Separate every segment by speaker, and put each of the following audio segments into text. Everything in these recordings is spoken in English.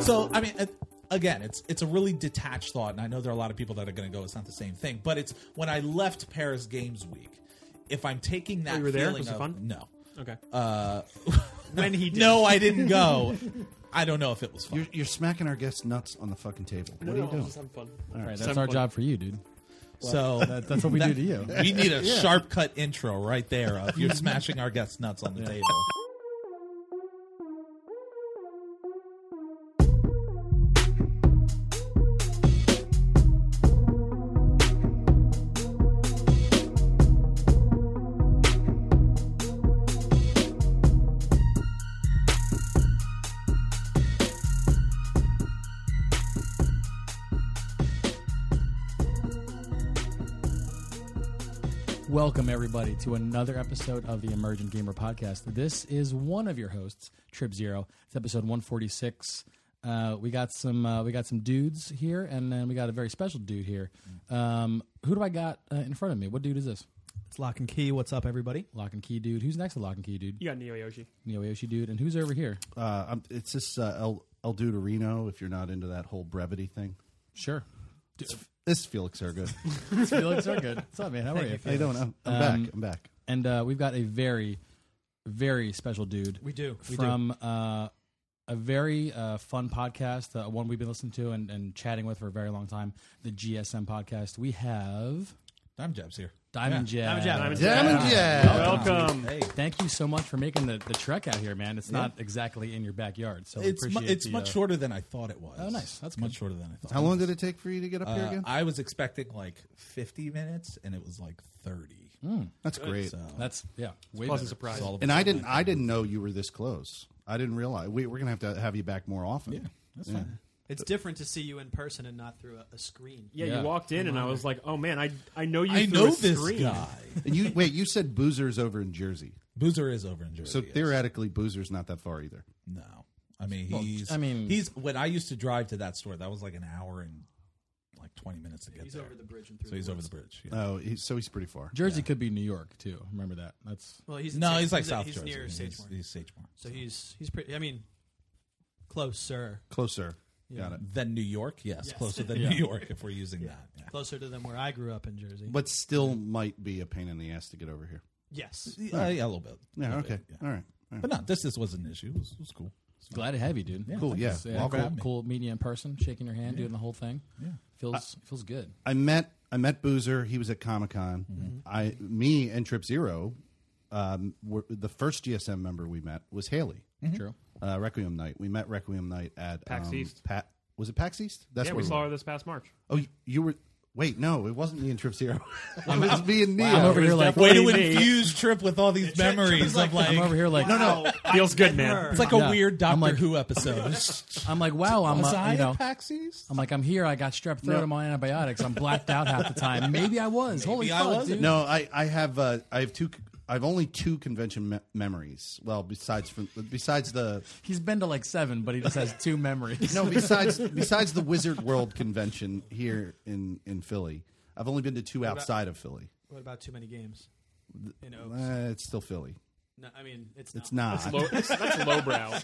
Speaker 1: So I mean, it- again, it's it's a really detached thought, and I know there are a lot of people that are going to go, it's not the same thing. But it's when I left Paris Games Week. If I'm taking that
Speaker 2: you were there?
Speaker 1: feeling
Speaker 2: Was it
Speaker 1: of-
Speaker 2: fun?
Speaker 1: no,
Speaker 2: Okay. Uh, when he did.
Speaker 1: no, I didn't go. I don't know if it was fun.
Speaker 3: You're, you're smacking our guests' nuts on the fucking table. What are you doing?
Speaker 2: Just having fun.
Speaker 4: All right,
Speaker 2: Some
Speaker 4: that's our
Speaker 2: point.
Speaker 4: job for you, dude.
Speaker 1: so
Speaker 4: That, that's what we do to you.
Speaker 1: we need a sharp cut intro right there of you're smashing our guests' nuts on the table.
Speaker 4: Welcome, everybody, to another episode of the Emergent Gamer Podcast. This is one of your hosts, Trip Zero. It's episode 146. Uh, we got some uh, we got some dudes here, and then we got a very special dude here. Um, who do I got uh, in front of me? What dude is this?
Speaker 5: It's Lock and Key. What's up, everybody?
Speaker 4: Lock and Key dude. Who's next to Lock and Key dude?
Speaker 2: You got Neo Yoshi.
Speaker 4: Neo Yoshi dude. And who's over here?
Speaker 3: Uh, I'm, it's this uh, El, El Duderino, if you're not into that whole brevity thing.
Speaker 4: Sure.
Speaker 3: This Felix Ergood.
Speaker 4: It's Felix Ergood. What's up, man? How are you?
Speaker 3: I don't know. I'm
Speaker 1: Um,
Speaker 3: back. I'm back.
Speaker 4: And uh, we've got a very, very special dude.
Speaker 5: We do. We do.
Speaker 4: from uh, a very uh, fun podcast, uh, one we've been listening to and, and chatting with for a very long time, the GSM podcast. We have
Speaker 1: Diamond Jab's here.
Speaker 4: Diamond Jab.
Speaker 2: Diamond Jab. Diamond Jab.
Speaker 3: Damn it, yeah.
Speaker 2: Welcome.
Speaker 4: Thank you so much for making the, the trek out here, man. It's not exactly in your backyard, so we
Speaker 1: It's mu-
Speaker 4: appreciate
Speaker 1: it's
Speaker 4: the,
Speaker 1: much
Speaker 4: uh,
Speaker 1: shorter than I thought it was.
Speaker 4: Oh, nice. That's
Speaker 1: It's much shorter than I thought.
Speaker 3: How long did it take for you to get up here
Speaker 1: Uh,
Speaker 3: again?
Speaker 1: I was expecting like 50 minutes, and it was like 30.
Speaker 3: That's great.
Speaker 4: Hmm. That's yeah, way
Speaker 2: Pleasant
Speaker 4: better.
Speaker 2: surprise.
Speaker 1: All of
Speaker 3: And I didn't. I didn't know you were this close. I didn't realize we, we're gonna have to have you back more often. Yeah,
Speaker 1: that's fine.
Speaker 5: It's different to see you in person and not through a, a screen.
Speaker 2: Yeah,
Speaker 4: Yeah.
Speaker 2: you walked in, and I was like, oh man, I I know you.
Speaker 1: I
Speaker 2: through
Speaker 1: know
Speaker 2: a
Speaker 1: this
Speaker 2: screen.
Speaker 1: guy.
Speaker 3: And you wait. You said Boozer's over in Jersey,
Speaker 1: Boozer is over in Jersey.
Speaker 3: so
Speaker 1: yes.
Speaker 3: theoretically, Boozer's not that far either.
Speaker 1: no. I mean, he's.
Speaker 4: I mean-
Speaker 1: he's. When I used to drive to that store, that was like an hour and like 20 minutes to get
Speaker 5: He's
Speaker 1: there.
Speaker 5: over the bridge and through.
Speaker 1: so he's
Speaker 5: the
Speaker 1: over
Speaker 5: woods.
Speaker 1: the bridge. Yeah.
Speaker 3: Oh, he, so he's pretty far.
Speaker 4: Jersey could be New York too. Remember that. That's
Speaker 5: Well, he's in
Speaker 1: no,
Speaker 5: Sa-
Speaker 1: he's like
Speaker 5: he's,
Speaker 1: South
Speaker 5: He's
Speaker 1: Jersey.
Speaker 5: near
Speaker 1: He's-
Speaker 5: Sagemore.
Speaker 1: He's Sagemore.
Speaker 5: So he's he's pretty. I mean, closer,
Speaker 3: Closer. Got it.
Speaker 1: Than New York? Yes.
Speaker 5: Yes.
Speaker 1: Closer than New York, if we're using that. Yeah.
Speaker 5: closer to than where I grew up in Jersey.
Speaker 3: But still, might be a pain in the ass to get over here.
Speaker 5: yes,
Speaker 1: Uh, yeah, a little bit.
Speaker 3: Yeah.
Speaker 1: Little bit,
Speaker 3: Okay. All right. All right.
Speaker 1: But no, this, this was an issue. It was, it was cool.
Speaker 4: glad to have you, dude.
Speaker 3: Cool. Yeah.
Speaker 4: It's, uh,
Speaker 3: Welcome.
Speaker 4: cool, cool meeting you in person, shaking your hand, doing the whole thing. Yeah, feels feels good.
Speaker 3: I met I met Boozer. He was at Comic Con. I me and Trip Zero. Um, were, the first GSM member we met was Haley.
Speaker 4: True.
Speaker 3: Uh, Requiem Night. We met Requiem Night at
Speaker 2: PAX
Speaker 3: um,
Speaker 2: East.
Speaker 3: Pat was it PAX East? That's
Speaker 2: Yeah,
Speaker 3: where
Speaker 2: we
Speaker 3: we
Speaker 2: saw
Speaker 3: were.
Speaker 2: her this past March.
Speaker 3: Oh, you, you were. Wait, no, it wasn't me and Trip Zero. it was me and Neo.
Speaker 4: I'm over here like
Speaker 1: Way to
Speaker 2: What do you mean?
Speaker 1: infuse Trip with all these memories of like.
Speaker 4: I'm over here like
Speaker 5: no, no,
Speaker 2: Feels good, man.
Speaker 1: It's like a
Speaker 4: Yeah.
Speaker 1: weird Doctor
Speaker 4: I'm like-
Speaker 1: Who episode.
Speaker 4: I'm like, wow, I'm
Speaker 1: Was
Speaker 4: uh,
Speaker 1: I
Speaker 4: you know,
Speaker 1: at PAX East?
Speaker 4: I'm like, I'm here. I got strep throat. I'm on antibiotics. I'm blacked out half the time. Maybe I was. Holy
Speaker 1: I
Speaker 4: fuck,
Speaker 1: wasn't.
Speaker 4: dude.
Speaker 3: No, I, I have uh, I have two. I've only two convention me- memories. Well, besides from besides the
Speaker 4: He's been to like seven, but he just has two memories.
Speaker 3: no besides besides the Wizard World convention here in in Philly. I've only been to two outside of Philly.
Speaker 5: What about too many games? In Oaks?
Speaker 3: Uh, it's still Philly.
Speaker 5: No, I mean, it's
Speaker 3: It's not.
Speaker 2: Low, that's, that's lowbrow.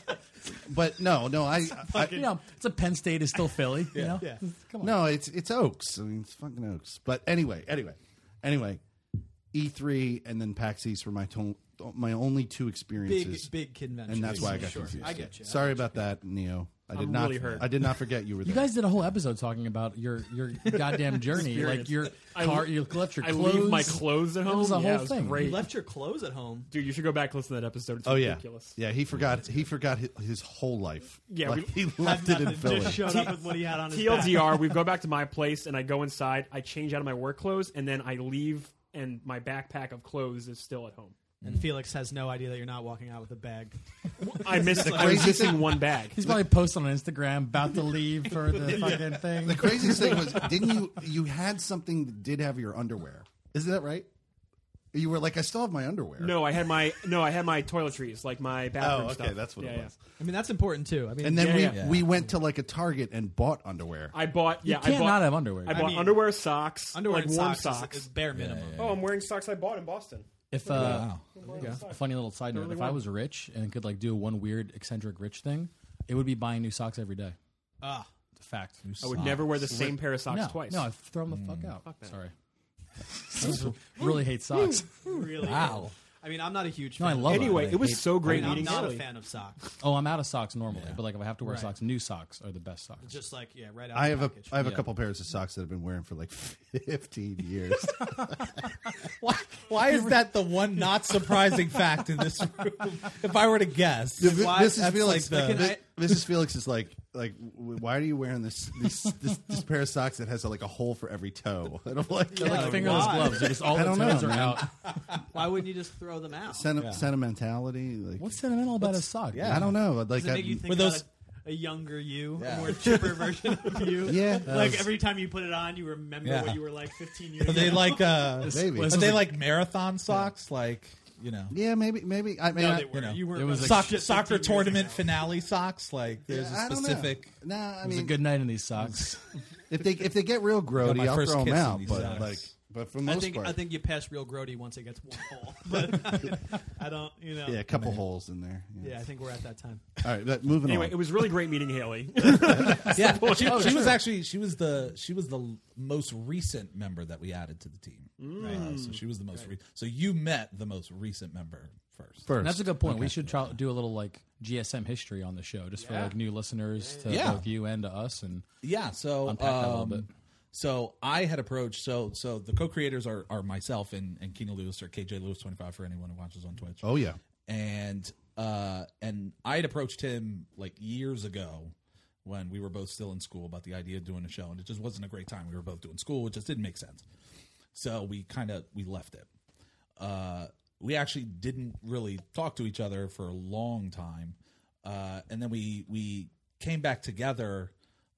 Speaker 3: But no, no, I, I
Speaker 4: you know, it's a Penn State is still Philly. You know,
Speaker 5: Yeah.
Speaker 4: come on.
Speaker 3: no, it's it's Oaks. I mean, it's fucking Oaks. But anyway, anyway, anyway, E3 and then PAX East were my to- my only two
Speaker 5: Big
Speaker 3: experiences,
Speaker 5: big convention,
Speaker 3: and that's why I got
Speaker 5: Sure.
Speaker 3: confused.
Speaker 5: I get you.
Speaker 3: Sorry about that, Neo. I did
Speaker 2: I'm
Speaker 3: not.
Speaker 2: really hurt.
Speaker 3: I did not forget you were there.
Speaker 4: You guys did a whole episode talking about your your goddamn journey, like your car, you left your
Speaker 2: I
Speaker 4: clothes.
Speaker 2: leave my clothes at
Speaker 4: It
Speaker 2: home.
Speaker 4: was a
Speaker 2: yeah,
Speaker 4: whole
Speaker 2: it was
Speaker 4: thing.
Speaker 5: You
Speaker 2: Great.
Speaker 5: left your clothes at home.
Speaker 2: Dude, you should go back and listen to that episode. It's
Speaker 3: oh yeah,
Speaker 2: ridiculous.
Speaker 3: yeah. He forgot. He forgot his, his whole life.
Speaker 2: Yeah,
Speaker 3: Like,
Speaker 2: we-
Speaker 3: he left it in Philly.
Speaker 5: Just showed up with what he had on his back.
Speaker 2: TLDR, we go back to my place and I go inside, I change out of my work clothes, and then I leave and my backpack of clothes is still at home.
Speaker 5: And Felix has no idea that you're not walking out with a bag.
Speaker 2: I missed I was missing one bag.
Speaker 4: He's probably posting on Instagram about to leave for the fucking thing.
Speaker 3: The craziest thing was, didn't you? You had something that did have your underwear. Is that right? You were like, I still have my underwear.
Speaker 2: No, I had my no, I had my toiletries, like my
Speaker 3: Oh,
Speaker 2: bathroom
Speaker 3: okay,
Speaker 2: stuff.
Speaker 3: that's what
Speaker 2: Yeah,
Speaker 3: it
Speaker 2: yeah.
Speaker 3: was.
Speaker 5: I mean, that's important too. I mean,
Speaker 3: And then
Speaker 2: Yeah,
Speaker 3: we,
Speaker 2: yeah.
Speaker 3: we went to like a Target and bought underwear.
Speaker 2: I bought yeah, I
Speaker 4: can't
Speaker 2: bought
Speaker 4: not have underwear.
Speaker 2: I
Speaker 4: I
Speaker 2: bought
Speaker 5: mean,
Speaker 2: underwear, socks,
Speaker 5: underwear
Speaker 2: like
Speaker 5: and
Speaker 2: warm
Speaker 5: socks, Is, is bare minimum.
Speaker 2: Oh, I'm wearing socks I bought in Boston.
Speaker 4: If uh,
Speaker 1: Wow.
Speaker 4: a funny little side note, if I was rich and could like do one weird eccentric rich thing, it would be buying new socks every day.
Speaker 5: Ah,
Speaker 4: Fact.
Speaker 2: I would never wear the same pair of socks
Speaker 4: no,
Speaker 2: twice.
Speaker 4: No, I throw them the fuck out. Sorry. I just really hate socks.
Speaker 5: really?
Speaker 1: Wow.
Speaker 5: I mean, I'm not a huge
Speaker 4: No,
Speaker 5: fan.
Speaker 4: I love
Speaker 5: of
Speaker 4: it.
Speaker 2: anyway,
Speaker 1: I
Speaker 2: it was
Speaker 1: hate-
Speaker 2: so
Speaker 5: I
Speaker 2: great
Speaker 5: mean, I'm
Speaker 2: meeting
Speaker 5: not
Speaker 2: Sally.
Speaker 5: a fan of socks.
Speaker 4: Oh, I'm out of socks normally, but like if I have to wear
Speaker 5: Right.
Speaker 4: socks, new socks are the best socks.
Speaker 5: Just like yeah, right out.
Speaker 3: I have
Speaker 5: of the
Speaker 3: a
Speaker 5: package.
Speaker 3: I have a
Speaker 4: Yeah.
Speaker 3: couple pairs of socks that I've been wearing for like 15 years.
Speaker 1: Why, why is that the one not surprising fact in this room? If I were to guess,
Speaker 3: Mrs.
Speaker 5: Why-
Speaker 3: Mrs.
Speaker 1: that's
Speaker 3: Felix,
Speaker 1: like the-
Speaker 3: Mi- Mrs. Felix is like, like, w- why are you wearing this this, this this pair of socks that has like a hole for every toe? And I'm like,
Speaker 4: They're like fingerless
Speaker 5: why?
Speaker 4: gloves. They're just all
Speaker 3: I
Speaker 4: the
Speaker 3: don't know,
Speaker 4: toes are
Speaker 3: man.
Speaker 4: out.
Speaker 5: Why wouldn't you just throw them out?
Speaker 3: sen- sentimentality. Like,
Speaker 4: What's sentimental about a sock?
Speaker 3: yeah, I don't know. Like,
Speaker 5: Does it
Speaker 3: I-
Speaker 5: make you think
Speaker 1: Were those-
Speaker 5: about a, a younger you,
Speaker 1: Yeah.
Speaker 5: a more chipper version of you?
Speaker 3: Yeah, that
Speaker 5: Like
Speaker 3: was-
Speaker 5: every time you put it on, you remember
Speaker 1: Yeah.
Speaker 5: what you were like 15 years
Speaker 1: are
Speaker 5: ago.
Speaker 1: they like uh,
Speaker 3: Maybe.
Speaker 1: are they like marathon socks? Like you know,
Speaker 3: yeah, maybe, maybe. I mean,
Speaker 5: No,
Speaker 3: I,
Speaker 5: they were.
Speaker 1: you know,
Speaker 5: you were
Speaker 4: it was like
Speaker 1: soc- soccer tournament finale socks. Like there's
Speaker 3: I
Speaker 1: a
Speaker 3: don't know.
Speaker 1: specific.
Speaker 3: Nah, I
Speaker 4: It's a
Speaker 3: mean,
Speaker 4: good night in these socks.
Speaker 3: if they if they get real
Speaker 1: Got
Speaker 3: grody,
Speaker 1: my
Speaker 3: I'll
Speaker 1: first
Speaker 3: throw them
Speaker 1: kiss in
Speaker 3: out.
Speaker 1: these
Speaker 3: But
Speaker 1: socks.
Speaker 3: like, but for
Speaker 5: I
Speaker 3: most
Speaker 5: think
Speaker 3: part,
Speaker 5: I think you pass real grody once it gets one hole, but I don't. You know.
Speaker 3: yeah, a couple holes in there.
Speaker 5: Yeah, I think we're at that time.
Speaker 3: All right, but moving
Speaker 2: Anyway,
Speaker 3: on.
Speaker 2: it was really great meeting Haley.
Speaker 1: Yeah, she, she was actually she was the she was the l- most recent member that we added to the team. Uh, so she was the most. Re- so you met the most recent member first.
Speaker 3: first.
Speaker 4: And that's a good point. We should try do a little like GSM history on the show, just for
Speaker 5: Yeah.
Speaker 4: like new listeners to
Speaker 1: Yeah.
Speaker 4: both you and to us. And
Speaker 1: Yeah, so
Speaker 4: Unpack that a little
Speaker 1: um,
Speaker 4: bit.
Speaker 1: So I had approached so so the co-creators are are myself and and Keenan Lewis or KJ Lewis twenty five for anyone who watches on Twitch.
Speaker 3: oh yeah,
Speaker 1: and uh and I had approached him like years ago when we were both still in school about the idea of doing a show, and it just wasn't a great time. We were both doing school, it just didn't make sense. So we kind of we left it. Uh, we actually didn't really talk to each other for a long time, uh, and then we we came back together.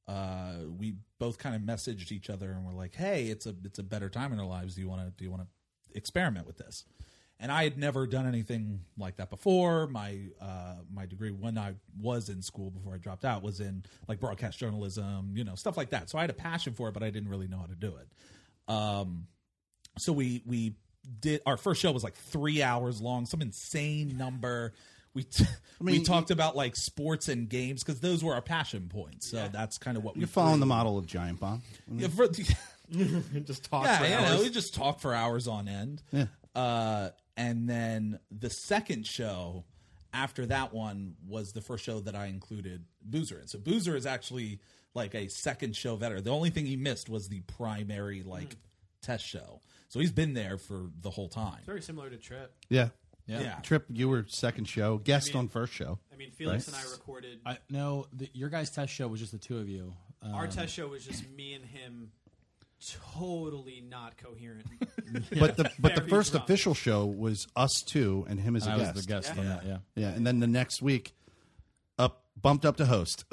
Speaker 1: Uh, we both kind of messaged each other and were like, "Hey, it's a it's a better time in our lives. Do you want to do you want to experiment with this?" And I had never done anything like that before. My uh, my degree when I was in school before I dropped out was in like broadcast journalism, you know, stuff like that. So I had a passion for it, but I didn't really know how to do it so we we did our first show was like three hours long some insane number we t- we
Speaker 3: mean,
Speaker 1: talked about like sports and games because those were our passion points so that's kind of what we
Speaker 3: you're following the model of Giant Bomb. I mean,
Speaker 1: yeah, for-
Speaker 2: just talk
Speaker 1: yeah,
Speaker 2: for
Speaker 1: you know,
Speaker 2: hours.
Speaker 1: we just talked for hours on end uh and then the second show after that one was the first show that i included boozer in so boozer is actually like a second show veteran the only thing he missed was the primary like
Speaker 2: Hmm.
Speaker 1: test show so he's been there for the whole time
Speaker 5: Very similar to Trip.
Speaker 3: yeah.
Speaker 1: Yeah.
Speaker 3: Trip, you were second show, guest on first show.
Speaker 5: I mean, Felix and I recorded.
Speaker 4: I no, the, your guys' test show was just the two of you. Uh,
Speaker 3: Um,
Speaker 5: our test show was just me and him, totally not coherent.
Speaker 3: But the but the
Speaker 5: Very
Speaker 3: first
Speaker 5: drunk.
Speaker 3: official show was us two and him as a
Speaker 4: I was
Speaker 3: guest.
Speaker 4: the guest on that. Yeah.
Speaker 3: Yeah, and then the next week, up bumped up to host.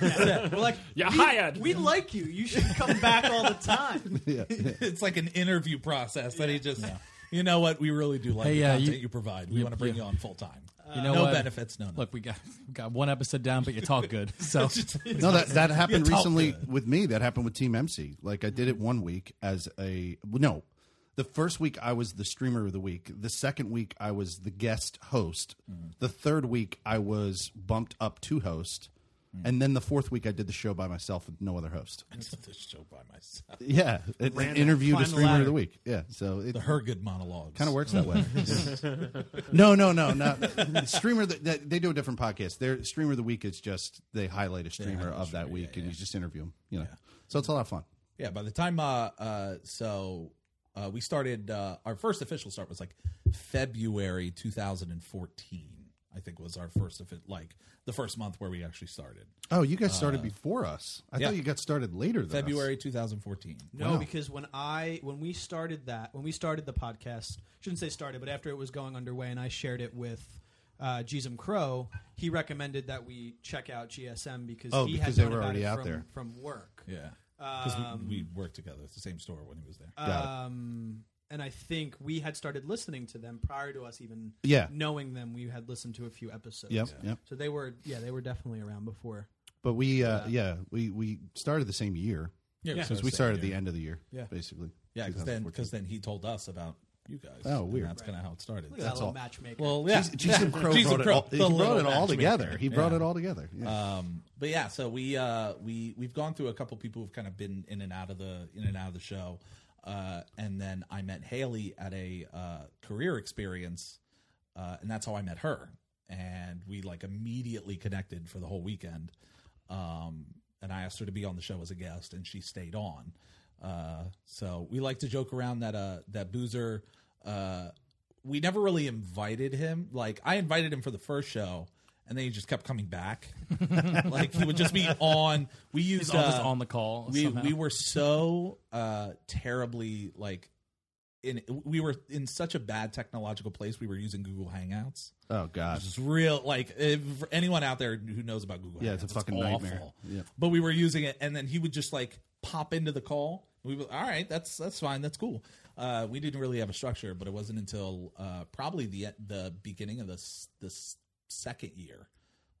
Speaker 5: We're like,
Speaker 2: You're
Speaker 5: we,
Speaker 2: hired."
Speaker 5: We like you. You should come back all the time.
Speaker 1: it's like an interview process that he just you know what we really do like
Speaker 4: Hey,
Speaker 1: the
Speaker 4: yeah,
Speaker 1: content
Speaker 4: you-
Speaker 1: you, provide we want to bring you on full time
Speaker 4: You know
Speaker 1: no
Speaker 4: what?
Speaker 1: benefits no, no.
Speaker 4: Look, we got we got one episode down, but you talk good. So
Speaker 3: no, that that happened
Speaker 1: talk
Speaker 3: recently
Speaker 1: good.
Speaker 3: with me. That happened with Team MC. Like I did it one week as a no. The first week I was the streamer of the week. The second week I was the guest host. The third week I was bumped up to host. And then the fourth week I did the show by myself with no other host.
Speaker 1: I did this show by myself
Speaker 3: Yeah, it, interviewed a
Speaker 5: Climb the
Speaker 3: streamer of
Speaker 5: ladder.
Speaker 3: the week. Yeah, so it
Speaker 1: the Hergood monologues
Speaker 3: kind of works that way. no, no, no, not streamer. That, that they do a different podcast. Their streamer of the week is just they highlight a streamer
Speaker 1: highlight a
Speaker 3: of that
Speaker 1: streamer,
Speaker 3: week,
Speaker 1: yeah,
Speaker 3: and you just interview them. You know, so it's a lot of fun.
Speaker 1: yeah by the time uh uh so uh we started uh our first official start was like February 2014 I think was our first of it like the first month where we actually started
Speaker 3: Oh, you guys started before us. I
Speaker 1: Uh, yeah.
Speaker 3: thought you got started later. Than us.
Speaker 1: February 2014
Speaker 5: No,
Speaker 3: Wow.
Speaker 5: because when I when we started that when we started the podcast, shouldn't say started, but after it was going underway, and I shared it with uh, Gsm Crow, he recommended that we check out GSM because
Speaker 3: Oh,
Speaker 5: he
Speaker 3: because
Speaker 5: had
Speaker 3: they
Speaker 5: known
Speaker 3: were
Speaker 5: about
Speaker 3: already
Speaker 5: it
Speaker 3: out
Speaker 5: from,
Speaker 3: there.
Speaker 5: from work.
Speaker 1: yeah because
Speaker 3: Um,
Speaker 1: we, we worked together at the same store when he was there
Speaker 3: Got it.
Speaker 5: Um, and I think we had started listening to them prior to us even
Speaker 3: Yeah.
Speaker 5: knowing them. We had listened to a few episodes.
Speaker 3: Yep, yep.
Speaker 5: So they were yeah they were definitely around before.
Speaker 3: But we, uh, yeah, we we started the same year
Speaker 1: yeah,
Speaker 3: because we started at the end of the year.
Speaker 1: Yeah.
Speaker 3: basically.
Speaker 1: Yeah, because then
Speaker 3: 2014.
Speaker 1: because then he told us about you guys.
Speaker 3: Oh,
Speaker 1: And
Speaker 3: weird.
Speaker 1: that's kind of how it started.
Speaker 5: Look at that
Speaker 3: That's
Speaker 5: little
Speaker 3: all.
Speaker 5: matchmaker.
Speaker 1: Well, yeah,
Speaker 3: Jason Crow
Speaker 1: Jason
Speaker 3: brought it
Speaker 1: Crow,
Speaker 3: all,
Speaker 1: the
Speaker 3: he brought
Speaker 1: little
Speaker 3: it all
Speaker 1: matchmaker.
Speaker 3: together. He brought
Speaker 1: Yeah.
Speaker 3: it all together. Yeah.
Speaker 1: Um, but yeah, so we uh, we we've gone through a couple people who've kind of been in and out of the in and out of the show, uh, and then I met Haley at a uh, career experience, uh, and that's how I met her, and we like immediately connected for the whole weekend, um, and I asked her to be on the show as a guest, and she stayed on. Uh, so we like to joke around that uh, that Boozer. Uh, we never really invited him. Like I invited him for the first show, and then he just kept coming back. like he would just be on. We used
Speaker 4: He's always
Speaker 1: uh,
Speaker 4: on the call.
Speaker 1: We
Speaker 4: somehow.
Speaker 1: we were so uh, terribly like in. We were in such a bad technological place. We were using Google Hangouts.
Speaker 3: oh God.
Speaker 1: It's real like if for anyone out there who knows about Google.
Speaker 3: Yeah, it's a fucking nightmare. Yeah.
Speaker 1: But we were using it, and then he would just like pop into the call. We were all right. That's that's fine. That's cool. Uh, we didn't really have a structure, but it wasn't until uh, probably the the beginning of this this second year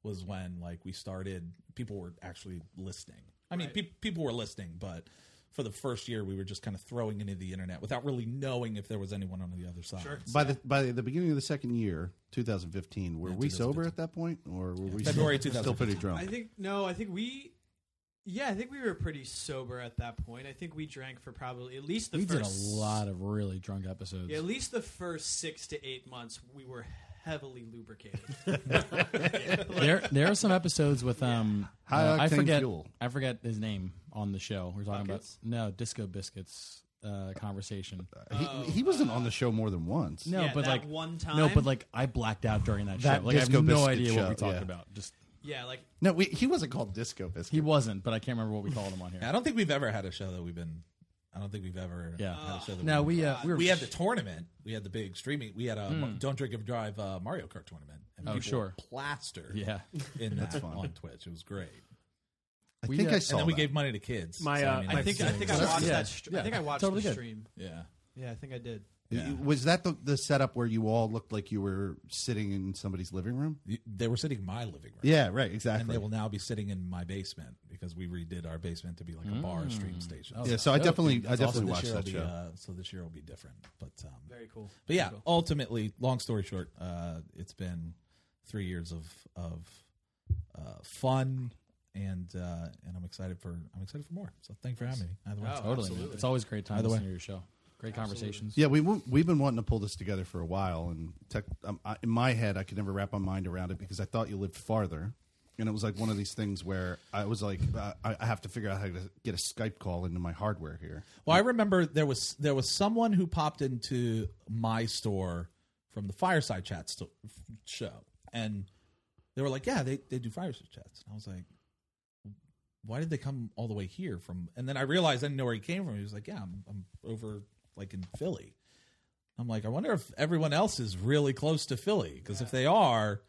Speaker 1: was when like we started. People were actually listening. I mean, peop people were listening, but for the first year, we were just kind of throwing into the internet without really knowing if there was anyone on the other side.
Speaker 3: By the by the beginning of the second year, 2015, were we sober at that point, or were we
Speaker 1: February
Speaker 3: still, still pretty drunk?
Speaker 5: I think no. I think we. Yeah, I think we were pretty sober at that point. I think we drank for probably at least the
Speaker 4: we did a
Speaker 5: first
Speaker 4: lot of really drunk episodes.
Speaker 5: Yeah, at least the first six to eight months, we were heavily lubricated.
Speaker 4: there there are some episodes with um
Speaker 3: High
Speaker 4: uh, I
Speaker 3: octane
Speaker 4: forget
Speaker 3: fuel.
Speaker 4: I forget his name on the show. We're talking
Speaker 5: Buckets?
Speaker 4: about no Disco Biscuits uh, conversation.
Speaker 3: he, he wasn't on the show more than once.
Speaker 4: No,
Speaker 5: Yeah,
Speaker 4: but
Speaker 5: that
Speaker 4: like
Speaker 5: one
Speaker 4: No,
Speaker 5: time-
Speaker 4: but like I blacked out during that,
Speaker 3: That
Speaker 4: show. Like I have
Speaker 3: Disco
Speaker 4: no
Speaker 3: Biscuit
Speaker 4: idea what
Speaker 3: show,
Speaker 4: we talked
Speaker 3: yeah.
Speaker 4: about. Just
Speaker 5: yeah, like
Speaker 3: no, we, he wasn't called Disco Biscuit.
Speaker 4: he wasn't, but I can't remember what we called him on
Speaker 1: Yeah,
Speaker 4: here.
Speaker 1: I don't think we've ever had a show that we've been. I don't think we've ever
Speaker 4: Yeah.
Speaker 1: had a show that
Speaker 4: No,
Speaker 1: we've
Speaker 4: we uh, we were
Speaker 1: we had the tournament. We had the big streaming. We had a
Speaker 3: Hmm.
Speaker 1: Don't Drink and Drive uh, Mario Kart tournament. And
Speaker 4: Oh,
Speaker 1: people
Speaker 4: sure.
Speaker 1: plastered
Speaker 4: yeah.
Speaker 1: in that
Speaker 3: fun.
Speaker 1: on Twitch. It was great.
Speaker 3: I
Speaker 4: we,
Speaker 3: think
Speaker 4: uh,
Speaker 3: I
Speaker 4: and
Speaker 3: saw.
Speaker 1: And then we
Speaker 3: that.
Speaker 1: gave money to kids.
Speaker 2: My,
Speaker 1: So,
Speaker 2: uh,
Speaker 1: mean,
Speaker 2: I
Speaker 5: I
Speaker 1: that's-
Speaker 5: think I think I
Speaker 4: that's-
Speaker 5: watched
Speaker 4: yeah.
Speaker 5: that. Str- I think I watched
Speaker 4: Totally
Speaker 5: the
Speaker 4: good.
Speaker 5: stream.
Speaker 1: yeah.
Speaker 5: Yeah, I think I did.
Speaker 1: Yeah.
Speaker 3: Was that the, the setup where you all looked like you were sitting in somebody's living room?
Speaker 1: You- They were sitting in my living room.
Speaker 3: Yeah, right,
Speaker 1: And they
Speaker 3: exactly.
Speaker 1: will now be sitting in my basement because we redid our basement to be like a bar stream station.
Speaker 3: Hmm. Oh, yeah, so I definitely, I
Speaker 1: So also
Speaker 3: definitely
Speaker 1: this
Speaker 3: watched
Speaker 1: year
Speaker 3: that
Speaker 1: will
Speaker 3: show.
Speaker 1: be, uh, so this year will be different. But um,
Speaker 5: Very cool.
Speaker 1: But yeah,
Speaker 5: Very cool.
Speaker 1: ultimately, long story short, uh, it's been three years of of uh, fun, and uh, and I'm excited for I'm excited for more. So thank you for having me. Either way,
Speaker 5: Oh,
Speaker 4: Totally, man.
Speaker 5: absolutely.
Speaker 4: It's always a great time
Speaker 1: Either way.
Speaker 4: listening to your show. Great conversations.
Speaker 3: Yeah, we w- we've been wanting to pull this together for a while, and tech, um, I, in my head, I could never wrap my mind around it because I thought you lived farther, and it was like one of these things where I was like, uh, I, I have to figure out how to get a Skype call into my hardware here.
Speaker 1: Well, I remember there was there was someone who popped into my store from the Fireside Chat sto- show, and they were like, "Yeah, they they do Fireside Chats," and I was like, "Why did they come all the way here from?" And then I realized I didn't know where he came from. He was like, "Yeah, I'm, I'm over like in Philly." I'm like, I wonder if everyone else is really close to Philly because if they are,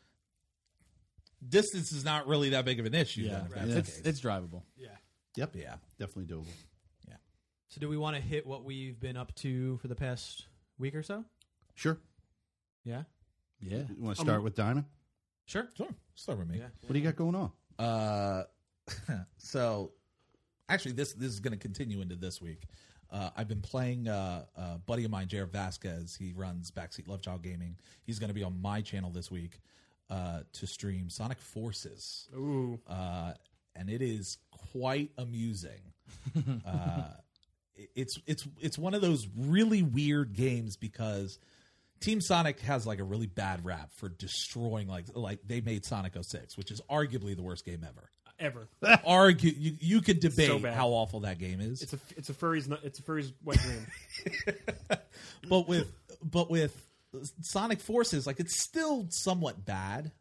Speaker 1: distance is not really that big of an issue.
Speaker 4: Yeah,
Speaker 1: then, if that's the
Speaker 4: it's
Speaker 1: case.
Speaker 4: it's drivable.
Speaker 5: Yeah.
Speaker 3: Yep,
Speaker 1: yeah.
Speaker 3: definitely doable.
Speaker 5: So, do we want to hit what we've been up to for the past week or so?
Speaker 3: Sure, Um,
Speaker 5: Yeah.
Speaker 4: Yeah,
Speaker 3: you want to start with Diamond?
Speaker 5: Sure.
Speaker 1: Sure, start with me.
Speaker 5: Yeah.
Speaker 3: What do you got going on?
Speaker 1: Uh, so actually this this is going to continue into this week uh, i've been playing uh, a buddy of mine jared vasquez he runs backseat love child gaming he's going to be on my channel this week uh, to stream sonic forces
Speaker 2: Ooh,
Speaker 1: uh, and it is quite amusing uh, it- it's it's it's one of those really weird games because Team Sonic has like a really bad rap for destroying like like they made Sonic 06, which is arguably the worst game ever
Speaker 2: ever.
Speaker 1: argue you, you could debate
Speaker 2: So bad.
Speaker 1: how awful that game is
Speaker 2: It's a it's a furry's nu- it's a furry's wet dream.
Speaker 1: but with but with sonic forces like it's still somewhat bad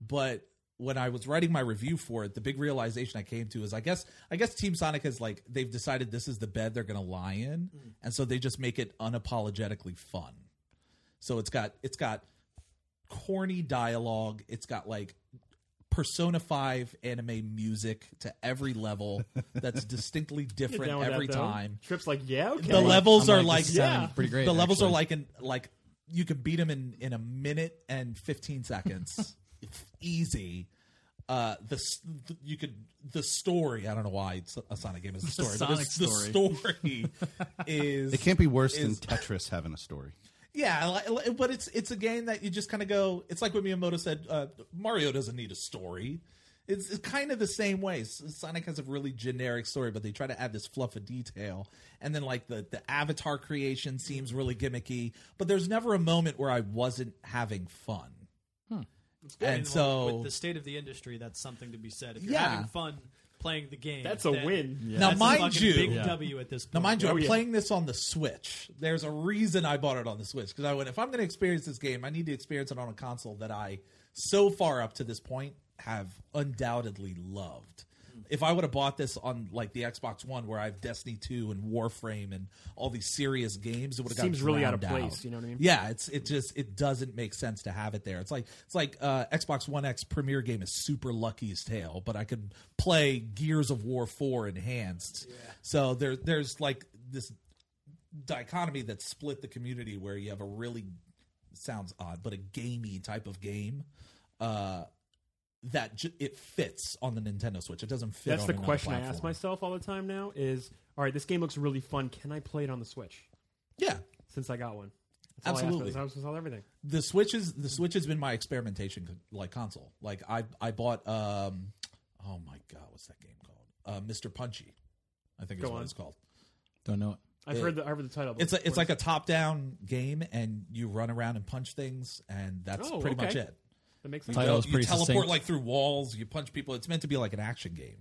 Speaker 1: but when i was writing my review for it the big realization i came to is i guess i guess team sonic has like they've decided this is the bed they're gonna lie in and so they just make it unapologetically fun so it's got it's got corny dialogue it's got like persona 5 anime music to every level that's distinctly
Speaker 2: Get
Speaker 1: different
Speaker 2: down with
Speaker 1: every
Speaker 2: that, though.
Speaker 1: time
Speaker 2: Trips like yeah, okay.
Speaker 1: the levels
Speaker 4: I'm
Speaker 1: are
Speaker 4: like,
Speaker 1: like
Speaker 4: this is sounding
Speaker 2: Yeah.
Speaker 4: pretty great.
Speaker 1: the levels are
Speaker 4: actually.
Speaker 1: like in like you could beat them in in a minute and 15 seconds It's easy uh the, s- th- you could the story i don't know why it's a sonic game is a story but
Speaker 4: Sonic
Speaker 1: it's- the story is
Speaker 3: It can't be worse than
Speaker 1: Is-
Speaker 3: Tetris having a story.
Speaker 1: Yeah, li- li- but it's it's a game that you just kind of go. It's like what Miyamoto said. Uh, Mario doesn't need a story. It's, it's kind of the same way. S- Sonic has a really generic story, but they try to add this fluff of detail. And then like the the avatar creation seems really gimmicky, but there's never a moment where I wasn't having fun. And
Speaker 5: mean,
Speaker 1: so-
Speaker 5: with the state of the industry, that's something to be said. If you're
Speaker 1: Yeah.
Speaker 5: having fun playing the game,
Speaker 2: That's a
Speaker 5: then
Speaker 2: win.
Speaker 1: Now,
Speaker 5: that's a
Speaker 1: mind
Speaker 5: fucking
Speaker 1: you-
Speaker 5: big
Speaker 1: Yeah.
Speaker 5: W at this point.
Speaker 1: Now, mind you,
Speaker 2: Oh,
Speaker 1: I'm
Speaker 2: yeah.
Speaker 1: playing this on the Switch. There's a reason I bought it on the Switch because I went, if I'm going to experience this game, I need to experience it on a console that I, so far up to this point, have undoubtedly loved. If I would have bought this on like the Xbox One, where I have Destiny Two and Warframe and all these serious games, it would have got
Speaker 2: Seems really out of
Speaker 1: drowned
Speaker 2: place,
Speaker 1: out.
Speaker 2: you know what I mean?
Speaker 1: Yeah, it's it just it doesn't make sense to have it there. It's like it's like uh, Xbox One X premiere game is Super Lucky's Tale, but I could play Gears of War Four enhanced. So there there's like this dichotomy that split the community where you have a really sounds odd, but a gamey type of game. Uh, that j- it fits on the Nintendo Switch. It doesn't fit.
Speaker 2: That's
Speaker 1: on
Speaker 2: the
Speaker 1: another
Speaker 2: question I
Speaker 1: platform.
Speaker 2: ask myself all the time now is, all right, this game looks really fun. Can I play it on the Switch
Speaker 1: Yeah,
Speaker 2: since I got one? That's all I ask
Speaker 1: Absolutely.
Speaker 2: myself. I was all everything.
Speaker 1: the switch is the switch has been my experimentation like console like i i bought um oh my god what's that game called uh mr punchy i think is
Speaker 2: Go
Speaker 1: what
Speaker 2: on.
Speaker 1: it's called
Speaker 4: Don't know it.
Speaker 2: I've heard the I've heard the title.
Speaker 1: it's a, it's like a top down game and you run around and punch things and that's
Speaker 2: Oh,
Speaker 1: pretty much
Speaker 2: okay.
Speaker 1: it
Speaker 2: that makes
Speaker 1: you,
Speaker 2: sense.
Speaker 4: Title
Speaker 1: go-
Speaker 4: is
Speaker 1: you
Speaker 4: pretty
Speaker 1: teleport
Speaker 4: succinct.
Speaker 1: like through walls you punch people it's meant to be like an action game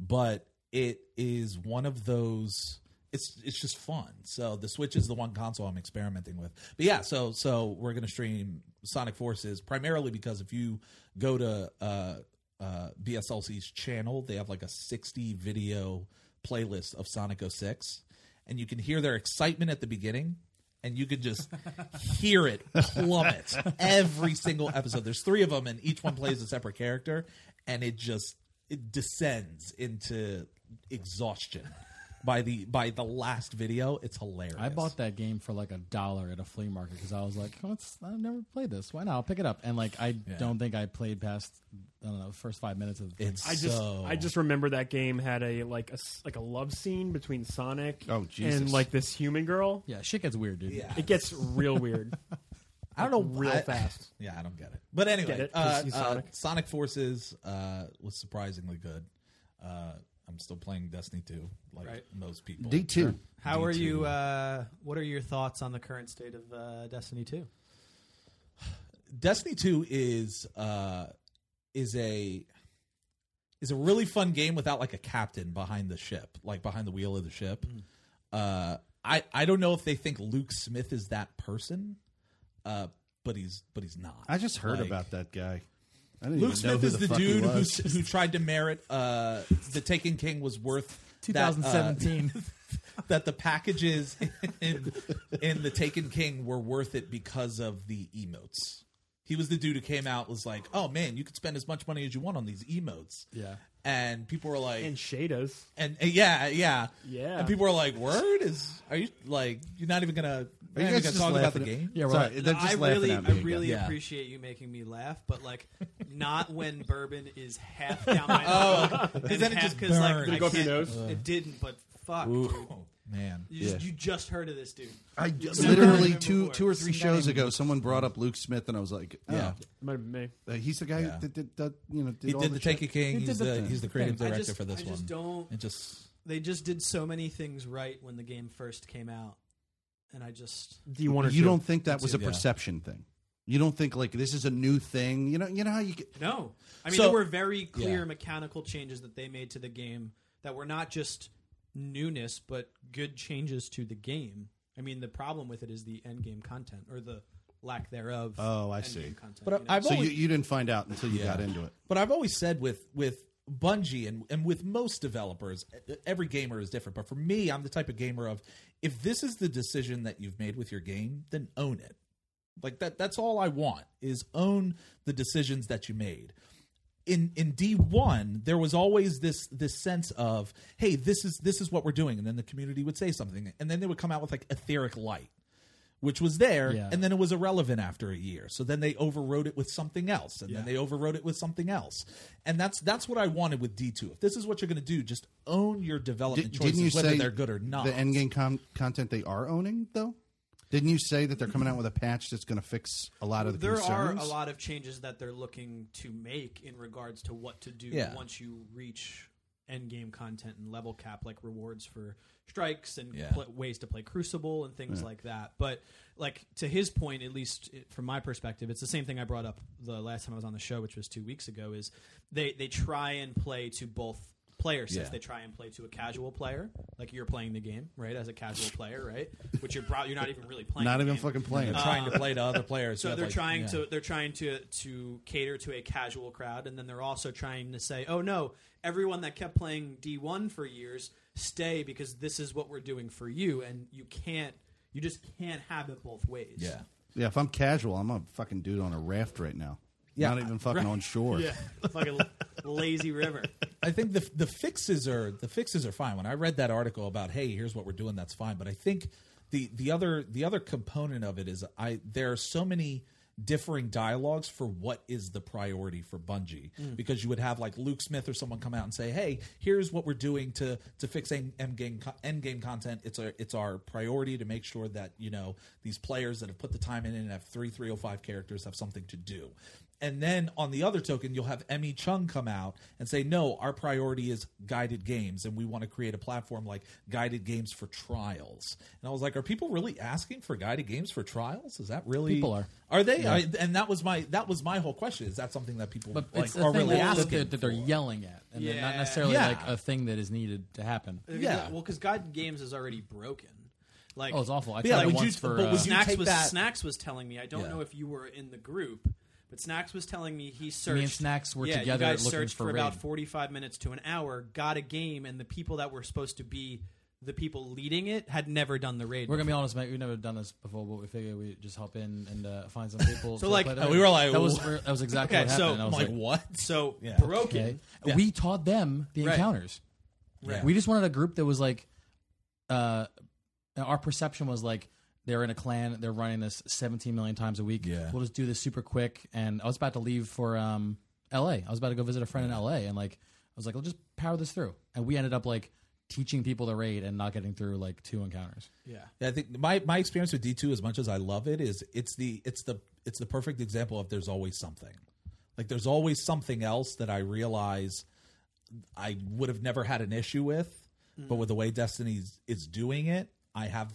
Speaker 1: but it is one of those it's it's just fun so the switch is the one console i'm experimenting with but yeah so so we're gonna stream sonic forces primarily because if you go to uh uh bslc's channel they have like a 60 video playlist of sonic 06 and you can hear their excitement at the beginning and you could just hear it plummet every single episode. There's three of them, and each one plays a separate character, and it just it descends into exhaustion by the by the last video. It's hilarious.
Speaker 4: I bought that game for like a dollar at a flea market because I was like, oh, it's, I've never played this. Why not? I'll pick it up. And like, I don't think I played past, I don't know, the first five minutes of the
Speaker 1: It's
Speaker 2: I just
Speaker 1: so
Speaker 2: I just remember that game had a like a s- like a love scene between Sonic
Speaker 3: Oh, Jesus.
Speaker 2: and like this human girl.
Speaker 4: Yeah, shit gets weird, dude.
Speaker 1: yeah.
Speaker 2: It gets real weird.
Speaker 1: I don't know
Speaker 2: real
Speaker 1: I-
Speaker 2: fast.
Speaker 1: Yeah, I don't get it. But anyway,
Speaker 2: Get it,
Speaker 1: uh,
Speaker 2: 'cause he's
Speaker 1: uh, Sonic.
Speaker 2: Sonic.
Speaker 1: Forces uh, was surprisingly good. Uh, I'm still playing Destiny 2, like
Speaker 5: Right.
Speaker 1: most people.
Speaker 3: D two.
Speaker 5: How are
Speaker 1: D2.
Speaker 5: you? Uh, what are your thoughts on the current state of uh, Destiny Two?
Speaker 1: Destiny Two is uh is a is a really fun game without like a captain behind the ship, like behind the wheel of the ship.
Speaker 3: Mm.
Speaker 1: Uh, I I don't know if they think Luke Smith is that person, uh, but he's but he's not.
Speaker 3: I just heard
Speaker 1: Like,
Speaker 3: about that guy. I didn't
Speaker 1: Luke
Speaker 3: even know
Speaker 1: Smith
Speaker 3: who
Speaker 1: is the,
Speaker 3: fuck he
Speaker 1: dude who
Speaker 3: was.
Speaker 1: who tried to merit uh the Taken King was worth that, uh,
Speaker 4: 2017.
Speaker 1: that the packages in, in the Taken King were worth it because of the emotes. He was the dude who came out was like, "Oh man, you could spend as much money as you want on these emotes."
Speaker 4: Yeah.
Speaker 1: and people were like,
Speaker 2: and
Speaker 1: and,
Speaker 2: Shadas.
Speaker 1: and yeah, yeah,
Speaker 2: Yeah.
Speaker 1: and people were like, "Word is are you like you're not even gonna
Speaker 3: Are you guys
Speaker 1: going
Speaker 3: just
Speaker 1: to talk about the
Speaker 3: laughing at-
Speaker 1: game?"
Speaker 4: Yeah, we're
Speaker 3: Sorry,
Speaker 4: like-
Speaker 3: they're just
Speaker 5: I
Speaker 3: laughing
Speaker 5: really,
Speaker 3: at me
Speaker 5: I
Speaker 3: again.
Speaker 5: really
Speaker 1: Yeah.
Speaker 5: appreciate you making me laugh, but like, not when bourbon is half down my throat. and
Speaker 1: then Oh, it
Speaker 5: half-
Speaker 1: just
Speaker 5: 'cause, like,
Speaker 1: burns.
Speaker 5: I
Speaker 1: Did
Speaker 2: it go up your nose?
Speaker 5: can't- It didn't, but fuck, dude.
Speaker 1: Ooh, man.
Speaker 5: You just,
Speaker 3: Yeah.
Speaker 5: you just heard of this dude.
Speaker 3: I just,
Speaker 5: Never heard
Speaker 3: literally
Speaker 5: of him
Speaker 3: two
Speaker 5: before.
Speaker 3: two or three shows ago, someone brought up Luke Smith, and I was like, oh,
Speaker 1: Yeah.
Speaker 2: It might have been me.
Speaker 3: uh, he's the guy
Speaker 1: Yeah.
Speaker 3: that did, did, that, you know did
Speaker 1: He
Speaker 3: all
Speaker 1: did
Speaker 3: the
Speaker 1: the
Speaker 3: shit.
Speaker 1: Taken King.
Speaker 4: He
Speaker 1: He's
Speaker 4: did the
Speaker 1: the
Speaker 4: thing.
Speaker 1: he's the creative
Speaker 4: I
Speaker 1: director
Speaker 5: I just,
Speaker 1: for this
Speaker 5: I
Speaker 1: one.
Speaker 5: just don't.
Speaker 1: It just
Speaker 5: They just did so many things right when the game first came out, and I just
Speaker 2: D one or
Speaker 3: You
Speaker 2: two.
Speaker 3: don't think that was a
Speaker 1: yeah.
Speaker 3: perception thing? You don't think like this is a new thing? You know, you know how you get.
Speaker 5: no. I mean,
Speaker 1: So-
Speaker 5: there were very clear
Speaker 1: Yeah.
Speaker 5: mechanical changes that they made to the game that were not just newness, but good changes to the game. I mean, the problem with it is the end game content or the lack thereof.
Speaker 3: Oh, I
Speaker 5: end
Speaker 3: see.
Speaker 5: game Content,
Speaker 1: But
Speaker 5: you know?
Speaker 1: I've
Speaker 3: So you,
Speaker 1: always-
Speaker 3: you didn't find out until you
Speaker 1: Yeah.
Speaker 3: got into it.
Speaker 1: But I've always said with with Bungie and and with most developers, e, every gamer is different. But for me, I'm the type of gamer of if this is the decision that you've made with your game, then own it. Like that that's all I want is own the decisions that you made. In in D1, there was always this this sense of, hey, this is this is what we're doing and then the community would say something and then they would come out with like etheric light which was there
Speaker 4: Yeah.
Speaker 1: and then it was irrelevant after a year. So then they overrode it with something else and then
Speaker 5: Yeah.
Speaker 1: they overrode it with something else. And that's that's what I wanted with D2. If this is what you're going to do, just own your development
Speaker 3: Did,
Speaker 1: choices
Speaker 3: didn't you
Speaker 1: whether
Speaker 3: say
Speaker 1: they're good or not.
Speaker 3: The end game con- content they are owning though. Didn't you say that they're coming out with a patch that's going to fix a lot of the
Speaker 5: there
Speaker 3: concerns?
Speaker 5: are a lot of changes that they're looking to make in regards to what to do
Speaker 1: Yeah.
Speaker 5: once you reach end game content and level cap, like rewards for strikes and
Speaker 1: Yeah.
Speaker 5: pla ways to play Crucible and things like that. But like to his point, at least it, from my perspective, it's the same thing I brought up the last time I was on the show, which was two weeks ago. Is they they try and play to both player sets.
Speaker 1: Yeah.
Speaker 5: They try and play to a casual player, like you're playing the game, right? As a casual player, right? Which you're probably you're not even really playing.
Speaker 3: Not
Speaker 5: the
Speaker 3: even
Speaker 5: game.
Speaker 3: fucking playing.
Speaker 1: They're trying to play to other players. who
Speaker 5: So
Speaker 1: have,
Speaker 5: they're
Speaker 1: like,
Speaker 5: trying
Speaker 1: yeah.
Speaker 5: to they're trying to to cater to a casual crowd, and then they're also trying to say, oh no, everyone that kept playing D one for years, stay because this is what we're doing for you, and you can't you just can't have it both ways.
Speaker 1: Yeah.
Speaker 3: yeah, if I'm casual, I'm a fucking dude on a raft right now.
Speaker 1: Yeah,
Speaker 3: not even fucking on shore.
Speaker 5: yeah, fucking lazy river.
Speaker 1: I think the the fixes are the fixes are fine. When I read that article about hey, here's what we're doing, that's fine. But I think the the other the other component of it is I there are so many differing dialogues for what is the priority for Bungie because you would have like Luke Smith or someone come out and say, hey, here's what we're doing to to fix end end game co- end game content. It's our it's our priority to make sure that you know these players that have put the time in and have three three hundred five characters have something to do. And then on the other token, you'll have Emmy Chung come out and say, no, our priority is guided games. And we want to create a platform like guided games for trials. And I was like, are people really asking for guided games for trials? Is that really.
Speaker 4: People are.
Speaker 1: Are they? I, and that was my that was my whole question. Is that something that people
Speaker 4: But
Speaker 1: like,
Speaker 4: it's a
Speaker 1: are
Speaker 4: thing
Speaker 1: really
Speaker 4: that,
Speaker 1: asking?
Speaker 4: that they're, that they're
Speaker 1: for?
Speaker 4: yelling at, and they're not
Speaker 5: Yeah.
Speaker 4: necessarily
Speaker 1: Yeah.
Speaker 4: like a thing that is needed to happen.
Speaker 1: Yeah.
Speaker 5: well, because God Games is already broken. Like
Speaker 4: Oh, it's awful. I
Speaker 1: Yeah,
Speaker 4: tried it
Speaker 1: would
Speaker 4: once
Speaker 1: you-
Speaker 4: for.
Speaker 1: but
Speaker 4: uh,
Speaker 1: would you
Speaker 5: Snacks
Speaker 1: take
Speaker 5: was
Speaker 1: that-
Speaker 5: Snacks was telling me. I don't
Speaker 1: Yeah.
Speaker 5: know if you were in the group, but Snacks was telling me he searched.
Speaker 4: Snacks were
Speaker 5: yeah, you
Speaker 4: together
Speaker 5: guys
Speaker 4: looking
Speaker 5: searched
Speaker 4: for
Speaker 5: for, about
Speaker 4: raid.
Speaker 5: forty-five minutes to an hour. Got a game, and the people that were supposed to be the people leading it had never done the raid.
Speaker 4: We're gonna
Speaker 5: before.
Speaker 4: be honest, mate. We've never done this before, but we figured we'd just hop in and uh, find some people.
Speaker 5: So,
Speaker 4: to
Speaker 5: like,
Speaker 4: play the
Speaker 5: uh,
Speaker 4: game.
Speaker 1: we were like,
Speaker 4: that was
Speaker 1: "Wha-
Speaker 4: that was exactly
Speaker 5: Okay,
Speaker 4: what
Speaker 5: so
Speaker 4: happened. and I
Speaker 1: I'm
Speaker 4: was
Speaker 1: like,
Speaker 4: like,
Speaker 1: what?
Speaker 5: so
Speaker 1: Yeah.
Speaker 5: broken.
Speaker 4: okay. We taught them the
Speaker 5: Right.
Speaker 4: encounters.
Speaker 1: Right.
Speaker 4: We just wanted a group that was like, uh, our perception was like they're in a clan, they're running this 17 million times a week.
Speaker 1: Yeah.
Speaker 4: We'll just do this super quick. And I was about to leave for um, L.A. I was about to go visit a friend in L.A. And like, I was like, I'll just power this through. And we ended up like teaching people the raid and not getting through like two encounters.
Speaker 5: Yeah.
Speaker 1: Yeah, I think my, my experience with D two, as much as I love it, is it's the it's the it's the perfect example of there's always something. Like there's always something else that I realize I would have never had an issue with, but
Speaker 4: Mm.
Speaker 1: with the way Destiny is doing it, I have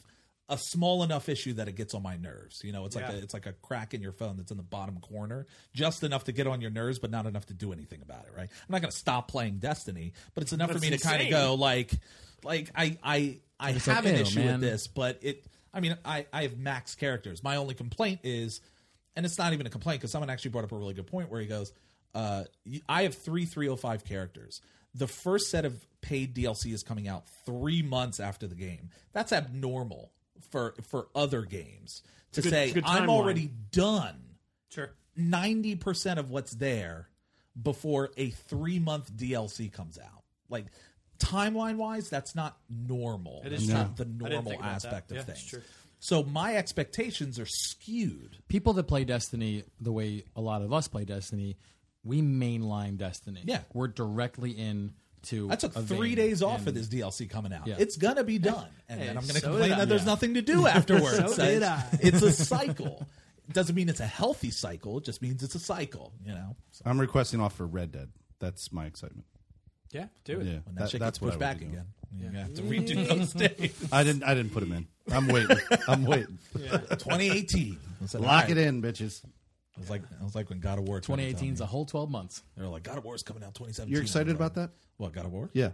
Speaker 1: a small enough issue that it gets on my nerves. You know, it's like
Speaker 5: Yeah.
Speaker 1: a, it's like a crack in your phone that's in the bottom corner, just enough to get on your nerves, but not enough to do anything about it. Right? I'm not going to stop playing Destiny, but it's enough for me to kind of
Speaker 2: insane.
Speaker 1: go like, like I I I
Speaker 4: It's like,
Speaker 1: have an
Speaker 4: ew,
Speaker 1: issue
Speaker 4: man.
Speaker 1: with this, but it. I mean, I I have max characters. My only complaint is, and it's not even a complaint because someone actually brought up a really good point where he goes, uh, y- "I have three 305 characters. The first set of paid DLC is coming out three months after the game. That's abnormal for for other games to
Speaker 2: good-
Speaker 1: say
Speaker 2: it's a good
Speaker 1: I'm
Speaker 2: timeline.
Speaker 1: already done."
Speaker 5: Sure.
Speaker 1: 90% of what's there before a three month DLC comes out. Like, timeline wise, that's not normal. It
Speaker 5: is
Speaker 1: that's not
Speaker 5: true.
Speaker 1: the
Speaker 5: I didn't
Speaker 1: normal
Speaker 5: think about
Speaker 1: aspect
Speaker 5: that.
Speaker 1: of
Speaker 5: Yeah, it's
Speaker 1: things.
Speaker 5: true.
Speaker 1: So, my expectations are skewed.
Speaker 4: people that play Destiny the way a lot of us play Destiny, we mainline Destiny.
Speaker 1: Yeah.
Speaker 4: we're directly in to.
Speaker 1: I took
Speaker 4: a
Speaker 1: three
Speaker 4: vein.
Speaker 1: days off
Speaker 4: And
Speaker 1: of this DLC coming out.
Speaker 4: Yeah.
Speaker 1: It's gonna be done, and then I'm gonna
Speaker 5: so
Speaker 1: complain
Speaker 5: did I.
Speaker 1: that there's
Speaker 5: Yeah.
Speaker 1: nothing to do afterwards.
Speaker 5: So did
Speaker 1: It's-
Speaker 5: I.
Speaker 1: It's a cycle. It doesn't mean it's a healthy cycle. It just means it's a cycle. You know. So,
Speaker 3: I'm requesting off for Red Dead. That's my excitement.
Speaker 5: Yeah. Do it.
Speaker 3: Yeah,
Speaker 1: when
Speaker 3: that-
Speaker 1: that, shit
Speaker 3: that's
Speaker 1: gets
Speaker 3: what I
Speaker 1: pushed
Speaker 3: would
Speaker 1: back
Speaker 3: do.
Speaker 1: again. You have to redo those days.
Speaker 3: I didn't. I didn't put him in. I'm waiting. I'm waiting.
Speaker 1: 2018. I said, "All
Speaker 3: Lock
Speaker 1: right."
Speaker 3: it in, bitches.
Speaker 1: I was like, I was like when God of War. tried to tell
Speaker 4: 2018 is
Speaker 1: me.
Speaker 4: a whole 12 months.
Speaker 1: They're like, God of War is coming out 2017.
Speaker 3: You're
Speaker 1: I'm
Speaker 3: excited
Speaker 1: like,
Speaker 3: about that?
Speaker 1: What God of War?
Speaker 3: Yeah,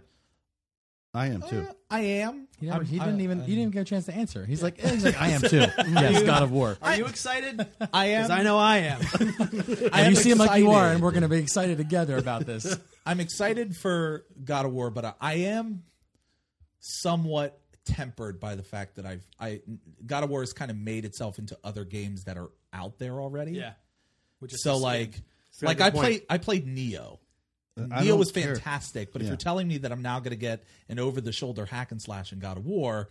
Speaker 3: I am too.
Speaker 1: Uh, I am.
Speaker 4: He, never,
Speaker 1: I'm-
Speaker 4: he
Speaker 1: I- uh,
Speaker 4: didn't even
Speaker 1: I-
Speaker 4: he didn't even get a chance to answer. He's like, eh, he's
Speaker 1: Uh,
Speaker 4: like I am too. yes, God of War.
Speaker 5: Are you excited?
Speaker 1: I
Speaker 5: Because
Speaker 1: am.
Speaker 5: I know I am.
Speaker 1: I
Speaker 4: And
Speaker 1: am
Speaker 4: you see him like you are,
Speaker 1: excited.
Speaker 4: and we're going to be excited together about this.
Speaker 1: I'm excited for God of War, but I, I am somewhat tempered by the fact that I've I God of War has kind of made itself into other games that are out there already.
Speaker 5: yeah. Which
Speaker 1: so
Speaker 5: insane.
Speaker 1: like,
Speaker 2: got a
Speaker 1: like
Speaker 2: good
Speaker 1: I
Speaker 2: point.
Speaker 1: played I played Neo.
Speaker 3: I
Speaker 1: Neo
Speaker 3: don't
Speaker 1: was
Speaker 3: care.
Speaker 1: fantastic, but if
Speaker 3: Yeah.
Speaker 1: you're telling me that I'm now going to get an over the shoulder hack and slash in God of War,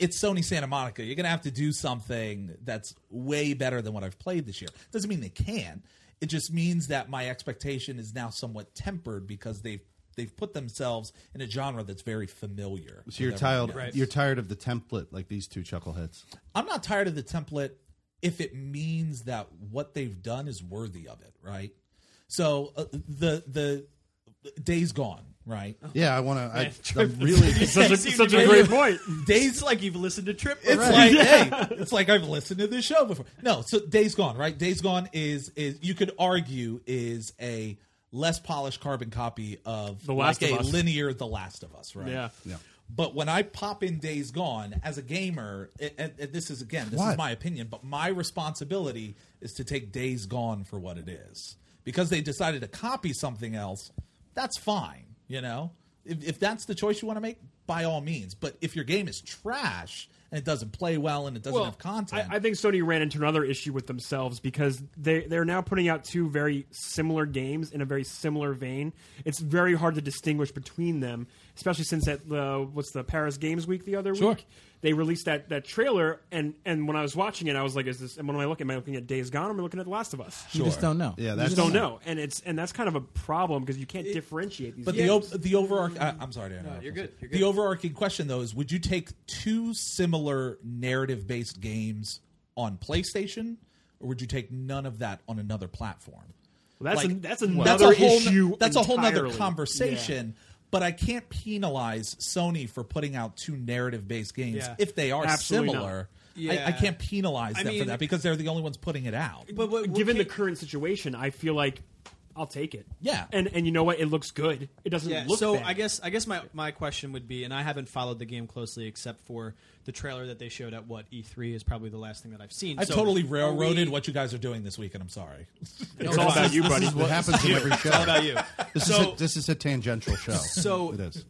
Speaker 1: it's Sony Santa Monica. You're going to have to do something that's way better than what I've played this year. Doesn't mean they can. It just means that my expectation is now somewhat tempered because they've they've put themselves in a genre that's very familiar. with
Speaker 3: So you're
Speaker 1: everyone
Speaker 3: tired.
Speaker 1: else.
Speaker 5: Right.
Speaker 3: You're tired of the template, like these two chuckleheads.
Speaker 1: I'm not tired of the template if it means that what they've done is worthy of it, right? So uh, the the days gone, right?
Speaker 3: Yeah, I want to.
Speaker 5: Trip-
Speaker 3: I'm really.
Speaker 2: such a,
Speaker 5: Seemed
Speaker 2: such
Speaker 5: to
Speaker 2: a
Speaker 5: be-
Speaker 2: great point.
Speaker 5: It's like you've listened to Trip.
Speaker 1: It's
Speaker 5: Right.
Speaker 1: like hey, it's like I've listened to this show before. No, so Days Gone, right? Days Gone is is you could argue is a less polished carbon copy of
Speaker 2: The Last
Speaker 1: like
Speaker 2: of
Speaker 1: a
Speaker 2: Us.
Speaker 1: linear The Last of Us, right?
Speaker 2: Yeah.
Speaker 3: Yeah.
Speaker 1: But when I pop in Days Gone as a gamer, a- and, and this is again, this is
Speaker 3: What?
Speaker 1: my opinion, but my responsibility is to take Days Gone for what it is because they decided to copy something else. That's fine, you know. If, if that's the choice you want to make, by all means. But if your game is trash and it doesn't play well and it doesn't have content,
Speaker 2: I, I think Sony ran into another issue with themselves because they they're now putting out two very similar games in a very similar vein. It's very hard to distinguish between them, especially since at the what's the Paris Games Week the other
Speaker 4: Sure.
Speaker 2: week they released that that trailer and and when I was watching it I was like is this and when am I looking am I looking at Days Gone or am I looking at The Last of Us?
Speaker 4: You just don't know.
Speaker 3: Yeah,
Speaker 4: You
Speaker 3: that's-
Speaker 2: I
Speaker 4: just
Speaker 2: don't know, and it's and that's kind of a problem because you can't differentiate these.
Speaker 1: But
Speaker 2: games.
Speaker 1: the op- the overarching I, I'm sorry, to interrupt.
Speaker 5: you're good, you're
Speaker 1: The
Speaker 5: good.
Speaker 1: overarching question though is: Would you take two similar narrative based games on PlayStation, or would you take none of that on another platform?
Speaker 2: Well, that's
Speaker 1: Like,
Speaker 2: an- that's another
Speaker 1: a whole,
Speaker 2: issue.
Speaker 1: That's a whole nother
Speaker 2: entirely.
Speaker 1: conversation. But I can't penalize Sony for putting out two narrative based games
Speaker 5: Yeah.
Speaker 1: if they are
Speaker 2: Absolutely not.
Speaker 1: similar. I, I
Speaker 5: Yeah.
Speaker 1: can't penalize
Speaker 5: I
Speaker 1: them for
Speaker 5: mean-
Speaker 1: that because they're the only ones putting it out.
Speaker 5: But what, what
Speaker 2: given the
Speaker 5: came-
Speaker 2: current situation, I feel like I'll take it.
Speaker 1: Yeah.
Speaker 2: and and you know what? It looks good. It doesn't
Speaker 5: yeah,
Speaker 2: look.
Speaker 5: so
Speaker 2: bad.
Speaker 5: I guess I guess my my question would be, and I haven't followed the game closely except for the trailer that they showed at what E3 is probably the last thing that I've seen.
Speaker 1: I've
Speaker 5: So
Speaker 1: totally
Speaker 5: are we-
Speaker 1: railroaded what you guys are doing this week, and I'm sorry.
Speaker 2: it's all about you, buddy.
Speaker 3: This is what happens in every show.
Speaker 5: It's all about you.
Speaker 3: This
Speaker 5: So-
Speaker 3: is a, this is a tangential show.
Speaker 5: So-
Speaker 3: it is.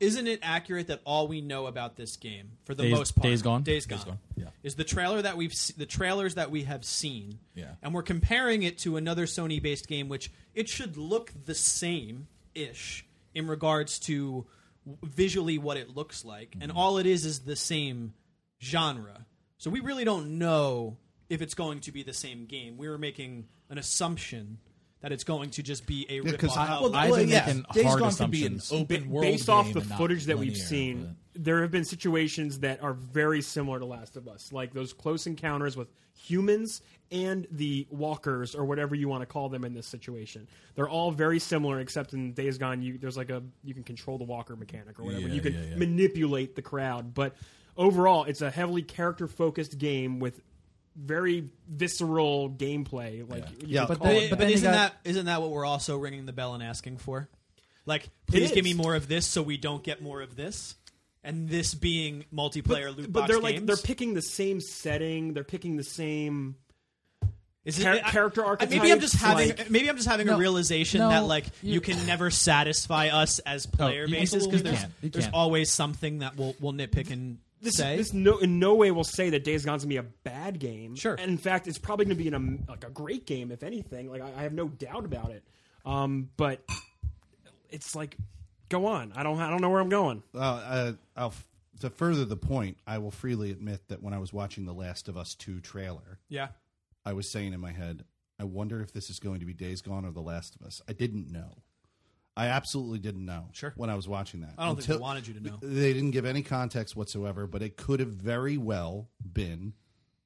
Speaker 5: Isn't it accurate that all we know about this game, for the
Speaker 4: Days-
Speaker 5: most part,
Speaker 4: Days Gone?
Speaker 5: Days gone,
Speaker 1: Gone, yeah.
Speaker 5: is the trailer that we've se- the trailers that we have seen,
Speaker 1: Yeah.
Speaker 5: and we're comparing it to another Sony-based game, which it should look the same ish in regards to w- visually what it looks like, and
Speaker 1: Mm-hmm.
Speaker 5: all it is is the same genre. So we really don't know if it's going to be the same game. We were making an assumption that it's going to just be a
Speaker 3: 'cause
Speaker 5: ripoff.
Speaker 3: I-
Speaker 5: of-
Speaker 1: Well,
Speaker 4: I've been
Speaker 1: yeah,
Speaker 4: making
Speaker 1: Days
Speaker 4: hard
Speaker 1: Gone could be an
Speaker 4: assumptions.
Speaker 1: open
Speaker 2: Ba-
Speaker 1: world
Speaker 2: based off
Speaker 1: game
Speaker 2: the
Speaker 1: and not
Speaker 2: footage that we've
Speaker 1: linear,
Speaker 2: seen, there have been situations that are very similar to Last of Us, like those close encounters with humans and the walkers or whatever you want to call them in this situation. They're all very similar, except in Days Gone, you, there's like a you can control the walker mechanic or whatever.
Speaker 1: Yeah,
Speaker 2: you can
Speaker 1: yeah, yeah.
Speaker 2: manipulate the crowd, but overall, it's a heavily character focused game with very visceral gameplay. Like you
Speaker 3: Yeah.
Speaker 2: could
Speaker 3: But
Speaker 2: call
Speaker 5: But,
Speaker 2: it
Speaker 4: Well, but
Speaker 5: it- but
Speaker 4: then you
Speaker 5: isn't
Speaker 4: got-
Speaker 5: that isn't that what we're also ringing the bell and asking for? Like, please give me
Speaker 2: is.
Speaker 5: more of this, so we don't get more of this. And this being multiplayer
Speaker 2: but, but
Speaker 5: loot box
Speaker 2: they're
Speaker 5: games.
Speaker 2: like they're picking the same setting. They're picking the same.
Speaker 5: Is
Speaker 2: char-
Speaker 5: I-
Speaker 2: character
Speaker 5: I- Maybe I'm just
Speaker 2: archetypes,
Speaker 5: having
Speaker 2: like-
Speaker 5: maybe I'm just having
Speaker 4: No,
Speaker 5: a realization
Speaker 4: no,
Speaker 5: that like
Speaker 4: you-
Speaker 5: you, can never satisfy us as player
Speaker 4: you
Speaker 5: bases
Speaker 4: absolutely
Speaker 5: because there's
Speaker 4: can't. You
Speaker 5: there's
Speaker 4: can't.
Speaker 5: always something that we'll we'll nitpick and
Speaker 2: This,
Speaker 5: say.
Speaker 2: this no in no way will say that Days Gone's gonna be a bad game.
Speaker 5: Sure.
Speaker 2: and in fact, it's probably gonna be an, um, like a great game if anything. Like I, I have no doubt about it. Um, but it's like, go on. I don't I don't know where I'm going.
Speaker 3: Well, uh, I'll, f- to further the point, I will freely admit that when I was watching the Last of Us two trailer,
Speaker 5: yeah.
Speaker 3: I was saying in my head, I wonder if this is going to be Days Gone or The Last of Us. I didn't know. I absolutely didn't know.
Speaker 5: Sure.
Speaker 3: When I was watching that,
Speaker 5: I don't think they wanted you to know.
Speaker 3: They didn't give any context whatsoever, but it could have very well been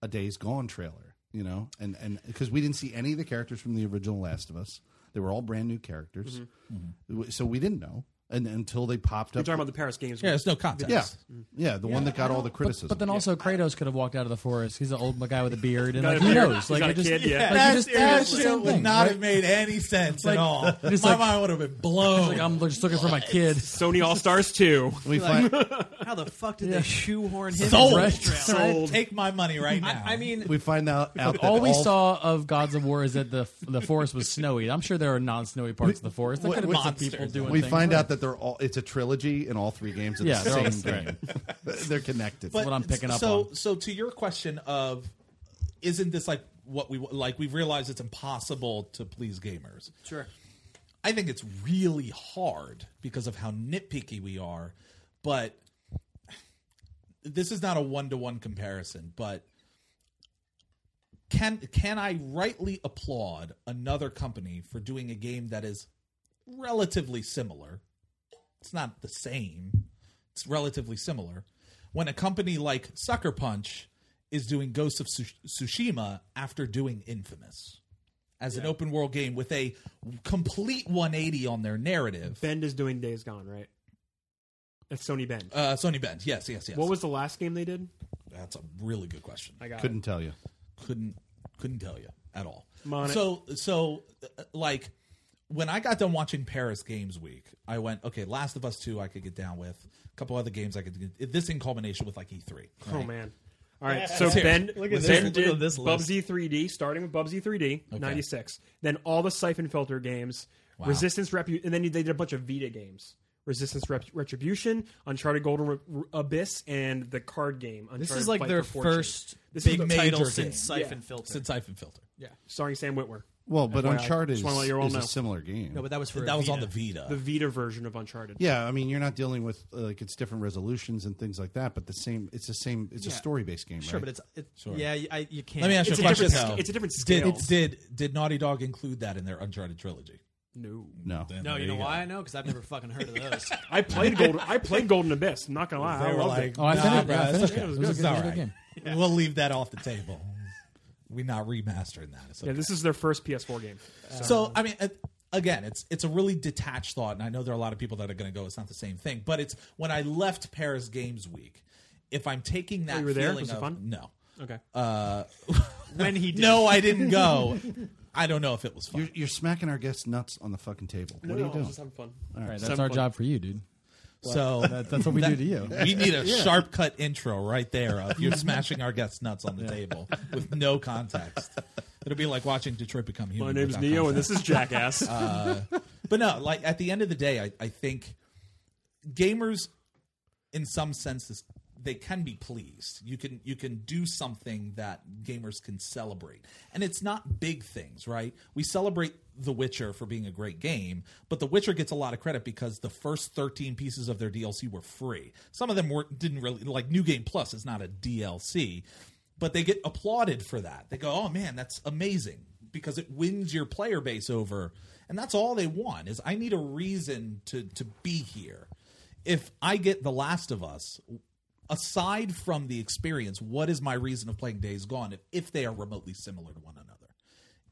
Speaker 3: a Days Gone trailer, you know, and and because we didn't see any of the characters from the original Last of Us, they were all brand new characters,
Speaker 5: Mm-hmm.
Speaker 3: so we didn't know. And until they popped
Speaker 2: You're
Speaker 3: up,
Speaker 2: talking about the Paris Games.
Speaker 1: Yeah, there's no context.
Speaker 3: yeah, Mm. yeah, the one that got all the
Speaker 4: But,
Speaker 3: criticism.
Speaker 4: but then also Kratos could have walked out of the forest. He's an old guy with a beard, and
Speaker 2: Got
Speaker 4: like
Speaker 2: a
Speaker 4: who
Speaker 2: beard.
Speaker 4: knows?
Speaker 2: He's
Speaker 4: Like
Speaker 2: got
Speaker 4: it
Speaker 2: a
Speaker 4: just,
Speaker 2: kid, yeah.
Speaker 4: like,
Speaker 1: that
Speaker 4: you just,
Speaker 1: that
Speaker 4: it's the
Speaker 1: shit
Speaker 4: same
Speaker 1: would
Speaker 4: thing,
Speaker 1: not
Speaker 4: right?
Speaker 1: have made any sense at all.
Speaker 4: just
Speaker 1: My
Speaker 4: like-
Speaker 1: mind would have been blown.
Speaker 4: Like, I'm just looking for my kid.
Speaker 2: Sony All Stars two.
Speaker 3: we find
Speaker 5: How the fuck did they shoehorn him?
Speaker 1: Sold.
Speaker 5: into
Speaker 4: Right?
Speaker 5: this trailer?
Speaker 4: Sold.
Speaker 1: Take my money right now.
Speaker 5: I, I mean,
Speaker 3: we find out, out that
Speaker 4: All we
Speaker 3: all
Speaker 4: saw of Gods of War is that the the forest was snowy. I'm sure there are non-snowy parts of the forest. There
Speaker 3: we-
Speaker 4: could have been some
Speaker 1: monsters.
Speaker 4: people doing.
Speaker 3: We
Speaker 4: things,
Speaker 3: find
Speaker 4: right?
Speaker 3: out that they're all it's a trilogy in all three games at
Speaker 4: Yeah,
Speaker 3: the
Speaker 4: they're all
Speaker 3: same game. they're connected.
Speaker 1: But
Speaker 4: what I'm picking up
Speaker 1: So,
Speaker 4: on.
Speaker 1: so to your question of, isn't this like what we like? We've realized it's impossible to please gamers.
Speaker 5: sure.
Speaker 1: I think it's really hard because of how nitpicky we are. But this is not a one to one comparison. But can can I rightly applaud another company for doing a game that is relatively similar. It's not the same. It's relatively similar. When a company like Sucker Punch is doing Ghost of Tsu- Tsushima after doing Infamous as an open world game with a complete 180 on their narrative.
Speaker 2: Bend is doing Days Gone, right? That's Sony Bend.
Speaker 1: Uh, Sony Bend, yes, yes, yes.
Speaker 2: What was the last game they did?
Speaker 1: That's a really good question.
Speaker 2: I got it.
Speaker 3: Couldn't tell you.
Speaker 1: couldn't couldn't tell you at all.
Speaker 2: Mon-
Speaker 1: so so uh, like when I got done watching Paris Games Week, I went okay. Last of Us Two, I could get down with. A couple other games I could. Get, this in culmination with like E three.
Speaker 2: Oh man. All right, so Ben,
Speaker 5: Look
Speaker 2: ben
Speaker 5: at this-
Speaker 2: did
Speaker 5: look at this list.
Speaker 2: Bubsy 3D, starting with Bubsy 3D, 96. Then all the Siphon Filter games, Resistance Repu- and then they did a bunch of Vita games. Resistance Rep- Retribution, Uncharted Golden Re- Re- Abyss, and the card game. Uncharted
Speaker 5: This is like
Speaker 2: Flight
Speaker 5: their
Speaker 2: for Fortune.
Speaker 5: first
Speaker 2: This is
Speaker 5: big
Speaker 1: the-
Speaker 5: title
Speaker 1: major game.
Speaker 5: since Siphon
Speaker 2: Yeah.
Speaker 5: Filter.
Speaker 1: Since Siphon Filter,
Speaker 5: yeah.
Speaker 2: starring Sam Whitwer.
Speaker 3: Well, but
Speaker 2: FYI.
Speaker 3: Uncharted
Speaker 2: Just
Speaker 3: is,
Speaker 2: wanna let you all
Speaker 3: is
Speaker 2: know.
Speaker 3: a similar game.
Speaker 5: No, but that was for
Speaker 1: that was on the
Speaker 5: Vita.
Speaker 1: Vita.
Speaker 2: The Vita version of Uncharted.
Speaker 3: yeah, I mean, you're not dealing with uh, like it's different resolutions and things like that, but the same. It's the same. It's a
Speaker 5: Yeah.
Speaker 3: story based game,
Speaker 5: Sure,
Speaker 3: right?
Speaker 5: but it's it, yeah. you- I, you can't.
Speaker 1: Let me ask you
Speaker 2: It's
Speaker 1: a
Speaker 2: a
Speaker 1: question
Speaker 2: different
Speaker 1: though.
Speaker 2: sc- it's a different
Speaker 1: Did,
Speaker 2: scale.
Speaker 1: did did Naughty Dog include that in their Uncharted trilogy?
Speaker 2: No.
Speaker 3: no.
Speaker 1: Then
Speaker 5: No,
Speaker 1: there
Speaker 5: you know
Speaker 1: go.
Speaker 5: why I know? Because I've never fucking heard of those.
Speaker 2: I played Golden. I played Golden Abyss. I'm not gonna lie.
Speaker 1: They
Speaker 2: I
Speaker 1: were
Speaker 2: loved
Speaker 1: like,
Speaker 2: it.
Speaker 4: Oh, I
Speaker 1: nah,
Speaker 4: finished-
Speaker 1: bro,
Speaker 4: I
Speaker 1: it's
Speaker 4: finished
Speaker 1: okay.
Speaker 4: it. It was
Speaker 1: This
Speaker 4: good.
Speaker 1: is
Speaker 4: It was a
Speaker 1: all
Speaker 4: good
Speaker 1: right.
Speaker 4: game.
Speaker 1: We'll leave that off the table. We're not remastering that. It's
Speaker 2: Yeah, this is their first PS4 game.
Speaker 1: So I mean, uh, again, it's it's a really detached thought, and I know there are a lot of people that are going to go, it's not the same thing. But it's when I left Paris Games Week. If I'm taking that
Speaker 2: you were there?
Speaker 1: feeling
Speaker 2: Was it
Speaker 1: of-
Speaker 2: fun?
Speaker 1: no, Uh,
Speaker 2: Okay.
Speaker 5: when he did.
Speaker 1: no, I didn't go. I don't know if it was fun.
Speaker 3: You're, you're smacking our guests nuts on the fucking table.
Speaker 2: no,
Speaker 3: what
Speaker 2: no,
Speaker 3: are you
Speaker 2: I was
Speaker 3: doing?
Speaker 2: just having fun.
Speaker 4: All right, that's
Speaker 2: Seven
Speaker 4: our
Speaker 2: point-
Speaker 4: job for you, dude.
Speaker 1: so
Speaker 4: That's what we do to you.
Speaker 1: we need a sharp cut intro right there of you're smashing our guests nuts on the table with no context. It'll be like watching Detroit become
Speaker 2: My
Speaker 1: human.
Speaker 2: name's
Speaker 1: without
Speaker 2: Neo, and
Speaker 1: context.
Speaker 2: this is Jackass.
Speaker 5: Uh,
Speaker 1: but no, like at the end of the day, I, I think gamers, in some senses, they can be pleased. You can you can do something that gamers can celebrate, and it's not big things, right? We celebrate The Witcher for being a great game, but The Witcher gets a lot of credit because the first thirteen pieces of their DLC were free. Some of them were didn't really like New Game Plus is not a DLC. But they get applauded for that. They go, "Oh man, that's amazing!" because it wins your player base over and that's all they want is i need a reason to to be here if i get the last of us aside from the experience what is my reason of playing days gone if, if they are remotely similar to one another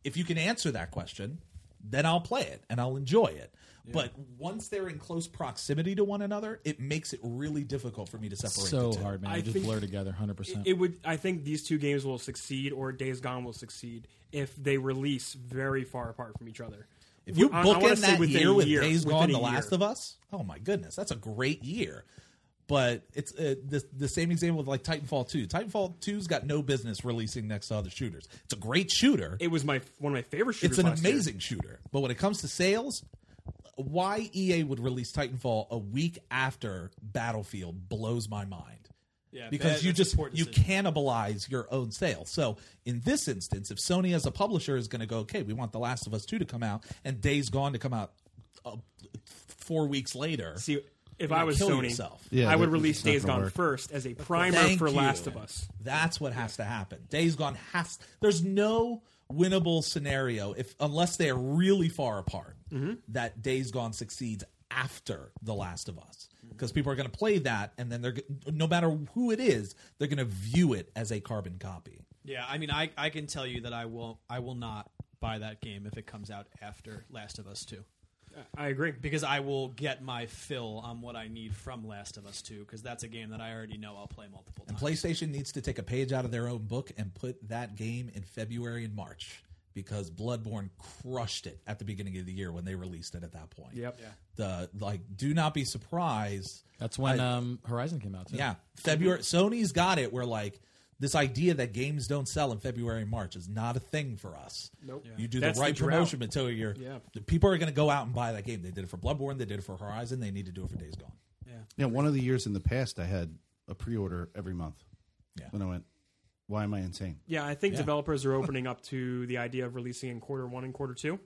Speaker 1: if you can answer that question then i'll play it and i'll enjoy it but once they're in close proximity to one another it makes it really difficult for me to separate
Speaker 4: So
Speaker 1: the two.
Speaker 4: hard, man.
Speaker 2: I
Speaker 4: They just
Speaker 2: think-
Speaker 4: blur together, hundred percent.
Speaker 2: it would. I think these two games will succeed, or Days Gone will succeed, if they release very far apart from each other.
Speaker 1: If you
Speaker 2: I- I
Speaker 1: book
Speaker 2: wanna
Speaker 1: in
Speaker 2: say
Speaker 1: that
Speaker 2: within
Speaker 1: year
Speaker 2: a
Speaker 1: with
Speaker 2: year,
Speaker 1: Days
Speaker 2: within
Speaker 1: Gone,
Speaker 2: a
Speaker 1: The
Speaker 2: year.
Speaker 1: Last of Us, oh my goodness, that's a great year. But it's uh, the, the same example of like Titanfall 2. Titanfall 2's got no business releasing next to other shooters. It's a great shooter.
Speaker 2: It was my one of my favorite
Speaker 1: it's
Speaker 2: shooters.
Speaker 1: an
Speaker 2: last year.
Speaker 1: amazing shooter. But when it comes to sales, why EA would release Titanfall a week after Battlefield blows my mind.
Speaker 5: Yeah,
Speaker 1: because
Speaker 5: bad-
Speaker 1: you
Speaker 5: that's a
Speaker 1: just
Speaker 5: poor
Speaker 1: you
Speaker 5: decision.
Speaker 1: cannibalize your own sale. So in this instance, if Sony as a publisher is going to go, okay, we want The Last of Us two to come out and Days Gone to come out uh, four weeks later.
Speaker 2: See, if
Speaker 1: you're
Speaker 2: I
Speaker 1: gonna
Speaker 2: was
Speaker 1: kill
Speaker 2: Sony,
Speaker 1: yourself.
Speaker 3: Yeah,
Speaker 2: I would
Speaker 3: that-
Speaker 2: release
Speaker 3: it's not
Speaker 2: Days
Speaker 3: gonna
Speaker 2: Gone
Speaker 3: work.
Speaker 2: first as a primer
Speaker 1: Thank
Speaker 2: for
Speaker 1: you.
Speaker 2: Last of Us.
Speaker 1: That's what has to happen. Days Gone has. There's no winnable scenario if unless they are really far apart
Speaker 2: Mm-hmm.
Speaker 1: that Days Gone succeeds after The Last of Us because people are going to play that and then they're g- no matter who it is they're going to view it as a carbon copy.
Speaker 5: Yeah, I mean, I, I can tell you that I will I will not buy that game if it comes out after Last of Us Two,
Speaker 2: I agree.
Speaker 5: because I will get my fill on what I need from Last of Us Two, because that's a game that I already know I'll play multiple times.
Speaker 1: PlayStation needs to take a page out of their own book and put that game in February and March because Bloodborne crushed it at the beginning of the year when they released it at that point.
Speaker 2: Yep.
Speaker 1: The like do not be surprised.
Speaker 4: That's when um, Horizon came out. Too.
Speaker 1: Yeah. February Sony's got it where like this idea that games don't sell in February and March is not a thing for us.
Speaker 2: Nope. Yeah.
Speaker 1: You do
Speaker 2: That's
Speaker 1: the
Speaker 2: the
Speaker 1: right
Speaker 2: drought.
Speaker 1: promotion until you're
Speaker 2: Yeah.
Speaker 1: the people are gonna go out and buy that game. They did it for Bloodborne, they did it for Horizon, they need to do it for Days Gone.
Speaker 3: Yeah, one of the years in the past, I had a pre-order every month.
Speaker 1: Yeah.
Speaker 3: When I went, why am I insane?
Speaker 2: Yeah, I think developers are opening up to the idea of releasing in quarter one and quarter two,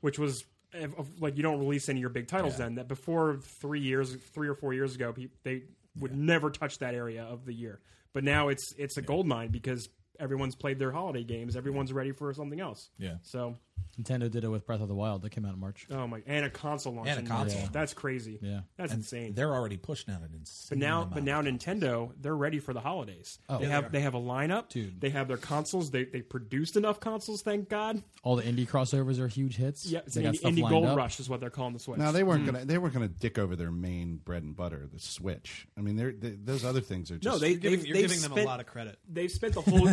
Speaker 2: which was of- of- like you don't release any of your big titles then. That before three years, three or four years ago, pe- they would never touch that area of the year. But now it's it's a gold mine because everyone's played their holiday games, everyone's ready for something else.
Speaker 1: Yeah.
Speaker 2: So
Speaker 4: Nintendo did it with Breath of the Wild that came out in March.
Speaker 2: Oh my! And a console launch.
Speaker 1: And a
Speaker 2: in
Speaker 1: console.
Speaker 2: March. That's crazy.
Speaker 4: Yeah.
Speaker 2: That's
Speaker 1: And
Speaker 2: insane.
Speaker 1: They're already pushing out an insane.
Speaker 2: But now,
Speaker 1: amount.
Speaker 2: but now Nintendo, they're ready for the holidays.
Speaker 1: Oh,
Speaker 2: they have they have a lineup.
Speaker 4: Dude.
Speaker 2: They have their consoles. They they produced enough consoles, thank God.
Speaker 4: All the indie crossovers are huge hits.
Speaker 2: Yeah, it's
Speaker 4: They got
Speaker 2: Indie,
Speaker 4: stuff
Speaker 2: Indie
Speaker 4: lined
Speaker 2: Gold
Speaker 4: up.
Speaker 2: Rush is what they're calling the Switch.
Speaker 3: Now they weren't gonna they weren't gonna dick over their main bread and butter, the Switch. I mean, they're, they, those other things are just
Speaker 2: no, they
Speaker 5: You're giving,
Speaker 2: they've,
Speaker 5: you're
Speaker 2: they've
Speaker 5: giving
Speaker 2: spent,
Speaker 5: them a lot of credit.
Speaker 2: They've spent the whole.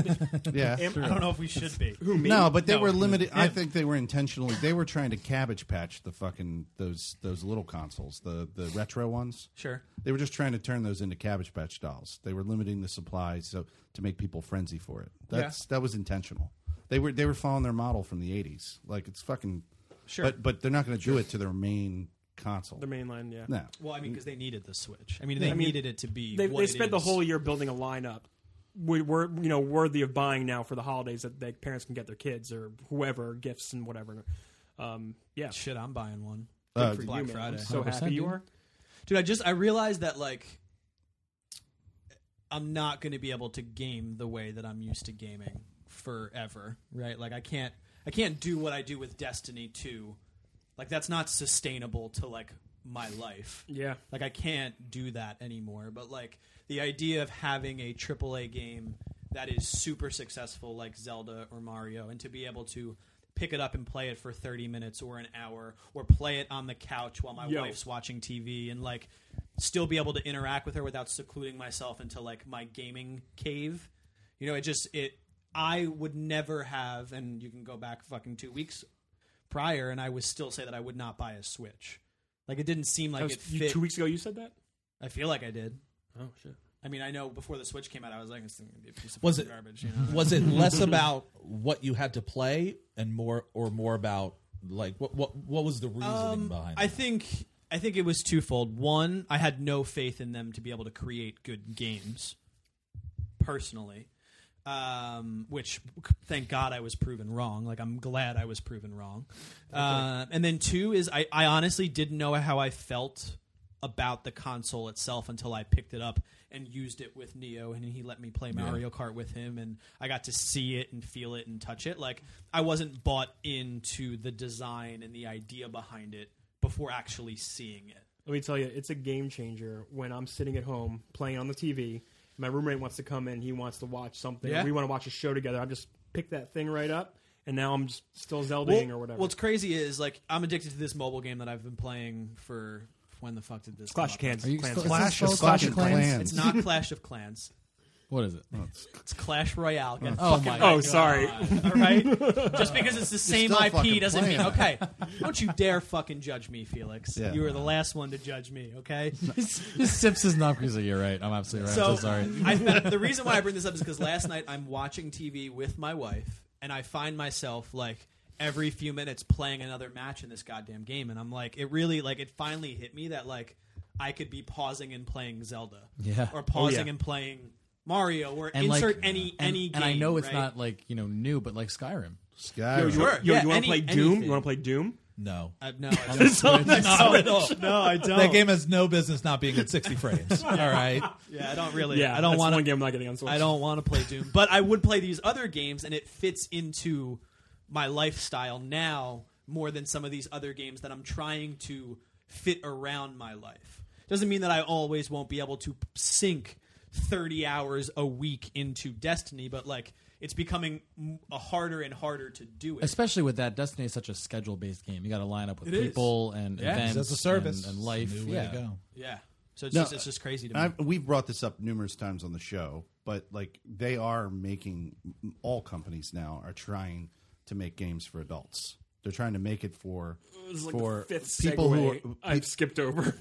Speaker 3: yeah.
Speaker 5: I don't know if we should be.
Speaker 2: who me?
Speaker 3: No, but they
Speaker 5: No,
Speaker 3: were
Speaker 5: no.
Speaker 3: limited. I
Speaker 5: Him.
Speaker 3: think they were intentionally. They were trying to cabbage patch the fucking those those little consoles, the the retro ones.
Speaker 5: Sure.
Speaker 3: They were just trying to turn those into cabbage patch dolls. They were limiting the supply so to make people frenzy for it. That's that was intentional. They were they were following their model from the '80s. Like it's fucking
Speaker 5: Sure.
Speaker 3: But but they're not going to do it to their main console.
Speaker 2: the mainline. Yeah,
Speaker 3: no.
Speaker 5: Well, I mean, because they needed the Switch. I mean, they
Speaker 2: mean,
Speaker 5: needed it to be.
Speaker 2: they
Speaker 5: what
Speaker 2: they
Speaker 5: it
Speaker 2: spent the
Speaker 5: is.
Speaker 2: whole year building a lineup. We we're you know worthy of buying now for the holidays that that parents can get their kids or whoever gifts and whatever. Um, yeah,
Speaker 5: Shit, I'm buying one
Speaker 3: Uh,
Speaker 5: for
Speaker 3: you,
Speaker 5: Black
Speaker 2: You, man,
Speaker 5: Friday.
Speaker 2: I'm so
Speaker 4: 100%,
Speaker 2: happy you
Speaker 4: dude.
Speaker 2: are.
Speaker 5: dude i just i realized that like i'm not going to be able to game the way that i'm used to gaming forever right like i can't i can't do what i do with destiny 2 like that's not sustainable to like my life
Speaker 2: Yeah,
Speaker 5: like I can't do that anymore. But like the idea of having a AAA game that is super successful, like Zelda or Mario, and to be able to pick it up and play it for 30 minutes or an hour or play it on the couch while my
Speaker 2: Yo.
Speaker 5: wife's watching TV and like still be able to interact with her without secluding myself into like my gaming cave. You know, it just it I would never have and you can go back fucking 2 weeks prior and I would still say that I would not buy a Switch. Like it didn't seem like
Speaker 2: That was-
Speaker 5: it
Speaker 2: you-
Speaker 5: fit.
Speaker 2: two weeks ago you said that.
Speaker 5: I feel like I did.
Speaker 2: Oh shit.
Speaker 5: I mean, I know before the Switch came out, I was like, "This thing gonna be a piece of
Speaker 1: Was
Speaker 5: fucking
Speaker 1: it-
Speaker 5: garbage." You know?
Speaker 1: was it less about what you had to play and more or more about like what what what was the reasoning behind
Speaker 5: I
Speaker 1: it?
Speaker 5: think I think it was twofold. One, I had no faith in them to be able to create good games, personally. Um, which, thank God, I was proven wrong. Like, I'm glad I was proven wrong. Uh, and then two is I, I honestly didn't know how I felt about the console itself until I picked it up and used it with Neo, and he let me play Mario Kart with him, and I got to see it and feel it and touch it. Like I wasn't bought into the design and the idea behind it before actually seeing it.
Speaker 2: Let me tell you, it's a game changer when I'm sitting at home playing on the TV. My roommate wants to come in. He wants to watch something.
Speaker 5: Yeah.
Speaker 2: We want to watch a show together. I just pick that thing right up, and now I'm just still Zeldaing or
Speaker 5: Well,
Speaker 2: whatever.
Speaker 5: What's crazy is like I'm addicted to this mobile game that I've been playing for when the fuck did this?
Speaker 2: Clash
Speaker 5: come
Speaker 2: of
Speaker 5: up?
Speaker 2: Clans.
Speaker 4: Are you
Speaker 2: Clans.
Speaker 4: still-
Speaker 2: Clash.
Speaker 3: Clash of
Speaker 4: Clash of
Speaker 3: fucking
Speaker 4: Clans?
Speaker 3: Clans.
Speaker 5: It's not Clash of Clans.
Speaker 4: What is it?
Speaker 5: It's Clash Royale. Get
Speaker 4: Oh
Speaker 5: fucking
Speaker 4: my
Speaker 5: right
Speaker 4: God.
Speaker 2: Oh, sorry.
Speaker 5: on, All right. Just because it's the same
Speaker 3: still
Speaker 5: IP
Speaker 3: fucking
Speaker 5: doesn't mean
Speaker 3: playing.
Speaker 5: okay. Don't you dare fucking judge me, Felix.
Speaker 3: Yeah.
Speaker 5: You were the last one to judge me. Okay.
Speaker 4: This sips is not because you're right. I'm absolutely right.
Speaker 5: So,
Speaker 4: I'm so sorry.
Speaker 5: I found- the reason why I bring this up is because last night I'm watching TV with my wife, and I find myself like every few minutes playing another match in this goddamn game, and I'm like, it really like it finally hit me that like I could be pausing and playing Zelda,
Speaker 4: Yeah.
Speaker 5: or pausing
Speaker 2: Oh, yeah.
Speaker 5: and playing Mario, or
Speaker 4: And
Speaker 5: insert
Speaker 4: like,
Speaker 5: any
Speaker 4: and,
Speaker 5: any game.
Speaker 4: and I know it's
Speaker 5: right?
Speaker 4: not like you know new, but like Skyrim.
Speaker 3: Skyrim.
Speaker 2: Yo, you want, yo,
Speaker 5: Yeah,
Speaker 2: you want
Speaker 5: any-
Speaker 2: to play Doom?
Speaker 5: anything.
Speaker 2: You want to play Doom?
Speaker 1: no.
Speaker 5: Uh, no, I don't.
Speaker 1: Not at all.
Speaker 5: no, I don't.
Speaker 1: That game has no business not being at 60 frames. All right.
Speaker 5: yeah, I don't really.
Speaker 2: Yeah,
Speaker 5: I don't
Speaker 2: that's
Speaker 5: want
Speaker 2: one game I'm not getting on Switch.
Speaker 5: I don't want to play Doom, but I would play these other games, and it fits into my lifestyle now more than some of these other games that I'm trying to fit around my life. Doesn't mean that I always won't be able to sink 30 hours a week into Destiny, but like it's becoming m- a harder and harder to do it.
Speaker 4: Especially with that, Destiny is such a schedule-based game. You got to line up with
Speaker 5: It is.
Speaker 4: people and
Speaker 1: Yeah, 'cause
Speaker 4: events
Speaker 1: that's a service
Speaker 4: and, and life.
Speaker 1: New way
Speaker 4: yeah.
Speaker 1: to go.
Speaker 5: yeah, so it's
Speaker 3: No,
Speaker 5: just it's just crazy to me.
Speaker 3: I've, we've brought this up numerous times on the show, but like they are making all companies now are trying to make games for adults. They're trying to make it for
Speaker 2: This is like
Speaker 3: for
Speaker 2: the fifth
Speaker 3: people who
Speaker 2: segue I've skipped over.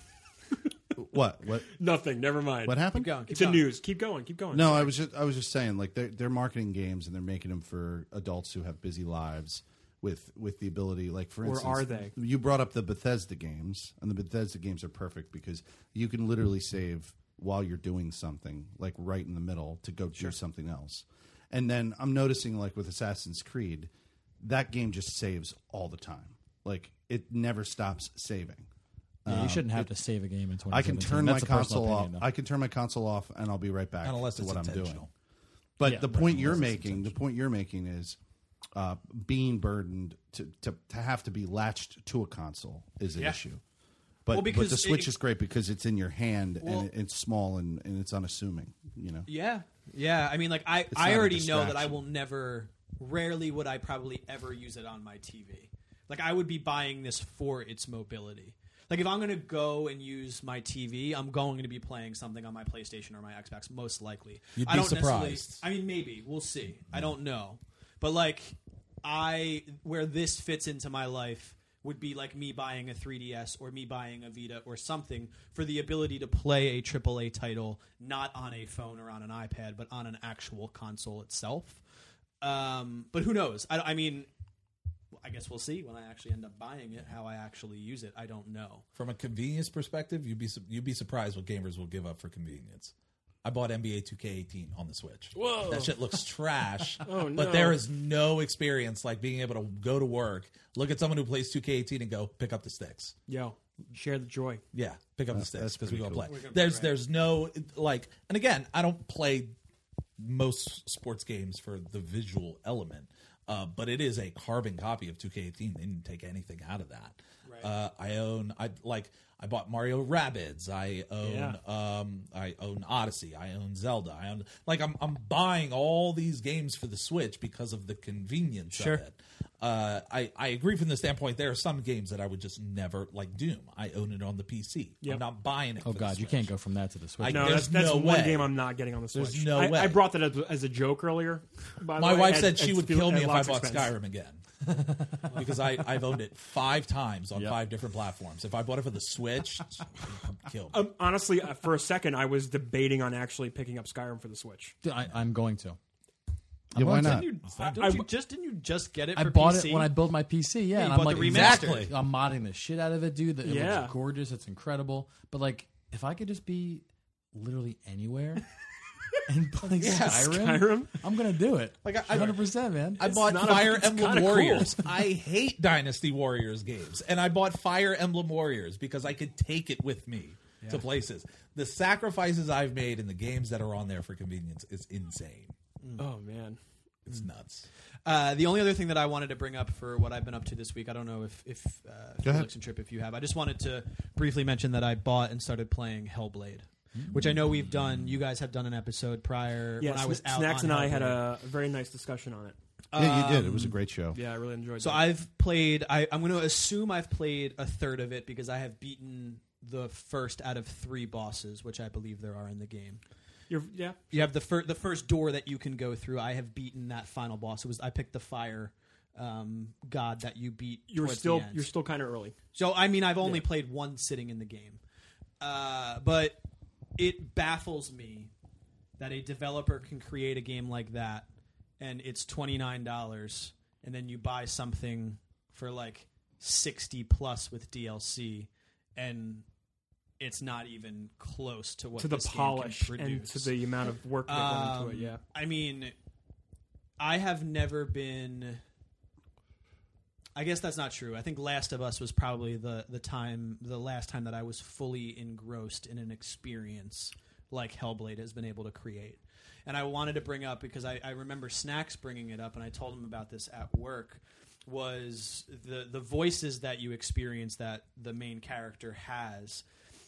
Speaker 3: what what
Speaker 2: Nothing. Never mind.
Speaker 3: what happened?
Speaker 5: Keep going, keep
Speaker 2: It's a
Speaker 5: going.
Speaker 2: news. Keep going. Keep going.
Speaker 3: No, I was just I was just saying like they're they're marketing games and they're making them for adults who have busy lives with with the ability like for
Speaker 2: Or
Speaker 3: instance
Speaker 2: are they?
Speaker 3: you brought up the Bethesda games and the Bethesda games are perfect because you can literally save while you're doing something like right in the middle to go do something else. And then I'm noticing like with Assassin's Creed that game just saves all the time. Like it never stops saving.
Speaker 4: Yeah, you shouldn't have to save a game in 2017.
Speaker 3: Uh, I can turn my
Speaker 4: That's a personal
Speaker 3: console off.
Speaker 4: opinion, though.
Speaker 3: I can turn my console off and I'll be right back
Speaker 1: Unless
Speaker 3: to
Speaker 1: it's
Speaker 3: what I'm
Speaker 1: intentional.
Speaker 3: doing. But
Speaker 4: Yeah,
Speaker 3: the
Speaker 4: right,
Speaker 3: point you're
Speaker 4: unless it's
Speaker 3: making, the point you're making is uh, being burdened to, to to have to be latched to a console is an
Speaker 5: Yeah.
Speaker 3: issue. But,
Speaker 5: Well,
Speaker 3: but
Speaker 5: because
Speaker 3: the
Speaker 5: it-
Speaker 3: Switch is great because it's in your hand
Speaker 5: Well-
Speaker 3: and it- it's small and, and it's unassuming. You know,
Speaker 5: Yeah, yeah. I mean, like I,
Speaker 3: not
Speaker 5: I
Speaker 3: a
Speaker 5: already know that I
Speaker 3: distraction.
Speaker 5: will never, rarely would I probably ever use it on my TV. Like I would be buying this for its mobility. Like if I'm going to go and use my TV, I'm going to be playing something on my PlayStation or my Xbox, most likely.
Speaker 1: You'd
Speaker 5: I
Speaker 1: be
Speaker 5: don't necessarily-
Speaker 1: surprised.
Speaker 5: I mean, maybe we'll see. I don't know, but like I, where this fits into my life would be like me buying a 3DS or me buying a Vita or something for the ability to play a AAA title not on a phone or on an iPad, but on an actual console itself. Um, but who knows? I, I mean, I guess we'll see when I actually end up buying it how I actually use it. I don't know.
Speaker 1: From a convenience perspective, you'd be su- you'd be surprised what gamers will give up for convenience. I bought NBA 2K18 on the Switch. Whoa, that shit looks trash. oh,
Speaker 2: no.
Speaker 1: But there is no experience like being able to go to work, look at someone who plays 2K18, and go pick up the sticks.
Speaker 2: Yo, share the joy.
Speaker 1: Yeah, pick up the sticks
Speaker 3: that's
Speaker 1: because we
Speaker 3: pretty
Speaker 1: go
Speaker 3: cool.
Speaker 1: play. There's there's no like, and again, I don't play most sports games for the visual element, uh, but it is a carbon copy of 2K18. They didn't take anything out of that. Uh, I own I like I bought Mario Rabbids. I own um, I own Odyssey. I own Zelda. I own like I'm I'm buying all these games for the Switch because of the convenience of it. Uh, I I agree from the standpoint there are some games that I would just never like Doom. I own it on the PC. I'm not buying it.
Speaker 4: Oh
Speaker 1: for
Speaker 4: God,
Speaker 1: the
Speaker 4: you
Speaker 1: Switch.
Speaker 4: can't go from that to the Switch.
Speaker 1: I-
Speaker 2: No,
Speaker 1: There's
Speaker 2: that's, that's
Speaker 1: no
Speaker 2: one
Speaker 1: way.
Speaker 2: game I'm not getting on the Switch.
Speaker 1: There's no
Speaker 2: I,
Speaker 1: way.
Speaker 2: I brought that up as a joke earlier. by the
Speaker 1: My
Speaker 2: way,
Speaker 1: wife
Speaker 2: at-
Speaker 1: said she
Speaker 2: at
Speaker 1: would
Speaker 2: Spiel-
Speaker 1: kill me
Speaker 2: at
Speaker 1: if I
Speaker 2: Locke's
Speaker 1: bought
Speaker 2: expense.
Speaker 1: Skyrim again. because I, I've owned it five times on five different platforms. If I bought it for the Switch, kill me.
Speaker 2: Um, honestly, uh, for a second, I was debating on actually picking up Skyrim for the Switch.
Speaker 4: I, I'm going to.
Speaker 3: yeah, why
Speaker 4: going to.
Speaker 3: not?
Speaker 5: You, don't you just didn't you just get it?
Speaker 4: I
Speaker 5: for
Speaker 4: bought
Speaker 5: PC?
Speaker 4: it when I built my PC. Yeah,
Speaker 5: you
Speaker 4: and
Speaker 5: bought
Speaker 4: I'm like,
Speaker 5: the remastered.
Speaker 1: Exactly.
Speaker 4: I'm modding the shit out of it, dude. It
Speaker 2: Yeah.
Speaker 4: looks gorgeous. It's incredible. But like, if I could just be literally anywhere and play Skyrim,
Speaker 2: Skyrim?
Speaker 4: I'm gonna do it.
Speaker 1: Like, I- I-
Speaker 4: 100, percent man.
Speaker 1: I bought
Speaker 2: not a-
Speaker 1: Fire
Speaker 2: it's
Speaker 1: Emblem
Speaker 2: kinda cool.
Speaker 1: Warriors. I hate Dynasty Warriors games, and I bought Fire Emblem Warriors because I could take it with me to places. The sacrifices I've made in the games that are on there for convenience is insane.
Speaker 2: Oh man,
Speaker 1: It's nuts.
Speaker 5: Uh, the only other thing that I wanted to bring up for what I've been up to this week, I don't know if if uh, Felix and Trip, if you have, I just wanted to briefly mention that I bought and started playing Hellblade, which I know we've done. You guys have done an episode prior
Speaker 2: yeah.
Speaker 5: when I was
Speaker 2: Sna-
Speaker 5: out.
Speaker 2: Snacks
Speaker 5: on
Speaker 2: and I
Speaker 5: Hellblade.
Speaker 2: had a very nice discussion on it.
Speaker 3: yeah, you did. It was a great show.
Speaker 2: Yeah, I really enjoyed.
Speaker 5: So
Speaker 2: that.
Speaker 5: I've played. I, I'm going to assume I've played a third of it because I have beaten the first out of three bosses, which I believe there are in the game.
Speaker 2: You're, yeah,
Speaker 5: You have the first the first door that you can go through. I have beaten that final boss. It was I picked the fire um, god that you beat.
Speaker 2: you're
Speaker 5: towards the
Speaker 2: still
Speaker 5: end.
Speaker 2: you're still kind of early.
Speaker 5: So I mean, I've only played one sitting in the game, uh, but it baffles me that a developer can create a game like that, and it's twenty nine dollars, and then you buy something for like sixty plus with DLC, and it's not even close to what
Speaker 2: to the
Speaker 5: this game can
Speaker 2: polish and
Speaker 5: produce.
Speaker 2: to the amount of work that went into it. Yeah,
Speaker 5: Um, I mean, I have never been. I guess that's not true. I think Last of Us was probably the the time, the last time that I was fully engrossed in an experience like Hellblade has been able to create. And I wanted to bring up because I, I remember Snacks bringing it up, and I told him about this at work. Was the the voices that you experience that the main character has?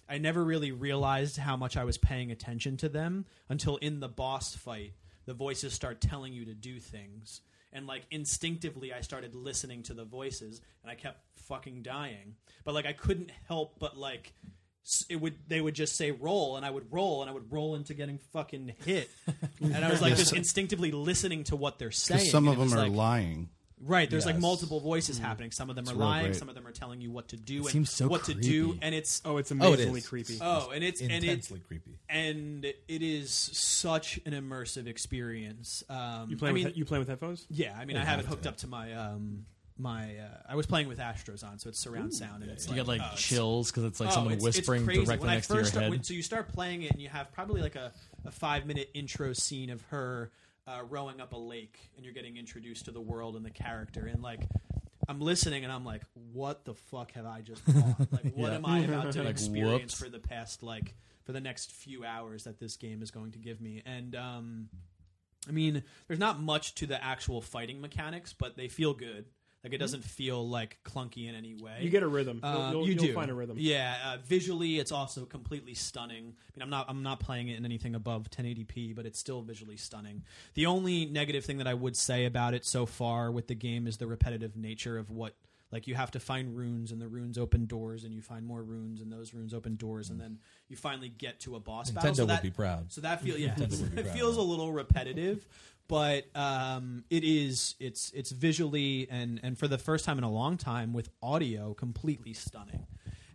Speaker 5: I never really realized how much I was paying attention to them until in the boss fight, the voices start telling you to do things. And like instinctively, I started listening to the voices, and I kept fucking dying. But like, I couldn't help but like, s- it would they would just say roll, and I would roll, and I would roll into getting fucking hit. and I was like, just instinctively listening to what they're saying.
Speaker 3: Because some
Speaker 5: and
Speaker 3: of
Speaker 5: it was
Speaker 3: them are
Speaker 5: like-
Speaker 3: lying.
Speaker 5: Right, there's like
Speaker 1: Yes.
Speaker 5: multiple voices happening. Some of them are
Speaker 3: real
Speaker 5: lying,
Speaker 3: great.
Speaker 5: some of them are telling you what to do, and
Speaker 4: seems so
Speaker 5: what to do,
Speaker 4: creepy.
Speaker 5: and it's
Speaker 2: Oh, it's
Speaker 1: Oh, it
Speaker 2: amazingly
Speaker 1: is.
Speaker 2: creepy.
Speaker 5: oh, and it's and it's
Speaker 1: Intensely creepy.
Speaker 5: and it is such an immersive experience. Um,
Speaker 2: you playing
Speaker 5: I mean,
Speaker 2: with, he- you playing with headphones?
Speaker 5: yeah, I mean, I have it hooked up to my um, my. Uh, I was playing with Astros on, so it's surround sound, and it's
Speaker 4: you
Speaker 5: like,
Speaker 4: get like
Speaker 5: oh, it's-
Speaker 4: chills because it's like
Speaker 5: oh,
Speaker 4: someone
Speaker 5: it's- it's
Speaker 4: whispering
Speaker 5: crazy.
Speaker 4: directly
Speaker 5: When I
Speaker 4: next to your
Speaker 5: first start-
Speaker 4: head.
Speaker 5: when- so you start playing it, and you have probably like a, a five minute intro scene of her uh, rowing up a lake, and you're getting introduced to the world and the character, and like. I'm listening and I'm like, what the fuck have I just bought? Like, what am I about to experience
Speaker 4: whoops.
Speaker 5: for the past, like, for the next few hours that this game is going to give me? And um, I mean, there's not much to the actual fighting mechanics, but they feel good. Like it
Speaker 4: Hmm?
Speaker 5: doesn't feel like clunky in any way.
Speaker 2: You get a rhythm. You'll-
Speaker 5: Uh,
Speaker 2: you'll,
Speaker 5: you
Speaker 2: you'll
Speaker 5: do
Speaker 2: find a rhythm.
Speaker 5: Yeah, uh, visually, it's also completely stunning. I mean, I'm not I'm not playing it in anything above 1080p, but it's still visually stunning. The only negative thing that I would say about it so far with the game is the repetitive nature of what like you have to find runes and the runes open doors and you find more runes and those runes open doors and then you finally get to a boss battle.
Speaker 1: Nintendo
Speaker 5: So
Speaker 1: would
Speaker 5: that-
Speaker 1: be proud.
Speaker 5: So that feels yeah,
Speaker 1: would be
Speaker 5: it
Speaker 1: proud.
Speaker 5: feels a little repetitive, but um, it is it's it's visually and and for the first time in a long time with audio completely stunning,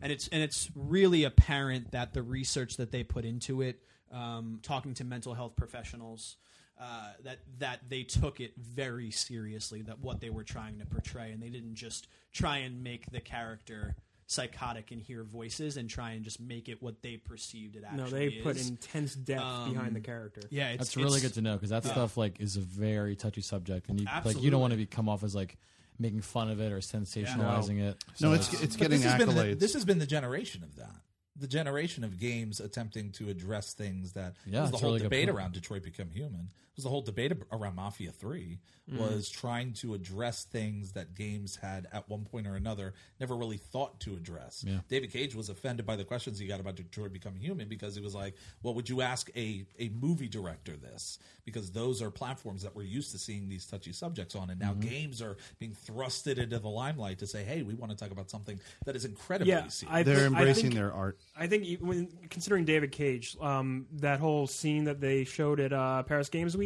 Speaker 5: and it's and it's really apparent that the research that they put into it, um, talking to mental health professionals. Uh, that that they took it very seriously that what they were trying to portray and they didn't just try and make the character psychotic and hear voices and try and just make it what they perceived it actually
Speaker 2: No, they put
Speaker 5: is.
Speaker 2: intense depth behind the character.
Speaker 5: Yeah, it's,
Speaker 4: That's really
Speaker 5: it's-
Speaker 4: good to know because that stuff like is a very touchy subject, and you like you
Speaker 5: Absolutely.
Speaker 4: don't want to be come off as like making fun of it or sensationalizing it.
Speaker 3: No, it's it's
Speaker 1: But
Speaker 3: getting
Speaker 1: this has been the-
Speaker 3: accolades.
Speaker 1: this has been the generation of that. The generation of games attempting to address things that
Speaker 4: Yeah,
Speaker 1: it was the
Speaker 4: it's a
Speaker 1: whole
Speaker 4: really good
Speaker 1: debate
Speaker 2: Mm-hmm.
Speaker 4: point.
Speaker 1: around Detroit Become Human. It was the whole debate ab- around Mafia Three
Speaker 2: Mm-hmm.
Speaker 1: was trying to address things that games had at one point or another never really thought to address. David Cage was offended by the questions he got about Detroit Become Human because he was like, "What would you ask a a movie director this?" Because those are platforms that we're used to seeing these touchy subjects on, and now
Speaker 2: Mm-hmm.
Speaker 1: games are being thrusted into the limelight to say, "Hey, we want to talk about something that is incredibly
Speaker 2: Yeah,
Speaker 1: serious."
Speaker 2: I
Speaker 3: They're
Speaker 2: think- I
Speaker 3: embracing
Speaker 2: think-
Speaker 3: their art.
Speaker 2: I think you- when considering David Cage, um, that whole scene that they showed at uh, Paris Games Week,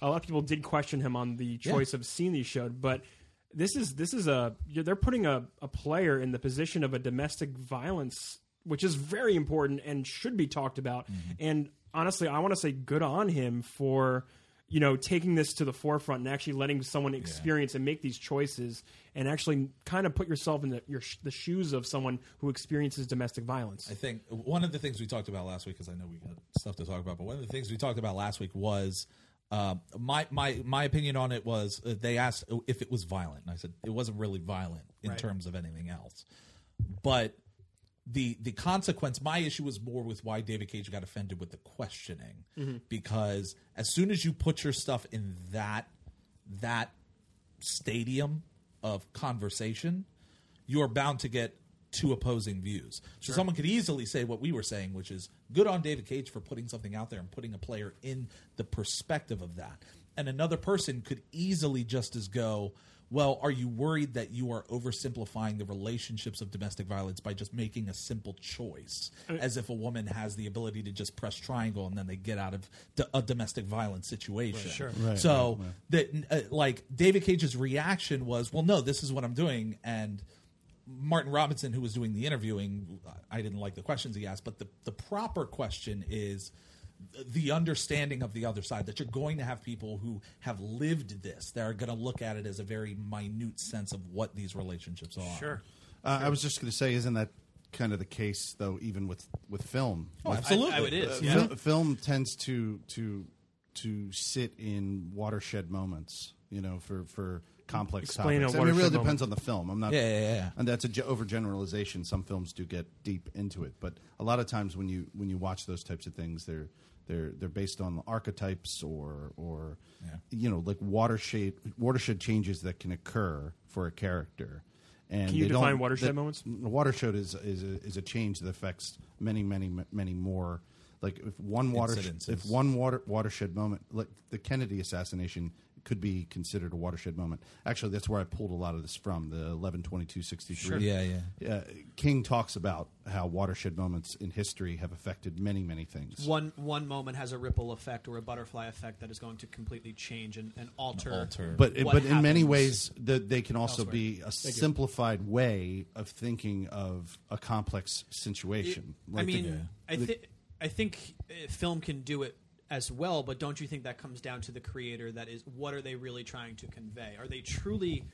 Speaker 2: a lot of people did question him on the choice of scene he showed. But this is this is a you're- they're putting a, a player in the position of a domestic violence, which is very important and should be talked about. And honestly, I want to say good on him for you know taking this to the forefront and actually letting someone experience and make these choices and actually kind of put yourself in the, your, sh- the shoes of someone who experiences domestic violence.
Speaker 1: I think one of the things we talked about last week, because I know we got stuff to talk about, but one of the things we talked about last week was um, my my my opinion on it was uh, they asked if it was violent, and I said it wasn't really violent in terms of anything else, but the the consequence my issue was more with why david cage got offended with the questioning because as soon as you put your stuff in that that stadium of conversation you're bound to get two opposing views so someone could easily say what we were saying which is good on david cage for putting something out there and putting a player in the perspective of that and another person could easily just as go well, are you worried that you are oversimplifying the relationships of domestic violence by just making a simple choice, as if a woman has the ability to just press triangle and then they get out of d- a domestic violence situation?
Speaker 5: Sure.
Speaker 1: so that uh, like David Cage's reaction was, well, no, this is what I'm doing, and Martin Robinson, who was doing the interviewing, I didn't like the questions he asked, but the, the proper question is the understanding of the other side that you're going to have people who have lived this that are going to look at it as a very minute sense of what these relationships are.
Speaker 5: Sure.
Speaker 3: Uh, I was just going to say, isn't that kind of the case though? Even with with film,
Speaker 2: Oh,
Speaker 3: Like,
Speaker 1: Oh, Absolutely.
Speaker 5: I, I, it is.
Speaker 3: fil-
Speaker 5: Yeah.
Speaker 3: film, tends to to to sit in watershed moments. You know, for for complex
Speaker 2: Explain a
Speaker 3: topics. I mean, it really
Speaker 2: watershed
Speaker 3: depends on the film. I'm not.
Speaker 1: Yeah, yeah, yeah.
Speaker 3: And that's a ge- overgeneralization. Some films do get deep into it, but a lot of times when you when you watch those types of things, they're they're they're based on archetypes or or you know like watershed watershed changes that can occur for a character. And
Speaker 2: Can you
Speaker 3: they don't-
Speaker 2: define watershed
Speaker 3: that-
Speaker 2: moments?
Speaker 3: a watershed is is a, is a change that affects many many many more like if one watershed
Speaker 1: Incidences.
Speaker 3: if one water, watershed moment like the Kennedy assassination could be considered a watershed moment actually that's where I pulled a lot of this from the 11 63
Speaker 1: Yeah, yeah.
Speaker 3: uh, King talks about how watershed moments in history have affected many many things
Speaker 5: One one moment has a ripple effect or a butterfly effect that is going to completely change and, and alter.
Speaker 1: Alter.
Speaker 3: but
Speaker 5: what
Speaker 3: but in many
Speaker 5: happens.
Speaker 3: ways the, they can also be a simplified way of thinking of a complex situation
Speaker 5: I
Speaker 3: Like the-
Speaker 5: mean, I think I think uh, film can do it as well, but don't you think that comes down to the creator? That is, what are they really trying to convey? Are they truly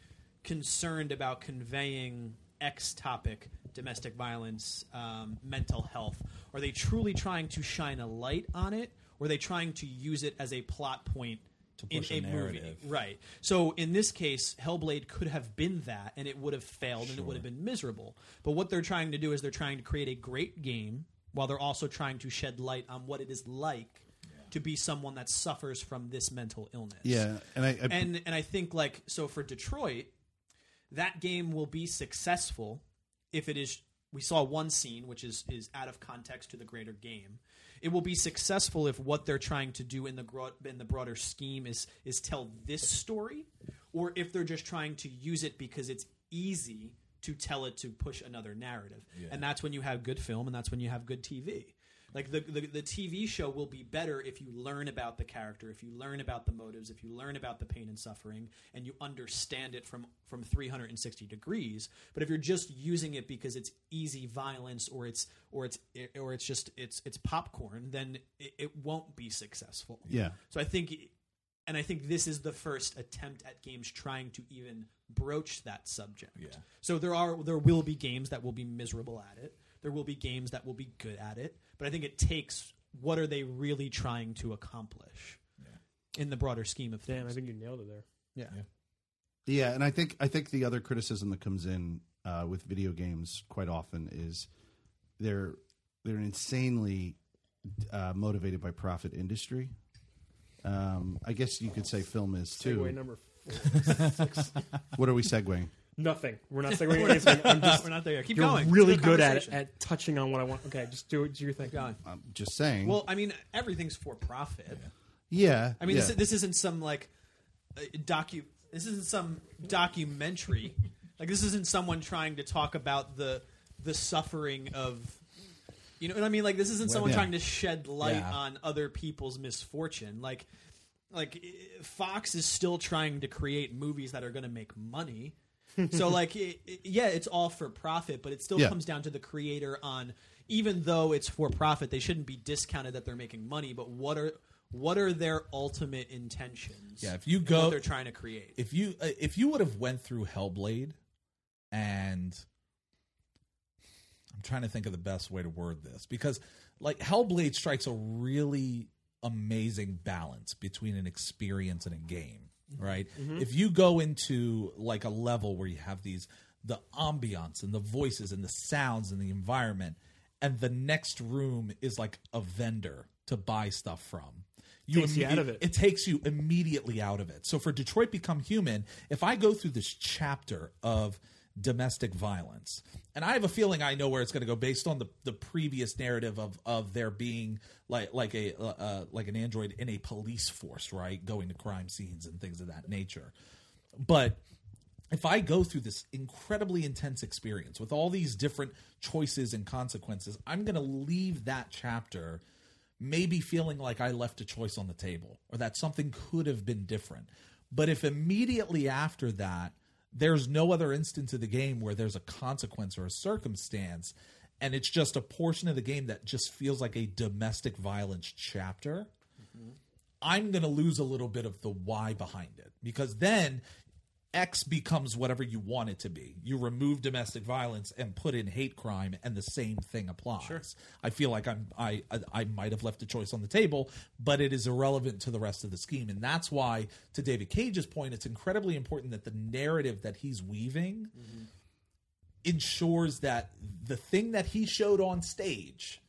Speaker 5: concerned about conveying X topic, domestic violence, um, mental health? Are they truly trying to shine a light on it? Or are they trying to use it as a plot point? To
Speaker 1: push a
Speaker 5: in
Speaker 1: narrative.
Speaker 5: movie, right? So in this case, Hellblade could have been that, and it would have failed, and it would have been miserable. But what they're trying to do is they're trying to create a great game while they're also trying to shed light on what it is like to be someone that suffers from this mental illness.
Speaker 3: Yeah, and I, I
Speaker 5: and and I think like so for Detroit, that game will be successful if it is. We saw one scene which is is out of context to the greater game. It will be successful if what they're trying to do in the gro- in the broader scheme is is tell this story, or if they're just trying to use it because it's easy to tell it to push another narrative. And that's when you have good film, and that's when you have good TV. Like the, the the TV show will be better if you learn about the character, if you learn about the motives, if you learn about the pain and suffering, and you understand it from from 360 degrees. But if you're just using it because it's easy violence or it's or it's or it's just it's it's popcorn, then it, it won't be successful.
Speaker 3: yeah,
Speaker 5: So I think, and I think this is the first attempt at games trying to even broach that subject.
Speaker 1: Yeah.
Speaker 5: So there are there will be games that will be miserable at it. There will be games that will be good at it. But I think it takes what are they really trying to accomplish in the broader scheme of things.
Speaker 2: Damn, I think you nailed it there.
Speaker 5: yeah.
Speaker 3: yeah, and I think I think the other criticism that comes in uh, with video games quite often is they're they're insanely uh, motivated by profit industry. Um, I guess you could say film is
Speaker 2: Segue
Speaker 3: too.
Speaker 2: number four, six.
Speaker 3: What are we segueing?
Speaker 2: Nothing. We're not segueing anything. I'm just,
Speaker 5: We're not there. yet. Keep
Speaker 2: you're
Speaker 5: going.
Speaker 2: really
Speaker 5: Good
Speaker 2: good at it,
Speaker 5: conversation.
Speaker 2: at touching on what I want. Okay, just do it. Do your thing.
Speaker 5: Keep going.
Speaker 3: I'm just saying.
Speaker 5: Well, I mean, everything's for profit.
Speaker 3: yeah,
Speaker 5: I mean,
Speaker 3: yeah.
Speaker 5: this, this isn't some like uh, docu. This isn't some documentary. like this isn't someone trying to talk about the the suffering of. You know what I mean? Like this isn't someone
Speaker 3: yeah.
Speaker 5: trying to shed light
Speaker 1: Yeah.
Speaker 5: on other people's misfortune. Like, like i- Fox is still trying to create movies that are going to make money. so like, i i yeah, it's all for profit, but it still
Speaker 3: Yeah.
Speaker 5: comes down to the creator on. Even though it's for profit, they shouldn't be discounted that they're making money. But what are what are their ultimate intentions?
Speaker 1: Yeah, if you
Speaker 5: and
Speaker 1: go-
Speaker 5: what they're trying to create.
Speaker 1: if you uh, if you would have went through Hellblade, and I'm trying to think of the best way to word this because like Hellblade strikes a really amazing balance between an experience and a game, right?
Speaker 2: Mm-hmm.
Speaker 1: If you go into like a level where you have these the ambiance and the voices and the sounds and the environment, and the next room is like a vendor to buy stuff from. You
Speaker 2: Takes you out of it.
Speaker 1: it takes you immediately out of it. So for Detroit Become Human, if I go through this chapter of domestic violence, and I have a feeling I know where it's going to go based on the, the previous narrative of of there being like like a uh, uh, like an android in a police force, right, going to crime scenes and things of that nature. But if I go through this incredibly intense experience with all these different choices and consequences, I'm going to leave that chapter maybe feeling like I left a choice on the table or that something could have been different. But if immediately after that, there's no other instance of the game where there's a consequence or a circumstance, and it's just a portion of the game that just feels like a domestic violence chapter. I'm going to lose a little bit of the why behind it because then X becomes whatever you want it to be. You remove domestic violence and put in hate crime, and the same thing applies. I feel like I'm I I- I might have left a choice on the table, but it is irrelevant to the rest of the scheme, and that's why, to David Cage's point, it's incredibly important that the narrative that he's weaving ensures that the thing that he showed on stage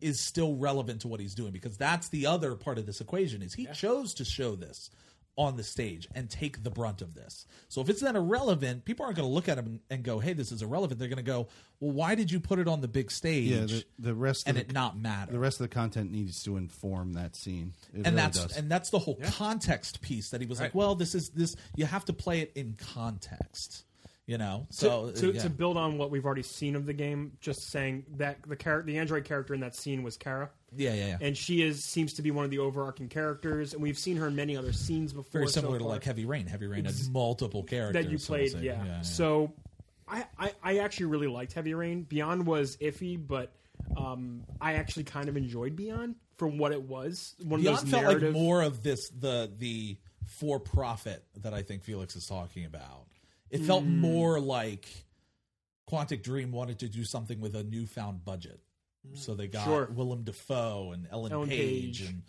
Speaker 1: is still relevant to what he's doing because that's the other part of this equation is he chose to show this on the stage and take the brunt of this. So if it's then irrelevant, people aren't going to look at him and- and go, "Hey, this is irrelevant." They're going to go, "Well, why did you put it on the big stage?"
Speaker 3: yeah. The, the rest
Speaker 1: and
Speaker 3: of
Speaker 1: it
Speaker 3: the,
Speaker 1: not matter.
Speaker 3: the rest of the content needs to inform that scene. It really
Speaker 1: and that's
Speaker 3: does.
Speaker 1: and that's the whole context piece that he was like, "Well, this is this you have to play it in context." You know? So uh,
Speaker 2: to, to,
Speaker 1: yeah.
Speaker 2: to build on what we've already seen of the game, just saying that the character, the android character in that scene was Kara,
Speaker 1: yeah, yeah, yeah.
Speaker 2: and she is seems to be one of the overarching characters, and we've seen her in many other scenes before.
Speaker 1: Very similar
Speaker 2: so
Speaker 1: to
Speaker 2: far.
Speaker 1: like Heavy Rain. Heavy Rain had multiple characters
Speaker 2: that you
Speaker 1: so to
Speaker 2: played.
Speaker 1: say.
Speaker 2: yeah. So I, I I actually really liked Heavy Rain. Beyond was iffy, but um, I actually kind of enjoyed Beyond for what it was. One of
Speaker 1: Beyond
Speaker 2: those
Speaker 1: felt
Speaker 2: narrative.
Speaker 1: like more of this the the for profit that I think Felix is talking about. It felt
Speaker 2: Mm.
Speaker 1: more like Quantic Dream wanted to do something with a newfound budget, so they got
Speaker 2: Mm. Sure.
Speaker 1: Willem Dafoe and Ellen,
Speaker 2: Ellen
Speaker 1: Page.
Speaker 2: Page.
Speaker 1: and.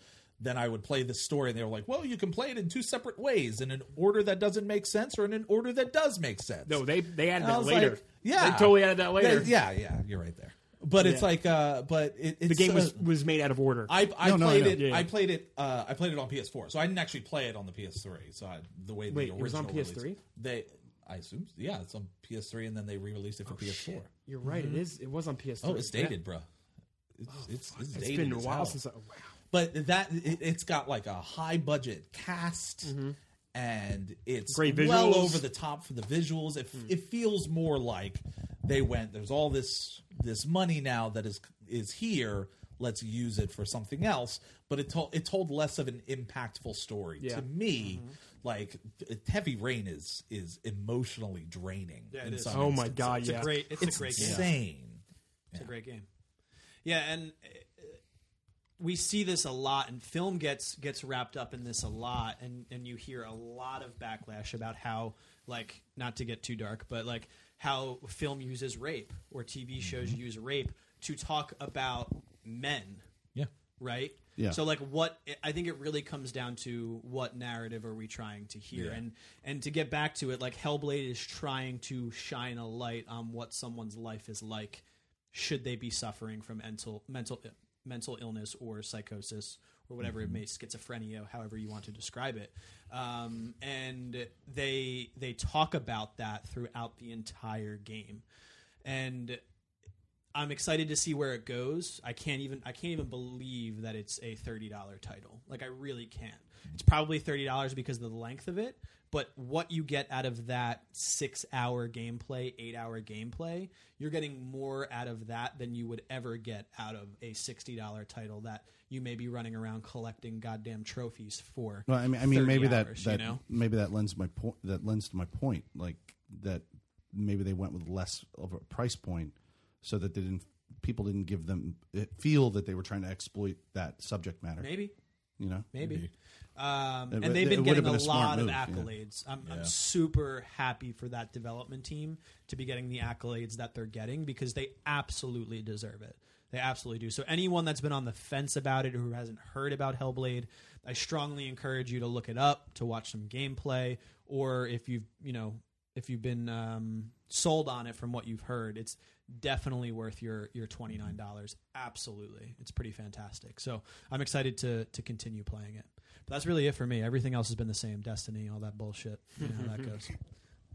Speaker 1: Then I would play this story, and they were like, "Well, you can play it in two separate ways, in an order that doesn't make sense, or in an order that does make sense."
Speaker 2: no, they they
Speaker 1: And
Speaker 2: added
Speaker 1: I
Speaker 2: that
Speaker 1: was
Speaker 2: later.
Speaker 1: like, yeah,
Speaker 2: they totally added that later.
Speaker 1: Yeah, yeah, yeah, you're right there. But it's
Speaker 2: Yeah.
Speaker 1: like, uh, but it, it's
Speaker 2: The game was
Speaker 1: uh,
Speaker 2: was made out of order.
Speaker 1: I, I
Speaker 3: No, no, I
Speaker 1: played
Speaker 3: know.
Speaker 1: it.
Speaker 2: Yeah,
Speaker 1: I
Speaker 2: yeah.
Speaker 1: played it. Uh, I played it on PS4, so I didn't actually play it on the PS3. So I, the way
Speaker 2: Wait,
Speaker 1: the
Speaker 2: it
Speaker 1: original
Speaker 2: was on
Speaker 1: release-
Speaker 2: PS3?
Speaker 1: they, I assume, yeah, it's on PS3, and then they re-released it for PS4.
Speaker 2: Oh, Shit. You're right. it is. It was on PS3.
Speaker 1: Mm-hmm. Oh, it's
Speaker 2: Yeah.
Speaker 1: dated, bro. It's, it's, it's
Speaker 2: Oh, It's
Speaker 1: dated
Speaker 2: been a
Speaker 1: as
Speaker 2: while
Speaker 1: hell.
Speaker 2: since. I, wow.
Speaker 1: but that it, it's got like a high budget cast and it's
Speaker 2: Mm-hmm. Great
Speaker 1: well
Speaker 2: visuals. Hmm.
Speaker 1: over the top for the visuals it, it feels more like they went there's all this this money now that is is here let's use it for something else but it told it told less of an impactful story
Speaker 2: Yeah. Mm-hmm.
Speaker 1: to me like th- heavy rain is is emotionally draining
Speaker 5: Yeah, it
Speaker 1: in
Speaker 5: is.
Speaker 1: some
Speaker 2: Oh my
Speaker 1: instances.
Speaker 2: god!
Speaker 1: it's,
Speaker 2: Yeah.
Speaker 5: Great. It's, a great game.
Speaker 1: insane
Speaker 5: It's a great game. Yeah, and uh, we see this a lot, and film gets gets wrapped up in this a lot, and and you hear a lot of backlash about how like not to get too dark, but like how film uses rape or TV shows use rape to talk about men,
Speaker 1: yeah
Speaker 5: right?
Speaker 3: Yeah.
Speaker 5: So like what I think it really comes down to what narrative are we trying to hear
Speaker 1: Yeah.
Speaker 5: and and to get back to it like Hellblade is trying to shine a light on what someone's life is like should they be suffering from mental mental mental illness or psychosis or whatever it may schizophrenia however you want to describe it um, and they they talk about that throughout the entire game and I'm excited to see where it goes. I can't even I can't even believe that it's a thirty dollar title. Like I really can't. It's probably thirty dollars because of the length of it, but what you get out of that six hour gameplay, eight hour gameplay, you're getting more out of that than you would ever get out of a sixty dollar title that you may be running around collecting goddamn trophies for.
Speaker 3: Well, I mean, I mean,
Speaker 5: 30
Speaker 3: maybe that
Speaker 5: hours,
Speaker 3: that
Speaker 5: you know?
Speaker 3: maybe that lends my point. That lends to my point, like that maybe they went with less of a price point, so that they didn't people didn't give them it feel that they were trying to exploit that subject matter.
Speaker 5: maybe.
Speaker 3: You know,
Speaker 5: maybe. Um,
Speaker 3: It-
Speaker 5: and they've
Speaker 3: it would've
Speaker 5: been getting
Speaker 3: been
Speaker 5: a,
Speaker 3: a smart
Speaker 5: lot of
Speaker 3: move, yeah.
Speaker 5: accolades. I'm, I'm super happy for that development team to be getting the accolades that they're getting because they absolutely deserve it. They absolutely do. So anyone that's been on the fence about it, who hasn't heard about Hellblade, I strongly encourage you to look it up, to watch some gameplay, or if you've you know if you've been um, sold on it from what you've heard, it's definitely worth your your twenty nine dollars. Absolutely, it's pretty fantastic. So I'm excited to to continue playing it. But that's really it for me. Everything else has been the same. Destiny, all that bullshit. You know how that goes.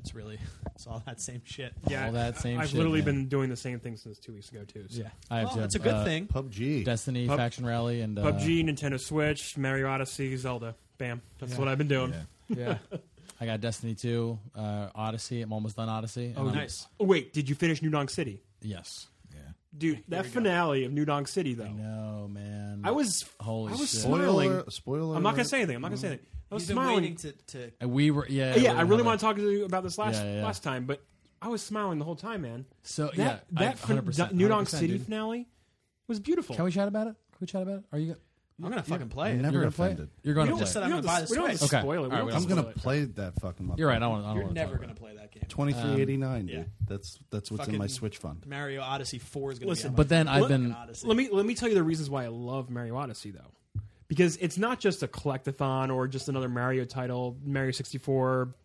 Speaker 5: It's really it's all that same shit.
Speaker 2: Yeah,
Speaker 4: All that same
Speaker 2: I've
Speaker 4: shit,
Speaker 2: literally
Speaker 4: man.
Speaker 2: been doing the same thing since two weeks ago too. So.
Speaker 4: Yeah, I have
Speaker 5: Well,
Speaker 4: to.
Speaker 5: Oh, that's a good
Speaker 4: uh,
Speaker 5: thing.
Speaker 3: PUBG.
Speaker 4: Destiny,
Speaker 2: Pub-
Speaker 4: Faction Rally, and uh,
Speaker 2: PUBG, Nintendo Switch, Mario Odyssey, Zelda. Bam. That's
Speaker 4: Yeah.
Speaker 2: what I've been doing.
Speaker 1: yeah
Speaker 4: Yeah, I got Destiny Two, uh, Odyssey. I'm almost done Odyssey. and
Speaker 2: Oh,
Speaker 4: I'm-
Speaker 5: Nice.
Speaker 2: Oh, wait, did you finish New Donk City?
Speaker 4: Yes.
Speaker 1: yeah
Speaker 2: Dude, that finale of New Donk City though.
Speaker 4: No man.
Speaker 2: Oh. I was
Speaker 4: Holy
Speaker 2: I was
Speaker 4: shit. Mm-hmm.
Speaker 2: smiling.
Speaker 3: spoiler. Spoiler.
Speaker 2: I'm not gonna
Speaker 3: alert.
Speaker 2: say anything. I'm not gonna say anything. I was
Speaker 5: You've been
Speaker 2: smiling.
Speaker 5: waiting to, to
Speaker 4: And We were yeah.
Speaker 2: yeah, I really
Speaker 4: have
Speaker 2: want
Speaker 4: a-
Speaker 2: to talk to you about this last
Speaker 4: Yeah, yeah, yeah.
Speaker 2: last time, but I was smiling the whole time, man.
Speaker 4: So
Speaker 2: That
Speaker 4: yeah, I-
Speaker 2: that fin-
Speaker 4: 100%,
Speaker 2: New Donk
Speaker 4: 100%,
Speaker 2: City
Speaker 4: dude.
Speaker 2: finale was beautiful.
Speaker 4: Can we chat about it? Can we chat about it? Are you?
Speaker 5: I'm gonna fucking play
Speaker 3: I'm
Speaker 5: it.
Speaker 4: You're
Speaker 3: never
Speaker 4: gonna play?
Speaker 3: offended.
Speaker 4: It? You're going
Speaker 2: we
Speaker 4: to
Speaker 2: don't
Speaker 4: play.
Speaker 5: just said
Speaker 4: it.
Speaker 5: I'm
Speaker 2: we
Speaker 5: gonna
Speaker 2: don't
Speaker 5: buy
Speaker 2: dis-
Speaker 5: the
Speaker 2: we don't
Speaker 5: Switch.
Speaker 4: Okay.
Speaker 2: spoil it. We
Speaker 4: All right,
Speaker 2: don't
Speaker 4: we
Speaker 3: I'm
Speaker 4: don't
Speaker 3: gonna
Speaker 2: spoil it.
Speaker 3: play that fucking motherfucker.
Speaker 4: You're right. I don't. I don't
Speaker 5: You're
Speaker 4: wanna
Speaker 5: never
Speaker 4: talk
Speaker 5: gonna
Speaker 4: about
Speaker 5: play that game.
Speaker 3: Twenty three eighty nine, dude.
Speaker 5: Um, yeah.
Speaker 3: That's that's what's in my
Speaker 5: Fucking-
Speaker 3: Switch fund.
Speaker 5: Mario Odyssey Four is gonna
Speaker 2: Listen,
Speaker 4: it.
Speaker 5: be. on my
Speaker 4: But then I've
Speaker 2: Let-
Speaker 4: been.
Speaker 5: Odyssey.
Speaker 2: Let me let me tell you the reasons why I love Mario Odyssey though, because it's not just a collectathon or just another Mario title, Mario sixty four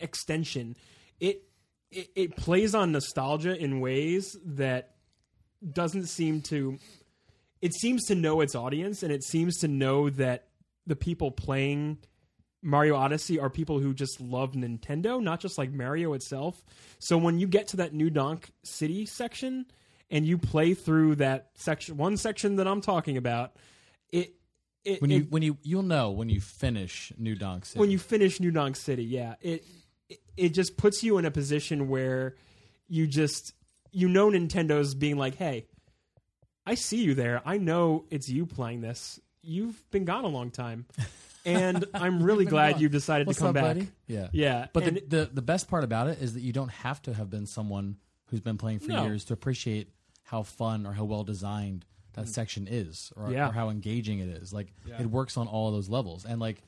Speaker 2: extension. It, it it plays on nostalgia in ways that doesn't seem to. It seems to know its audience, and it seems to know that the people playing Mario Odyssey are people who just love Nintendo, not just like Mario itself. So when you get to that New Donk City section and you play through that section, one section that I'm talking about, it it
Speaker 4: When you
Speaker 2: it-
Speaker 4: when you you'll know when you finish New Donk City.
Speaker 2: when you finish New Donk City, yeah, it, it it just puts you in a position where you just you know Nintendo's being like, hey, I see you there. I know it's you playing this. You've been gone a long time, and I'm really
Speaker 4: been
Speaker 2: glad
Speaker 4: gone.
Speaker 2: you've decided
Speaker 4: What's
Speaker 2: to come
Speaker 4: up,
Speaker 2: back.
Speaker 4: buddy? Yeah.
Speaker 2: Yeah,
Speaker 4: But the,
Speaker 2: and-
Speaker 4: the the best part about it is that you don't have to have been someone who's been playing for
Speaker 2: No.
Speaker 4: years to appreciate how fun or how well designed that section is, or,
Speaker 2: Mm. Yeah.
Speaker 4: or how engaging it is. Like it works on all of those levels, and like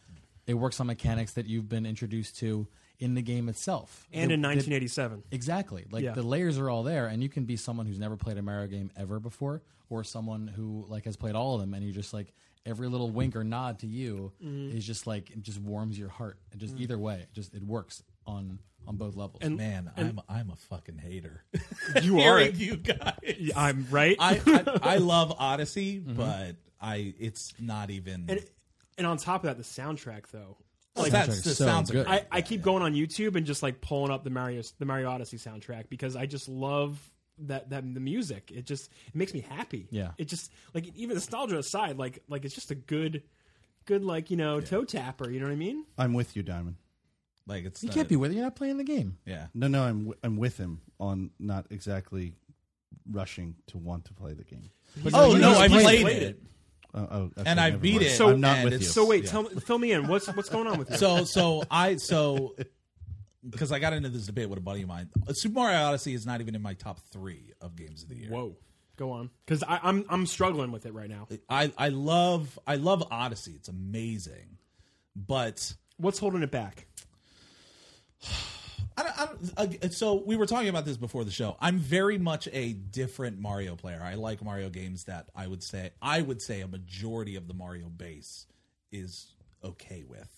Speaker 4: it works on mechanics that you've been introduced to in the game itself,
Speaker 2: and
Speaker 4: That-
Speaker 2: in
Speaker 4: that-
Speaker 2: 1987.
Speaker 4: Exactly. Like
Speaker 2: Yeah.
Speaker 4: the layers are all there, and you can be someone who's never played a Mario game ever before, or someone who like has played all of them, and you just like every little
Speaker 1: Mm-hmm. Mm.
Speaker 4: wink or nod to you is just like it just warms your heart. It just either way, it just it works on on both levels.
Speaker 1: Man, I'm I'm a fucking hater.
Speaker 2: You are
Speaker 1: Hearing
Speaker 2: it.
Speaker 1: you guys.
Speaker 2: I'm right.
Speaker 1: I, I I love Odyssey,
Speaker 4: Mm-hmm.
Speaker 1: but I it's not even.
Speaker 2: and, and on top of that, the soundtrack though.
Speaker 1: like,
Speaker 4: Soundtrack's so good.
Speaker 2: I, I keep going on YouTube and just like pulling up the Mario the Mario Odyssey soundtrack because I just love that that the music. It just it makes me happy.
Speaker 4: Yeah.
Speaker 2: It just like even nostalgia aside, like like it's just a good good like you know toe tapper. You know what I mean?
Speaker 3: I'm with you, Diamond.
Speaker 1: like it's
Speaker 4: you
Speaker 1: not-
Speaker 4: can't be with it. You're not playing the game.
Speaker 1: Yeah,
Speaker 3: No, no, I'm w- I'm with him on not exactly rushing to want to play the game.
Speaker 1: Oh,
Speaker 4: you
Speaker 1: no,
Speaker 4: just
Speaker 1: I played it.
Speaker 3: Oh, oh, okay,
Speaker 1: And I
Speaker 3: never
Speaker 1: beat
Speaker 3: mind.
Speaker 1: it,
Speaker 3: So I'm not
Speaker 1: and
Speaker 3: with you.
Speaker 1: it's-
Speaker 2: So wait, tell me, fill me in. What's what's going on with you?
Speaker 1: So so I so because I got into this debate with a buddy of mine. Uh, Super Mario Odyssey is not even in my top three of games of the year.
Speaker 2: Whoa, go on. Because I'm I'm struggling with it right now.
Speaker 1: I I love I love Odyssey. It's amazing, but
Speaker 2: What's holding it back?
Speaker 1: I don't, I don't, uh, so we were talking about this before the show. I'm very much a different Mario player. I like Mario games that I would say I would say a majority of the Mario base is okay with.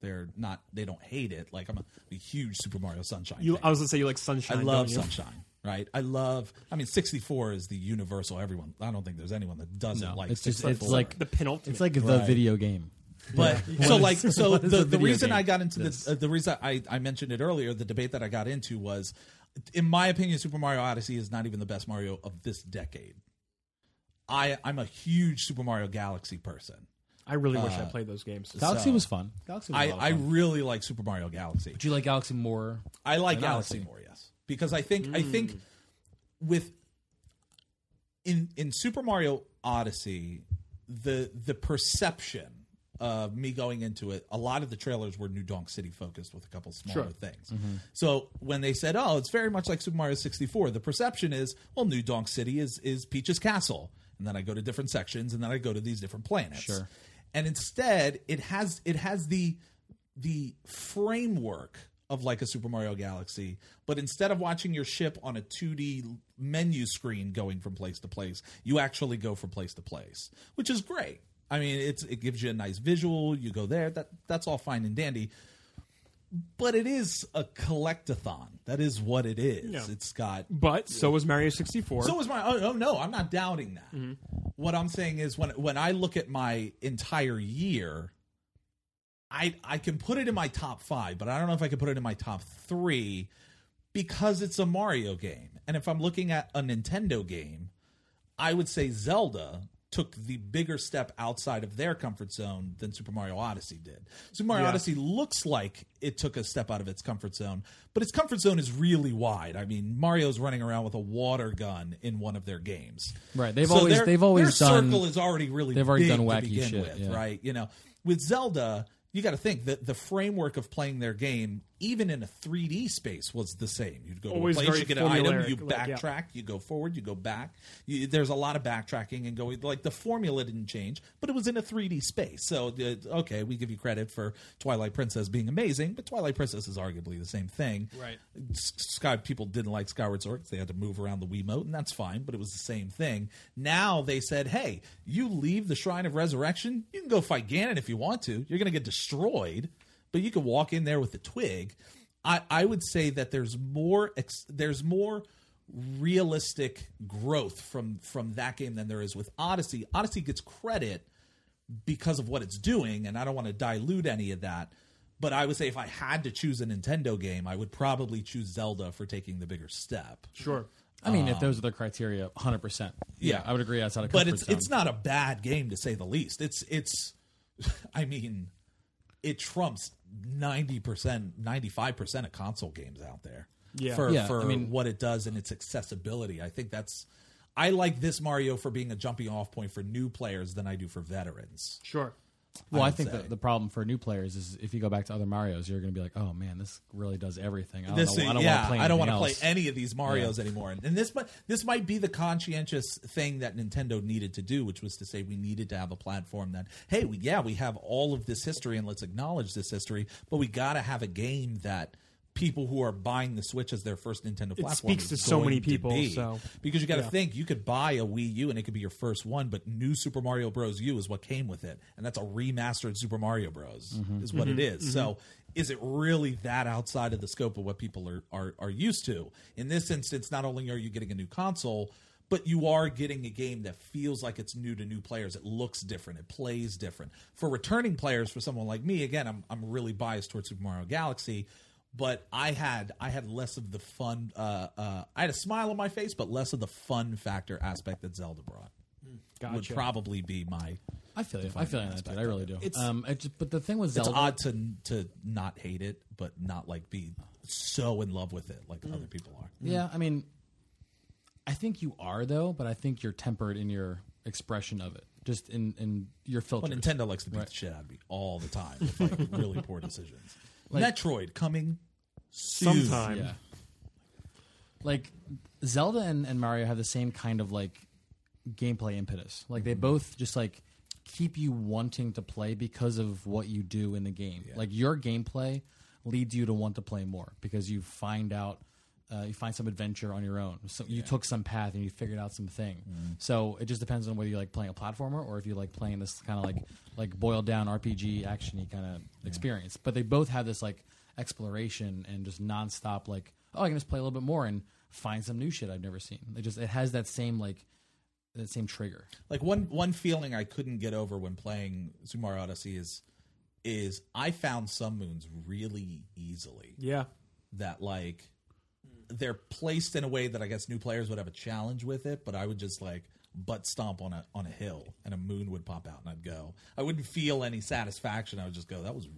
Speaker 1: They're not. They don't hate it. Like I'm a, a huge Super Mario Sunshine.
Speaker 2: You,
Speaker 1: fan.
Speaker 2: I was gonna say you like
Speaker 1: I
Speaker 2: sunshine.
Speaker 1: love
Speaker 2: don't you?
Speaker 1: Sunshine. Right. I love. I mean, 64 is the universal. Everyone. I don't think there's anyone that doesn't like.
Speaker 4: it's just
Speaker 1: 64.
Speaker 4: it's like
Speaker 2: the penultimate.
Speaker 4: it's like the
Speaker 1: Right.
Speaker 4: video game.
Speaker 1: But so like so
Speaker 4: What is a
Speaker 1: the, the
Speaker 4: video
Speaker 1: reason
Speaker 4: game?
Speaker 1: I got into this, uh, the reason I, I mentioned it earlier, the debate that I got into was, in my opinion, Super Mario Odyssey is not even the best Mario of this decade. I I'm a huge Super Mario Galaxy person.
Speaker 2: I really wish
Speaker 1: Uh,
Speaker 2: I played those games.
Speaker 4: Galaxy
Speaker 1: So-
Speaker 4: was fun. Galaxy was a
Speaker 1: I,
Speaker 4: lot of
Speaker 1: I
Speaker 4: fun.
Speaker 1: really like Super Mario Galaxy.
Speaker 4: Do you like Galaxy more?
Speaker 1: I like
Speaker 4: Than
Speaker 1: Galaxy
Speaker 4: Odyssey.
Speaker 1: more, yes, because I think I think with in in Super Mario Odyssey, the the perception of me going into it, a lot of the trailers were New Donk City focused with a couple smaller
Speaker 2: Sure.
Speaker 1: things. So when they said, "Oh, it's very much like Super Mario 64," the perception is, "Well, New Donk City is is Peach's castle," and then I go to different sections, and then I go to these different planets.
Speaker 4: Sure.
Speaker 1: And instead, it has it has the the framework of like a Super Mario Galaxy, but instead of watching your ship on a 2D menu screen going from place to place, you actually go from place to place, which is great. I mean, it's it gives you a nice visual. You go there, that that's all fine and dandy. But it is a collectathon. That is what it is.
Speaker 2: Yeah.
Speaker 1: It's got
Speaker 2: But so was Mario 64.
Speaker 1: so is my. Oh, oh, no, I'm not doubting that. What I'm saying is when when I look at my entire year, I I can put it in my top five, but I don't know if I can put it in my top three because it's a Mario game. And if I'm looking at a Nintendo game, I would say Zelda took the bigger step outside of their comfort zone than Super Mario Odyssey did. Super Mario
Speaker 2: Yeah.
Speaker 1: Odyssey looks like it took a step out of its comfort zone, but its comfort zone is really wide. I mean, Mario's running around with a water gun in one of their games.
Speaker 4: Right, they've always-
Speaker 1: their-
Speaker 4: they've always
Speaker 1: their
Speaker 4: done-
Speaker 1: circle is already really
Speaker 4: they've already
Speaker 1: big
Speaker 4: done wacky
Speaker 1: to begin
Speaker 4: shit,
Speaker 1: with,
Speaker 4: yeah.
Speaker 1: right? You know, with Zelda, you got to think that the framework of playing their game, even in a 3D space, was the same. You'd go to
Speaker 2: Always
Speaker 1: a place,
Speaker 2: very
Speaker 1: you get an item,
Speaker 2: formulaic,
Speaker 1: you
Speaker 2: like,
Speaker 1: backtrack
Speaker 2: yeah.
Speaker 1: backtrack, you go forward, you go back. You, there's a lot of backtracking and going. Like the formula didn't change, but it was in a 3D space. So uh, okay, we give you credit for Twilight Princess being amazing, but Twilight Princess is arguably the same thing.
Speaker 5: Right.
Speaker 1: S- Sky people didn't like Skyward Sword; 'cause they had to move around the Wiimote, and that's fine. But it was the same thing. Now they said, "Hey, you leave the Shrine of Resurrection, you can go fight Ganon if you want to. You're going to get destroyed, but you can walk in there with a twig." I, I would say that there's more ex- there's more realistic growth from from that game than there is with Odyssey. Odyssey gets credit because of what it's doing, and I don't want to dilute any of that. But I would say if I had to choose a Nintendo game, I would probably choose Zelda for taking the bigger step.
Speaker 2: sure.
Speaker 4: I mean, if those are the criteria, 100. percent
Speaker 1: yeah.
Speaker 4: I would agree. Outside of
Speaker 1: But
Speaker 4: comfort
Speaker 1: it's
Speaker 4: zone.
Speaker 1: it's not a bad game to say the least. It's it's I mean it trumps 90%, 95% of console games out there.
Speaker 2: Yeah.
Speaker 1: For
Speaker 4: Yeah,
Speaker 1: for
Speaker 4: I mean-
Speaker 1: what it does and its accessibility. I think that's I like this Mario for being a jumping off point for new players than I do for veterans.
Speaker 2: Sure.
Speaker 4: Well, I,
Speaker 1: would
Speaker 4: think
Speaker 1: say.
Speaker 4: the, the problem for new players is if you go back to other Mario's, you're going to be like, oh man, this really does everything. I don't,
Speaker 1: this,
Speaker 4: know, I don't
Speaker 1: yeah,
Speaker 4: want to play.
Speaker 1: I don't
Speaker 4: want to
Speaker 1: play any of these Mario's anymore. And, and this, might- this might be the conscientious thing that Nintendo needed to do, which was to say we needed to have a platform that, hey, we, yeah, we have all of this history and let's acknowledge this history, but we got to have a game that people who are buying the Switch as their first Nintendo platform. is
Speaker 2: speaks to so many
Speaker 1: going
Speaker 2: people,
Speaker 1: be.
Speaker 2: so-
Speaker 1: because you got to
Speaker 2: yeah.
Speaker 1: think you could buy a Wii U and it could be your first one, but New Super Mario Bros. U is what came with it, and that's a remastered Super Mario Bros.
Speaker 2: Mm-hmm.
Speaker 1: is what it is. So. Is it really that outside of the scope of what people are, are, are used to? In this instance, not only are you getting a new console, but you are getting a game that feels like it's new to new players. It looks different. It plays different. For returning players, for someone like me, again, I'm I'm really biased towards Super Mario Galaxy, but I had I had less of the fun. Uh, uh, I had a smile on my face, but less of the fun factor aspect that Zelda brought. Would
Speaker 2: Gotcha.
Speaker 1: probably be my.
Speaker 4: I feel you. I feel you on that, dude. I really do.
Speaker 1: It's-
Speaker 4: um, I just, but the thing with
Speaker 1: It's
Speaker 4: Zelda,
Speaker 1: odd to to not hate it, but not like be so in love with it like other people are.
Speaker 4: Yeah, I mean, I think you are though, but I think you're tempered in your expression of it, just in in your
Speaker 1: Well,
Speaker 4: filters.
Speaker 1: Nintendo likes to beat the shit out of me all the time with like really poor decisions. Metroid coming soon.
Speaker 2: Sometime.
Speaker 4: yeah. Like Zelda and, and Mario have the same kind of like gameplay impetus. Like they both just like keep you wanting to play because of what you do in the game. Like your gameplay leads you to want to play more because you find out uh, you find some adventure on your own. So you took some path and you figured out some thing. So it just depends on whether you like playing a platformer or if you like playing this kind of like like boiled down RPG actiony kind of experience. But they both have this like exploration and just nonstop like oh I can just play a little bit more and find some new shit I've never seen. It just it has that same like that same trigger.
Speaker 1: Like one one feeling I couldn't get over when playing Super Mario Odyssey is is I found some moons really easily.
Speaker 2: Yeah.
Speaker 1: That like they're placed in a way that I guess new players would have a challenge with it, but I would just like butt stomp on a on a hill and a moon would pop out and I'd go. I wouldn't feel any satisfaction. I would just go, that was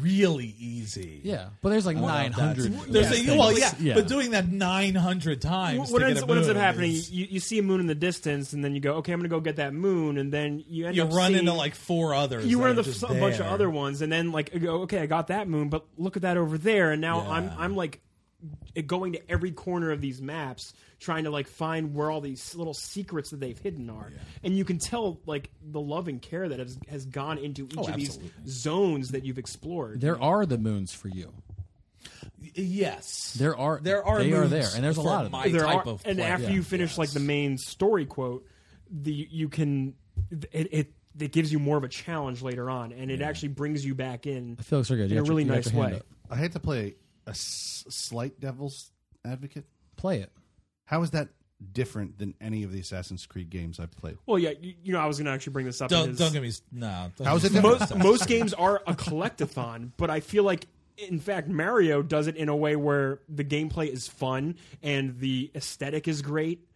Speaker 1: really easy.
Speaker 4: Yeah, but there's like
Speaker 1: I don't know if
Speaker 4: 900.
Speaker 1: that's- There's
Speaker 4: Yeah.
Speaker 1: a, well, yeah,
Speaker 4: Yeah.
Speaker 1: but doing that 900 times.
Speaker 2: What
Speaker 1: to
Speaker 2: ends,
Speaker 1: get a
Speaker 2: what ends up
Speaker 1: moon
Speaker 2: happening?
Speaker 1: is-
Speaker 2: You, you see a moon in the distance, and then you go, "Okay, I'm going to go get that moon," and then you end
Speaker 1: you
Speaker 2: up
Speaker 1: run
Speaker 2: seeing,
Speaker 1: into like four others.
Speaker 2: you
Speaker 1: that
Speaker 2: run
Speaker 1: are
Speaker 2: into
Speaker 1: just
Speaker 2: a bunch of
Speaker 1: there.
Speaker 2: other ones, and then like you go, "Okay, I got that moon, but look at that over there," and now I'm
Speaker 1: Yeah.
Speaker 2: I'm like eh, going to every corner of these maps trying to like find where all these little secrets that they've hidden are and you can tell like the love and care that has, has gone into each
Speaker 1: Oh,
Speaker 2: of
Speaker 1: absolutely.
Speaker 2: these zones that you've explored
Speaker 4: There are the moons for you.
Speaker 1: Yes,
Speaker 4: There are-
Speaker 1: There are.
Speaker 4: they are
Speaker 1: moons
Speaker 4: there, and there's a
Speaker 1: for
Speaker 4: lot of them.
Speaker 1: my
Speaker 2: there
Speaker 1: type
Speaker 2: are,
Speaker 1: of
Speaker 2: and
Speaker 1: play.
Speaker 2: after you finish like the main story quote, the you can it it, it gives you more of a challenge later on, and it actually brings you back in
Speaker 4: I feel like so good.
Speaker 2: in
Speaker 4: You
Speaker 2: a
Speaker 4: got your-
Speaker 2: really
Speaker 4: you got
Speaker 2: nice
Speaker 4: your hand
Speaker 2: way.
Speaker 4: up.
Speaker 3: I hate to play a s- slight devil's advocate.
Speaker 4: Play it.
Speaker 3: How is that different than any of the Assassin's Creed games I've played?
Speaker 2: Well, yeah, you, you know, I was going to actually bring this up.
Speaker 1: Don't,
Speaker 2: is-
Speaker 1: don't get me. s- No. don't
Speaker 3: How's
Speaker 1: get
Speaker 3: it
Speaker 1: me
Speaker 3: different?
Speaker 1: started.
Speaker 2: most most games are a collectathon, but I feel like in fact Mario does it in a way where the gameplay is fun and the aesthetic is great,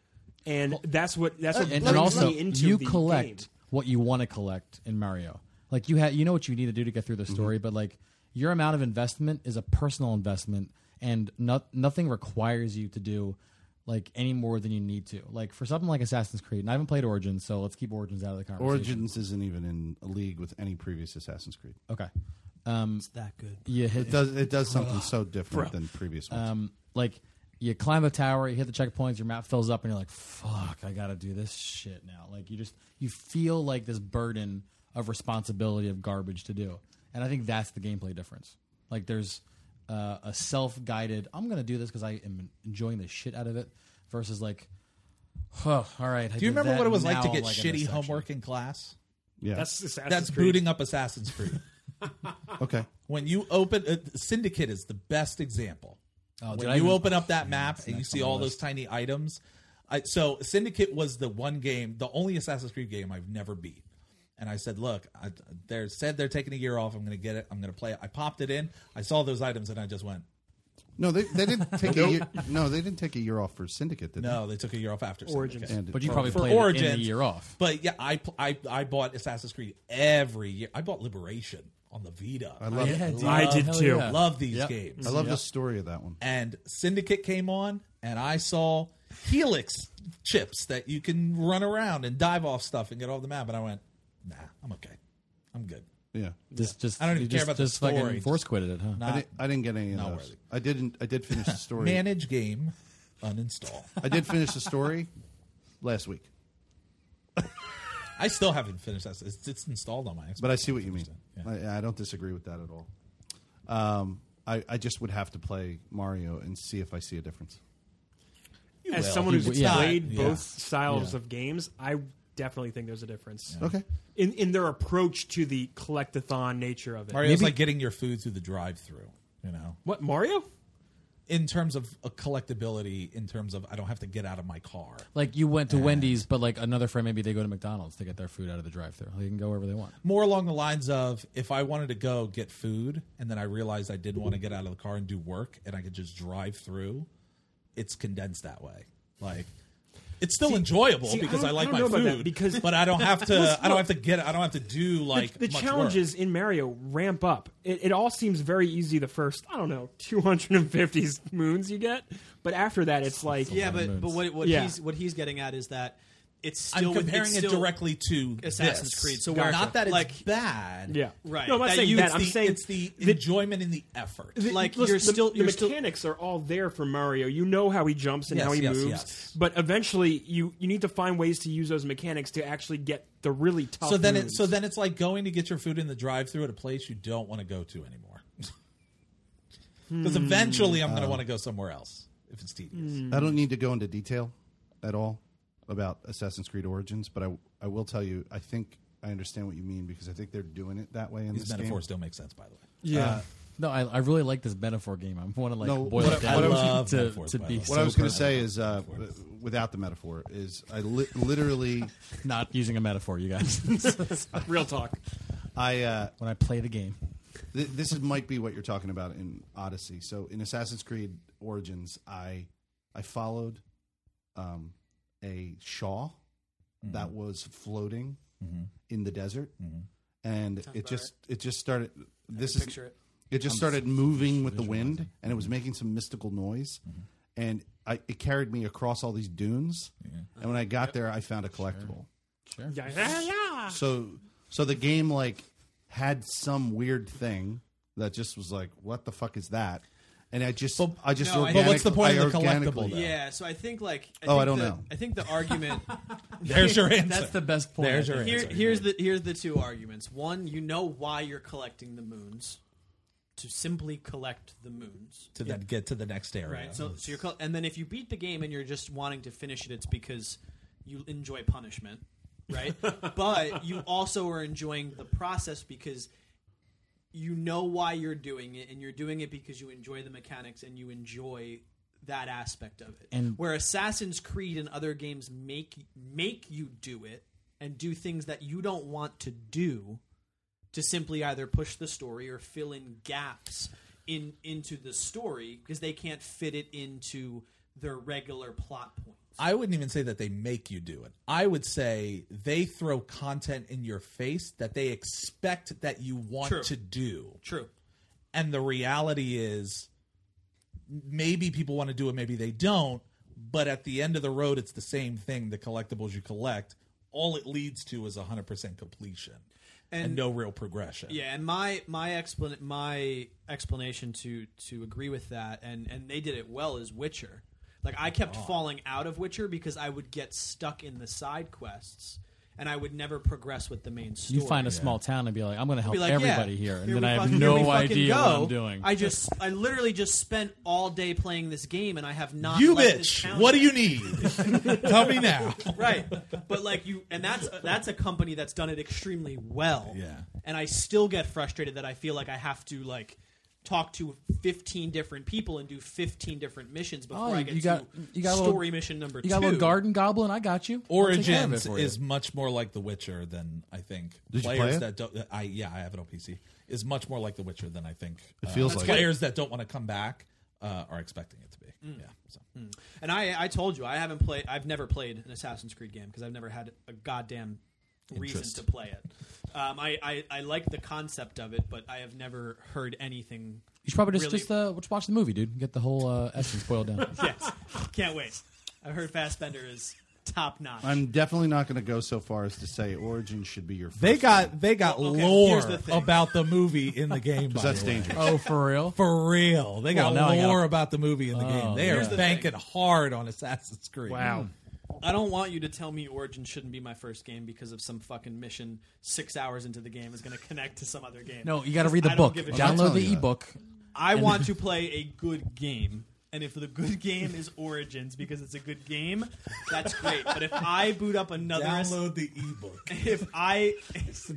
Speaker 2: and that's what that's what
Speaker 4: uh, and,
Speaker 2: brings
Speaker 4: and also
Speaker 2: me into
Speaker 4: you
Speaker 2: the
Speaker 4: collect
Speaker 2: game.
Speaker 4: what you want to collect in Mario. Like you had, you know what you need to do to get through the story, but like your amount of investment is a personal investment, and not, nothing requires you to do like any more than you need to. Like for something like Assassin's Creed, and I haven't played Origins, so let's keep Origins out of the conversation.
Speaker 3: Origins isn't even in a league with any previous Assassin's Creed.
Speaker 4: okay. Um,
Speaker 5: It's that good.
Speaker 4: yeah,
Speaker 3: It does it does something so different than previous ones.
Speaker 4: um, like you climb a tower, you hit the checkpoints, your map fills up, and you're like, "Fuck, I gotta do this shit now." Like you just you feel like this burden of responsibility of garbage to do, and I think that's the gameplay difference. Like there's uh, a self guided, I'm gonna do this because I am enjoying the shit out of it, versus like, huh, all right. I
Speaker 1: Do you
Speaker 4: did
Speaker 1: remember
Speaker 4: that,
Speaker 1: what it was like to
Speaker 4: now,
Speaker 1: get
Speaker 4: like, in this
Speaker 1: shitty
Speaker 4: section."
Speaker 1: homework in class?
Speaker 3: yeah.
Speaker 2: That's Assassin's
Speaker 1: That's
Speaker 2: Creed.
Speaker 1: booting up Assassin's Creed.
Speaker 3: okay.
Speaker 1: when you open uh, Syndicate is the best example.
Speaker 4: Oh, did
Speaker 1: when
Speaker 4: I
Speaker 1: you
Speaker 4: even-
Speaker 1: open up that map and you
Speaker 4: next
Speaker 1: see
Speaker 4: on the
Speaker 1: all those
Speaker 4: list.
Speaker 1: tiny items, I, so Syndicate was the one game, the only Assassin's Creed game I've never beat. And I said, "Look, I, they're said they're taking a year off. I'm going to get it. I'm going to play it." I popped it in. I saw those items and I just went,
Speaker 3: No, they, they didn't take a year, no, they didn't take a year off for Syndicate, did
Speaker 1: "No, they took a year off after Syndicate.
Speaker 2: Origins.
Speaker 3: they? And
Speaker 4: But you
Speaker 3: for-
Speaker 4: probably
Speaker 1: For
Speaker 4: played it in
Speaker 1: Origins,
Speaker 4: the year off.
Speaker 1: But yeah, I, pl- I I bought Assassin's Creed every year. I bought Liberation on the Vita. I
Speaker 3: love- Yeah,
Speaker 4: dude.
Speaker 2: I did
Speaker 4: Hell
Speaker 2: too.
Speaker 4: yeah.
Speaker 1: love these
Speaker 4: Yep.
Speaker 1: games.
Speaker 3: I love the story of that one.
Speaker 1: and Syndicate came on, and I saw Helix chips that you can run around and dive off stuff and get off the map. And I went, nah, I'm okay. I'm good.
Speaker 3: Yeah.
Speaker 4: Just, just
Speaker 1: I don't even
Speaker 4: you
Speaker 1: care
Speaker 4: just,
Speaker 1: about the
Speaker 4: just
Speaker 1: story.
Speaker 4: Fucking force quitted it, huh?
Speaker 1: Not
Speaker 3: I, didn't, I didn't get any of
Speaker 1: not
Speaker 3: those.
Speaker 1: worthy.
Speaker 3: I didn't I did finish the story.
Speaker 1: manage game, uninstall.
Speaker 3: I did finish the story last week.
Speaker 1: I still haven't finished that. It's, it's installed on my Xbox.
Speaker 3: But I see what you mean.
Speaker 1: Yeah.
Speaker 3: I, I don't disagree with that at all. Um, I- I, I just would have to play Mario and see if I see a difference.
Speaker 2: As
Speaker 1: will.
Speaker 2: someone
Speaker 1: You
Speaker 2: who's
Speaker 1: will. Yeah.
Speaker 2: played
Speaker 1: Yeah.
Speaker 2: both styles
Speaker 4: Yeah.
Speaker 2: of games, I definitely think there's a difference
Speaker 3: Okay.
Speaker 2: in in their approach to the collectathon nature of it.
Speaker 1: Mario's
Speaker 4: Maybe-
Speaker 1: like getting your food through the drive-through. You know,
Speaker 2: What Mario?
Speaker 1: in terms of a collectability, in terms of I don't have to get out of my car.
Speaker 4: Like you went to Wendy's, but like another friend, maybe they go to McDonald's to get their food out of the drive-thru. They can go wherever they want.
Speaker 1: More along the lines of if I wanted to go get food and then I realized I didn't
Speaker 2: Mm-hmm.
Speaker 1: want to get out of the car and do work, and I could just drive through. It's condensed that way. Like it's still enjoyable
Speaker 2: see, I
Speaker 1: because
Speaker 2: don't-
Speaker 1: I, like
Speaker 2: I
Speaker 1: my
Speaker 2: don't know about that
Speaker 1: food
Speaker 2: because-
Speaker 1: but I don't have to. I don't have to get. I don't have to do like
Speaker 2: the
Speaker 1: much
Speaker 2: challenges in Mario ramp up. It, it all seems very easy the first I don't know 250 moons you get, but after that it's like
Speaker 5: yeah, but
Speaker 4: moons.
Speaker 5: but what what
Speaker 2: Yeah.
Speaker 5: he's what he's getting at is that it's
Speaker 1: Work.
Speaker 5: still
Speaker 1: I'm comparing
Speaker 5: it's
Speaker 1: it
Speaker 5: still,
Speaker 1: directly to
Speaker 5: Assassin's
Speaker 1: this.
Speaker 5: Creed, so
Speaker 1: Gotcha.
Speaker 5: we're-
Speaker 1: not that it's
Speaker 5: like-
Speaker 1: bad.
Speaker 2: yeah
Speaker 5: Right.
Speaker 2: No, I'm not
Speaker 5: That
Speaker 2: saying
Speaker 5: you-
Speaker 2: that.
Speaker 1: It's
Speaker 2: I'm
Speaker 1: the,
Speaker 2: saying
Speaker 1: it's the, enjoyment and the effort.
Speaker 5: like,
Speaker 2: listen,
Speaker 5: you're
Speaker 2: the-
Speaker 5: still-
Speaker 2: the
Speaker 5: you're still-
Speaker 2: mechanics are all there for Mario. You know how he jumps and
Speaker 1: Yes,
Speaker 2: how he
Speaker 1: yes,
Speaker 2: moves,
Speaker 1: yes.
Speaker 2: but eventually you you need to find ways to use those mechanics to actually get the really tough.
Speaker 1: so then it,
Speaker 2: moves.
Speaker 1: so then it's like going to get your food in the drive-through at a place you don't want to go to anymore.
Speaker 5: Hmm.
Speaker 1: Because eventually I'm going to
Speaker 5: Oh.
Speaker 1: want to go somewhere else if it's tedious.
Speaker 3: I don't need to go into detail at all about Assassin's Creed Origins, but I I will tell you I think I understand what you mean because I think they're doing it that way in
Speaker 1: These
Speaker 3: this game.
Speaker 1: metaphors don't make sense, by the way.
Speaker 2: yeah.
Speaker 4: No, I, I really like this metaphor game. I want to like
Speaker 3: No,
Speaker 4: boil
Speaker 3: what
Speaker 4: it
Speaker 3: I- what I
Speaker 4: down
Speaker 1: was- I
Speaker 4: to,
Speaker 1: love
Speaker 4: to be.
Speaker 1: metaphors, by the way.
Speaker 4: so
Speaker 3: What I was going to
Speaker 4: good.
Speaker 3: say is, uh, w- without the metaphor, is I li- literally
Speaker 4: not using a metaphor, you guys.
Speaker 2: real talk.
Speaker 3: I uh,
Speaker 4: when I play the game,
Speaker 3: Th- this is, might be what you're talking about in Odyssey. So in Assassin's Creed Origins, I I followed um, a Shaw that was floating in the desert, and it
Speaker 5: about
Speaker 3: just it just started. This is
Speaker 5: picture it.
Speaker 3: it just started moving with the wind, and it was making some mystical noise, and I, it carried me across all these dunes. And when I got there, I found a collectible.
Speaker 2: Yeah, yeah, yeah.
Speaker 3: So so the game like had some weird thing that just was like, what the fuck is that? And I just I just
Speaker 5: no, I-
Speaker 3: organic-
Speaker 5: But
Speaker 1: what's the point
Speaker 3: I
Speaker 1: of the
Speaker 3: organically-
Speaker 1: collectible, though?
Speaker 5: Yeah, so I think like I
Speaker 3: Oh,
Speaker 5: think
Speaker 3: I don't
Speaker 5: the-
Speaker 3: know.
Speaker 5: I think the argument
Speaker 1: There's your answer.
Speaker 4: that's the best point.
Speaker 1: There's your
Speaker 5: here,
Speaker 1: answer.
Speaker 5: here's the here's the two arguments. One, you know why you're collecting the moons to simply collect the moons.
Speaker 1: to then get to the next area.
Speaker 5: Right. So, so you're col- and then if you beat the game and you're just wanting to finish it, it's because you enjoy punishment, right? but you also are enjoying the process because you know why you're doing it, and you're doing it because you enjoy the mechanics and you enjoy that aspect of it.
Speaker 4: And-
Speaker 5: where Assassin's Creed and other games make make you do it and do things that you don't want to do to simply either push the story or fill in gaps in into the story because they can't fit it into their regular plot points.
Speaker 1: I wouldn't even say that they make you do it. I would say they throw content in your face that they expect that you want
Speaker 5: True.
Speaker 1: to do.
Speaker 5: True.
Speaker 1: And the reality is maybe people want to do it, maybe they don't, but at the end of the road it's the same thing, the collectibles you collect, all it leads to is 100% completion and,
Speaker 5: And-
Speaker 1: no real progression.
Speaker 5: Yeah, and my my explan my explanation to to agree with that and and they did it well is Witcher. Like I kept
Speaker 4: Oh.
Speaker 5: falling out of Witcher because I would get stuck in the side quests and I would never progress with the main story.
Speaker 4: you find a small town and be like, I'm going to help
Speaker 5: be like,
Speaker 4: everybody
Speaker 5: yeah,
Speaker 4: here, and
Speaker 5: we
Speaker 4: then I have
Speaker 5: fucking- here we
Speaker 4: no
Speaker 5: fucking
Speaker 4: idea what
Speaker 5: go.
Speaker 4: I'm doing.
Speaker 5: I just, I literally just spent all day playing this game, and I have not.
Speaker 1: You
Speaker 5: left this
Speaker 1: bitch,
Speaker 5: town
Speaker 1: what do
Speaker 5: yet.
Speaker 1: you need? Tell me now.
Speaker 5: Right, but like you, and that's that's a company that's done it extremely well.
Speaker 1: Yeah.
Speaker 5: and I still get frustrated that I feel like I have to like talk to 15 different people and do 15 different missions before
Speaker 4: Oh,
Speaker 5: I get
Speaker 4: you got-
Speaker 5: to
Speaker 4: you got a little-
Speaker 5: story mission number
Speaker 4: you
Speaker 5: two.
Speaker 4: got a little garden goblin. I got you. I'll take care of
Speaker 1: Origins
Speaker 4: it for you.
Speaker 1: is much more like The Witcher than I think
Speaker 3: Did you play
Speaker 1: players
Speaker 3: it?
Speaker 1: that don't. I yeah, I have it on PC. Is much more like The Witcher than I think it
Speaker 3: feels like it.
Speaker 1: players that don't want to come back uh, are expecting it to be.
Speaker 5: Mm.
Speaker 1: Yeah, so.
Speaker 5: And I, I told you, I haven't played. I've never played an Assassin's Creed game because I've never had a goddamn
Speaker 1: Interest.
Speaker 5: reason to play it. Um, I, I, I like the concept of it, but I have never heard anything.
Speaker 4: You should probably just
Speaker 5: really-
Speaker 4: just uh, just watch the movie, dude. Get the whole uh, essence boiled down.
Speaker 5: Yes, can't wait. I've heard Fassbender is top notch.
Speaker 3: I'm definitely not going to go so far as to say Origins should be your. First
Speaker 1: They got they got
Speaker 5: Well, okay,
Speaker 1: lore
Speaker 5: here's the thing.
Speaker 1: about the movie in the game. by
Speaker 3: that's
Speaker 1: the way.
Speaker 3: dangerous.
Speaker 4: oh, for real?
Speaker 1: For real, they got
Speaker 4: now I gotta-
Speaker 1: lore about the movie in the game. They are
Speaker 5: Oh, Here's the
Speaker 1: banking hard on Assassin's Creed. Hmm.
Speaker 2: Wow.
Speaker 5: I don't want you to tell me Origin shouldn't be my first game because of some fucking mission six hours into the game is going to connect to some other game.
Speaker 4: No, you got to read the
Speaker 5: I don't
Speaker 4: book.
Speaker 5: give a
Speaker 3: shit.
Speaker 4: Download
Speaker 3: I'm telling
Speaker 4: the
Speaker 3: you that.
Speaker 4: ebook.
Speaker 5: I want to play a good game. And if the good game is Origins because it's a good game, that's great. But if I boot up another
Speaker 1: Download the ebook.
Speaker 5: if I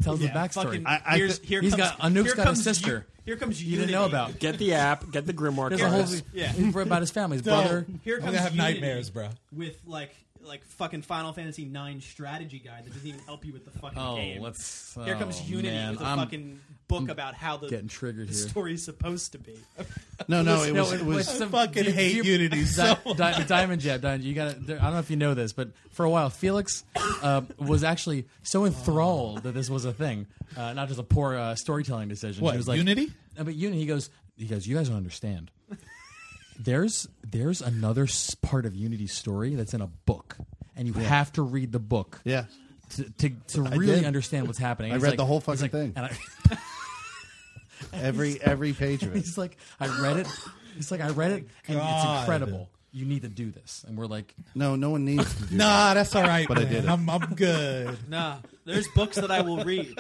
Speaker 4: tells the
Speaker 5: Yeah,
Speaker 4: backstory.
Speaker 5: fucking-
Speaker 3: I- I
Speaker 5: here's,
Speaker 3: thi-
Speaker 5: here
Speaker 4: He's
Speaker 5: comes,
Speaker 4: got- Anoop's
Speaker 5: here
Speaker 4: got a
Speaker 5: comes
Speaker 4: sister
Speaker 5: U- here comes
Speaker 4: you didn't know
Speaker 5: Unity.
Speaker 4: about.
Speaker 2: Get the app. Get the Grimoire.
Speaker 4: There's a
Speaker 5: Yeah.
Speaker 4: whole
Speaker 2: cards.
Speaker 5: Yeah.
Speaker 4: about his family, his brother.
Speaker 5: Here
Speaker 1: I'm
Speaker 5: comes
Speaker 1: gonna have
Speaker 5: Unity
Speaker 1: nightmares, bro.
Speaker 5: With like like fucking Final Fantasy IX strategy guide that doesn't even help you with the fucking
Speaker 4: Oh,
Speaker 5: game.
Speaker 4: let's.
Speaker 5: here comes
Speaker 4: oh,
Speaker 5: Unity
Speaker 4: man,
Speaker 5: with a
Speaker 4: I'm-
Speaker 5: fucking book about how the,
Speaker 4: getting triggered
Speaker 5: the
Speaker 4: here.
Speaker 5: story's supposed to be.
Speaker 3: No, no, it
Speaker 4: No,
Speaker 3: was it was
Speaker 4: some-
Speaker 1: fucking hate Unity so
Speaker 4: Di- Di- Diamond Jab, Diamond, you got to I don't know if you know this, but for a while, Felix uh, was actually so enthralled that this was a thing, uh, not just a poor uh, storytelling decision.
Speaker 1: What,
Speaker 4: he was like,
Speaker 1: Unity?
Speaker 4: No, but Unity, he goes, he goes, you guys don't understand. There's there's another s- part of Unity's story that's in a book, and you have to read the book.
Speaker 3: yeah.
Speaker 4: To, to, to really
Speaker 3: did.
Speaker 4: understand what's happening.
Speaker 3: I
Speaker 4: He's
Speaker 3: read
Speaker 4: like-
Speaker 3: the whole
Speaker 4: he's
Speaker 3: fucking
Speaker 4: like-
Speaker 3: thing.
Speaker 4: And I,
Speaker 3: Every every page of it.
Speaker 4: He's like, I read it. He's like, I read it, and it's
Speaker 1: God.
Speaker 4: incredible. You need to do this. And we're like,
Speaker 3: No, no one needs to do that.
Speaker 1: Nah, that's all right.
Speaker 3: But I
Speaker 1: man.
Speaker 3: did it.
Speaker 1: I'm, I'm good.
Speaker 5: nah, there's books that I will read.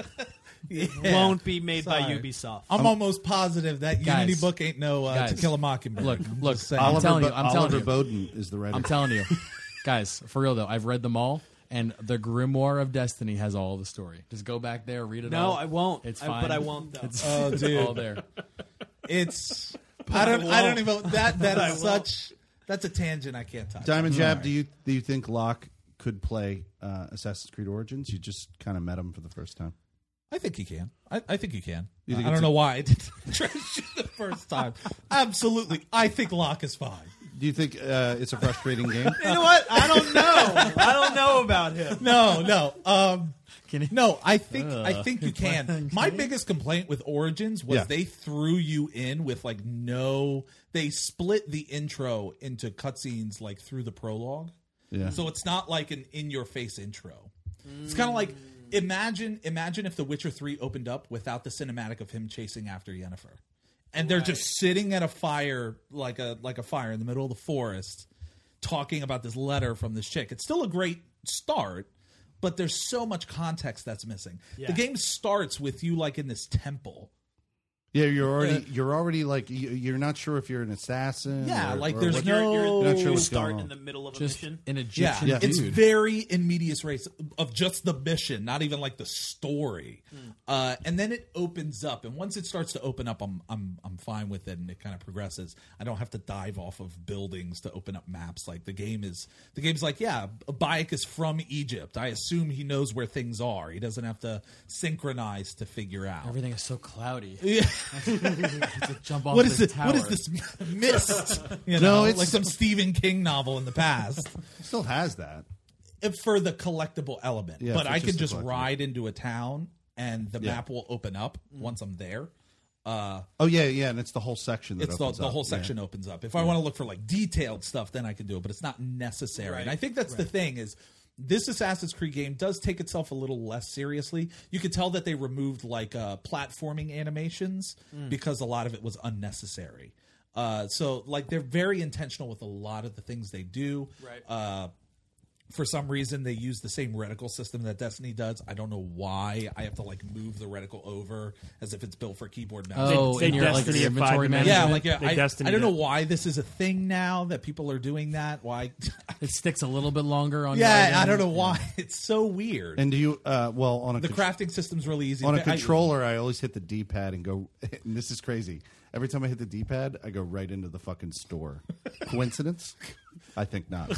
Speaker 1: Yeah.
Speaker 5: Won't be made by
Speaker 1: Sorry.
Speaker 5: Ubisoft.
Speaker 1: I'm, almost positive that
Speaker 4: Guys.
Speaker 1: Unity book ain't no uh, To
Speaker 4: Guys.
Speaker 1: Kill a Mockingbird.
Speaker 4: look,
Speaker 1: I'm
Speaker 4: look,
Speaker 1: just saying.
Speaker 4: I'm telling
Speaker 3: Bo-
Speaker 4: you, I'm
Speaker 3: Oliver
Speaker 4: telling you.
Speaker 3: Bowden is the writer.
Speaker 4: I'm telling you, guys, for real though, I've read them all, and the Grimoire of Destiny has all the story. Just go back there, read it.
Speaker 5: No,
Speaker 4: all.
Speaker 5: I won't.
Speaker 4: It's
Speaker 5: I-
Speaker 4: fine,
Speaker 5: but I won't, though.
Speaker 4: It's,
Speaker 1: Oh,
Speaker 4: it's
Speaker 1: dude.
Speaker 4: all there.
Speaker 1: it's I don't I don't even that
Speaker 5: I
Speaker 1: that's
Speaker 5: won't.
Speaker 1: such that's a tangent I can't touch.
Speaker 3: Diamond Jab, do you do you think Locke could play uh, Assassin's Creed Origins? You just kind of met him for the first time.
Speaker 1: I think you can. I, I think you can.
Speaker 3: You think
Speaker 1: I
Speaker 3: it's
Speaker 1: don't
Speaker 3: a-
Speaker 1: know why I didn't trash you the first time. Absolutely, I think Locke is fine.
Speaker 3: Do you think uh, it's a frustrating game?
Speaker 5: you know what? I don't know. I don't know about him.
Speaker 1: No, no, um,
Speaker 4: Can you-
Speaker 1: no. I think I think you can. My biggest complaint with Origins was
Speaker 3: Yeah.
Speaker 1: they threw you in with like no. They split the intro into cutscenes like through the prologue.
Speaker 3: Yeah.
Speaker 1: So it's not like an in-your-face intro. It's kind of like imagine imagine if The Witcher Three opened up without the cinematic of him chasing after Yennefer, and they're just sitting at a fire like a like a fire in the middle of the forest, talking about this letter from this chick. It's still a great start, but there's so much context that's missing.
Speaker 5: Yeah.
Speaker 1: The game starts with you like in this temple.
Speaker 3: Yeah, you're
Speaker 1: Uh,
Speaker 3: already you're already like you- you're not sure if you're an assassin.
Speaker 1: Yeah,
Speaker 3: or-
Speaker 1: like
Speaker 3: or
Speaker 1: there's
Speaker 3: what-
Speaker 1: no-
Speaker 5: You're, you're,
Speaker 3: Not sure
Speaker 5: you
Speaker 3: what's
Speaker 5: start
Speaker 3: going on.
Speaker 5: in the middle of a
Speaker 4: Just
Speaker 5: mission.
Speaker 4: an
Speaker 1: Yeah,
Speaker 4: Egyptian
Speaker 1: it's
Speaker 4: dude.
Speaker 1: very in medias race of just the mission, not even like the story.
Speaker 4: Mm.
Speaker 1: Uh, and then it opens up, and once it starts to open up, I'm I'm I'm fine with it, and it kind of progresses. I don't have to dive off of buildings to open up maps. Like the game is, the game's like, yeah, Bayek is from Egypt. I assume he knows where things are. He doesn't have to synchronize to figure out.
Speaker 4: Everything is so cloudy. Yeah. jump off
Speaker 1: What is
Speaker 4: this
Speaker 1: it?
Speaker 4: tower.
Speaker 1: What is this mist? You
Speaker 3: No,
Speaker 1: know,
Speaker 3: it's-
Speaker 1: like some Stephen King novel in the past.
Speaker 3: still has that.
Speaker 1: if for the collectible element.
Speaker 3: Yeah,
Speaker 1: but
Speaker 3: for
Speaker 1: I
Speaker 3: just
Speaker 1: can
Speaker 3: the
Speaker 1: just
Speaker 3: collectible.
Speaker 1: ride into a town and the
Speaker 3: Yeah. Mm.
Speaker 1: map will open up once I'm there. Uh,
Speaker 3: Oh yeah, yeah, and it's the whole section. That
Speaker 1: it's the,
Speaker 3: opens
Speaker 1: the
Speaker 3: up.
Speaker 1: whole
Speaker 3: Yeah.
Speaker 1: section opens up. If I want to look for like detailed stuff, then I can do it. But it's not necessary. And I
Speaker 5: Right,
Speaker 1: think that's the thing is this Assassin's Creed game does take itself a little less seriously. You could tell that they removed like uh, platforming animations
Speaker 5: Mm.
Speaker 1: because a lot of it was unnecessary. Uh, so like they're very intentional with a lot of the things they do.
Speaker 5: Right.
Speaker 1: Uh, for some reason they use the same reticle system that Destiny does. I don't know why. I have to like move the reticle over as if it's built for keyboard mouse.
Speaker 4: Oh,
Speaker 2: They-
Speaker 4: and
Speaker 2: they
Speaker 4: your, like,
Speaker 2: Destiny
Speaker 4: your
Speaker 2: at five
Speaker 4: inventory
Speaker 2: minutes.
Speaker 4: management.
Speaker 1: Yeah, like yeah,
Speaker 2: They
Speaker 1: I,
Speaker 2: Destiny
Speaker 1: I don't know
Speaker 2: it.
Speaker 1: why this is a thing now that people are doing that. Why?
Speaker 4: It sticks a little bit longer on. your
Speaker 1: yeah,
Speaker 4: end.
Speaker 1: I don't know why. It's so weird.
Speaker 3: And do you? Uh, well, on a
Speaker 1: the
Speaker 3: con-
Speaker 1: crafting system's really easy.
Speaker 3: on a
Speaker 1: In fact, I-
Speaker 3: controller, I, always hit the D pad and go. And this is crazy. Every time I hit the D pad, I go right into the fucking store. Coincidence? I think not.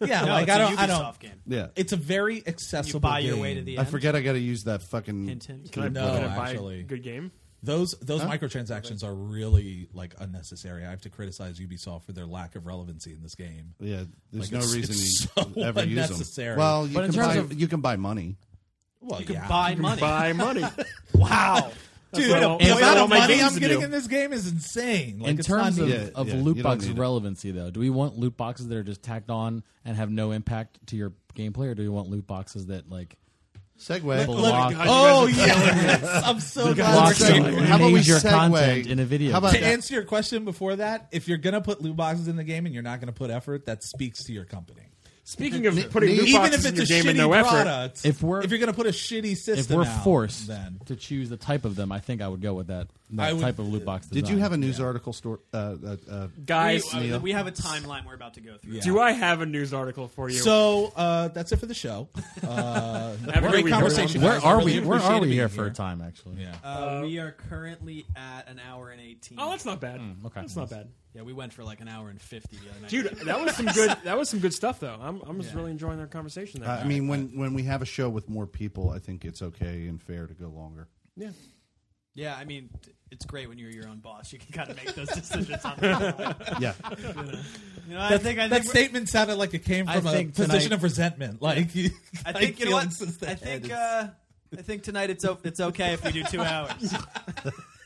Speaker 1: yeah,
Speaker 5: No,
Speaker 1: like
Speaker 5: it's
Speaker 1: I
Speaker 5: a
Speaker 1: don't. I
Speaker 5: Ubisoft
Speaker 1: don't.
Speaker 5: game.
Speaker 3: Yeah,
Speaker 1: It's a very
Speaker 5: You
Speaker 1: accessible.
Speaker 5: buy your way to
Speaker 1: game.
Speaker 5: the
Speaker 3: I
Speaker 5: end.
Speaker 3: forget I got to use that fucking.
Speaker 5: Hint, hint.
Speaker 2: Can I
Speaker 1: No,
Speaker 2: can I buy
Speaker 1: actually.
Speaker 2: a good game?
Speaker 1: Those those microtransactions are really like unnecessary. I have to criticize Ubisoft for their lack of relevancy in this game.
Speaker 3: Yeah,
Speaker 1: Like,
Speaker 3: there's no
Speaker 1: it's-
Speaker 3: reason
Speaker 1: it's
Speaker 3: you
Speaker 1: so
Speaker 3: ever use them.
Speaker 1: unnecessary.
Speaker 3: Well, you
Speaker 4: But in
Speaker 3: can buy
Speaker 4: terms of-
Speaker 3: you can buy money.
Speaker 1: Well,
Speaker 5: You can
Speaker 1: yeah.
Speaker 5: buy money.
Speaker 2: Buy money.
Speaker 5: Wow.
Speaker 1: Dude,
Speaker 2: what I
Speaker 1: the
Speaker 2: want- that's what I
Speaker 1: amount of
Speaker 2: want my
Speaker 1: money
Speaker 2: games
Speaker 1: I'm
Speaker 2: to
Speaker 1: getting
Speaker 2: do.
Speaker 1: in this game is insane. Like,
Speaker 4: in
Speaker 1: it's
Speaker 4: terms
Speaker 1: not
Speaker 4: of,
Speaker 1: needed.
Speaker 3: needed.
Speaker 4: of
Speaker 3: Yeah, yeah,
Speaker 4: loot
Speaker 3: you don't
Speaker 4: box
Speaker 3: need it.
Speaker 4: relevancy, though, do we want loot boxes that are just tacked on and have no impact to your gameplay, or do we want loot boxes that like
Speaker 3: Segway.
Speaker 4: block,
Speaker 1: Oh yeah, I'm so glad.
Speaker 4: block
Speaker 1: we're
Speaker 4: some
Speaker 1: saying-
Speaker 3: segue. How about we
Speaker 4: major
Speaker 3: segue
Speaker 4: content in a video?
Speaker 3: How about-
Speaker 4: game?
Speaker 1: to answer your question before that, if you're gonna put loot boxes in the game and you're not gonna put effort, that speaks to your company.
Speaker 2: Speaking of putting
Speaker 3: ne-
Speaker 2: new
Speaker 3: even
Speaker 1: Even
Speaker 2: boxes
Speaker 1: if
Speaker 2: in
Speaker 1: it's a
Speaker 2: your game
Speaker 1: shitty
Speaker 2: and no effort,
Speaker 1: product,
Speaker 4: If we're-
Speaker 1: if you're going to put a shitty
Speaker 4: If
Speaker 1: system,
Speaker 4: we're
Speaker 1: out,
Speaker 4: forced
Speaker 1: then
Speaker 4: to choose the type of them, I think I would uh, go with that,
Speaker 1: I
Speaker 4: that
Speaker 1: would-
Speaker 4: type of loot box. Design.
Speaker 3: Did you have a news article store? Uh, uh, uh,
Speaker 5: We,
Speaker 2: guys,
Speaker 5: uh, we have a timeline we're about to go through.
Speaker 1: Yeah.
Speaker 2: do I have a news article for you?
Speaker 1: so uh, that's it for the show. Uh,
Speaker 2: Have a
Speaker 1: great
Speaker 2: good week,
Speaker 1: conversation.
Speaker 2: everyone.
Speaker 4: Where
Speaker 1: guys. I
Speaker 4: are
Speaker 1: really
Speaker 4: we? Where are
Speaker 1: appreciated
Speaker 4: we
Speaker 1: being
Speaker 4: here for a time? Actually,
Speaker 1: Yeah.
Speaker 5: Uh, we are currently at an hour and eighteen.
Speaker 2: Oh, that's not bad.
Speaker 4: okay.
Speaker 2: that's not bad,
Speaker 5: yeah. We went for like an hour and fifty the other night.
Speaker 2: dude. That was some good. That was some good stuff, though. I'm, I'm just
Speaker 5: Yeah.
Speaker 2: really enjoying our conversation. There,
Speaker 3: Uh, I mean, when, when we have a show with more people, I think it's okay and fair to go longer.
Speaker 2: yeah.
Speaker 5: yeah, I mean, t- it's great when you're your own boss. You can kind of make those decisions. on the fly.
Speaker 3: Yeah,
Speaker 5: You know, I think I
Speaker 1: that
Speaker 5: think we're-
Speaker 1: statement sounded like it came
Speaker 4: I
Speaker 1: from a
Speaker 4: think
Speaker 1: position
Speaker 4: tonight-
Speaker 1: of resentment. Like you-
Speaker 5: I think you know
Speaker 1: feeling
Speaker 5: what?
Speaker 1: since the
Speaker 5: I
Speaker 1: head
Speaker 5: think
Speaker 1: is-
Speaker 5: uh, I think tonight it's o- it's okay if we do two hours.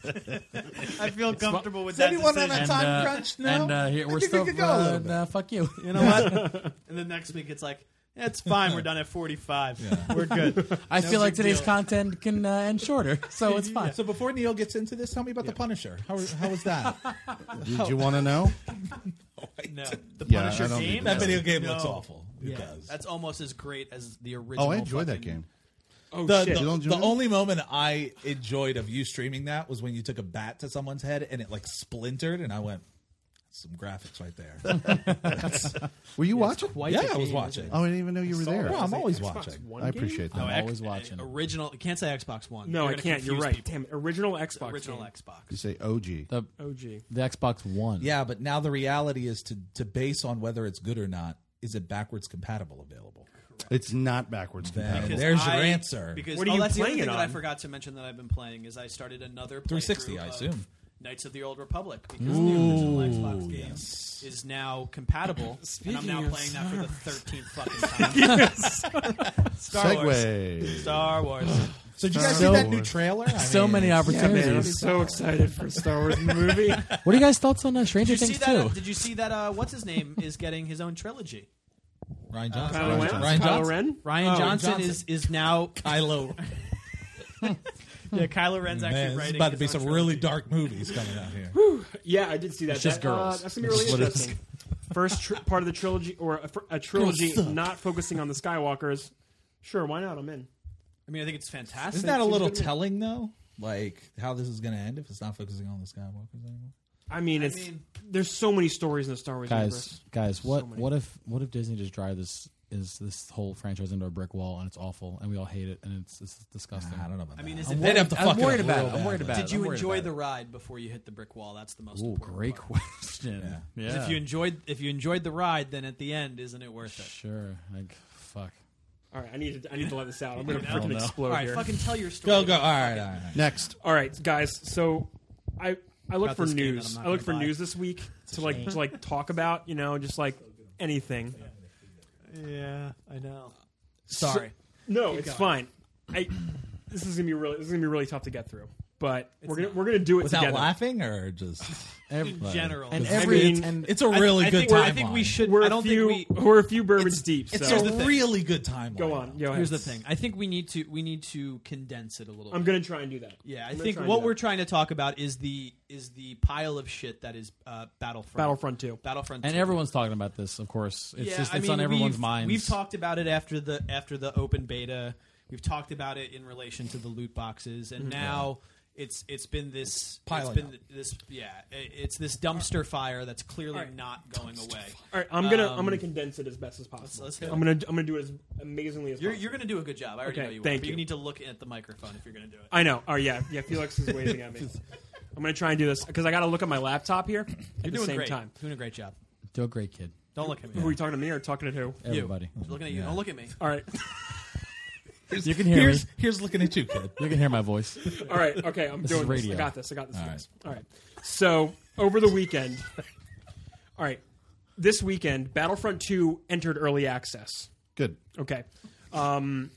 Speaker 5: I feel comfortable with
Speaker 1: Is
Speaker 5: that
Speaker 1: anyone on
Speaker 5: decision.
Speaker 1: a time crunch now?
Speaker 4: and uh, here,
Speaker 1: I think
Speaker 4: we're
Speaker 1: we
Speaker 4: still.
Speaker 1: could go a
Speaker 4: uh,
Speaker 1: little bit.
Speaker 4: nah, fuck you.
Speaker 5: You know what? and then next week it's like, "Yeah, it's fine. We're done at 45. We're good.
Speaker 4: I feel like
Speaker 5: big
Speaker 4: today's
Speaker 5: deal.
Speaker 4: content can uh, end shorter, so it's fine.
Speaker 1: So before Neil gets into this, tell me about the Punisher. How how was that?
Speaker 3: did you want to know?
Speaker 5: No, the
Speaker 3: Yeah,
Speaker 5: Punisher
Speaker 3: I don't
Speaker 5: game.
Speaker 3: think
Speaker 1: that video game
Speaker 5: No.
Speaker 1: looks awful. It
Speaker 5: Yeah,
Speaker 1: does.
Speaker 5: that's almost as great as the original.
Speaker 3: Oh, I enjoyed that
Speaker 5: fucking-
Speaker 3: game.
Speaker 2: Oh
Speaker 1: the,
Speaker 2: shit.
Speaker 1: the-
Speaker 3: don't you
Speaker 1: the
Speaker 3: know?
Speaker 1: only moment I enjoyed of you streaming that was when you took a bat to someone's head and it like splintered, and I went, "That's some graphics right there.
Speaker 3: Were you watching?
Speaker 5: Quite
Speaker 1: yeah,
Speaker 5: the
Speaker 1: I was
Speaker 5: game,
Speaker 1: watching.
Speaker 5: isn't
Speaker 3: Oh, I didn't even know you were there.
Speaker 1: No, I'm always
Speaker 2: Xbox
Speaker 1: watching.
Speaker 2: One
Speaker 3: I
Speaker 2: game?
Speaker 3: appreciate
Speaker 5: it?
Speaker 3: that.
Speaker 5: ex-
Speaker 4: always watching.
Speaker 5: Original. You can't say Xbox One.
Speaker 2: No,
Speaker 5: You're
Speaker 2: I
Speaker 5: gonna
Speaker 2: can't. You're
Speaker 5: confuse
Speaker 2: right.
Speaker 5: people.
Speaker 2: Damn, it. original Xbox.
Speaker 5: Original
Speaker 2: game. Oh,
Speaker 3: You
Speaker 5: Xbox.
Speaker 3: say OG.
Speaker 4: The
Speaker 2: OG.
Speaker 4: the Xbox One.
Speaker 1: Yeah, but now the reality is to to base on whether it's good or not. Is it backwards compatible available?
Speaker 3: It's not backwards compatible.
Speaker 5: Because
Speaker 1: There's your
Speaker 5: I-
Speaker 1: answer.
Speaker 5: Because
Speaker 2: What are
Speaker 5: oh,
Speaker 2: you
Speaker 5: that's the other
Speaker 2: playing
Speaker 5: thing
Speaker 2: it
Speaker 5: that I
Speaker 2: on?
Speaker 5: forgot to mention that I've been playing is I started another
Speaker 1: 360, I
Speaker 5: playthrough of
Speaker 1: assume.
Speaker 5: Knights of the Old Republic because the original Xbox game
Speaker 1: yes.
Speaker 5: is now compatible, and I'm
Speaker 2: Speaking
Speaker 5: now
Speaker 2: of
Speaker 5: playing that for the 13th fucking time. Star Wars.
Speaker 3: Segway.
Speaker 5: Star Wars.
Speaker 1: So did you guys
Speaker 4: So-
Speaker 1: see that new trailer? I
Speaker 4: So
Speaker 1: mean,
Speaker 4: many
Speaker 1: it's-
Speaker 4: opportunities.
Speaker 2: Man, I'm so excited for Star Wars movie.
Speaker 4: What are you guys' thoughts on uh, Stranger
Speaker 5: Did you see
Speaker 4: Things
Speaker 5: that?
Speaker 4: too?
Speaker 5: did you see that? Uh, what's his name is getting his own trilogy.
Speaker 1: Ryan Johnson.
Speaker 2: Kylo Ren?
Speaker 1: Ryan
Speaker 2: Kylo
Speaker 1: Johnson.
Speaker 2: Ren?
Speaker 5: Ryan
Speaker 1: Oh,
Speaker 5: Johnson,
Speaker 1: Johnson.
Speaker 5: is is now
Speaker 1: Kylo.
Speaker 5: yeah. Kylo Ren's actually
Speaker 1: Man, this is
Speaker 5: writing.
Speaker 1: about to be
Speaker 5: his own
Speaker 1: some
Speaker 5: trilogy.
Speaker 1: really dark movies coming out here.
Speaker 2: Yeah, I did see that.
Speaker 4: It's just
Speaker 2: That, uh,
Speaker 4: girls.
Speaker 2: that's gonna be really
Speaker 4: That's what it
Speaker 2: interesting. First tr- part of the trilogy, or a, fr- a trilogy not focusing on the Skywalkers. Sure, why not? I'm in.
Speaker 5: I mean, I think it's fantastic.
Speaker 1: Isn't that a little
Speaker 2: good to me.
Speaker 1: telling though? Like how this is going to end if it's not focusing on the Skywalkers anymore?
Speaker 2: I mean, it's
Speaker 5: mean-
Speaker 2: there's so many stories in the Star Wars
Speaker 4: guys,
Speaker 2: universe.
Speaker 4: guys, what
Speaker 2: many.
Speaker 4: what if what if Disney just drive this is this whole franchise into a brick wall and it's awful and we all hate it and it's, it's disgusting.
Speaker 1: I don't know about that.
Speaker 5: I mean, is
Speaker 1: I'm
Speaker 5: it-
Speaker 1: worried-
Speaker 5: They'd have
Speaker 1: to
Speaker 4: I'm
Speaker 1: fuck it
Speaker 4: worried
Speaker 1: up
Speaker 4: about
Speaker 1: real
Speaker 4: it. I'm worried
Speaker 1: bad.
Speaker 4: about it.
Speaker 5: Did you
Speaker 4: I'm worried
Speaker 5: enjoy
Speaker 4: about
Speaker 5: the
Speaker 4: it.
Speaker 5: ride before you hit the brick wall? That's the most
Speaker 4: Ooh,
Speaker 5: important
Speaker 4: great
Speaker 5: part.
Speaker 4: question.
Speaker 1: Yeah.
Speaker 4: Yeah.
Speaker 5: 'Cause If you enjoyed, if you enjoyed the ride, then at the end, isn't it worth it?
Speaker 4: sure, like fuck.
Speaker 2: All right, I need to I need to let this out. I'm gonna
Speaker 5: I don't
Speaker 2: freaking
Speaker 4: know.
Speaker 2: explode
Speaker 5: All right,
Speaker 2: here.
Speaker 5: fucking tell your story.
Speaker 1: Go go. All right, all right. all right.
Speaker 3: Next.
Speaker 2: All right, guys. So I I look
Speaker 5: About
Speaker 2: for
Speaker 5: this game that
Speaker 2: news.
Speaker 5: I'm not
Speaker 2: I look for
Speaker 5: gonna buy.
Speaker 2: news this week to like to like talk about. You know, just like anything.
Speaker 5: Yeah, I know. Sorry,
Speaker 2: No, it's fine. I this is gonna be really this is gonna be really tough to get through. But we're gonna
Speaker 5: not.
Speaker 2: we're gonna do it
Speaker 1: Without
Speaker 2: together.
Speaker 1: laughing or just
Speaker 4: Everybody.
Speaker 5: general.
Speaker 4: and
Speaker 5: I
Speaker 4: every
Speaker 2: mean-
Speaker 4: and
Speaker 1: it's a really
Speaker 5: I
Speaker 1: good
Speaker 5: think
Speaker 1: time.
Speaker 5: we're- I think we should.
Speaker 2: We're
Speaker 5: I don't
Speaker 2: a few
Speaker 5: think we.
Speaker 2: we're a few bourbons deep.
Speaker 1: It's
Speaker 2: so
Speaker 1: a really good time.
Speaker 2: go on. Go ahead.
Speaker 5: Here's the thing. I think we need to. We need to condense it a little.
Speaker 2: I'm
Speaker 5: bit.
Speaker 2: gonna try and do that.
Speaker 5: Yeah, I
Speaker 2: I'm gonna
Speaker 5: think
Speaker 2: try and
Speaker 5: what
Speaker 2: do
Speaker 5: we're
Speaker 2: that.
Speaker 5: trying to talk about is the is the pile of shit that is uh, Battlefront.
Speaker 2: Battlefront 2.
Speaker 5: Battlefront.
Speaker 4: and
Speaker 5: 2.
Speaker 4: everyone's talking about this, of course. It's
Speaker 5: yeah,
Speaker 4: just
Speaker 5: I
Speaker 4: it's
Speaker 5: mean,
Speaker 4: on everyone's
Speaker 5: we've,
Speaker 4: minds.
Speaker 5: We've talked about it after the after the open beta. We've talked about it in relation to the loot boxes, and
Speaker 2: Mm-hmm.
Speaker 5: now it's it's been this
Speaker 1: piling
Speaker 5: It's been
Speaker 1: up.
Speaker 5: this yeah. i- It's this dumpster fire that's clearly
Speaker 2: Alright.
Speaker 5: not going away.
Speaker 2: All right, I'm gonna I'm
Speaker 5: Um,
Speaker 2: gonna condense it as best as possible.
Speaker 5: let's hit
Speaker 2: I'm gonna I'm gonna do it as amazingly as
Speaker 5: You're,
Speaker 2: possible.
Speaker 5: you're going to do a good job. I already
Speaker 2: Okay,
Speaker 5: know you.
Speaker 2: thank
Speaker 5: are, but you.
Speaker 2: you.
Speaker 5: need to look at the microphone if you're going to do it.
Speaker 2: I know. Oh yeah, yeah. Felix is waving at me. I'm gonna try and do this because I gotta look at my laptop here at
Speaker 5: You're
Speaker 2: the
Speaker 5: doing
Speaker 2: same
Speaker 5: great.
Speaker 2: time.
Speaker 5: Doing a great job.
Speaker 4: Do a great kid.
Speaker 5: Don't look at
Speaker 2: Who are
Speaker 5: me.
Speaker 2: you talking to me or talking to who?
Speaker 4: Everybody.
Speaker 5: You. Looking at you. Don't look at me.
Speaker 2: All right,
Speaker 4: You can hear me.
Speaker 1: here's here's looking at you, kid.
Speaker 4: You can hear my voice.
Speaker 2: all right. Okay, I'm
Speaker 4: This is
Speaker 2: doing this.
Speaker 4: radio.
Speaker 2: I got this. I got this.
Speaker 1: All
Speaker 2: guys. All right. So over the weekend, all right, this weekend, Battlefront 2 entered early access.
Speaker 3: Good.
Speaker 2: Okay. Um,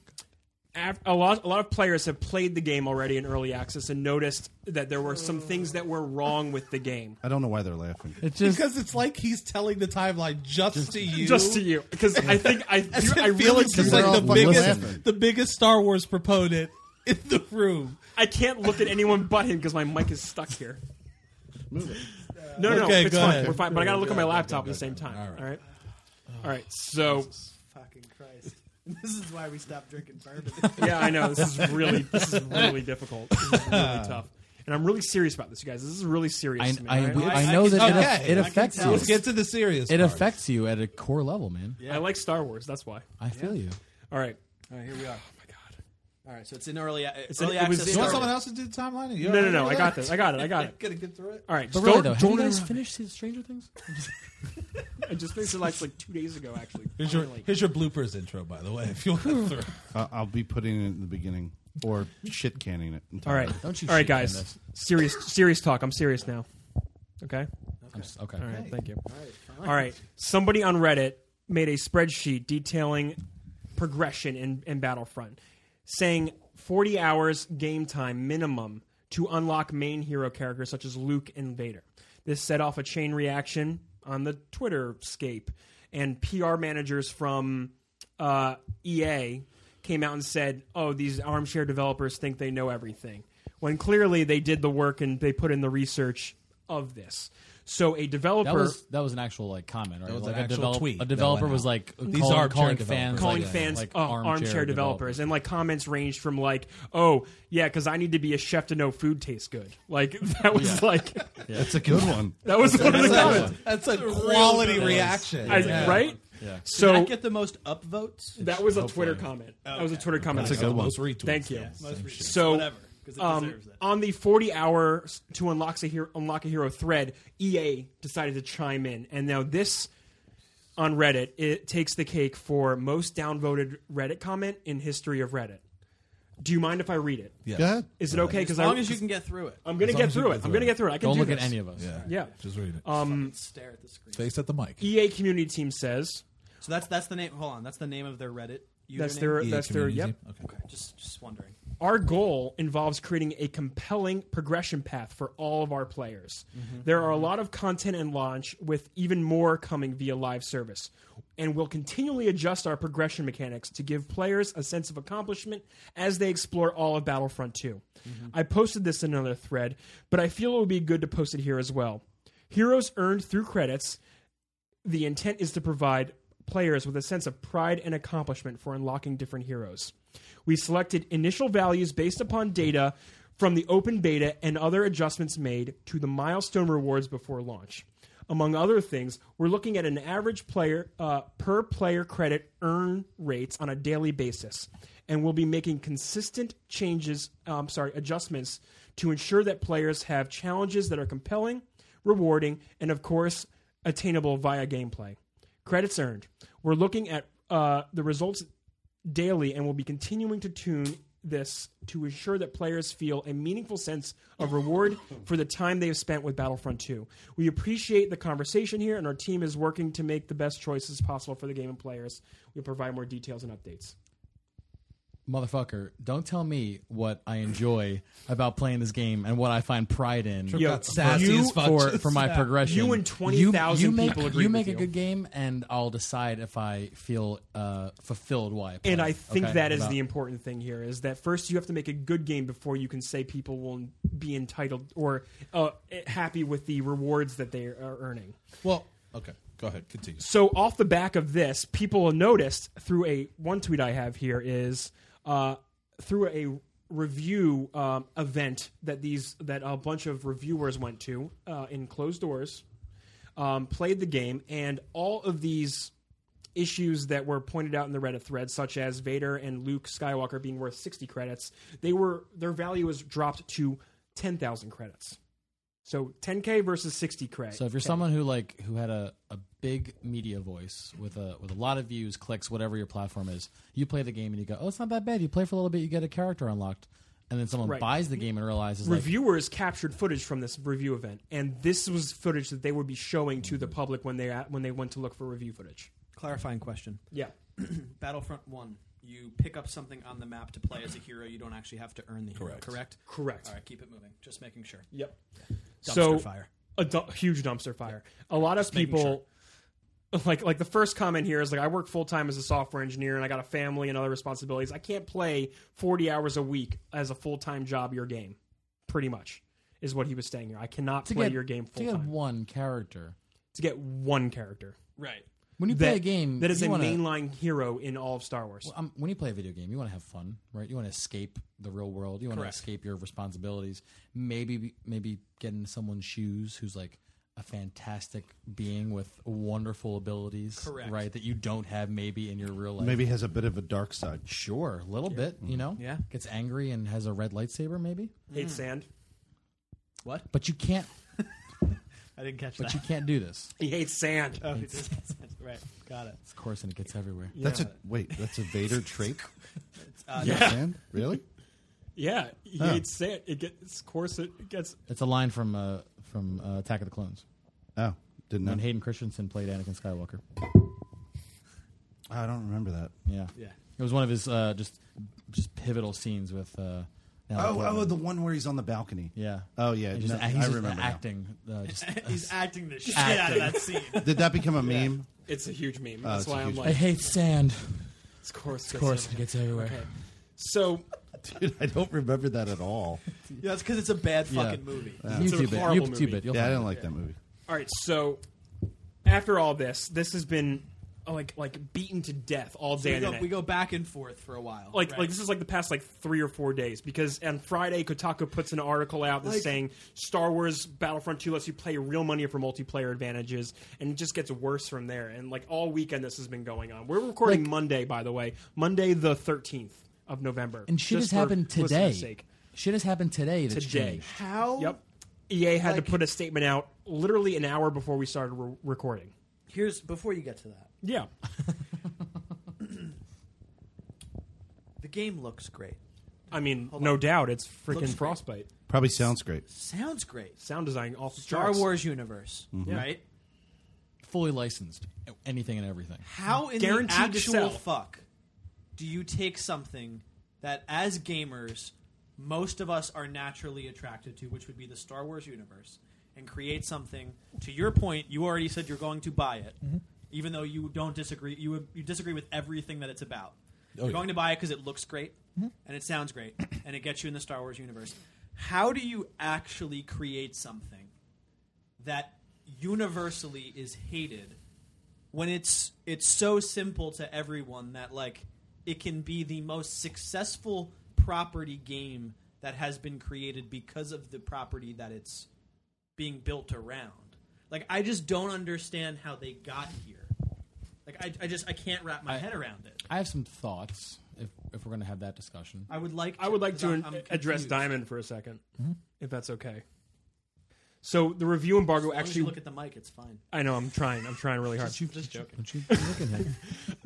Speaker 2: af- a lot, a lot of players have played the game already in early access and noticed that there were some things that were wrong with the game.
Speaker 3: I don't know why they're laughing.
Speaker 4: It's just
Speaker 1: Because it's like he's telling the timeline just, to you.
Speaker 2: Just to you, because I think I,
Speaker 1: As
Speaker 2: I
Speaker 1: if
Speaker 2: really
Speaker 1: Felix
Speaker 2: do
Speaker 1: is
Speaker 3: They're all
Speaker 1: like the
Speaker 3: fucking
Speaker 1: biggest,
Speaker 3: laughing.
Speaker 1: the biggest Star Wars proponent in the room.
Speaker 2: I can't look at anyone but him because my mic is stuck here.
Speaker 3: Move it.
Speaker 2: No, no,
Speaker 1: Okay,
Speaker 2: it's
Speaker 1: go
Speaker 2: fine.
Speaker 1: ahead.
Speaker 2: We're fine. But I gotta look at my
Speaker 3: Go, go,
Speaker 2: laptop
Speaker 3: go,
Speaker 2: at the same
Speaker 3: go, go.
Speaker 2: time. All
Speaker 1: All
Speaker 2: right.
Speaker 1: right.
Speaker 2: All right, so
Speaker 5: Fucking Christ. This is why we stopped drinking bourbon.
Speaker 2: yeah, I know this is really this is really difficult, this is really tough, and I'm really serious about this, you guys. This is really serious.
Speaker 4: I,
Speaker 2: to me,
Speaker 4: I,
Speaker 2: all
Speaker 4: we-
Speaker 2: right?
Speaker 4: I
Speaker 5: I
Speaker 4: know
Speaker 5: can
Speaker 4: that
Speaker 3: tell.
Speaker 4: it,
Speaker 3: I
Speaker 4: it
Speaker 3: can
Speaker 4: affects
Speaker 5: tell.
Speaker 4: you.
Speaker 1: Let's get to the serious.
Speaker 4: It
Speaker 1: part.
Speaker 4: affects you at a core level, man.
Speaker 2: I like Star Wars. That's why.
Speaker 4: I feel you.
Speaker 2: All right.
Speaker 5: All right, here we are.
Speaker 2: Oh my god.
Speaker 5: All right, so it's in early, uh,
Speaker 2: in-
Speaker 5: early
Speaker 2: it was-
Speaker 5: access.
Speaker 2: you
Speaker 1: You want
Speaker 5: Star
Speaker 1: someone else
Speaker 5: Wars.
Speaker 1: to do the timeline? You
Speaker 2: No, no, no. I got this. I got it. I got it.
Speaker 1: Gotta get through it.
Speaker 2: All right.
Speaker 4: But
Speaker 2: Don't,
Speaker 4: really, though, have you
Speaker 2: don't
Speaker 4: guys
Speaker 2: interrupt.
Speaker 4: finished Stranger Things?
Speaker 2: I just finished it like, like two days ago, actually.
Speaker 1: Here's your,
Speaker 2: Finally.
Speaker 1: here's your bloopers intro, by the way, if you want to throw.
Speaker 3: I- I'll be putting it in the beginning or shit canning it.
Speaker 2: All right.
Speaker 4: Don't you
Speaker 2: All right,
Speaker 4: shit on
Speaker 2: guys.
Speaker 4: this.
Speaker 2: Serious, serious talk. I'm serious now. Okay.
Speaker 4: I'm s- okay.
Speaker 2: All right. Thank you.
Speaker 5: All right, fine.
Speaker 2: All right. Somebody on Reddit made a spreadsheet detailing progression in, in Battlefront, saying 40 hours game time minimum to unlock main hero characters such as Luke and Vader. This set off a chain reaction on the Twitter scape, and PR managers from uh, EA came out and said, "Oh, these armchair developers think they know everything," when clearly they did the work and they put in the research of this. So a developer
Speaker 4: That was that was an actual like comment, right?
Speaker 1: was
Speaker 4: like
Speaker 1: an
Speaker 4: a,
Speaker 1: actual
Speaker 4: develop-
Speaker 1: tweet
Speaker 4: a
Speaker 1: that
Speaker 4: developer
Speaker 1: went
Speaker 4: was
Speaker 1: out.
Speaker 4: like
Speaker 1: These
Speaker 4: calling,
Speaker 1: armchair
Speaker 4: calling
Speaker 1: developers.
Speaker 4: fans
Speaker 2: calling
Speaker 4: like,
Speaker 2: fans
Speaker 4: like
Speaker 2: uh, armchair, developers. and like comments ranged from like oh yeah because i need to be a chef to know food tastes good like that was like
Speaker 3: That's a good one.
Speaker 2: that was one of the comments
Speaker 1: That's, that's a quality
Speaker 4: good.
Speaker 1: reaction.
Speaker 2: I-
Speaker 1: Yeah.
Speaker 2: right
Speaker 4: Yeah.
Speaker 5: Did I
Speaker 2: so
Speaker 5: get the most upvotes?
Speaker 2: that was a twitter comment that was a twitter comment
Speaker 3: That's a
Speaker 2: I
Speaker 3: good
Speaker 2: saw.
Speaker 3: one.
Speaker 1: Most retweets.
Speaker 2: thank you
Speaker 5: Most recent.
Speaker 2: So,
Speaker 5: whatever, because it
Speaker 2: um,
Speaker 5: deserves it.
Speaker 2: on the 40 hour s- to unlock a hero, unlock a hero thread, EA decided to chime in, and now this on Reddit it takes the cake for most downvoted Reddit comment in history of Reddit. Do you mind if I read it?
Speaker 1: Yes.
Speaker 3: Go ahead.
Speaker 2: Is it okay? Because
Speaker 5: As long as you can get through it,
Speaker 2: I'm gonna
Speaker 1: As long
Speaker 2: get
Speaker 1: as you
Speaker 2: through
Speaker 1: can get
Speaker 2: it. I'm
Speaker 1: through
Speaker 2: gonna
Speaker 1: it.
Speaker 2: get through it. I can
Speaker 4: Don't
Speaker 2: do
Speaker 4: look at
Speaker 2: this.
Speaker 4: any of us.
Speaker 1: Yeah.
Speaker 2: Yeah. Um, E
Speaker 1: Just read it.
Speaker 5: Fucking stare at the screen.
Speaker 1: Face at the mic. E,
Speaker 2: EA community team says
Speaker 5: So that's that's the name. Hold on, that's the name of their Reddit. Username?
Speaker 2: that's their
Speaker 1: EA
Speaker 2: that's their
Speaker 1: community
Speaker 2: yep.
Speaker 1: team? Okay.
Speaker 5: Okay, just just wondering.
Speaker 2: our goal involves creating a compelling progression path for all of our players. There are a lot of content and launch, with even more coming via live service. And we'll continually adjust our progression mechanics to give players a sense of accomplishment as they explore all of Battlefront 2. I posted this in another thread, but I feel it would be good to post it here as well. Heroes earned through credits the intent is to provide players with a sense of pride and accomplishment for unlocking different heroes. We selected initial values based upon data from the open beta and other adjustments made to the milestone rewards before launch. Among other things, we're looking at an average player uh, per player credit earn rates on a daily basis, and we'll be making consistent changes, um, sorry, adjustments to ensure that players have challenges that are compelling, rewarding, and of course, attainable via gameplay. Credits earned. We're looking at uh, the results daily and we will be continuing to tune this to ensure that players feel a meaningful sense of reward for the time they have spent with Battlefront 2. We appreciate the conversation here, and our team is working to make the best choices possible for the game and players. We'll provide more details and updates.
Speaker 4: Motherfucker, don't tell me what I enjoy about playing this game and what I find pride in.
Speaker 1: Yo, got sassy
Speaker 2: you-
Speaker 1: as fuck
Speaker 4: for,
Speaker 1: just
Speaker 4: for my
Speaker 1: now.
Speaker 4: progression.
Speaker 2: You and 20,000
Speaker 4: you make-
Speaker 2: people agree
Speaker 4: You
Speaker 2: with
Speaker 4: make
Speaker 2: you.
Speaker 4: a good game, and I'll decide if I feel uh, fulfilled why. I play
Speaker 2: And I
Speaker 4: it.
Speaker 2: think
Speaker 4: Okay?
Speaker 2: that is
Speaker 4: About-
Speaker 2: the important thing here is that first you have to make a good game before you can say people will be entitled or uh, happy with the rewards that they are earning.
Speaker 1: Well, okay. Go ahead. Continue.
Speaker 2: So off the back of this, people noticed through a one tweet I have here is uh, through a review um, event that these that a bunch of reviewers went to uh, in closed doors, um, played the game, and all of these issues that were pointed out in the Reddit thread, such as Vader and Luke Skywalker being worth sixty credits, they were their value was dropped to ten thousand credits. So 10k versus 60 credits.
Speaker 4: So if you're someone who like who had a, a big media voice with a with a lot of views, clicks, whatever your platform is, you play the game and you go, oh, it's not that bad. You play for a little bit, you get a character unlocked, and then someone
Speaker 2: Right.
Speaker 4: buys the game and realizes like,
Speaker 2: reviewers captured footage from this review event, and this was footage that they would be showing to the public when they when they went to look for review footage.
Speaker 5: Clarifying question:
Speaker 2: Yeah,
Speaker 5: Battlefront One, you pick up something on the map to play as a hero. You don't actually have to earn the hero.
Speaker 1: Correct.
Speaker 5: Correct.
Speaker 2: correct.
Speaker 5: All right, keep it moving. Just making sure.
Speaker 2: Yep.
Speaker 5: Dumpster
Speaker 2: so
Speaker 5: fire.
Speaker 2: a du- huge dumpster fire. A lot of
Speaker 5: making
Speaker 2: people. Like like the first comment here is like I work full time as a software engineer and I got a family and other responsibilities. I can't play forty hours a week as a full time job your game, pretty much is what he was saying here. I cannot
Speaker 4: to
Speaker 2: play
Speaker 4: get
Speaker 2: your game
Speaker 4: to
Speaker 2: full
Speaker 4: get
Speaker 2: time
Speaker 4: one character.
Speaker 2: to get one character.
Speaker 5: Right.
Speaker 4: When you
Speaker 2: that,
Speaker 4: play a game,
Speaker 2: that is
Speaker 4: you
Speaker 2: a
Speaker 4: wanna-
Speaker 2: mainline hero in all of Star Wars.
Speaker 4: um, when you play a video game, you want to have fun, right? You want to escape the real world. You want
Speaker 5: Correct.
Speaker 4: to escape your responsibilities. Maybe maybe get into someone's shoes who's like a fantastic being with wonderful abilities,
Speaker 5: Correct.
Speaker 4: right? That you don't have maybe in your real life.
Speaker 3: Maybe has a bit of a dark side.
Speaker 4: sure, a little bit, you know.
Speaker 5: Yeah.
Speaker 4: gets angry and has a red lightsaber, maybe.
Speaker 2: Hate sand.
Speaker 5: What?
Speaker 4: But you can't.
Speaker 5: I didn't catch
Speaker 4: But
Speaker 5: that.
Speaker 4: you can't do this.
Speaker 2: He hates sand.
Speaker 5: oh, he did. right. Got it.
Speaker 4: Of course, and it gets everywhere.
Speaker 3: That's a wait. That's a Vader trait. Uh,
Speaker 2: yeah,
Speaker 3: Understand? Really?
Speaker 2: yeah. He
Speaker 3: Huh.
Speaker 2: hates sand. It gets of course it gets
Speaker 4: It's a line from uh, from uh, Attack of the Clones
Speaker 3: Oh, didn't
Speaker 4: when
Speaker 3: know.
Speaker 4: Hayden Christensen played Anakin Skywalker.
Speaker 3: I don't remember that.
Speaker 4: Yeah.
Speaker 5: Yeah.
Speaker 4: It was one of his uh, just just pivotal scenes with. Uh, Natalie
Speaker 3: Oh,
Speaker 4: Portman.
Speaker 3: oh, the one where he's on the balcony.
Speaker 4: yeah.
Speaker 3: Oh yeah,
Speaker 4: And just-
Speaker 3: no,
Speaker 4: he's
Speaker 3: I
Speaker 4: just
Speaker 3: remember. now.
Speaker 4: acting. Uh, just,
Speaker 5: He's acting the shit out of
Speaker 4: Acting.
Speaker 5: that scene.
Speaker 3: Did that become a meme?
Speaker 2: it's a huge meme.
Speaker 3: it's
Speaker 2: That's
Speaker 3: a
Speaker 2: why I'm
Speaker 3: huge
Speaker 4: I
Speaker 2: like
Speaker 4: hate sand.
Speaker 2: of course
Speaker 4: Of course, it
Speaker 2: gets
Speaker 4: gets everywhere.
Speaker 2: sand. Okay. So
Speaker 3: Dude, I don't remember that at all.
Speaker 5: Yeah, that's because it's a bad
Speaker 4: Yeah.
Speaker 5: fucking movie.
Speaker 2: It's a
Speaker 4: YouTube it.
Speaker 2: horrible
Speaker 4: YouTube
Speaker 2: movie.
Speaker 4: it. You'll
Speaker 3: yeah, I
Speaker 4: find
Speaker 3: didn't
Speaker 4: it.
Speaker 3: like that movie.
Speaker 2: All right, so after all this, this has been uh, like like beaten to death all day
Speaker 5: we,
Speaker 2: and
Speaker 5: go,
Speaker 2: night.
Speaker 5: we go back and forth for a while.
Speaker 2: like
Speaker 5: right?
Speaker 2: like this is like the past like three or four days because on Friday Kotaku puts an article out that's
Speaker 5: Like-
Speaker 2: saying Star Wars Battlefront 2 lets you play real money for multiplayer advantages and it just gets worse from there and like all weekend this has been going on. We're recording Monday by the way, Monday the 13th of November.
Speaker 4: And shit
Speaker 2: just
Speaker 4: has happened
Speaker 2: for listeners'
Speaker 4: today.
Speaker 2: Sake.
Speaker 4: Shit has happened today. That's
Speaker 2: Today.
Speaker 4: changed.
Speaker 5: how?
Speaker 2: Yep. EA had
Speaker 5: Like-
Speaker 2: to put a statement out literally an hour before we started re- recording.
Speaker 5: Here's before you get to that.
Speaker 2: Yeah.
Speaker 5: The game looks great.
Speaker 2: I mean, no doubt it's
Speaker 5: Looks
Speaker 2: freaking
Speaker 5: great.
Speaker 2: Frostbite.
Speaker 3: Probably sounds great.
Speaker 5: Sounds great.
Speaker 2: Sound design off the
Speaker 5: Star
Speaker 2: charts.
Speaker 5: Wars universe, right?
Speaker 4: Fully licensed. Anything and everything.
Speaker 5: How in
Speaker 2: Guaranteed
Speaker 5: the
Speaker 2: to
Speaker 5: actual
Speaker 2: sell.
Speaker 5: fuck do you take something that, as gamers, most of us are naturally attracted to, which would be the Star Wars universe, and create something? To your point, you already said you're going to buy it,
Speaker 2: Mm-hmm.
Speaker 5: even though you don't disagree. You you disagree with everything that it's
Speaker 2: Oh,
Speaker 5: about. you're
Speaker 1: yeah.
Speaker 5: going to buy it because it looks great
Speaker 2: Mm-hmm.
Speaker 5: and it sounds great and it gets you in the Star Wars universe. How do you actually create something that universally is hated when it's it's so simple to everyone that like it can be the most successful property game that has been created because of the property that it's being built around like i just don't understand how they got here like i, I just i can't wrap my head around it
Speaker 4: I have some thoughts. If if we're going to have that discussion,
Speaker 5: i would like
Speaker 2: I would like
Speaker 5: 'cause
Speaker 2: to
Speaker 5: I'm-
Speaker 2: an-
Speaker 5: I'm
Speaker 2: address
Speaker 5: confused.
Speaker 2: Diamond for a 2nd if that's okay. So the review embargo
Speaker 5: As long as you
Speaker 2: actually.
Speaker 5: look at the mic it's fine
Speaker 2: I know I'm trying. I'm trying really hard.
Speaker 4: Don't you-
Speaker 5: just joking.
Speaker 4: don't you look at him.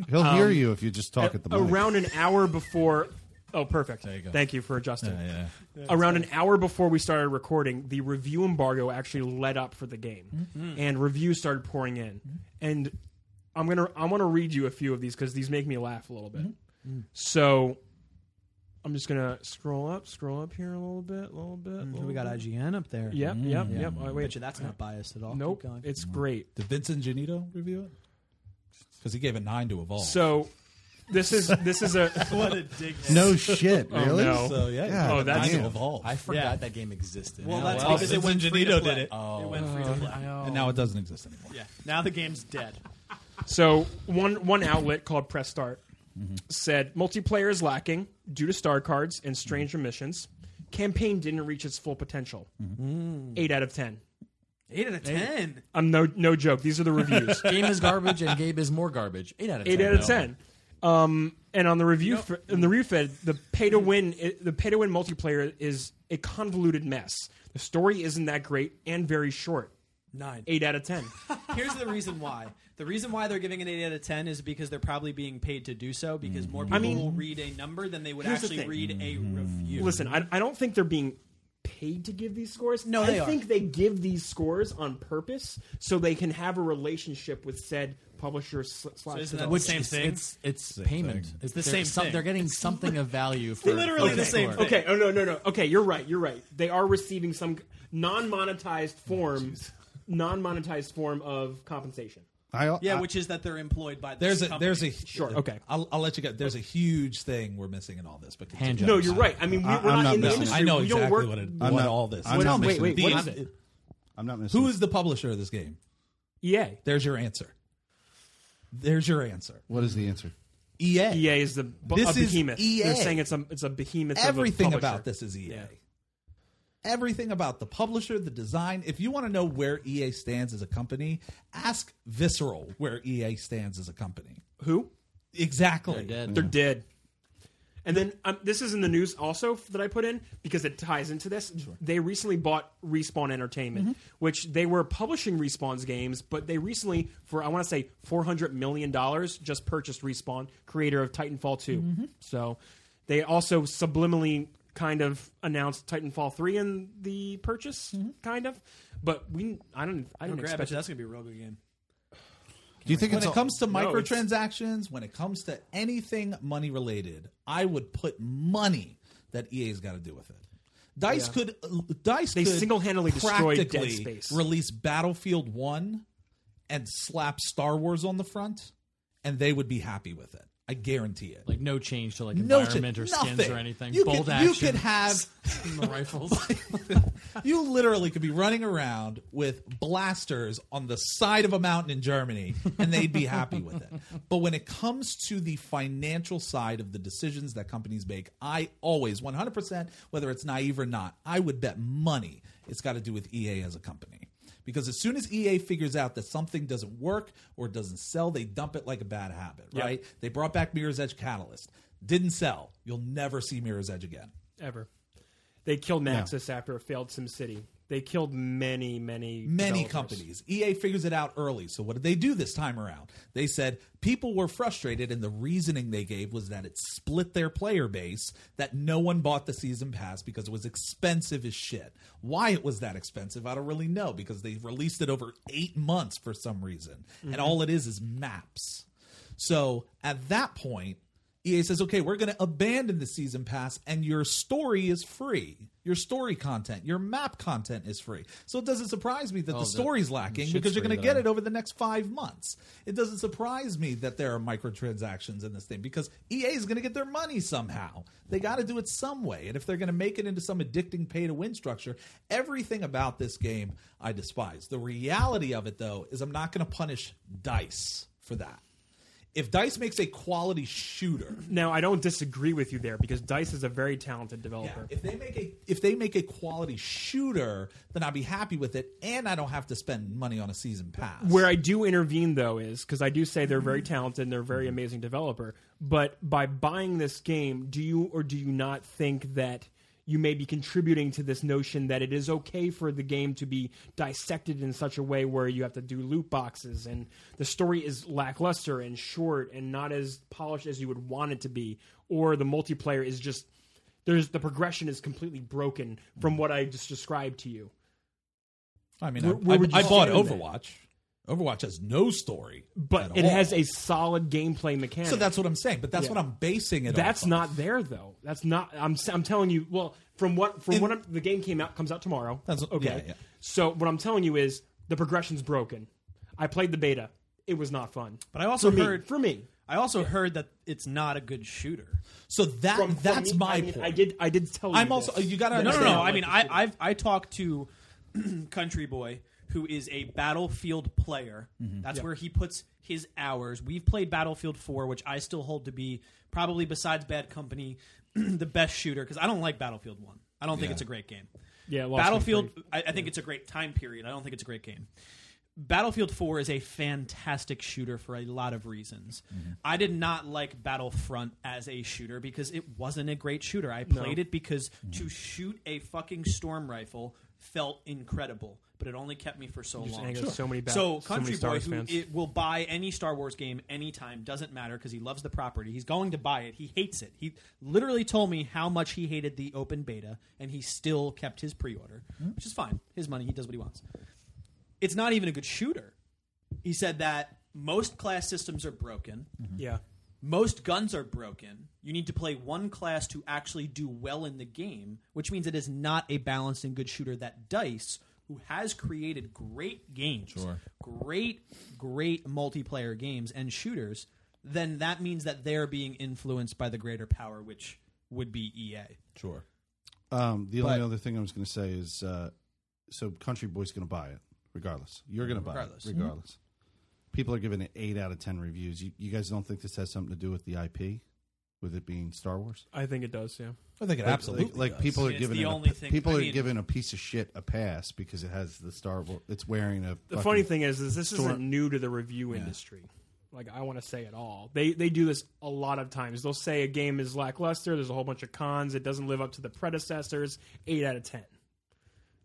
Speaker 3: He'll hear you if you just talk at the mic.
Speaker 2: Around an hour before. Oh, perfect.
Speaker 1: you go.
Speaker 2: Thank you for adjusting.
Speaker 1: yeah.
Speaker 2: Around an hour before we started recording, the review embargo actually led up for the game, and reviews started pouring in. And I'm gonna I want to read you a few of these because these make me laugh a little bit.
Speaker 5: Mm.
Speaker 2: So I'm just gonna scroll up, scroll up here a little bit, a little bit.
Speaker 5: Mm-hmm.
Speaker 2: little bit.
Speaker 5: ign up there
Speaker 2: Yep, yep, yep. I
Speaker 5: bet
Speaker 2: wait.
Speaker 5: you that's not biased at all
Speaker 2: Nope, it's great.
Speaker 1: Did Vincent Genito review it? Because he gave a nine to Evolve.
Speaker 2: So this is this is a
Speaker 5: what a dig
Speaker 3: No shit,
Speaker 2: Oh,
Speaker 3: really?
Speaker 2: no.
Speaker 1: So, yeah, he
Speaker 3: Yeah.
Speaker 1: gave
Speaker 2: Oh,
Speaker 1: a
Speaker 2: that's-
Speaker 1: nine to Evolve.
Speaker 4: I forgot
Speaker 5: Yeah.
Speaker 4: that game existed.
Speaker 5: Well, that's
Speaker 1: well,
Speaker 5: because it
Speaker 1: since
Speaker 5: went free to
Speaker 1: Ingenito
Speaker 5: play.
Speaker 1: did it.
Speaker 5: It went free to play.
Speaker 1: and now it doesn't exist anymore.
Speaker 5: Yeah. Now the game's dead.
Speaker 2: so one one outlet called Press Start said multiplayer is lacking due to star cards and strange missions. Campaign didn't reach its full potential. Eight out of ten.
Speaker 5: Eight out of ten.
Speaker 2: I'm no no joke. These are the reviews.
Speaker 4: Game is garbage, and Gabe is more garbage. Eight out of
Speaker 2: Eight
Speaker 4: ten.
Speaker 2: out of
Speaker 4: though.
Speaker 2: ten. Um, and on the review, f in the review fed, the pay to win, the pay to win multiplayer is a convoluted mess. The story isn't that great and very short.
Speaker 5: Nine.
Speaker 2: Eight out of ten.
Speaker 5: Here's the reason why. The reason why they're giving an eight out of ten is because they're probably being paid to do so. Because more people
Speaker 2: mean-
Speaker 5: will read a number than they would
Speaker 2: Here's the
Speaker 5: actually
Speaker 2: thing.
Speaker 5: read a review.
Speaker 2: Listen, I, I don't think they're being paid to give these scores.
Speaker 5: No,
Speaker 2: I
Speaker 5: they are.
Speaker 2: think they give these scores on purpose so they can have a relationship with said publisher sl- slash.
Speaker 5: isn't that
Speaker 2: developer.
Speaker 4: Which
Speaker 5: Same
Speaker 4: is-
Speaker 5: thing?
Speaker 4: It's it's payment.
Speaker 1: thing.
Speaker 4: It's
Speaker 5: The
Speaker 4: they're
Speaker 5: same
Speaker 4: some-
Speaker 5: thing.
Speaker 4: They're getting something of value for
Speaker 5: Literally
Speaker 4: for
Speaker 5: the same
Speaker 4: store.
Speaker 5: thing.
Speaker 2: okay, oh no, no, no. Okay, you're right. You're right. They are receiving some non-monetized
Speaker 1: Oh,
Speaker 2: form, non-monetized form of compensation.
Speaker 3: I,
Speaker 5: yeah,
Speaker 3: I-
Speaker 5: which is that they're employed by. This
Speaker 1: There's a
Speaker 5: company.
Speaker 1: there's a
Speaker 2: Sure, okay.
Speaker 1: I'll, I'll let you go. There's a huge thing we're missing in all this. But
Speaker 4: Hand
Speaker 1: continue.
Speaker 2: No, you're right. I mean, we,
Speaker 3: I-
Speaker 2: we're not,
Speaker 3: I'm not
Speaker 2: in the
Speaker 3: missing-
Speaker 2: industry.
Speaker 1: I know
Speaker 2: we don't
Speaker 1: exactly
Speaker 2: work.
Speaker 1: what it,
Speaker 3: I'm
Speaker 1: what
Speaker 3: not-
Speaker 1: all this.
Speaker 3: I'm
Speaker 1: is.
Speaker 3: not
Speaker 2: Wait,
Speaker 3: missing
Speaker 2: wait,
Speaker 3: it.
Speaker 2: what
Speaker 1: The-
Speaker 2: is it?
Speaker 3: I'm not missing.
Speaker 1: Who
Speaker 3: it.
Speaker 1: is the publisher of this game?
Speaker 2: EA.
Speaker 1: There's your answer. There's your answer. E
Speaker 3: What is the answer?
Speaker 1: EA.
Speaker 2: EA is the b-
Speaker 1: This
Speaker 2: E a
Speaker 1: is
Speaker 2: behemoth.
Speaker 1: EA.
Speaker 2: They're saying it's a it's a behemoth.
Speaker 1: Everything
Speaker 2: of a publisher.
Speaker 1: about this is EA.
Speaker 2: Yeah.
Speaker 1: Everything about the publisher, the design. If you want to know where EA stands as a company, ask Visceral where EA stands as a company.
Speaker 2: Who?
Speaker 1: Exactly.
Speaker 2: They're dead. And then um, this is in the news also that I put in because it ties into this. They recently bought Respawn Entertainment, which they were publishing Respawn's games, but they recently, for I want to say four hundred million dollars, just purchased Respawn, creator of Titanfall 2 So they also subliminally kind of announced Titanfall three in the purchase, kind of. But we, I don't, I
Speaker 5: Don't
Speaker 2: didn't
Speaker 5: grab it.
Speaker 2: expect
Speaker 5: That's gonna be a real good game.
Speaker 3: Do you think
Speaker 1: When
Speaker 3: it's
Speaker 1: it
Speaker 3: all-
Speaker 1: comes to
Speaker 2: No, it's-
Speaker 1: microtransactions, when it comes to anything money related, I would put money that EA's got to do with it. Dice could Dice
Speaker 2: They
Speaker 1: could
Speaker 2: single-handedly destroyed Dead
Speaker 1: practically
Speaker 2: Space.
Speaker 1: Release Battlefield 1 and slap Star Wars on the front and they would be happy with it. I guarantee it.
Speaker 4: Like no change to like
Speaker 1: No
Speaker 4: environment
Speaker 1: change,
Speaker 4: or skins
Speaker 1: nothing.
Speaker 4: or anything.
Speaker 1: You
Speaker 4: Bold
Speaker 1: could-
Speaker 4: action.
Speaker 1: you could have-
Speaker 4: in the rifles.
Speaker 1: you literally could be running around with blasters on the side of a mountain in Germany and they'd be happy with it. But when it comes to the financial side of the decisions that companies make, I always 100% whether it's naive or not, I would bet money it's got to do with EA as a company. Because as soon as EA figures out that something doesn't work or doesn't sell, they dump it like a bad habit, right? They brought back Mirror's Edge Catalyst. Didn't sell. You'll never see Mirror's Edge again.
Speaker 2: ever. They killed Maxis after a failed SimCity. They killed many, many,
Speaker 1: many
Speaker 2: developers.
Speaker 1: companies. EA figures it out early. So what did they do this time around? They said people were frustrated, and the reasoning they gave was that it split their player base. That no one bought the season pass because it was expensive as shit. Why it was that expensive, I don't really know because they released it over eight months for some reason, and all it is is maps. So at that point, EA says, okay, we're going to abandon the season pass and your story is free. Your story content, your map content is free. So it doesn't surprise me that the story's lacking because you're going
Speaker 4: Oh, free,
Speaker 1: to get
Speaker 4: though.
Speaker 1: it over the next five months. It doesn't surprise me that there are microtransactions in this thing because EA is going to get their money somehow. They got to do it some way. And if they're going to make it into some addicting pay to win structure, everything about this game I despise. The reality of it, though, is I'm not going to punish DICE for that if Dice makes a quality shooter,
Speaker 2: Now, I don't disagree with you there because Dice is a very talented
Speaker 1: yeah,
Speaker 2: developer.
Speaker 1: if they make a if they make a quality shooter, then I'd be happy with it, and I don't have to spend money on a season pass.
Speaker 2: Where I do intervene though is because I do say they're very
Speaker 1: Mm-hmm.
Speaker 2: talented and they're a very amazing developer. But by buying this game, do you or do you not think that you may be contributing to this notion that it is okay for the game to be dissected in such a way where you have to do loot boxes and the story is lackluster and short and not as polished as you would want it to be, or the multiplayer is just there's the progression is completely broken
Speaker 1: Mm-hmm.
Speaker 2: from what I just described to you.
Speaker 1: I mean,
Speaker 2: Where-
Speaker 1: I-
Speaker 2: where would
Speaker 1: I, I
Speaker 2: you
Speaker 1: bought
Speaker 2: stand there?
Speaker 1: Overwatch. Overwatch has no story,
Speaker 2: But
Speaker 1: at
Speaker 2: it
Speaker 1: all.
Speaker 2: has a solid gameplay mechanic.
Speaker 1: So that's what I'm saying, but that's
Speaker 2: Yeah.
Speaker 1: what I'm basing it.
Speaker 2: That's
Speaker 1: off of.
Speaker 2: not there though. That's not. I'm. s- I'm telling you. Well, from what from
Speaker 1: In-
Speaker 2: what I'm, the game came out comes out tomorrow.
Speaker 1: That's-
Speaker 2: okay.
Speaker 1: yeah, yeah.
Speaker 2: So what I'm telling you is the progression's broken. I played the beta. It was not fun.
Speaker 5: But I also
Speaker 2: for me-
Speaker 5: heard-
Speaker 2: for me.
Speaker 5: I also heard that it's not a good shooter.
Speaker 1: So that
Speaker 2: From, from
Speaker 1: that's
Speaker 2: me,
Speaker 1: my
Speaker 2: I mean,
Speaker 1: point.
Speaker 2: I did. I did tell you.
Speaker 1: I'm also-
Speaker 2: this.
Speaker 1: you gotta
Speaker 2: That
Speaker 5: No, no,
Speaker 1: understand.
Speaker 5: no.
Speaker 1: Yeah,
Speaker 5: I
Speaker 1: like
Speaker 5: mean, I, I've I talked to Country Boy, who is a Battlefield player.
Speaker 1: Mm-hmm.
Speaker 5: That's where he puts his hours. We've played Battlefield Four, which I still hold to be probably besides Bad Company, the best shooter because I don't like Battlefield One. I don't think it's a great game.
Speaker 2: Yeah, Lost
Speaker 5: Battlefield.
Speaker 2: Country.
Speaker 5: I, I think it's a great time period. I don't think it's a great game. Battlefield 4 is a fantastic shooter for a lot of reasons. I did not like Battlefront as a shooter because it wasn't a great shooter. I played it because to shoot a fucking storm rifle felt incredible, but it only kept me for so
Speaker 2: Just
Speaker 5: long.
Speaker 2: angered so many bad-
Speaker 5: so
Speaker 2: so many
Speaker 5: Country
Speaker 2: Star
Speaker 5: Boy,
Speaker 2: Wars
Speaker 5: who
Speaker 2: fans.
Speaker 5: it will buy any Star Wars game anytime, doesn't matter because he loves the property. He's going to buy it. He hates it. He literally told me how much he hated the open beta, and he still kept his pre-order, which is fine. His money, he does what he wants it's not even a good shooter. He said that most class systems are broken.
Speaker 2: Yeah.
Speaker 5: Most guns are broken. You need to play one class to actually do well in the game, which means it is not a balanced and good shooter that Dice, who has created great games, great, great multiplayer games and shooters, then that means that they're being influenced by the greater power, which would be E EA.
Speaker 1: sure.
Speaker 3: Um, the only
Speaker 1: But-
Speaker 3: other thing I was going to say is, uh, so Country Boy's going to buy it regardless. You're going to buy
Speaker 5: Regardless.
Speaker 3: it regardless people are giving it eight out of ten reviews. You, you guys don't think this has something to do with the IP, with it being Star Wars?
Speaker 2: I think it does. Yeah.
Speaker 1: I think it
Speaker 3: Like-
Speaker 1: absolutely
Speaker 3: like, like
Speaker 1: does.
Speaker 3: people are
Speaker 5: It's
Speaker 3: giving
Speaker 5: the
Speaker 3: it a-
Speaker 5: only thing-
Speaker 3: people
Speaker 5: I
Speaker 3: are
Speaker 5: mean-
Speaker 3: giving a piece of shit a pass because it has the Star Wars. It's wearing a
Speaker 2: The
Speaker 3: fucking-
Speaker 2: funny thing is, is this
Speaker 3: Storm-
Speaker 2: isn't new to the review industry. Like I want to say at all, they they do this a lot of times. They'll say a game is lackluster. There's a whole bunch of cons. It doesn't live up to the predecessors. Eight out of ten.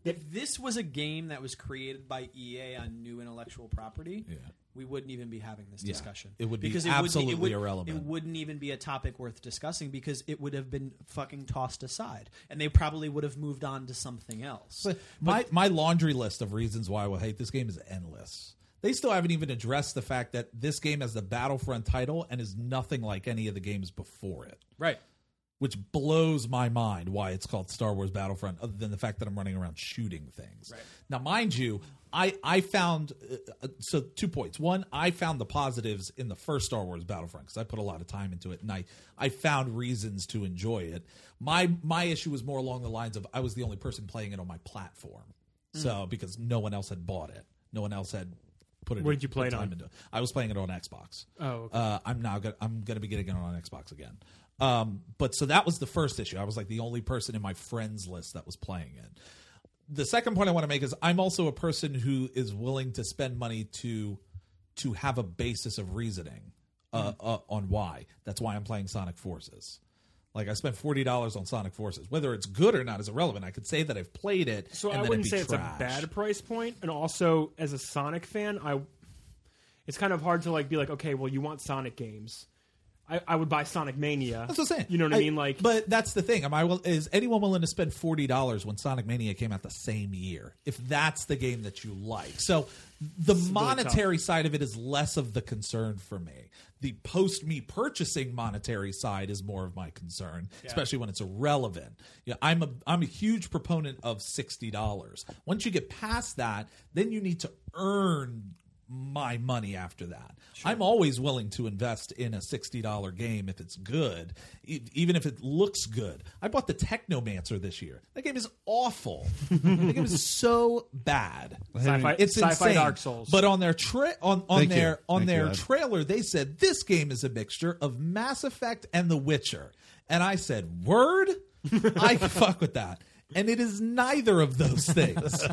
Speaker 5: If this was a game that was created by EA on new intellectual property,
Speaker 1: Yeah.
Speaker 5: we wouldn't even be having this
Speaker 1: Yeah.
Speaker 5: discussion.
Speaker 1: It would be
Speaker 5: it wouldn't-
Speaker 1: absolutely
Speaker 5: it would-
Speaker 1: irrelevant.
Speaker 5: It wouldn't even be a topic worth discussing because it would have been fucking tossed aside, and they probably would have moved on to something else.
Speaker 1: But my my laundry list of reasons why I will hate this game is endless. They still haven't even addressed the fact that this game has the Battlefront title and is nothing like any of the games before it,
Speaker 5: right.
Speaker 1: which blows my mind why it's called Star Wars Battlefront other than the fact that I'm running around shooting things. Now mind you, I I found uh, uh, so two points. One, I found the positives in the first Star Wars Battlefront cuz I put a lot of time into it and I I found reasons to enjoy it. My my issue was more along the lines of I was the only person playing it on my platform. So because no one else had bought it, no one else had put it.
Speaker 2: What did you
Speaker 1: put
Speaker 2: play it
Speaker 1: time
Speaker 2: on?
Speaker 1: Into it. I was playing it on Xbox.
Speaker 2: Oh, okay.
Speaker 1: uh, I'm now gonna, I'm going to be getting it on Xbox again. Um, but so that was the first issue. I was like the only person in my friends list that was playing it. The second point I want to make is I'm also a person who is willing to spend money to to have a basis of reasoning uh,
Speaker 2: Mm-hmm.
Speaker 1: uh, on why. That's why I'm playing Sonic Forces. Like I spent forty dollars on Sonic Forces. Whether it's good or not is irrelevant. I could say that I've played it.
Speaker 2: So
Speaker 1: and then
Speaker 2: I
Speaker 1: it'd
Speaker 2: wouldn't
Speaker 1: be
Speaker 2: say it's a
Speaker 1: trash.
Speaker 2: bad price point, and also as a Sonic fan, I it's kind of hard to like be like, okay, well, you want Sonic games. I, I would buy Sonic Mania.
Speaker 1: That's what I'm saying.
Speaker 2: You know what I, mean? Like,
Speaker 1: but that's the thing. Am I will? Is anyone willing to spend forty dollars when Sonic Mania came out the same year? If that's the game that you like, so the monetary side of it is less of the concern for me. The post me purchasing monetary side is more of my concern, especially when it's irrelevant. Yeah, I'm a I'm a huge proponent of sixty dollars. Once you get past that, then you need to earn my money after that. I'm always willing to invest in a $60 game if it's good, e- even if it looks good. I bought the Technomancer this year. That game is awful. that game is so bad.
Speaker 2: Sci-fi-
Speaker 1: it's
Speaker 2: sci-fi
Speaker 1: insane.
Speaker 2: Dark Souls.
Speaker 1: But on their tra- on, on
Speaker 3: Thank you.
Speaker 1: their on
Speaker 3: Thank you,
Speaker 1: their
Speaker 3: Ed.
Speaker 1: trailer they said this game is a mixture of Mass Effect and The Witcher. And I said, "Word? I can fuck with that." And it is neither of those things.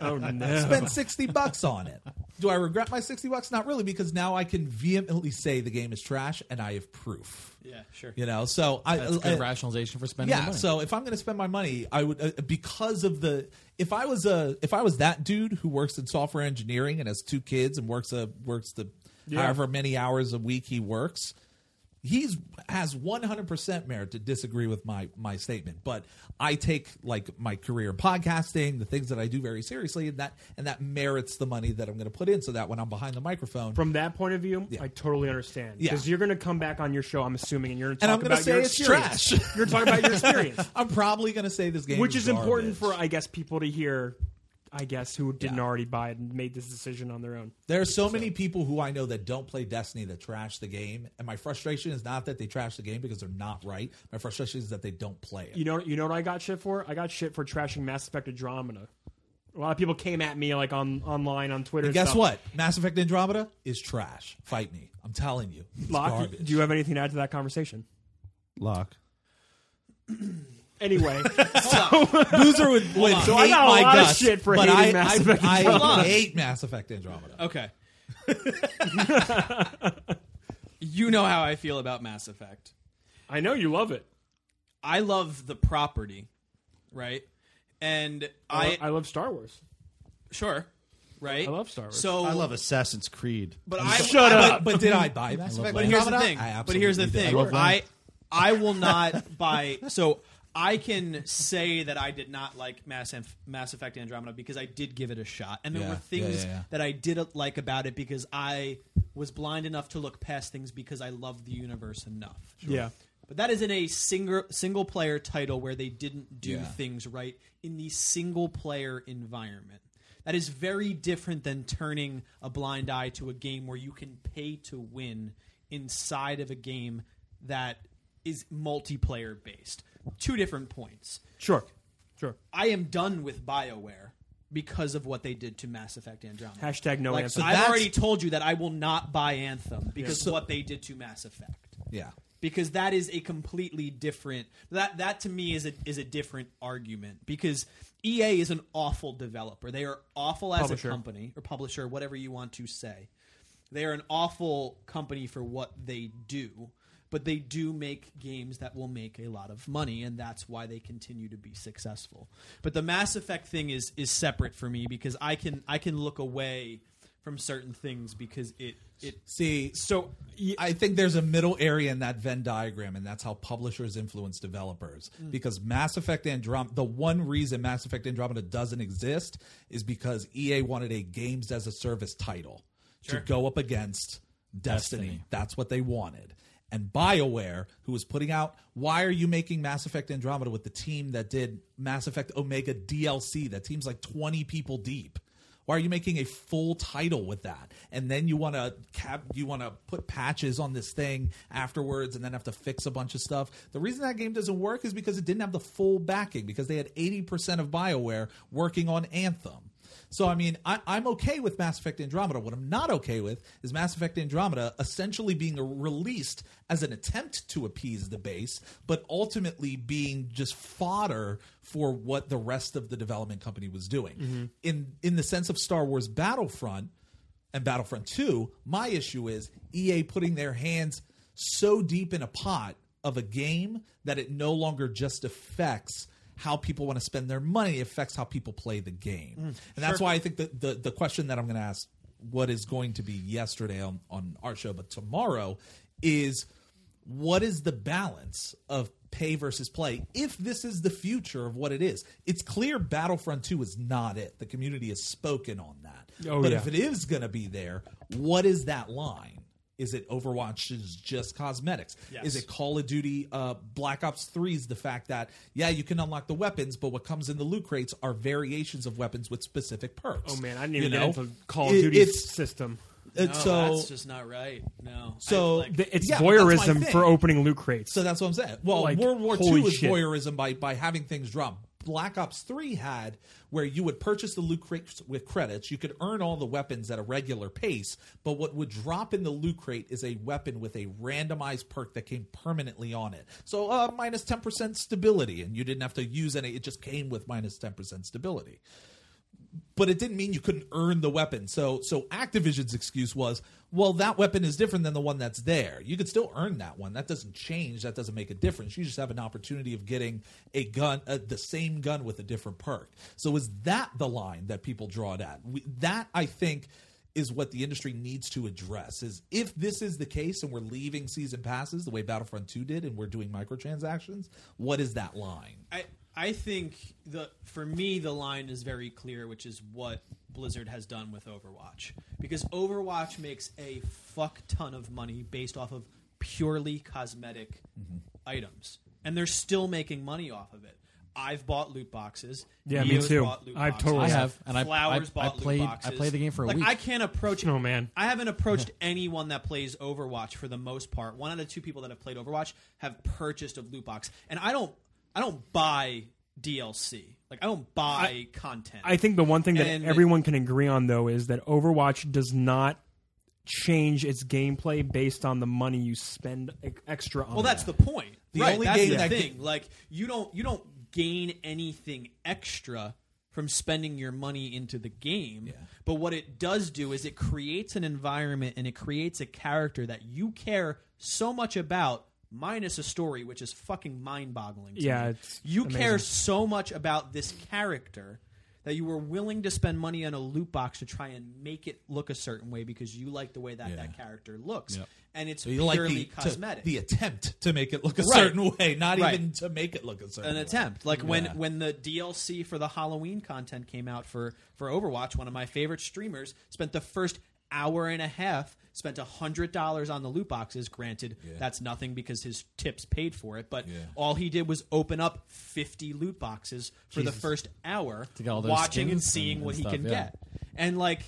Speaker 2: oh no,
Speaker 1: spent 60 bucks on it. Do I regret my 60 bucks? Not really, because now I can vehemently say the game is trash and I have proof.
Speaker 5: Yeah. Sure.
Speaker 1: You know, so I.
Speaker 4: That's
Speaker 1: I-
Speaker 4: good rationalization for spending the
Speaker 1: yeah,
Speaker 4: money.
Speaker 1: so if I'm going to spend my money, I would uh, because of the if I was a if I was that dude who works in software engineering and has two kids and works a works the however many hours a week he works, he's has 100% merit to disagree with my my statement but i take like my career in podcasting the things that i do very seriously and that and that merits the money that i'm going to put in so that when i'm behind the microphone
Speaker 2: from that point of view, I totally understand
Speaker 1: Yeah.
Speaker 2: because you're going to come back on your show. I'm assuming, and you're going to
Speaker 1: And I'm
Speaker 2: talk
Speaker 1: gonna
Speaker 2: about
Speaker 1: say
Speaker 2: your
Speaker 1: it's
Speaker 2: experience.
Speaker 1: trash.
Speaker 2: you're talking about your experience,
Speaker 1: i'm probably going to say this game
Speaker 2: which is important for
Speaker 1: garbage.
Speaker 2: I guess people to hear. I guess who didn't
Speaker 1: Yeah.
Speaker 2: already buy it and made this decision on their own.
Speaker 1: there are so many people who i know that don't play destiny that trash the game and my frustration is not that they trash the game because they're not right my frustration is that they don't play it
Speaker 2: You know, you know what I got shit for? I got shit for trashing Mass Effect Andromeda. A lot of people came at me like on online on Twitter.
Speaker 1: and guess
Speaker 2: stuff.
Speaker 1: what mass effect andromeda is trash fight me i'm telling you it's
Speaker 2: Locke,
Speaker 1: garbage.
Speaker 2: do you have anything to add to that conversation?
Speaker 3: lock.
Speaker 2: Anyway,
Speaker 1: Boozer would, would
Speaker 2: So I
Speaker 1: hate
Speaker 2: got a
Speaker 1: my
Speaker 2: lot of
Speaker 1: guts,
Speaker 2: shit for
Speaker 1: but
Speaker 2: hating
Speaker 1: I,
Speaker 2: Mass
Speaker 1: I,
Speaker 2: Effect
Speaker 1: I
Speaker 2: Andromeda. Uh,
Speaker 1: hate Mass Effect Andromeda.
Speaker 5: Okay. you know how I feel about Mass Effect.
Speaker 2: I know you love it.
Speaker 5: I love the property, right? And
Speaker 2: I,
Speaker 5: I,
Speaker 2: lo- I love Star Wars.
Speaker 5: sure, right?
Speaker 2: I love Star Wars.
Speaker 5: So
Speaker 3: I love Assassin's Creed.
Speaker 5: Oh. But I
Speaker 2: Shut
Speaker 1: But-
Speaker 2: up.
Speaker 1: But, did I buy Mass Effect
Speaker 5: But here's the
Speaker 1: Andromeda?
Speaker 5: thing.
Speaker 1: I
Speaker 5: But here's the
Speaker 1: absolutely
Speaker 5: thing.
Speaker 1: did.
Speaker 5: I I will not buy. So I can say that I did not like Mass Inf- Mass Effect Andromeda because I did give it a shot, and there
Speaker 1: Yeah,
Speaker 5: were things
Speaker 1: yeah, yeah, yeah.
Speaker 5: that I did like about it because I was blind enough to look past things because I love the universe enough.
Speaker 2: yeah,
Speaker 5: But that is in a single single player title where they didn't do
Speaker 1: Yeah.
Speaker 5: things right in the single player environment. That is very different than turning a blind eye to a game where you can pay to win inside of a game that is multiplayer based. Two different points.
Speaker 2: sure, sure.
Speaker 5: I am done with BioWare because of what they did to Mass Effect Andromeda.
Speaker 2: Hashtag no
Speaker 5: like,
Speaker 2: answer.
Speaker 5: I've
Speaker 1: that's-
Speaker 5: already told you that I will not buy Anthem because
Speaker 1: So-
Speaker 5: what they did to Mass Effect.
Speaker 1: Yeah.
Speaker 5: Because that is a completely different that that to me is a is a different argument because EA is an awful developer. They are awful as
Speaker 2: Publisher.
Speaker 5: a company or publisher, whatever you want to say. They are an awful company for what they do, but they do make games that will make a lot of money, and that's why they continue to be successful. But the Mass Effect thing is is separate for me because I can I can look away from certain things because it it
Speaker 1: See,
Speaker 2: so y-
Speaker 1: I think there's a middle area in that Venn diagram, and that's how publishers influence developers. Because Mass Effect Andromeda, the one reason Mass Effect Andromeda doesn't exist is because EA wanted a games as a service title to go up against Destiny.
Speaker 4: Destiny.
Speaker 1: That's what they wanted. And BioWare, who was putting out, why are you making Mass Effect Andromeda with the team that did Mass Effect Omega DLC? That team's like 20 people deep. Why are you making a full title with that? And then you want to cap, you want to put patches on this thing afterwards, and then have to fix a bunch of stuff. The reason that game doesn't work is because it didn't have the full backing because they had eighty percent of Bioware working on Anthem. So I mean, I, I'm okay with Mass Effect Andromeda. What I'm not okay with is Mass Effect Andromeda essentially being released as an attempt to appease the base, but ultimately being just fodder for what the rest of the development company was doing. In in the sense of Star Wars Battlefront and Battlefront 2, my issue is EA putting their hands so deep in a pot of a game that it no longer just affects how people want to spend their money, it affects how people play the game. and that's why I think that the, the question that I'm going to ask, what is going to be yesterday on, on our show, but tomorrow, is what is the balance of pay versus play if this is the future of what it is? It's clear Battlefront 2 is not it. The community has spoken on that.
Speaker 2: Oh,
Speaker 1: but
Speaker 2: yeah.
Speaker 1: if it is going to be there, what is that line? Is it Overwatch is just cosmetics? Is it Call of Duty uh, Black Ops 3's the fact that, yeah, you can unlock the weapons, but what comes in the loot crates are variations of weapons with specific perks?
Speaker 2: oh man, I didn't even
Speaker 1: you
Speaker 2: get
Speaker 1: know?
Speaker 2: into Call of
Speaker 1: It-
Speaker 2: Duty's
Speaker 1: It's,
Speaker 2: system.
Speaker 1: it's
Speaker 5: no,
Speaker 1: so,
Speaker 5: oh, that's just not right. No.
Speaker 1: So-
Speaker 5: I, like,
Speaker 2: Th- It's
Speaker 1: Yeah, but that's my
Speaker 2: voyeurism
Speaker 1: thing.
Speaker 2: for opening loot crates.
Speaker 1: So that's what I'm saying. Well,
Speaker 2: Like,
Speaker 1: World War
Speaker 2: holy
Speaker 1: II was
Speaker 2: shit.
Speaker 1: voyeurism by by having things drop. Black Ops Three had where you would purchase the loot crates with credits. You could earn all the weapons at a regular pace, but what would drop in the loot crate is a weapon with a randomized perk that came permanently on it. So uh, minus ten percent stability, and you didn't have to use any. It just came with minus ten percent stability but it didn't mean you couldn't earn the weapon. So so Activision's excuse was, well, that weapon is different than the one that's there. You could still earn that one. That doesn't change. That doesn't make a difference. You just have an opportunity of getting a gun, uh, the same gun with a different perk. So is that the line that people draw it at? We, that I think is what the industry needs to address is if this is the case and we're leaving season passes the way battlefront 2 did and we're doing microtransactions what is that line
Speaker 5: I I think the for me the line is very clear, which is what Blizzard has done with Overwatch because Overwatch makes a fuck ton of money based off of purely cosmetic items, and they're still making money off of it. I've bought loot boxes.
Speaker 2: Yeah, me
Speaker 5: Neo's
Speaker 2: too.
Speaker 5: bought loot
Speaker 2: I've
Speaker 5: boxes.
Speaker 2: totally
Speaker 4: I have, and I- I-
Speaker 5: Flowers bought
Speaker 4: I played-
Speaker 5: loot
Speaker 4: I
Speaker 5: boxes.
Speaker 4: played the game for a
Speaker 5: like,
Speaker 4: week.
Speaker 5: I can't approach.
Speaker 2: Oh, man.
Speaker 5: I haven't approached anyone that plays Overwatch for the most part. One out of two people that have played Overwatch have purchased a loot box, and I don't. I don't buy DLC. Like I don't buy content.
Speaker 2: I think the one thing that
Speaker 5: And-
Speaker 2: everyone can agree on though is that Overwatch does not change its gameplay based on the money you spend e- extra on.
Speaker 5: well, that's
Speaker 2: it.
Speaker 5: the point.
Speaker 1: Um, The
Speaker 5: right,
Speaker 1: only
Speaker 5: that's
Speaker 1: game
Speaker 5: the
Speaker 1: that
Speaker 5: thing. like you don't you don't gain anything extra from spending your money into the game. But what it does do is it creates an environment and it creates a character that you care so much about. Minus a story, which is fucking mind-boggling. To
Speaker 2: Yeah,
Speaker 5: me.
Speaker 2: it's
Speaker 5: you care
Speaker 2: amazing.
Speaker 5: so much about this character that you were willing to spend money on a loot box to try and make it look a certain way because you like the way that that character looks, and it's
Speaker 1: So you like
Speaker 5: purely
Speaker 1: the, to-
Speaker 5: cosmetic.
Speaker 1: the attempt to make it look a
Speaker 5: Right.
Speaker 1: certain way, not
Speaker 5: Right.
Speaker 1: even to make it look a certain
Speaker 5: an
Speaker 1: way.
Speaker 5: attempt. Like when
Speaker 1: Yeah.
Speaker 5: when the DLC for the Halloween content came out for for Overwatch, one of my favorite streamers spent the first hour and a half spent a hundred dollars on the loot boxes. Granted, that's nothing because his tips paid for it, but all he did was open up fifty loot boxes for the first hour,
Speaker 4: To get all those
Speaker 5: watching and
Speaker 4: skins
Speaker 5: seeing
Speaker 4: and-
Speaker 5: what
Speaker 4: and
Speaker 5: he
Speaker 4: stuff,
Speaker 5: can
Speaker 4: yeah.
Speaker 5: get. And like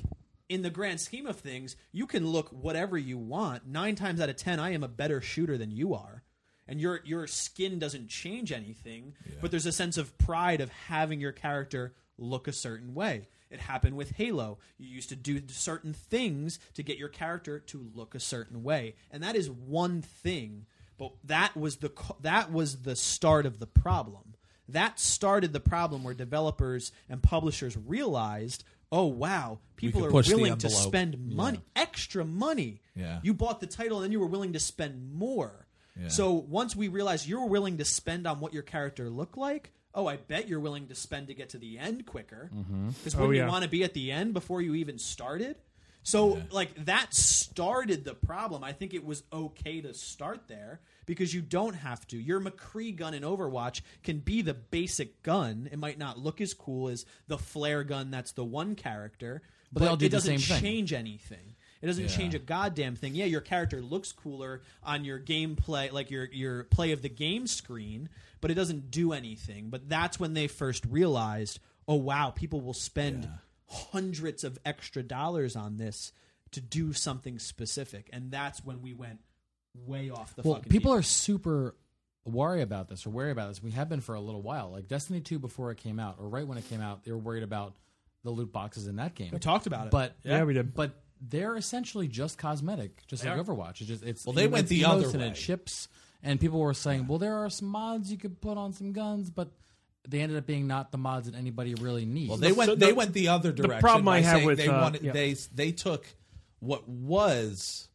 Speaker 5: in the grand scheme of things, you can look whatever you want. Nine times out of ten, I am a better shooter than you are. And your your skin doesn't change anything, but there's a sense of pride of having your character look a certain way. It happened with Halo. You used to do certain things to get your character to look a certain way, and that is one thing. But that was the co- that was the start of the problem. That started the problem where developers and publishers realized, oh wow, people
Speaker 1: could
Speaker 5: are
Speaker 1: push the
Speaker 5: willing to
Speaker 1: envelope.
Speaker 5: spend money, extra money.
Speaker 1: Yeah.
Speaker 5: You bought the title and you were willing to spend more.
Speaker 1: Yeah.
Speaker 5: So once we realized you were willing to spend on what your character looked like, oh, I bet you're willing to spend to get to the end quicker. Because
Speaker 2: Oh,
Speaker 5: wouldn't
Speaker 2: yeah.
Speaker 5: you want to be at the end before you even started? So like that started the problem. I think it was okay to start there because you don't have to. Your McCree gun in Overwatch can be the basic gun. It might not look as cool as the flare gun that's the one character,
Speaker 4: But they all do
Speaker 5: it
Speaker 4: the
Speaker 5: doesn't
Speaker 4: same thing.
Speaker 5: change anything. It doesn't
Speaker 1: Yeah.
Speaker 5: change a goddamn thing. Yeah, your character looks cooler on your gameplay, like your your play of the game screen, but it doesn't do anything. But that's when they first realized, oh wow, people will spend hundreds of extra dollars on this to do something specific, and that's when we went way off the
Speaker 4: well,
Speaker 5: fucking.
Speaker 4: people
Speaker 5: deep.
Speaker 4: are super worried about this or worried about this. We have been for a little while. Like Destiny 2 before it came out or right when it came out, they were worried about the loot boxes in that game.
Speaker 5: we talked about it,
Speaker 4: But
Speaker 2: Yeah, we did.
Speaker 4: But they're essentially just cosmetic, just like Overwatch. It's just it's
Speaker 1: Well, they went
Speaker 4: it's
Speaker 1: the other
Speaker 4: emotes and
Speaker 1: way.
Speaker 4: it's ships, and people were saying, well, there are some mods you could put on some guns, but they ended up being not the mods that anybody really needs.
Speaker 1: Well, they went.
Speaker 2: so the-
Speaker 1: they went the other direction.
Speaker 2: problem I
Speaker 1: by
Speaker 2: have
Speaker 1: saying
Speaker 2: with,
Speaker 1: they
Speaker 2: uh,
Speaker 1: wanted,
Speaker 2: yeah.
Speaker 1: they they took what was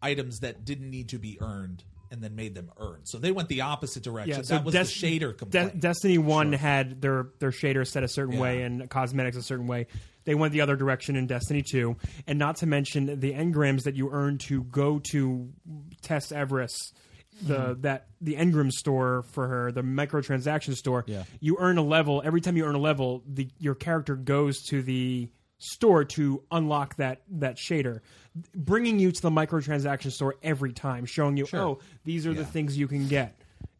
Speaker 1: items that didn't need to be earned and then made them earned. So they went the opposite direction. that was
Speaker 2: Des-
Speaker 1: the shader complaint.
Speaker 2: De- Destiny One had their their shader set a certain way
Speaker 1: Yeah.
Speaker 2: and cosmetics a certain way. They went the other direction in Destiny Two, and not to mention the engrams that you earn to go to test Everest. The
Speaker 1: Mm-hmm.
Speaker 2: that the engram store for her, the microtransaction store.
Speaker 4: Yeah.
Speaker 2: You earn a level every time you earn a level. The your character goes to the store to unlock that that shader, bringing you to the microtransaction store every time, showing you oh these are the things you can get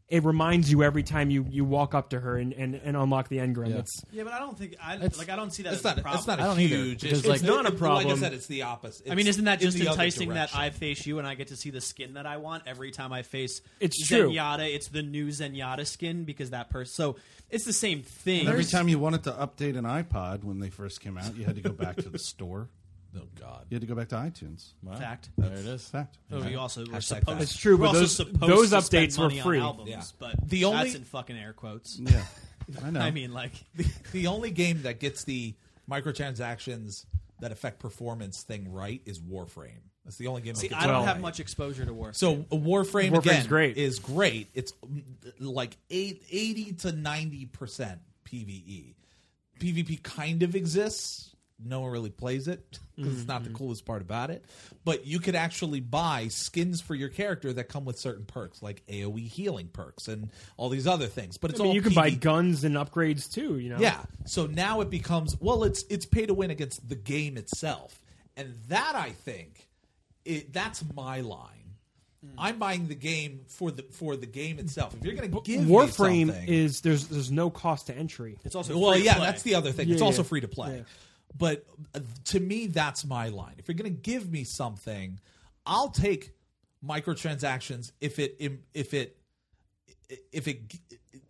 Speaker 2: it reminds you every time you, you walk up to her and, and, and unlock the engram.
Speaker 4: Yeah.
Speaker 2: It's
Speaker 5: yeah, but I don't think I
Speaker 4: It's-
Speaker 5: like. I don't see that
Speaker 1: it's
Speaker 5: as
Speaker 1: not.
Speaker 5: a problem.
Speaker 1: It's not
Speaker 4: I
Speaker 1: a
Speaker 4: don't either,
Speaker 1: huge.
Speaker 4: because,
Speaker 1: it's,
Speaker 4: like-
Speaker 1: it's
Speaker 2: Not a
Speaker 1: Like I
Speaker 2: problem.
Speaker 1: said, it's the opposite.
Speaker 5: I mean,
Speaker 1: It's
Speaker 5: isn't that
Speaker 1: in
Speaker 5: just
Speaker 1: the other
Speaker 5: enticing that
Speaker 1: direction.
Speaker 5: I face you and I get to see the skin that I want every time I face
Speaker 2: It's true.
Speaker 5: Zenyatta? It's the new Zenyatta skin because that person. So it's the same thing.
Speaker 3: Every time you wanted to update an iPod when they first came out, you had to go back to the store.
Speaker 1: Oh God.
Speaker 3: You had to go back to iTunes.
Speaker 5: fact.
Speaker 4: there it is.
Speaker 3: Fact.
Speaker 5: So we also were
Speaker 1: Hashtag
Speaker 5: supposed.
Speaker 1: fact. It's
Speaker 2: true,
Speaker 5: we're
Speaker 2: but
Speaker 5: also
Speaker 2: those-
Speaker 5: supposed
Speaker 2: those
Speaker 5: to spend
Speaker 2: updates were
Speaker 5: money on
Speaker 2: free.
Speaker 5: albums,
Speaker 1: Yeah.
Speaker 5: but
Speaker 1: The
Speaker 5: that's
Speaker 1: only-
Speaker 5: in fucking air quotes.
Speaker 3: Yeah, I know.
Speaker 5: I mean, like
Speaker 1: the only game that gets the microtransactions that affect performance thing right is Warframe. That's the only game. that
Speaker 5: see,
Speaker 1: gets
Speaker 5: I
Speaker 1: it
Speaker 5: don't
Speaker 1: right.
Speaker 5: have much exposure to Warframe.
Speaker 1: So Warframe
Speaker 2: Warframe's
Speaker 1: again
Speaker 2: great.
Speaker 1: is great. It's mm, like eight, 80 to ninety percent E. PVE. PvP kind of exists. No one really plays it 'cause it's
Speaker 5: Mm-hmm.
Speaker 1: not the coolest part about it. But you could actually buy skins for your character that come with certain perks, like AOE healing perks and all these other things. But it's
Speaker 2: I mean,
Speaker 1: all
Speaker 2: you can buy
Speaker 1: PvP.
Speaker 2: guns and upgrades too. You know,
Speaker 1: Yeah. So now it becomes well, it's it's pay to win against the game itself, and that I think it, that's my line. I'm buying the game for the for the game itself. If you're going to give me
Speaker 2: Warframe
Speaker 1: something-
Speaker 2: is there's there's no cost to entry.
Speaker 5: it's also
Speaker 1: well,
Speaker 5: free to
Speaker 1: yeah,
Speaker 5: play.
Speaker 1: that's the other thing. it's
Speaker 2: Yeah,
Speaker 1: also
Speaker 2: yeah.
Speaker 1: free to play. But uh, to me, that's my line. If you're going to give me something, I'll take microtransactions if it if it if it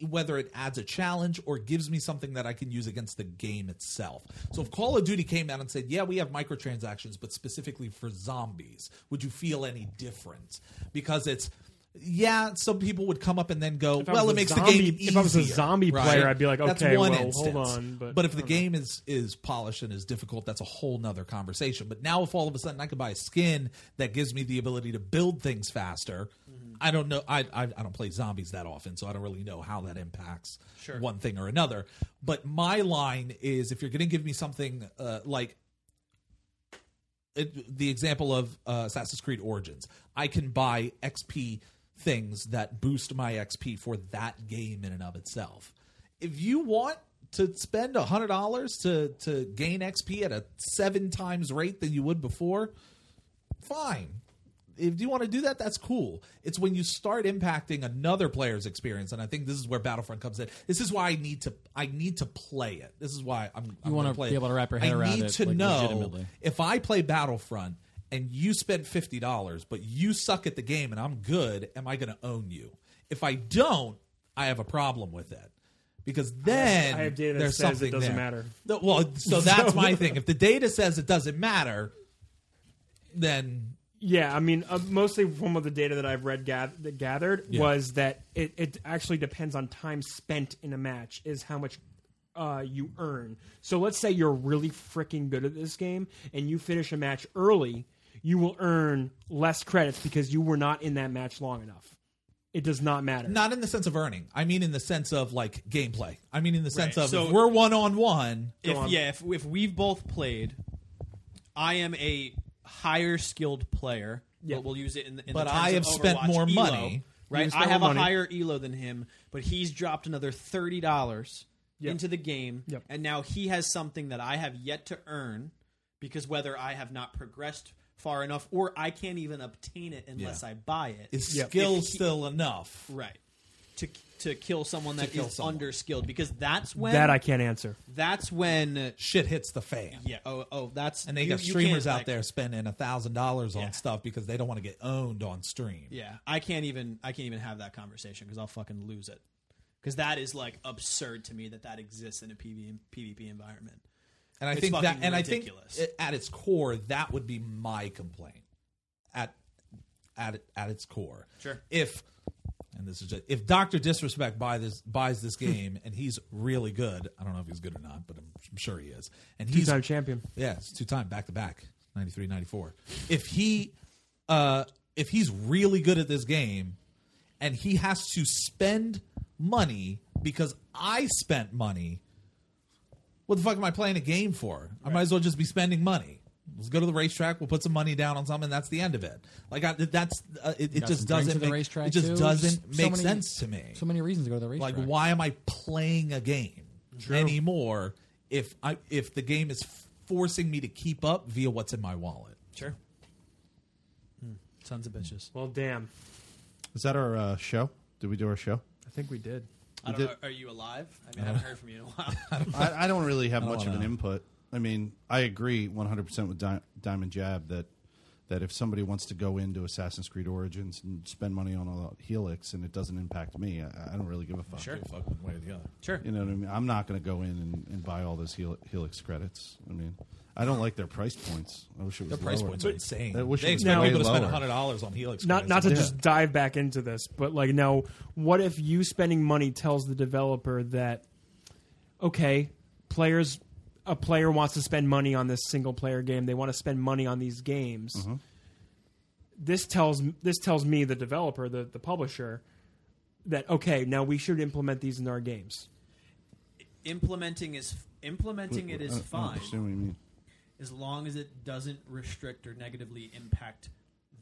Speaker 1: whether it adds a challenge or gives me something that I can use against the game itself. So if Call of Duty came out and said, "Yeah, we have microtransactions, but specifically for zombies," would you feel any different? Because it's yeah, some people would come up and then go,
Speaker 2: If I
Speaker 1: "Well, it
Speaker 2: was a
Speaker 1: makes the
Speaker 2: zombie-
Speaker 1: game easier."
Speaker 2: if I was a zombie
Speaker 1: Right.
Speaker 2: player, I'd be like,
Speaker 1: That's
Speaker 2: okay,
Speaker 1: one
Speaker 2: well, hold
Speaker 1: instance.
Speaker 2: on, but- um,
Speaker 1: if the game is is polished and is difficult, that's a whole nother conversation. But now, if all of a sudden I could buy a skin that gives me the ability to build things faster, I don't know. I, I I don't play zombies that often, so I don't really know how that impacts
Speaker 5: Sure.
Speaker 1: one thing or another. But my line is, if you're going to give me something uh, like it, the example of uh, Assassin's Creed Origins. I can buy XP things that boost my XP for that game in and of itself. If you want to spend hundred dollars to to gain XP at a seven times rate than you would before, fine. If you want to do that, that's cool. It's when you start impacting another player's experience, and I think this is where Battlefront comes in. This is why I need to I need to play it. This is why I'm. You
Speaker 4: wanna
Speaker 1: play
Speaker 4: be
Speaker 1: it.
Speaker 4: able to wrap your head
Speaker 1: I
Speaker 4: around
Speaker 1: need
Speaker 4: it,
Speaker 1: to
Speaker 4: like,
Speaker 1: know
Speaker 4: legitimately.
Speaker 1: if I play Battlefront and you spend fifty dollars, but you suck at the game and I'm good, am I going to own you? If I don't, I have a problem with it because then
Speaker 2: I have data that
Speaker 1: there's
Speaker 2: says it
Speaker 1: something
Speaker 2: doesn't
Speaker 1: there.
Speaker 2: matter.
Speaker 1: No, well, so that's my thing. If the data says it doesn't matter, then
Speaker 2: Yeah, I mean, uh, mostly from what the data that I've read gath- that gathered was that it, it actually depends on time spent in a match is how much uh, you earn. So let's say you're really freaking good at this game and you finish a match early, you will earn less credits because you were not in that match long enough. It does not matter.
Speaker 1: not in the sense of earning. I mean, in the sense of like gameplay. I mean, in the sense
Speaker 5: Right.
Speaker 1: of
Speaker 5: So-
Speaker 1: if we're one on one.
Speaker 5: if yeah, if if we've both played, I am a higher skilled player.
Speaker 2: Yeah.
Speaker 5: But we'll use it in the in
Speaker 1: But
Speaker 5: the terms
Speaker 1: I have
Speaker 5: of
Speaker 1: spent
Speaker 5: Overwatch
Speaker 1: more
Speaker 5: ELO,
Speaker 1: money.
Speaker 2: You
Speaker 5: Right,
Speaker 2: spent
Speaker 5: I have
Speaker 2: more
Speaker 5: a
Speaker 2: money.
Speaker 5: higher Elo than him, but he's dropped another thirty dollars
Speaker 2: Yep.
Speaker 5: into the game,
Speaker 2: Yep.
Speaker 5: and now he has something that I have yet to earn because whether I have not progressed far enough or I can't even obtain it unless
Speaker 1: Yeah.
Speaker 5: I buy it.
Speaker 1: Is
Speaker 2: Yeah.
Speaker 1: skill
Speaker 5: If he-
Speaker 1: still enough?
Speaker 5: right to to kill someone that is
Speaker 1: kill someone.
Speaker 5: under skilled because that's when
Speaker 2: that I can't answer.
Speaker 5: that's when
Speaker 1: Shit hits the fan.
Speaker 5: yeah. Oh, oh, that's
Speaker 1: And they
Speaker 5: you-
Speaker 1: got
Speaker 5: you
Speaker 1: streamers
Speaker 5: can't,
Speaker 1: out
Speaker 5: like-
Speaker 1: there spending a thousand dollars
Speaker 5: Yeah.
Speaker 1: on stuff because they don't want to get owned on stream.
Speaker 5: Yeah, I can't even. I can't even have that conversation because I'll fucking lose it. Because that is like absurd to me that that exists in a PV, PvP environment.
Speaker 1: And I
Speaker 5: It's
Speaker 1: think that,
Speaker 5: fucking
Speaker 1: and
Speaker 5: ridiculous.
Speaker 1: I think it- at its core, that would be my complaint. At at at its core,
Speaker 5: Sure.
Speaker 1: If and this is just, if Doctor Disrespect buy this buys this game and he's really good. I don't know if he's good or not, but I'm, I'm sure he is. And he's
Speaker 2: Two-time champion.
Speaker 1: Yeah, it's two time back to back, 93, 94. If he uh if he's really good at this game and he has to spend money because I spent money, what the fuck am I playing a game for? I might as well just be spending money. Let's go to the racetrack. We'll put some money down on something. That's the end of it. Like I, that's uh, it, it
Speaker 4: Got
Speaker 1: just
Speaker 4: some drinks at
Speaker 1: doesn't
Speaker 4: the
Speaker 1: make
Speaker 4: racetrack
Speaker 1: it just
Speaker 4: too.
Speaker 1: doesn't
Speaker 4: So
Speaker 1: make
Speaker 4: many-
Speaker 1: sense to me.
Speaker 4: So many reasons to go to the racetrack.
Speaker 1: Like, why am I playing a game anymore if I if the game is forcing me to keep up via what's in my wallet?
Speaker 5: Sure. Sons of bitches.
Speaker 2: Well, damn.
Speaker 3: Is that our uh, show? Did we do our show?
Speaker 2: I think we did.
Speaker 5: I don't
Speaker 3: did-
Speaker 5: know, are you alive? I mean, I haven't heard from you in a while.
Speaker 3: I, I don't really have
Speaker 1: don't
Speaker 3: much of an
Speaker 1: know.
Speaker 3: input. I mean, I agree 100% with Di- Diamond Jab that that if somebody wants to go into Assassin's Creed Origins and spend money on a Helix and it doesn't impact me, I, I don't really give a fuck.
Speaker 5: Sure.
Speaker 1: Fuck one way or the other.
Speaker 5: sure.
Speaker 3: You know what I mean? I'm not going to go in and, and buy all those Heli- Helix credits. I mean, I don't like their price points. I wish it was
Speaker 1: Their price
Speaker 3: lower.
Speaker 1: points are insane.
Speaker 3: I wish it
Speaker 1: they
Speaker 3: was
Speaker 1: expect
Speaker 3: way
Speaker 1: people to spend
Speaker 3: lower.
Speaker 1: hundred dollars on Helix.
Speaker 2: not
Speaker 1: credits.
Speaker 2: not to
Speaker 3: Yeah.
Speaker 2: just dive back into this, but like now, what if you spending money tells the developer that okay, players a player wants to spend money on this single player game, they want to spend money on these games. This tells this tells me the developer, the the publisher, that okay, now we should implement these in our games.
Speaker 5: Implementing is implementing it
Speaker 3: I
Speaker 5: is
Speaker 3: don't- I don't
Speaker 5: fine
Speaker 3: understand what you mean.
Speaker 5: as long as it doesn't restrict or negatively impact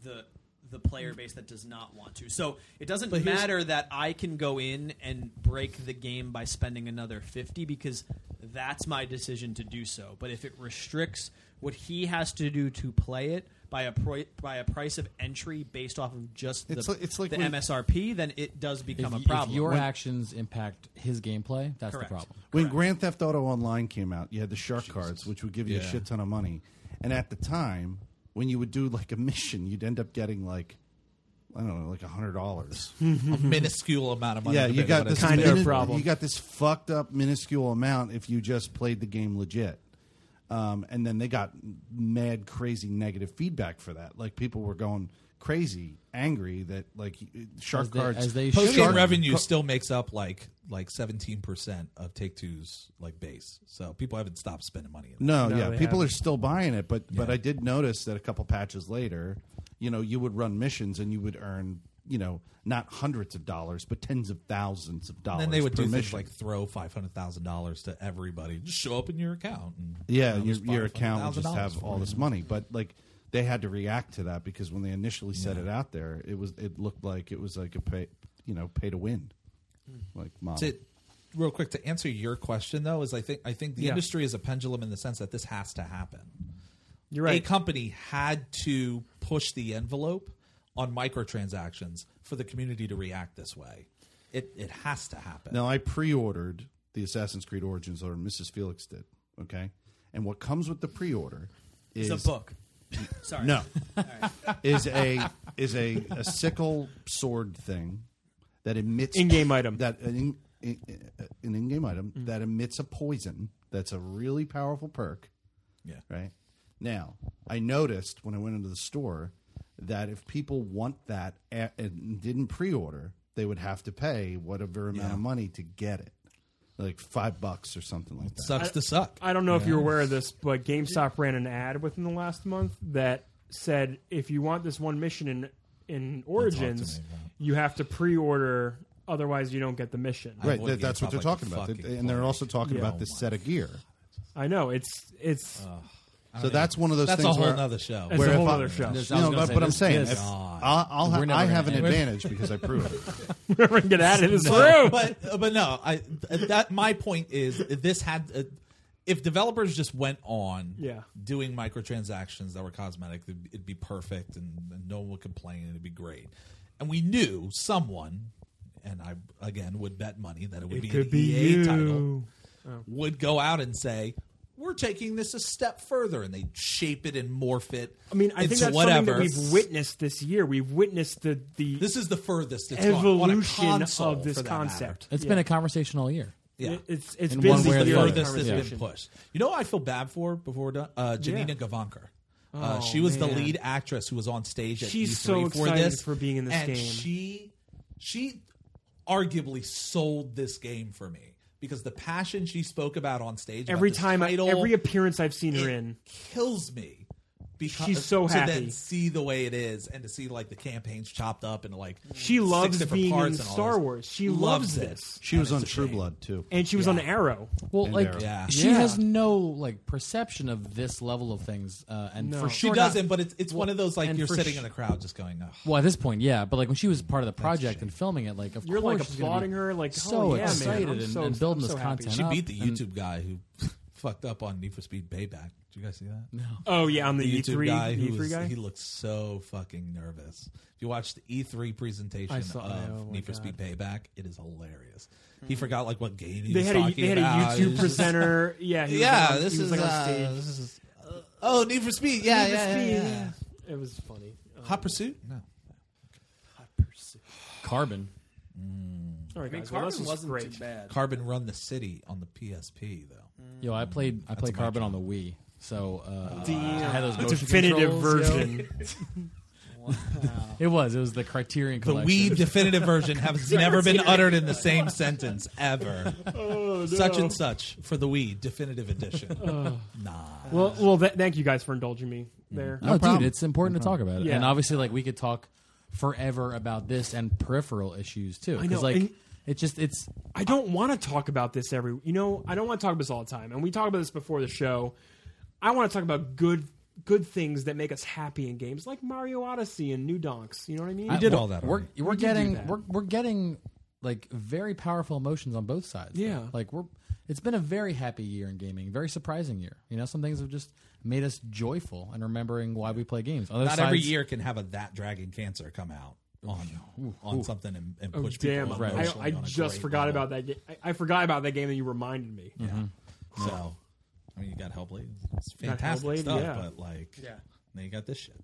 Speaker 5: the the player base that does not want to. So it doesn't
Speaker 1: But here's-
Speaker 5: matter that I can go in and break the game by spending another 50 because that's my decision to do so. But if it restricts what he has to do to play it by a pri- by a price of entry based off of just the,
Speaker 3: It's like- it's like
Speaker 5: the
Speaker 3: when-
Speaker 5: MSRP, then it does
Speaker 4: if,
Speaker 5: become
Speaker 4: y-
Speaker 5: a
Speaker 4: if
Speaker 5: problem.
Speaker 4: your
Speaker 5: When-
Speaker 4: actions impact his gameplay, that's
Speaker 5: Correct.
Speaker 4: the problem.
Speaker 3: When Grand Theft Auto Online came out, you had the shark cards, which would give you a
Speaker 1: Yeah.
Speaker 3: shit ton of money. And at the time, when you would do like a mission, you'd end up getting like I don't know, like a hundred dollars.
Speaker 1: a minuscule amount of money.
Speaker 3: yeah, you
Speaker 1: compared to
Speaker 3: got
Speaker 1: what
Speaker 3: this
Speaker 1: it's-
Speaker 2: Kind of a
Speaker 3: mini-
Speaker 2: problem.
Speaker 3: You got this fucked up minuscule amount if you just played the game legit. Um, and then they got mad, crazy negative feedback for that. Like people were going crazy, angry that like shark
Speaker 4: As they-
Speaker 3: cards
Speaker 4: as they
Speaker 1: Post
Speaker 4: should.
Speaker 1: game revenue still makes up like like seventeen percent of Take Two's like base. So people haven't stopped spending money. In that.
Speaker 3: No,
Speaker 2: No,
Speaker 3: yeah,
Speaker 2: they
Speaker 3: people
Speaker 2: haven't.
Speaker 3: are still buying it, but but I did notice that a couple patches later, you know, you would run missions and you would earn, you know, not hundreds of dollars, but tens of thousands of dollars.
Speaker 1: And then they would
Speaker 3: per
Speaker 1: do things
Speaker 3: mission.
Speaker 1: like throw five hundred thousand dollars to everybody. Just show up in your account. And,
Speaker 3: yeah,
Speaker 1: you know,
Speaker 3: your,
Speaker 1: there's
Speaker 3: your account would just
Speaker 1: $500,000
Speaker 3: have
Speaker 1: for
Speaker 3: all
Speaker 1: it.
Speaker 3: this money, but like they had to react to that because when they initially set it out there, it was it looked like it was like a pay, you know, pay to win,
Speaker 1: Hmm.
Speaker 3: like model.
Speaker 1: to real quick to answer your question though is I think I think the
Speaker 2: Yeah.
Speaker 1: industry is a pendulum in the sense that this has to happen.
Speaker 2: You're
Speaker 1: A
Speaker 2: right.
Speaker 1: company had to push the envelope on microtransactions for the community to react this way. It it has to happen.
Speaker 3: Now I pre-ordered the Assassin's Creed Origins, or Mrs. Felix did. Okay, and what comes with the pre-order is
Speaker 5: it's a book. Sorry.
Speaker 3: No, is a is a, a sickle sword thing that emits
Speaker 2: In-game item.
Speaker 3: that an in, i- i- an in-game item that emits a poison. That's a really powerful perk.
Speaker 1: Yeah.
Speaker 3: Right. Now, I noticed when I went into the store that if people want that a- and didn't pre-order, they would have to pay whatever amount of money to get it, like five bucks or something like that.
Speaker 1: Sucks to suck.
Speaker 2: I don't know if you're aware of this, but GameStop ran an ad within the last month that said if you want this one mission in in Origins,
Speaker 1: about it.
Speaker 2: you have to pre-order, otherwise you don't get the mission.
Speaker 3: Right,
Speaker 1: Boy,
Speaker 3: that, that's what
Speaker 1: GameStop
Speaker 3: they're
Speaker 1: like
Speaker 3: talking
Speaker 1: a
Speaker 3: about, They-
Speaker 1: fucking
Speaker 3: and they're
Speaker 1: plague.
Speaker 3: also talking
Speaker 2: Yeah.
Speaker 3: about this set of gear.
Speaker 2: I know it's it's
Speaker 3: So that's one of those.
Speaker 1: That's a
Speaker 3: things
Speaker 1: whole
Speaker 3: where-
Speaker 1: nother show.
Speaker 2: It's
Speaker 3: where
Speaker 2: a
Speaker 3: if
Speaker 2: whole
Speaker 3: I-
Speaker 2: other show.
Speaker 4: There's- I was
Speaker 3: No,
Speaker 4: gonna
Speaker 3: but,
Speaker 4: say,
Speaker 3: but I'm
Speaker 4: this-
Speaker 3: saying
Speaker 4: this-
Speaker 3: if- I'll, I'll
Speaker 4: We're
Speaker 3: ha-
Speaker 4: never
Speaker 3: I have an
Speaker 4: gonna end.
Speaker 3: advantage because I proved it.
Speaker 2: we're gonna get out of this
Speaker 1: No,
Speaker 2: room.
Speaker 1: But but no, I that my point is this had uh, if developers just went on
Speaker 2: Yeah.
Speaker 1: doing microtransactions that were cosmetic, it'd, it'd be perfect and, and no one would complain and it'd be great. And we knew someone, and I again would bet money that it would be
Speaker 2: It could
Speaker 1: an
Speaker 2: be
Speaker 1: EA
Speaker 2: you.
Speaker 1: title would go out and say. We're taking this a step further, and they shape it and morph it.
Speaker 2: I mean, I
Speaker 1: into
Speaker 2: think that's something
Speaker 1: whatever.
Speaker 2: that we've witnessed this year. We've witnessed the the
Speaker 1: This is the furthest it's gone on a
Speaker 2: evolution
Speaker 1: console,
Speaker 2: of this
Speaker 1: for that matter.
Speaker 2: concept.
Speaker 4: It's been a conversation all year.
Speaker 1: Yeah.
Speaker 2: It- it's it's
Speaker 4: In
Speaker 2: been
Speaker 4: one
Speaker 2: the
Speaker 4: way or the
Speaker 2: year
Speaker 4: other.
Speaker 2: of
Speaker 1: furthest it's
Speaker 2: conversation.
Speaker 1: been pushed. You know, what I feel bad for before we're done. Uh, Janina
Speaker 2: Yeah.
Speaker 1: Gavankar. Uh,
Speaker 2: Oh,
Speaker 1: she was the
Speaker 2: man.
Speaker 1: lead actress who was on stage. At
Speaker 2: She's
Speaker 1: E3
Speaker 2: so
Speaker 1: for
Speaker 2: excited
Speaker 1: this,
Speaker 2: for being in this
Speaker 1: and
Speaker 2: game.
Speaker 1: She, she, arguably sold this game for me because the passion she spoke about on stage about
Speaker 2: Every
Speaker 1: this
Speaker 2: time, I,
Speaker 1: title,
Speaker 2: every appearance I've seen her
Speaker 1: it
Speaker 2: in,
Speaker 1: kills me because
Speaker 2: She's so
Speaker 1: to then
Speaker 2: happy.
Speaker 1: see the way it is and to see like the campaigns chopped up and like
Speaker 2: She
Speaker 1: six
Speaker 2: loves
Speaker 1: different
Speaker 2: being
Speaker 1: parts
Speaker 2: in
Speaker 1: and all this.
Speaker 2: Star Wars. She loves
Speaker 1: it.
Speaker 2: this.
Speaker 3: She was on True Blood too.
Speaker 2: and she was on Arrow.
Speaker 4: Well,
Speaker 3: And
Speaker 4: like
Speaker 3: Arrow.
Speaker 1: Yeah.
Speaker 4: she
Speaker 2: Yeah.
Speaker 4: has no like perception of this level of things, uh, and
Speaker 2: No.
Speaker 4: for
Speaker 1: She
Speaker 4: sure not-
Speaker 1: doesn't, but it's it's one of those like
Speaker 4: and
Speaker 1: you're
Speaker 4: for
Speaker 1: sitting
Speaker 4: sh-
Speaker 1: in the crowd just going, oh.
Speaker 4: Well, at this point, yeah, but like when she was part of the project and filming it, like of
Speaker 2: You're,
Speaker 4: course
Speaker 2: like,
Speaker 4: she's gonna be
Speaker 2: applauding her, like,
Speaker 4: so
Speaker 2: oh, yeah, man,
Speaker 4: excited
Speaker 2: I'm
Speaker 4: and,
Speaker 2: so-
Speaker 4: and building
Speaker 2: I'm so
Speaker 4: this
Speaker 2: happy.
Speaker 4: content.
Speaker 1: She
Speaker 4: up
Speaker 1: beat the
Speaker 4: and-
Speaker 1: YouTube guy who fucked up on Need for Speed Payback. Did you guys see that? No.
Speaker 2: Oh yeah, on the,
Speaker 1: The
Speaker 2: E3
Speaker 1: YouTube guy who
Speaker 2: E3
Speaker 1: was,
Speaker 2: guy.
Speaker 1: he looked so fucking nervous. If you watch the E3 presentation
Speaker 2: I saw-
Speaker 1: of
Speaker 2: oh my
Speaker 1: Need for
Speaker 2: God. Hmm.
Speaker 1: Speed Payback, it is hilarious. He forgot like what game he
Speaker 2: they
Speaker 1: was
Speaker 2: had a
Speaker 1: talking
Speaker 2: they had a
Speaker 1: about. It was
Speaker 2: YouTube
Speaker 1: just-
Speaker 2: presenter. Yeah, he was,
Speaker 1: Yeah,
Speaker 2: like, on-
Speaker 1: this
Speaker 2: he was,
Speaker 1: is
Speaker 2: like, on
Speaker 1: uh,
Speaker 2: stage.
Speaker 1: this is uh, oh Need for Speed. Yeah,
Speaker 2: Need for
Speaker 1: yeah, yeah,
Speaker 2: Speed,
Speaker 1: yeah.
Speaker 2: yeah. It was funny. Um,
Speaker 1: Hot Pursuit. No.
Speaker 4: Carbon.
Speaker 2: all right,
Speaker 6: I mean,
Speaker 2: guys, well, this
Speaker 6: Carbon
Speaker 2: was
Speaker 6: wasn't
Speaker 2: great.
Speaker 6: too bad.
Speaker 1: Carbon Run the City on the PSP though.
Speaker 4: Yo, I played I played Carbon on the Wii, so uh, I had those motion
Speaker 2: Definitive
Speaker 4: controls, yo.
Speaker 2: version.
Speaker 4: It was it was the Criterion
Speaker 1: The
Speaker 4: collection.
Speaker 1: Wii definitive version has never been uttered in the same sentence ever.
Speaker 2: Oh,
Speaker 1: Such and such for the Wii definitive edition. nah.
Speaker 2: well, well, th- thank you guys for indulging me there.
Speaker 4: No, dude, it's important to talk about it,
Speaker 2: Yeah.
Speaker 4: and obviously, like we could talk forever about this and peripheral issues
Speaker 2: I
Speaker 4: too,
Speaker 2: know,
Speaker 4: because like
Speaker 2: and-
Speaker 4: it just it's
Speaker 2: I don't want to talk about this every. You know, I don't want to talk about this all the time. And we talked about this before the show. I want to talk about good good things that make us happy in games, like Mario Odyssey and New Donks. You know what I mean?
Speaker 4: I-
Speaker 1: did
Speaker 4: we're-
Speaker 1: all that
Speaker 4: We're
Speaker 1: already.
Speaker 4: we're
Speaker 2: We did do
Speaker 4: getting
Speaker 2: that.
Speaker 4: we're we're getting like very powerful emotions on both sides. though.
Speaker 2: Yeah.
Speaker 4: like we're it's been a very happy year in gaming, very surprising year. You know, some things have just made us joyful and remembering why we play games. Other
Speaker 1: Not every
Speaker 4: sides-
Speaker 1: year can have a that dragon cancer come out on on something and, and
Speaker 2: Oh,
Speaker 1: push
Speaker 2: damn!
Speaker 1: people.
Speaker 4: Right.
Speaker 2: I,
Speaker 1: emotionally
Speaker 2: I
Speaker 1: on a
Speaker 2: just
Speaker 1: great
Speaker 2: forgot
Speaker 1: level.
Speaker 2: about that. Ga- I, I forgot about that game that you reminded me.
Speaker 1: Yeah. So I mean you got Hellblade. It's
Speaker 2: Got
Speaker 1: fantastic
Speaker 2: Hellblade,
Speaker 1: stuff,
Speaker 2: yeah.
Speaker 1: but like
Speaker 6: Yeah.
Speaker 1: now you got this shit.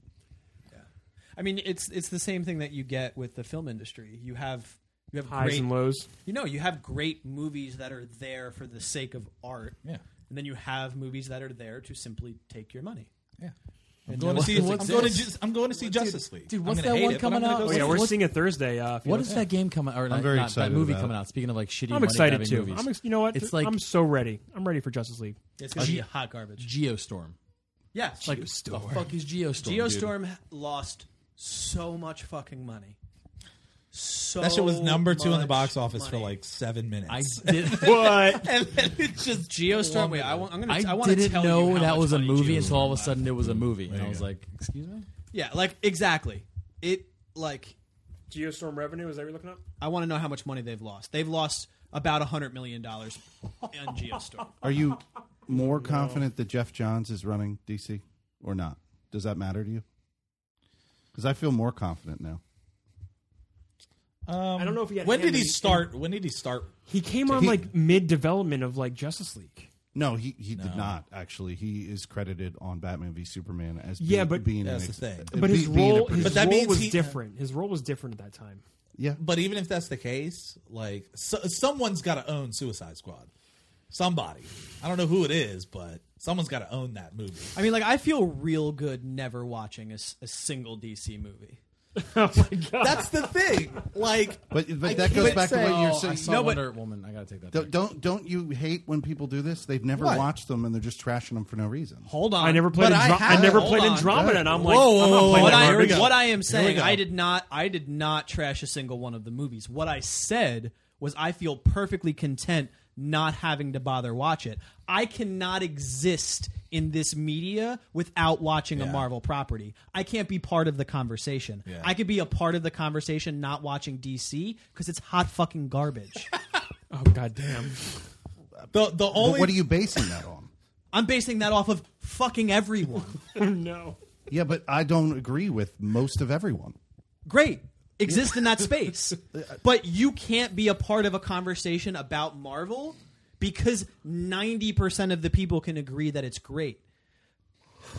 Speaker 5: I mean, it's it's the same thing that you get with the film industry. You have you have
Speaker 2: Highs
Speaker 5: great,
Speaker 2: and lows. Oh,
Speaker 5: you know, you have great movies that are there for the sake of art,
Speaker 1: Yeah.
Speaker 5: and then you have movies that are there to simply take your money.
Speaker 1: Yeah. I'm going, to see, I'm,
Speaker 4: what's
Speaker 1: going to,
Speaker 4: this?
Speaker 1: ju- I'm going to see Justice League.
Speaker 4: dude,
Speaker 1: I'm
Speaker 4: what's
Speaker 1: gonna
Speaker 4: that
Speaker 1: hate
Speaker 4: one
Speaker 1: it, but I'm
Speaker 4: coming
Speaker 1: gonna
Speaker 4: out?
Speaker 1: go
Speaker 2: Oh
Speaker 1: see
Speaker 2: yeah,
Speaker 1: it.
Speaker 2: we're
Speaker 4: what's-
Speaker 2: seeing it Thursday. Uh, if you
Speaker 4: What
Speaker 2: don't-
Speaker 4: is that game coming? Or not,
Speaker 3: very
Speaker 4: not-
Speaker 3: excited
Speaker 4: that movie
Speaker 3: about
Speaker 4: coming
Speaker 3: it.
Speaker 4: out. Speaking of like shitty,
Speaker 2: I'm
Speaker 4: money
Speaker 2: excited
Speaker 4: grabbing
Speaker 2: too.
Speaker 4: Movies.
Speaker 2: I'm ex- you know what?
Speaker 4: It's like
Speaker 2: I'm so ready. I'm ready for Justice League.
Speaker 5: It's gonna be hot garbage.
Speaker 4: Geostorm.
Speaker 5: Yeah,
Speaker 4: Like the fuck is Geostorm?
Speaker 5: Geostorm lost so much fucking money. So
Speaker 1: That shit was number two in the
Speaker 5: much
Speaker 1: box office for
Speaker 5: money.
Speaker 1: like seven minutes.
Speaker 4: dude? I did.
Speaker 2: What?
Speaker 5: and then it's just Geostorm. Wait, I want. I'm gonna.
Speaker 4: I,
Speaker 5: I, want to
Speaker 4: didn't
Speaker 5: tell you
Speaker 4: know
Speaker 5: how
Speaker 4: that
Speaker 5: much
Speaker 4: was a
Speaker 5: money
Speaker 4: movie
Speaker 5: Geostorm
Speaker 4: until all of a
Speaker 5: lost.
Speaker 4: sudden it was a movie, and I
Speaker 1: you
Speaker 4: was
Speaker 1: go.
Speaker 4: like, "Excuse me."
Speaker 5: Yeah, like exactly. It like
Speaker 2: Geostorm revenue is that what you're looking up?
Speaker 5: I want to know how much money they've lost. They've lost about hundred million dollars on Geostorm.
Speaker 3: Are you more confident that Jeff Johns is running DC or not? Does that matter to you? Because I feel more confident now.
Speaker 1: Um,
Speaker 2: I don't know if he had
Speaker 1: When
Speaker 2: hand
Speaker 1: did he
Speaker 2: in-
Speaker 1: start? When did he start?
Speaker 2: He came on
Speaker 3: He-
Speaker 2: like mid development of like Justice League.
Speaker 3: No, he, he did not actually. He is credited on Batman v Superman as
Speaker 2: Yeah,
Speaker 3: being,
Speaker 2: but-
Speaker 3: being an
Speaker 1: That's
Speaker 3: ex-
Speaker 1: the thing.
Speaker 3: uh,
Speaker 2: But his
Speaker 3: be- being a
Speaker 2: role,
Speaker 3: producer.
Speaker 2: his
Speaker 1: But that
Speaker 2: role
Speaker 1: means
Speaker 2: was
Speaker 1: he-
Speaker 2: different. His role was different at that time.
Speaker 3: Yeah.
Speaker 1: But even if that's the case, like so, someone's got to own Suicide Squad. Somebody. I don't know who it is, but someone's got to own that movie.
Speaker 5: I mean, like I feel real good never watching a, s- a single DC movie.
Speaker 1: That's the thing. Like,
Speaker 3: But
Speaker 1: I
Speaker 3: but that goes
Speaker 1: can't
Speaker 3: back to
Speaker 1: say-
Speaker 3: what you're
Speaker 4: Oh, I
Speaker 3: saying.
Speaker 4: saw
Speaker 5: No, but-
Speaker 4: Wonder Woman. I gotta take that.
Speaker 3: Don't,
Speaker 4: Back.
Speaker 3: don't don't you hate when people do this? They've never
Speaker 1: What?
Speaker 3: watched them and they're just trashing them for no reason.
Speaker 5: Hold on,
Speaker 2: I never played.
Speaker 1: But
Speaker 2: Andro-
Speaker 1: I
Speaker 2: I,
Speaker 1: have-
Speaker 2: never
Speaker 5: hold
Speaker 2: played
Speaker 5: on.
Speaker 2: Andromeda, and I'm
Speaker 1: Whoa,
Speaker 2: like,
Speaker 1: Oh, whoa,
Speaker 2: I'm not
Speaker 1: whoa,
Speaker 2: playing
Speaker 1: whoa,
Speaker 5: what I,
Speaker 1: Here we
Speaker 2: Andromeda.
Speaker 1: go.
Speaker 5: what I am saying,
Speaker 1: go.
Speaker 5: I did not, I did not trash a single one of the movies. What I said was, I feel perfectly content not having to bother watch it. I cannot exist in this media without watching a
Speaker 1: Yeah.
Speaker 5: Marvel property. I can't be part of the conversation.
Speaker 1: Yeah.
Speaker 5: I could be a part of the conversation not watching DC because it's hot fucking garbage.
Speaker 2: Oh god damn!
Speaker 1: the the
Speaker 3: But
Speaker 1: only
Speaker 3: what are you basing that on?
Speaker 5: I'm basing that off of fucking everyone.
Speaker 2: no,
Speaker 3: Yeah, but I don't agree with most of everyone.
Speaker 5: great exist in that space but you can't be a part of a conversation about marvel because 90% of the people can agree that it's great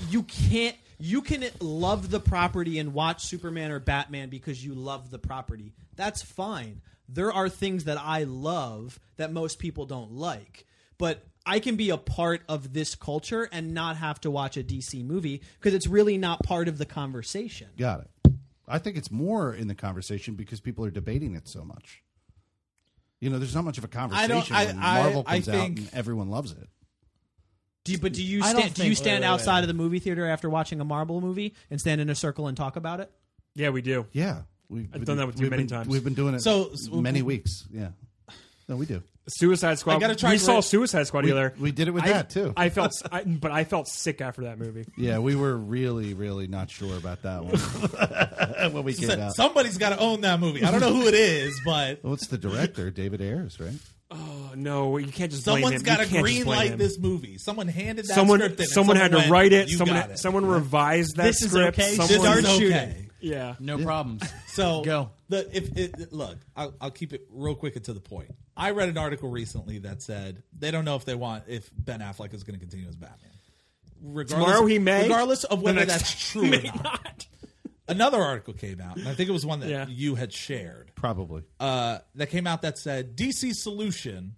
Speaker 5: you can't you can love the property and watch superman or batman because you love the property that's fine there are things that i love that most people don't like but i can be a part of this culture and not have to watch a dc movie because it's really not part of the conversation
Speaker 3: Got it. I think it's more in the conversation because people are debating it so much. You know, there's not much of a conversation
Speaker 1: I-
Speaker 3: when
Speaker 1: I-
Speaker 3: Marvel
Speaker 1: I
Speaker 3: comes out
Speaker 1: think-
Speaker 3: and everyone loves it.
Speaker 5: Do you, but do you
Speaker 4: I
Speaker 5: stand,
Speaker 4: don't
Speaker 5: do you
Speaker 4: think-
Speaker 5: stand
Speaker 4: wait, wait,
Speaker 5: outside
Speaker 4: wait.
Speaker 5: of the movie theater after watching a Marvel movie and stand in a circle and talk about it?
Speaker 2: yeah, we do.
Speaker 3: Yeah, we've
Speaker 2: I've done that with you
Speaker 3: we've
Speaker 2: many
Speaker 3: been-
Speaker 2: times.
Speaker 3: We've been doing it
Speaker 1: So-
Speaker 3: so,
Speaker 1: so-
Speaker 3: many weeks. Yeah, no, we do.
Speaker 2: Suicide Squad.
Speaker 1: I gotta try
Speaker 2: we
Speaker 1: to-
Speaker 2: saw Suicide Squad
Speaker 3: We-
Speaker 2: together.
Speaker 3: we did it with
Speaker 2: I-
Speaker 3: that, too.
Speaker 2: I felt, I, but I felt sick after that movie.
Speaker 3: Yeah, we were really, really not sure about that one when we came out.
Speaker 1: somebody's got to own that movie. I don't know who it is, but
Speaker 3: What's the director? David Ayers, right?
Speaker 2: Oh, no, you can't just. blame
Speaker 1: someone's
Speaker 2: him.
Speaker 1: got
Speaker 2: You
Speaker 1: to
Speaker 2: can't just
Speaker 1: green
Speaker 2: blame
Speaker 1: light
Speaker 2: him.
Speaker 1: this movie. Someone handed that
Speaker 2: Someone,
Speaker 1: script in and
Speaker 2: someone had to
Speaker 1: went,
Speaker 2: write it.
Speaker 1: You
Speaker 2: Someone,
Speaker 1: got it.
Speaker 2: someone revised that
Speaker 5: This is
Speaker 2: script.
Speaker 1: This
Speaker 5: okay.
Speaker 2: Someone,
Speaker 1: is
Speaker 5: Start
Speaker 1: okay.
Speaker 5: shooting.
Speaker 2: yeah,
Speaker 4: No problems.
Speaker 1: So
Speaker 4: Go.
Speaker 1: The, if it, look, I'll, I'll keep it real quick and to the point. I read an article recently that said they don't know if they want if Ben Affleck is going to continue as Batman. Regardless,
Speaker 2: Tomorrow he may.
Speaker 1: regardless of
Speaker 2: The
Speaker 1: whether
Speaker 2: next
Speaker 1: that's true or not. Another article came out, and I think it was one that
Speaker 2: Yeah.
Speaker 1: you had shared
Speaker 3: Probably.
Speaker 1: uh, that came out that said DC's solution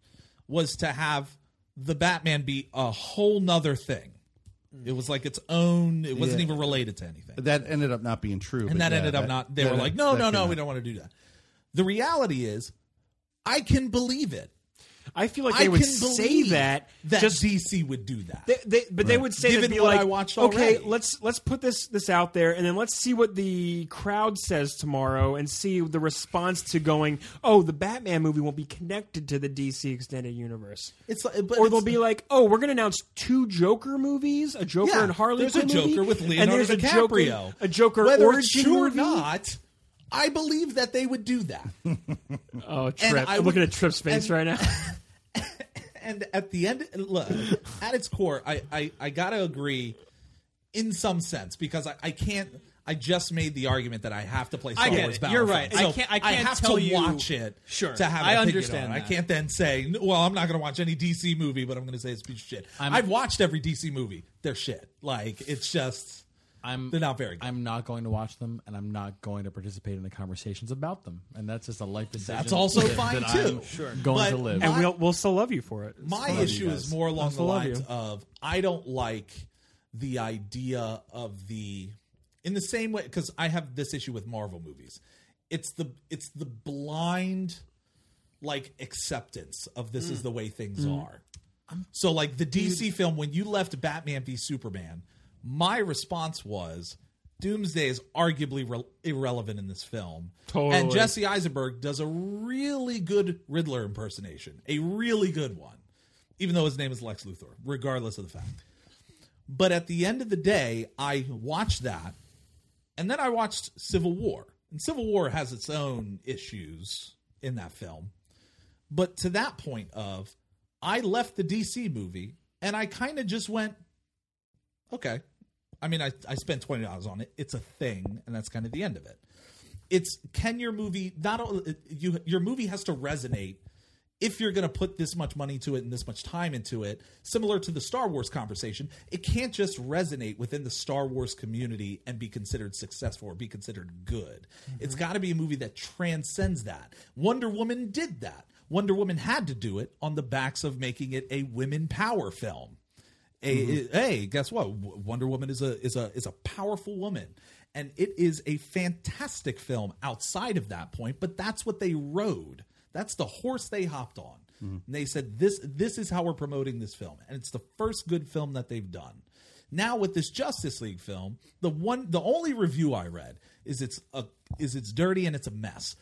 Speaker 1: was to have the Batman be a whole nother thing. It was like its own. It wasn't
Speaker 3: Yeah.
Speaker 1: even related to anything
Speaker 3: That ended up not being true.
Speaker 1: and that ended up not they were like no no no we don't want to do that the reality is i can believe it
Speaker 2: I feel like
Speaker 1: i
Speaker 2: they
Speaker 1: can
Speaker 2: would say
Speaker 1: believe
Speaker 2: that,
Speaker 1: that
Speaker 2: just
Speaker 1: dc would do that
Speaker 2: They, they, but they would say
Speaker 1: Given
Speaker 2: they'd be
Speaker 1: what
Speaker 2: like,
Speaker 1: I watched
Speaker 2: okay,
Speaker 1: already."
Speaker 2: let's let's put this this out there, and then let's see what the crowd says tomorrow, and see the response to going, oh, the Batman movie won't be connected to the DC extended universe,
Speaker 1: it's like, but
Speaker 2: or
Speaker 1: it's-
Speaker 2: they'll be like, oh, we're gonna announce two Joker movies, a Joker
Speaker 1: yeah,
Speaker 2: and Harley
Speaker 1: there's a
Speaker 2: Quinn movie,
Speaker 1: joker with leonardo
Speaker 2: and there's
Speaker 1: DiCaprio.
Speaker 2: a Joker, a Joker
Speaker 1: whether
Speaker 2: origin
Speaker 1: it's true
Speaker 2: movie.
Speaker 1: or not i believe that they would do that
Speaker 2: Oh, Trip!
Speaker 1: I
Speaker 2: I'm
Speaker 1: would-
Speaker 2: looking at Trip's
Speaker 1: and-
Speaker 2: face right now.
Speaker 1: and at the end look at its core I, I i gotta agree in some sense because i, I can't I just made the argument that I have to play Star
Speaker 5: I get
Speaker 1: Wars
Speaker 5: it.
Speaker 1: Battlefront.
Speaker 5: You're right. I
Speaker 1: So
Speaker 5: can't- I can't
Speaker 1: have
Speaker 5: tell
Speaker 1: to
Speaker 5: you-
Speaker 1: watch it.
Speaker 5: Sure.
Speaker 1: To have an
Speaker 5: I
Speaker 1: opinion
Speaker 5: understand
Speaker 1: on it. I
Speaker 5: that.
Speaker 1: can't then say, "N- "Well, I'm not going to watch any DC movie," but I'm going to say it's a piece of shit. i have watched every DC movie. They're shit. Like it's just
Speaker 4: I'm.
Speaker 1: they're not very good.
Speaker 4: I'm not going to watch them, and I'm not going to participate in the conversations about them. And that's just a life decision.
Speaker 1: That's also
Speaker 4: that-
Speaker 1: fine,
Speaker 4: that
Speaker 1: too.
Speaker 4: I'm
Speaker 1: Sure.
Speaker 4: Going
Speaker 1: But
Speaker 4: to live.
Speaker 2: and
Speaker 1: my-
Speaker 2: we'll we'll still love you for it.
Speaker 1: My
Speaker 3: love
Speaker 1: issue
Speaker 3: you
Speaker 1: is
Speaker 3: guys.
Speaker 1: more along the
Speaker 2: I love
Speaker 1: lines
Speaker 2: you.
Speaker 1: of I don't like the idea of the in the same way because I have this issue with Marvel movies. It's the it's the blind like acceptance of this is the way things are. So like the DC film when you left Batman v Superman, my response was Doomsday is arguably re- irrelevant in this film. And
Speaker 2: Totally.
Speaker 1: Jesse Eisenberg does a really good Riddler impersonation, a really good one, even though his name is Lex Luthor, regardless of the fact. But at the end of the day, I watched that, and then I watched Civil War. And Civil War has its own issues in that film. But to that point of I left the DC movie and I kind of just went, okay. I mean, I, I spent twenty dollars on it. It's a thing, and that's kind of the end of it. It's can your movie not only you your movie has to resonate if you're going to put this much money to it and this much time into it, similar to the Star Wars conversation, it can't just resonate within the Star Wars community and be considered successful or be considered good. It's got to be a movie that transcends that. Wonder Woman did that. Wonder Woman had to do it on the backs of making it a women power film. A,
Speaker 2: Mm-hmm.
Speaker 1: Hey, guess what? W- Wonder Woman is a is a is a powerful woman, and it is a fantastic film outside of that point. But that's what they rode. That's the horse they hopped on.
Speaker 2: Mm-hmm.
Speaker 1: And they said this this is how we're promoting this film, and it's the first good film that they've done. Now with this Justice League film, the one the only review I read is it's a is it's dirty and it's a mess.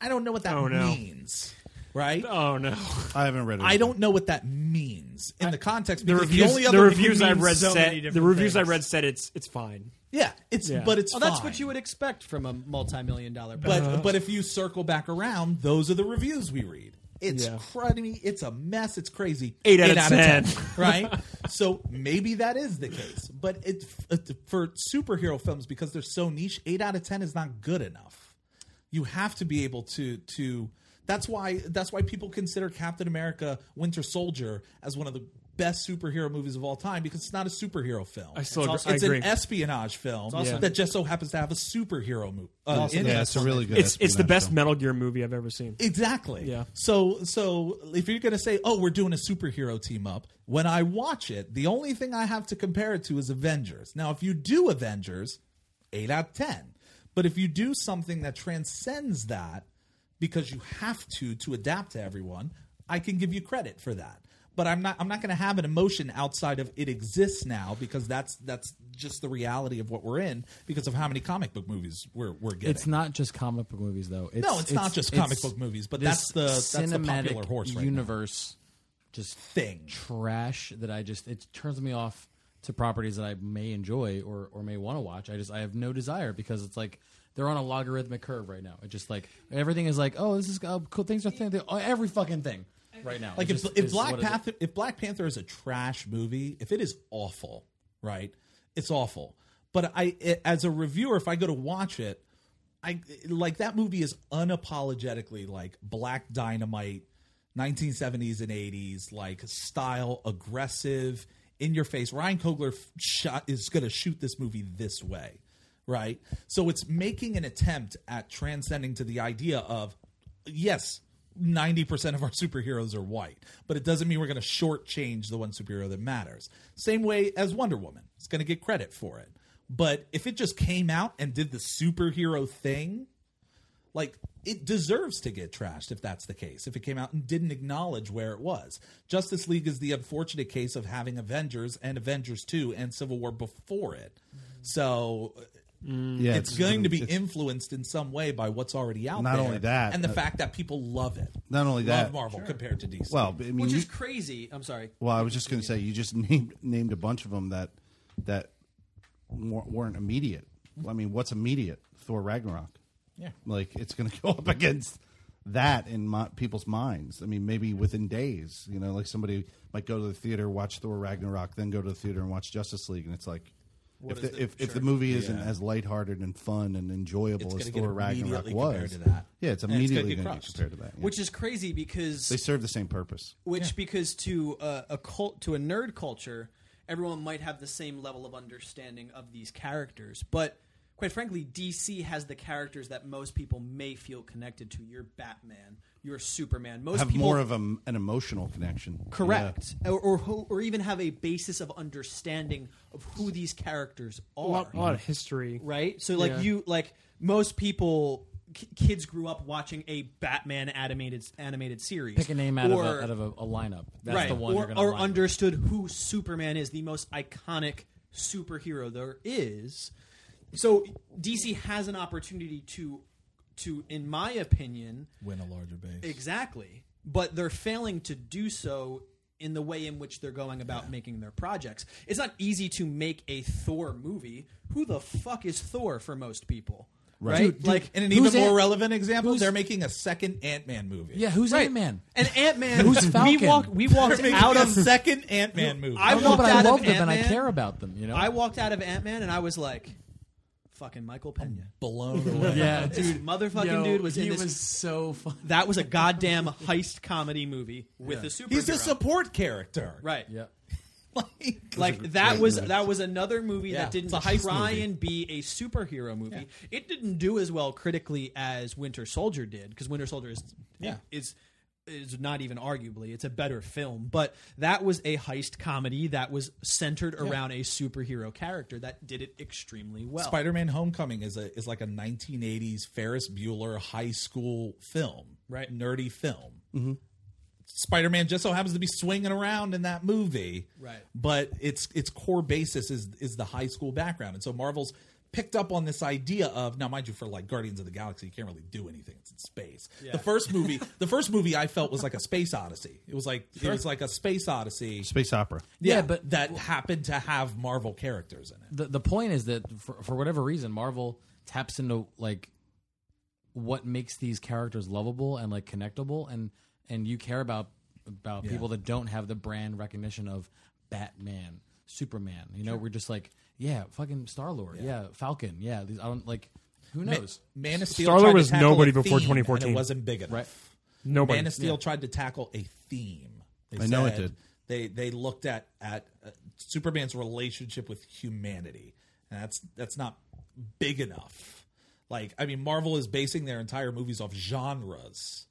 Speaker 1: I don't know what that
Speaker 2: Oh, no.
Speaker 1: means, right?
Speaker 2: Oh no!
Speaker 3: I haven't read it.
Speaker 1: I don't know what that means in the context.
Speaker 2: The
Speaker 1: because
Speaker 2: reviews,
Speaker 1: the only other
Speaker 2: the reviews
Speaker 1: thing-
Speaker 2: I've read
Speaker 5: so many
Speaker 2: said the
Speaker 5: different
Speaker 2: reviews I
Speaker 5: things.
Speaker 2: read said it's it's fine.
Speaker 1: yeah, it's
Speaker 2: Yeah.
Speaker 1: but it's
Speaker 5: Well, that's
Speaker 1: fine.
Speaker 5: what you would expect from a multi-million dollar.
Speaker 1: But
Speaker 5: budget.
Speaker 2: Uh-huh.
Speaker 1: but if you circle back around, those are the reviews we read. It's
Speaker 2: Yeah.
Speaker 1: cruddy. It's a mess. It's crazy.
Speaker 2: Eight out of 10.
Speaker 1: right? so maybe that is the case. But it, it for superhero films because they're so niche, eight out of ten is not good enough. You have to be able to to. That's why that's why people consider Captain America: Winter Soldier as one of the best superhero movies of all time because it's not a superhero film.
Speaker 2: I still
Speaker 5: It's
Speaker 2: agree.
Speaker 5: also-
Speaker 2: I
Speaker 1: it's
Speaker 2: agree.
Speaker 1: an espionage film
Speaker 5: also-
Speaker 1: that just so happens to have a superhero movie. Uh,
Speaker 5: also
Speaker 1: in
Speaker 3: Yeah,
Speaker 1: it.
Speaker 3: it's a really good.
Speaker 2: it's it's the
Speaker 3: espionage
Speaker 2: best
Speaker 3: film.
Speaker 2: Metal Gear movie I've ever seen.
Speaker 1: Exactly.
Speaker 2: Yeah.
Speaker 1: So so if you're gonna say, oh, we're doing a superhero team up, when I watch it, the only thing I have to compare it to is Avengers. Now, if you do Avengers, eight out of ten. But if you do something that transcends that, because you have to to adapt to everyone, I can give you credit for that. But I'm not I'm not gonna have an emotion outside of it exists now because that's that's just the reality of what we're in because of how many comic book movies we're we're getting.
Speaker 4: It's not just comic book movies, though. It's,
Speaker 1: No, it's not just comic book movies, but that's
Speaker 4: this
Speaker 1: the- that's the
Speaker 4: cinematic
Speaker 1: popular horse right now.
Speaker 4: universe. Just
Speaker 1: Thing.
Speaker 4: trash that I just it turns me off to properties that I may enjoy or or may want to watch. I just I have no desire because it's like they're on a logarithmic curve right now. It just like everything is like oh this is oh, cool things are thing oh, every fucking thing right now.
Speaker 1: like
Speaker 4: It
Speaker 1: if,
Speaker 4: just
Speaker 1: if
Speaker 4: is
Speaker 1: Black
Speaker 4: what it is.
Speaker 1: Panther if Black Panther is a trash movie, if it is awful, right? It's awful. But I i as a reviewer, if I go to watch it, I like that movie is unapologetically like Black Dynamite, 1970s and 80s like style, aggressive, in your face. Ryan Coogler f- shot is going to shoot this movie this way. Right. So it's making an attempt at transcending to the idea of yes, 90% of our superheroes are white, but it doesn't mean we're going to shortchange the one superhero that matters. Same way as Wonder Woman. It's going to get credit for it. But if it just came out and did the superhero thing, like it deserves to get trashed if that's the case if it came out and didn't acknowledge where it was justice league is the unfortunate case of having avengers and avengers 2 and civil war before it so
Speaker 3: Yeah,
Speaker 1: it's, going to be
Speaker 3: it's-
Speaker 1: influenced in some way by what's already out
Speaker 3: Not
Speaker 1: there.
Speaker 3: only that,
Speaker 1: and the
Speaker 3: uh,
Speaker 1: fact that people love it.
Speaker 3: Not only
Speaker 1: love
Speaker 3: that-
Speaker 1: Marvel compared to DC.
Speaker 3: well, I mean,
Speaker 5: which
Speaker 3: you-
Speaker 5: is crazy. I'm sorry.
Speaker 3: Well, I was just going to say you just named named a bunch of them that that wa- weren't immediate. I mean, what's immediate? Thor Ragnarok.
Speaker 1: Yeah.
Speaker 3: like it's going to go up against that in my, people's minds. I mean, maybe within days. You know, like somebody might go to the theater, watch Thor Ragnarok, then go to the theater and watch Justice League, and it's like. If
Speaker 5: is
Speaker 3: the,
Speaker 5: the-
Speaker 3: if, if the
Speaker 5: sure.
Speaker 3: movie isn't as lighthearted and fun and enjoyable
Speaker 1: It's gonna
Speaker 3: as
Speaker 1: get
Speaker 3: Thor Ragnarok
Speaker 1: immediately compared
Speaker 3: was,
Speaker 1: to that.
Speaker 3: yeah,
Speaker 1: And it's
Speaker 3: it's
Speaker 1: gonna
Speaker 3: immediately
Speaker 1: get
Speaker 3: going to
Speaker 1: crushed.
Speaker 3: be compared to that. yeah.
Speaker 5: Which is crazy because
Speaker 3: they serve the same purpose.
Speaker 5: which because to a, a cult to a nerd culture everyone might have the same level of understanding of these characters but quite frankly dc has the characters that most people may feel connected to your batman your superman most
Speaker 3: Have
Speaker 5: people
Speaker 3: more of a, an emotional connection. Yeah.
Speaker 5: correct or, or who- or even have a basis of understanding of who these characters are
Speaker 2: A lot, a lot of history.
Speaker 5: right? So like
Speaker 2: Yeah.
Speaker 5: you like most people k- kids grew up watching a Batman animated animated series.
Speaker 4: pick a name out
Speaker 5: Or-
Speaker 4: of a, out of a, a lineup. That's
Speaker 5: right.
Speaker 4: the one
Speaker 5: or,
Speaker 4: you're going
Speaker 5: or
Speaker 4: to
Speaker 5: understood who Superman is, the most iconic superhero there is. So DC has an opportunity to to in my opinion
Speaker 1: win a larger base.
Speaker 5: Exactly. But they're failing to do so in the way in which they're going about making their projects. It's not easy to make a Thor movie. Who the fuck is Thor for most people? Right? like
Speaker 1: In
Speaker 5: and,
Speaker 1: an
Speaker 4: Who's
Speaker 1: even more
Speaker 4: Ant-
Speaker 1: relevant example,
Speaker 4: who's-
Speaker 1: they're making a second Ant Man movie.
Speaker 4: Yeah, who's
Speaker 5: Right.
Speaker 4: Ant Man?
Speaker 5: Ant Man
Speaker 4: Who's
Speaker 5: we
Speaker 4: Falcon?
Speaker 5: walked we
Speaker 1: They're
Speaker 5: walked
Speaker 1: making
Speaker 5: out
Speaker 1: a
Speaker 5: of
Speaker 1: second Ant Man movie.
Speaker 5: I
Speaker 4: I don't know,
Speaker 5: walked
Speaker 4: but I
Speaker 5: out of
Speaker 4: love them and I
Speaker 5: Ant-Man.
Speaker 4: care about them. You know,
Speaker 5: I walked out of Ant Man and I was like fucking Michael Pena.
Speaker 1: blown away.
Speaker 4: Yeah,
Speaker 5: This
Speaker 4: dude.
Speaker 5: motherfucking
Speaker 4: yo,
Speaker 5: dude was in
Speaker 4: he
Speaker 5: this.
Speaker 4: was so fun.
Speaker 5: that was a goddamn heist comedy movie with a superhero.
Speaker 1: He's a support character,
Speaker 5: right?
Speaker 4: Yeah.
Speaker 1: Like,
Speaker 5: Like that
Speaker 3: great
Speaker 5: was
Speaker 3: movie.
Speaker 5: that was another movie
Speaker 1: Yeah,
Speaker 5: that didn't
Speaker 1: it's a heist
Speaker 5: try
Speaker 1: movie.
Speaker 5: and be a superhero movie. It didn't do as well critically as Winter Soldier did because Winter Soldier is
Speaker 1: Yeah.
Speaker 5: is is not even arguably it's a better film, but that was a heist comedy that was centered around a superhero character that did it extremely well.
Speaker 1: Spider-Man: Homecoming is a is like a 1980s Ferris Bueller high school film,
Speaker 5: Right.
Speaker 1: Nerdy film. Spider-Man just so happens to be swinging around in that movie,
Speaker 5: Right.
Speaker 1: But its its core basis is is the high school background, and so Marvel's picked up on this idea of now, mind you, for like Guardians of the Galaxy, you can't really do anything; it's in space. The first movie, the first movie I felt was like a space odyssey. It was like it was like a space odyssey.
Speaker 3: Space opera.
Speaker 4: Yeah, but-
Speaker 1: that happened to have Marvel characters in it.
Speaker 4: the the point is that for, for whatever reason, Marvel taps into like what makes these characters lovable and like connectable, and and you care about about people that don't have the brand recognition of Batman, Superman. You know, we're just like, yeah, fucking Star Lord, yeah. Falcon, yeah. These I don't like. Who knows?
Speaker 1: Man of Steel.
Speaker 2: Starler
Speaker 1: tried to
Speaker 2: was
Speaker 1: tackle
Speaker 2: nobody
Speaker 1: a
Speaker 2: before
Speaker 1: theme, and
Speaker 2: 2014.
Speaker 1: it wasn't big enough.
Speaker 4: Right.
Speaker 2: Nobody.
Speaker 1: Man of Steel tried to tackle a theme. They
Speaker 3: I know it
Speaker 1: said
Speaker 3: did.
Speaker 1: They they looked at at uh, Superman's relationship with humanity, and that's that's not big enough. Like I mean, Marvel is basing their entire movies off genres,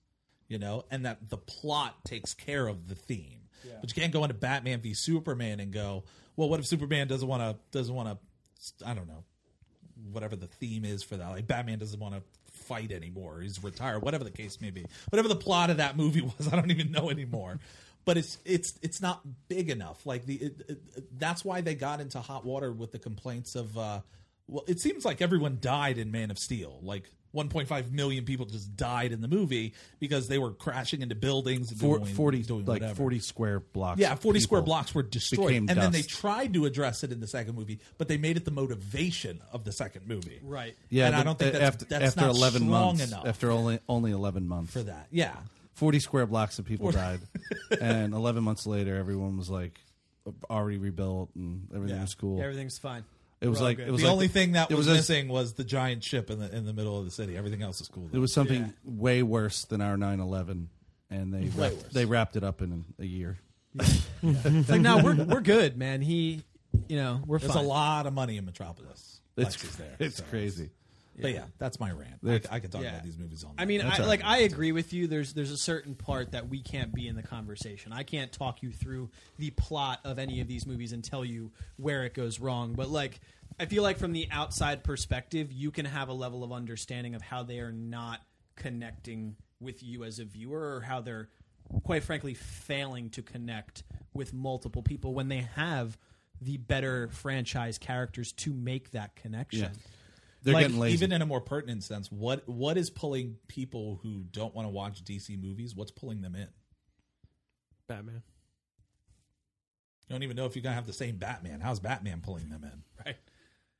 Speaker 1: you know, and that the plot takes care of the theme. But you can't go into Batman v Superman and go, well, what if Superman doesn't want to doesn't want to, I don't know, whatever the theme is for that. Like Batman doesn't want to fight anymore. He's retired. Whatever the case may be. Whatever the plot of that movie was, I don't even know anymore. But it's it's it's not big enough. Like the it, it, that's why they got into hot water with the complaints of. uh Well, it seems like everyone died in Man of Steel. Like 1.5 million people just died in the movie because they were crashing into buildings. And
Speaker 3: Four,
Speaker 1: doing,
Speaker 3: 40,
Speaker 1: doing
Speaker 3: like
Speaker 1: whatever.
Speaker 3: 40 square blocks.
Speaker 1: Yeah, 40 square
Speaker 3: people
Speaker 1: blocks were destroyed.
Speaker 3: became
Speaker 1: And then they
Speaker 3: dust.
Speaker 1: tried to address it in the second movie, but they made it the motivation of the second movie.
Speaker 5: Right.
Speaker 3: Yeah,
Speaker 1: and I
Speaker 3: but
Speaker 1: don't think
Speaker 3: a-
Speaker 1: that's,
Speaker 3: after,
Speaker 1: that's
Speaker 3: after
Speaker 1: not
Speaker 3: 11
Speaker 1: strong
Speaker 3: months,
Speaker 1: enough
Speaker 3: After only only 11 months.
Speaker 1: for that. Yeah.
Speaker 3: 40 square blocks of people died. and 11 months later, everyone was like already rebuilt and everything
Speaker 1: Yeah.
Speaker 3: was cool.
Speaker 5: Everything's fine.
Speaker 3: it was
Speaker 5: all
Speaker 3: like,
Speaker 5: good.
Speaker 3: it was
Speaker 1: the
Speaker 3: like
Speaker 1: only thing that
Speaker 3: it
Speaker 1: was,
Speaker 3: was a-
Speaker 1: missing was the giant ship in the in the middle of the city. Everything else is cool.
Speaker 3: It
Speaker 1: Though.
Speaker 3: was something way worse than our 9 11. And they
Speaker 1: worse.
Speaker 3: wrapped, they wrapped it up in a year.
Speaker 5: It's like no, we're we're good, man. He, you know, we're
Speaker 1: There's
Speaker 5: fine.
Speaker 1: a lot of money in Metropolis.
Speaker 3: It's,
Speaker 1: Lex is there,
Speaker 3: it's
Speaker 1: so.
Speaker 3: crazy.
Speaker 1: But yeah, that's my rant. I,
Speaker 3: There's-
Speaker 1: I could talk
Speaker 5: yeah.
Speaker 1: about these movies all night.
Speaker 5: I mean, I,
Speaker 3: all
Speaker 5: like
Speaker 3: right.
Speaker 5: I agree with you. There's there's a certain part that we can't be in the conversation. I can't talk you through the plot of any of these movies and tell you where it goes wrong. But like, I feel like from the outside perspective, you can have a level of understanding of how they are not connecting with you as a viewer, or how they're quite frankly failing to connect with multiple people when they have the better franchise characters to make that connection.
Speaker 3: They're
Speaker 5: Like,
Speaker 3: getting lazy.
Speaker 1: even in a more pertinent sense, what what is pulling people who don't want to watch DC movies? What's pulling them in?
Speaker 2: Batman.
Speaker 1: You don't even know if you're gonna have the same Batman. How's Batman pulling them in?
Speaker 5: Right.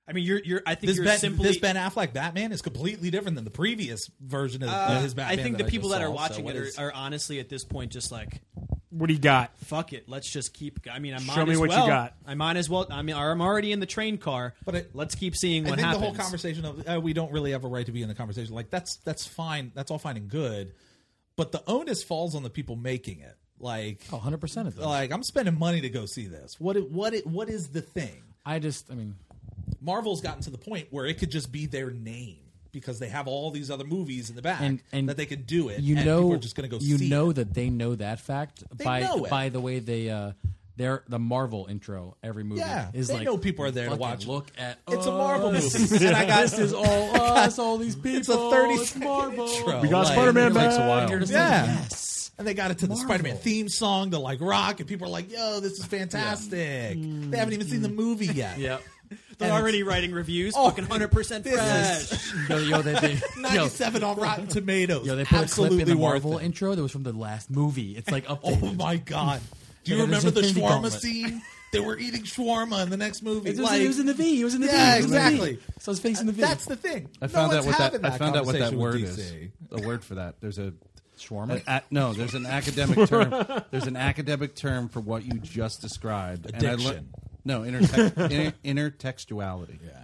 Speaker 5: I mean, you're you're. I think
Speaker 1: This
Speaker 5: you're
Speaker 1: ben,
Speaker 5: simply
Speaker 1: this ben Affleck Batman is completely different than the previous version of,
Speaker 5: Uh,
Speaker 1: of his Batman.
Speaker 5: I think the
Speaker 1: just
Speaker 5: people that
Speaker 1: saw,
Speaker 5: are
Speaker 1: so
Speaker 5: watching
Speaker 1: what
Speaker 5: it are,
Speaker 1: is-
Speaker 5: are honestly at this point just like,
Speaker 2: What do you got?
Speaker 5: fuck it, let's just keep. I mean, I might
Speaker 2: Show me
Speaker 5: as
Speaker 2: what you
Speaker 5: well.
Speaker 2: got.
Speaker 5: I might as well. I mean, I'm already in the train car,
Speaker 1: But
Speaker 5: but
Speaker 1: it-
Speaker 5: let's keep seeing
Speaker 1: I
Speaker 5: what
Speaker 1: think
Speaker 5: happens.
Speaker 1: the whole conversation of uh, we don't really have a right to be in the conversation. Like that's that's fine. That's all fine and good. But the onus falls on the people making it. Like
Speaker 4: Oh, 100 percent of them.
Speaker 1: like I'm spending money to go see this. What it, what it, what is the thing?
Speaker 4: I just, I mean,
Speaker 1: Marvel's gotten to the point where it could just be their name because they have all these other movies in the back
Speaker 4: and and
Speaker 1: that they can do it.
Speaker 4: You
Speaker 1: and
Speaker 4: know,
Speaker 1: people are just going to go.
Speaker 4: You
Speaker 1: see
Speaker 4: know
Speaker 1: it.
Speaker 4: that they know that fact by
Speaker 1: know it.
Speaker 4: by the way they uh, their the Marvel intro every movie
Speaker 1: Yeah,
Speaker 4: is
Speaker 1: they
Speaker 4: like
Speaker 1: know people are there to
Speaker 4: "Fucking
Speaker 1: watch it."
Speaker 4: Look at oh,
Speaker 1: It's a
Speaker 4: us.
Speaker 1: Marvel movie. And I got-
Speaker 4: this is all us, all these people.
Speaker 1: it's a 30
Speaker 4: it's Marvel.
Speaker 1: intro.
Speaker 2: We got
Speaker 1: Like,
Speaker 2: Spider-Man
Speaker 3: takes a
Speaker 2: back.
Speaker 3: while.
Speaker 4: You're just
Speaker 1: Yeah.
Speaker 4: like, yes.
Speaker 1: And they got it to the Spider Man theme song to like rock, and people are like, yo, this is fantastic.
Speaker 4: Mm.
Speaker 1: They haven't even seen the movie yet.
Speaker 4: Yep.
Speaker 5: They're
Speaker 1: and
Speaker 5: already writing reviews.
Speaker 1: Oh,
Speaker 5: fucking hundred percent fresh.
Speaker 4: Yo, yo, they, they, yo,
Speaker 1: 97 on Rotten Tomatoes.
Speaker 4: yo, they put
Speaker 1: Absolutely
Speaker 4: a clip in the
Speaker 1: worth
Speaker 4: Marvel
Speaker 1: it.
Speaker 4: intro that was from the last movie. It's like
Speaker 1: Oh
Speaker 4: updated.
Speaker 1: my God. Do you
Speaker 4: Yeah, there's
Speaker 1: remember the
Speaker 4: Infinity
Speaker 1: shawarma
Speaker 4: Gauntlet.
Speaker 1: scene? They were eating shawarma in the next movie.
Speaker 4: It was,
Speaker 1: like,
Speaker 4: he was in the V. He was in the
Speaker 1: Yeah,
Speaker 4: V. he was in the V.
Speaker 1: exactly.
Speaker 4: So his face in the V.
Speaker 1: That's the thing.
Speaker 3: I found
Speaker 1: no one's
Speaker 3: out what that,
Speaker 1: having
Speaker 3: I found out what that
Speaker 1: conversation
Speaker 3: word
Speaker 1: with
Speaker 3: is.
Speaker 1: DC.
Speaker 3: A word for that. There's a
Speaker 4: Shawarma?
Speaker 3: an a- no, there's an academic term. There's an academic term for what you just described. And I lear-
Speaker 1: Addiction.
Speaker 3: no, intertext, inter- intertextuality.
Speaker 1: Yeah.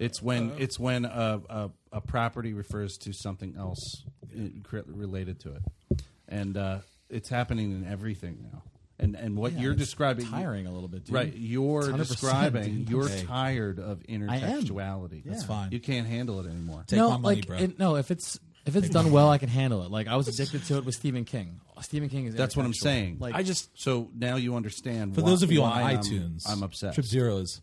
Speaker 3: It's when it's when a, a a property refers to something else in- cre- related to it, and uh, it's happening in everything now. And and what
Speaker 4: Yeah,
Speaker 3: you're
Speaker 4: it's
Speaker 3: describing,
Speaker 4: tiring a little bit, dude.
Speaker 3: right? You're
Speaker 4: 100%,
Speaker 3: describing.
Speaker 4: dude.
Speaker 3: You're
Speaker 4: Hey.
Speaker 3: tired of
Speaker 4: am.
Speaker 3: intertextuality.
Speaker 4: That's
Speaker 1: fine.
Speaker 3: You can't handle it anymore.
Speaker 1: Take
Speaker 4: no,
Speaker 1: my money,
Speaker 4: like,
Speaker 1: bro.
Speaker 4: It, no, if it's if it's done well, I can handle it. Like I was addicted to it with Stephen King. Stephen King is
Speaker 3: That's what I'm
Speaker 4: intertextual.
Speaker 3: saying.
Speaker 4: Like
Speaker 2: I just
Speaker 3: So now you understand.
Speaker 1: For
Speaker 3: why-
Speaker 1: those of you on
Speaker 3: why I'm-
Speaker 1: iTunes,
Speaker 3: I'm, upset.
Speaker 1: Trip Zero is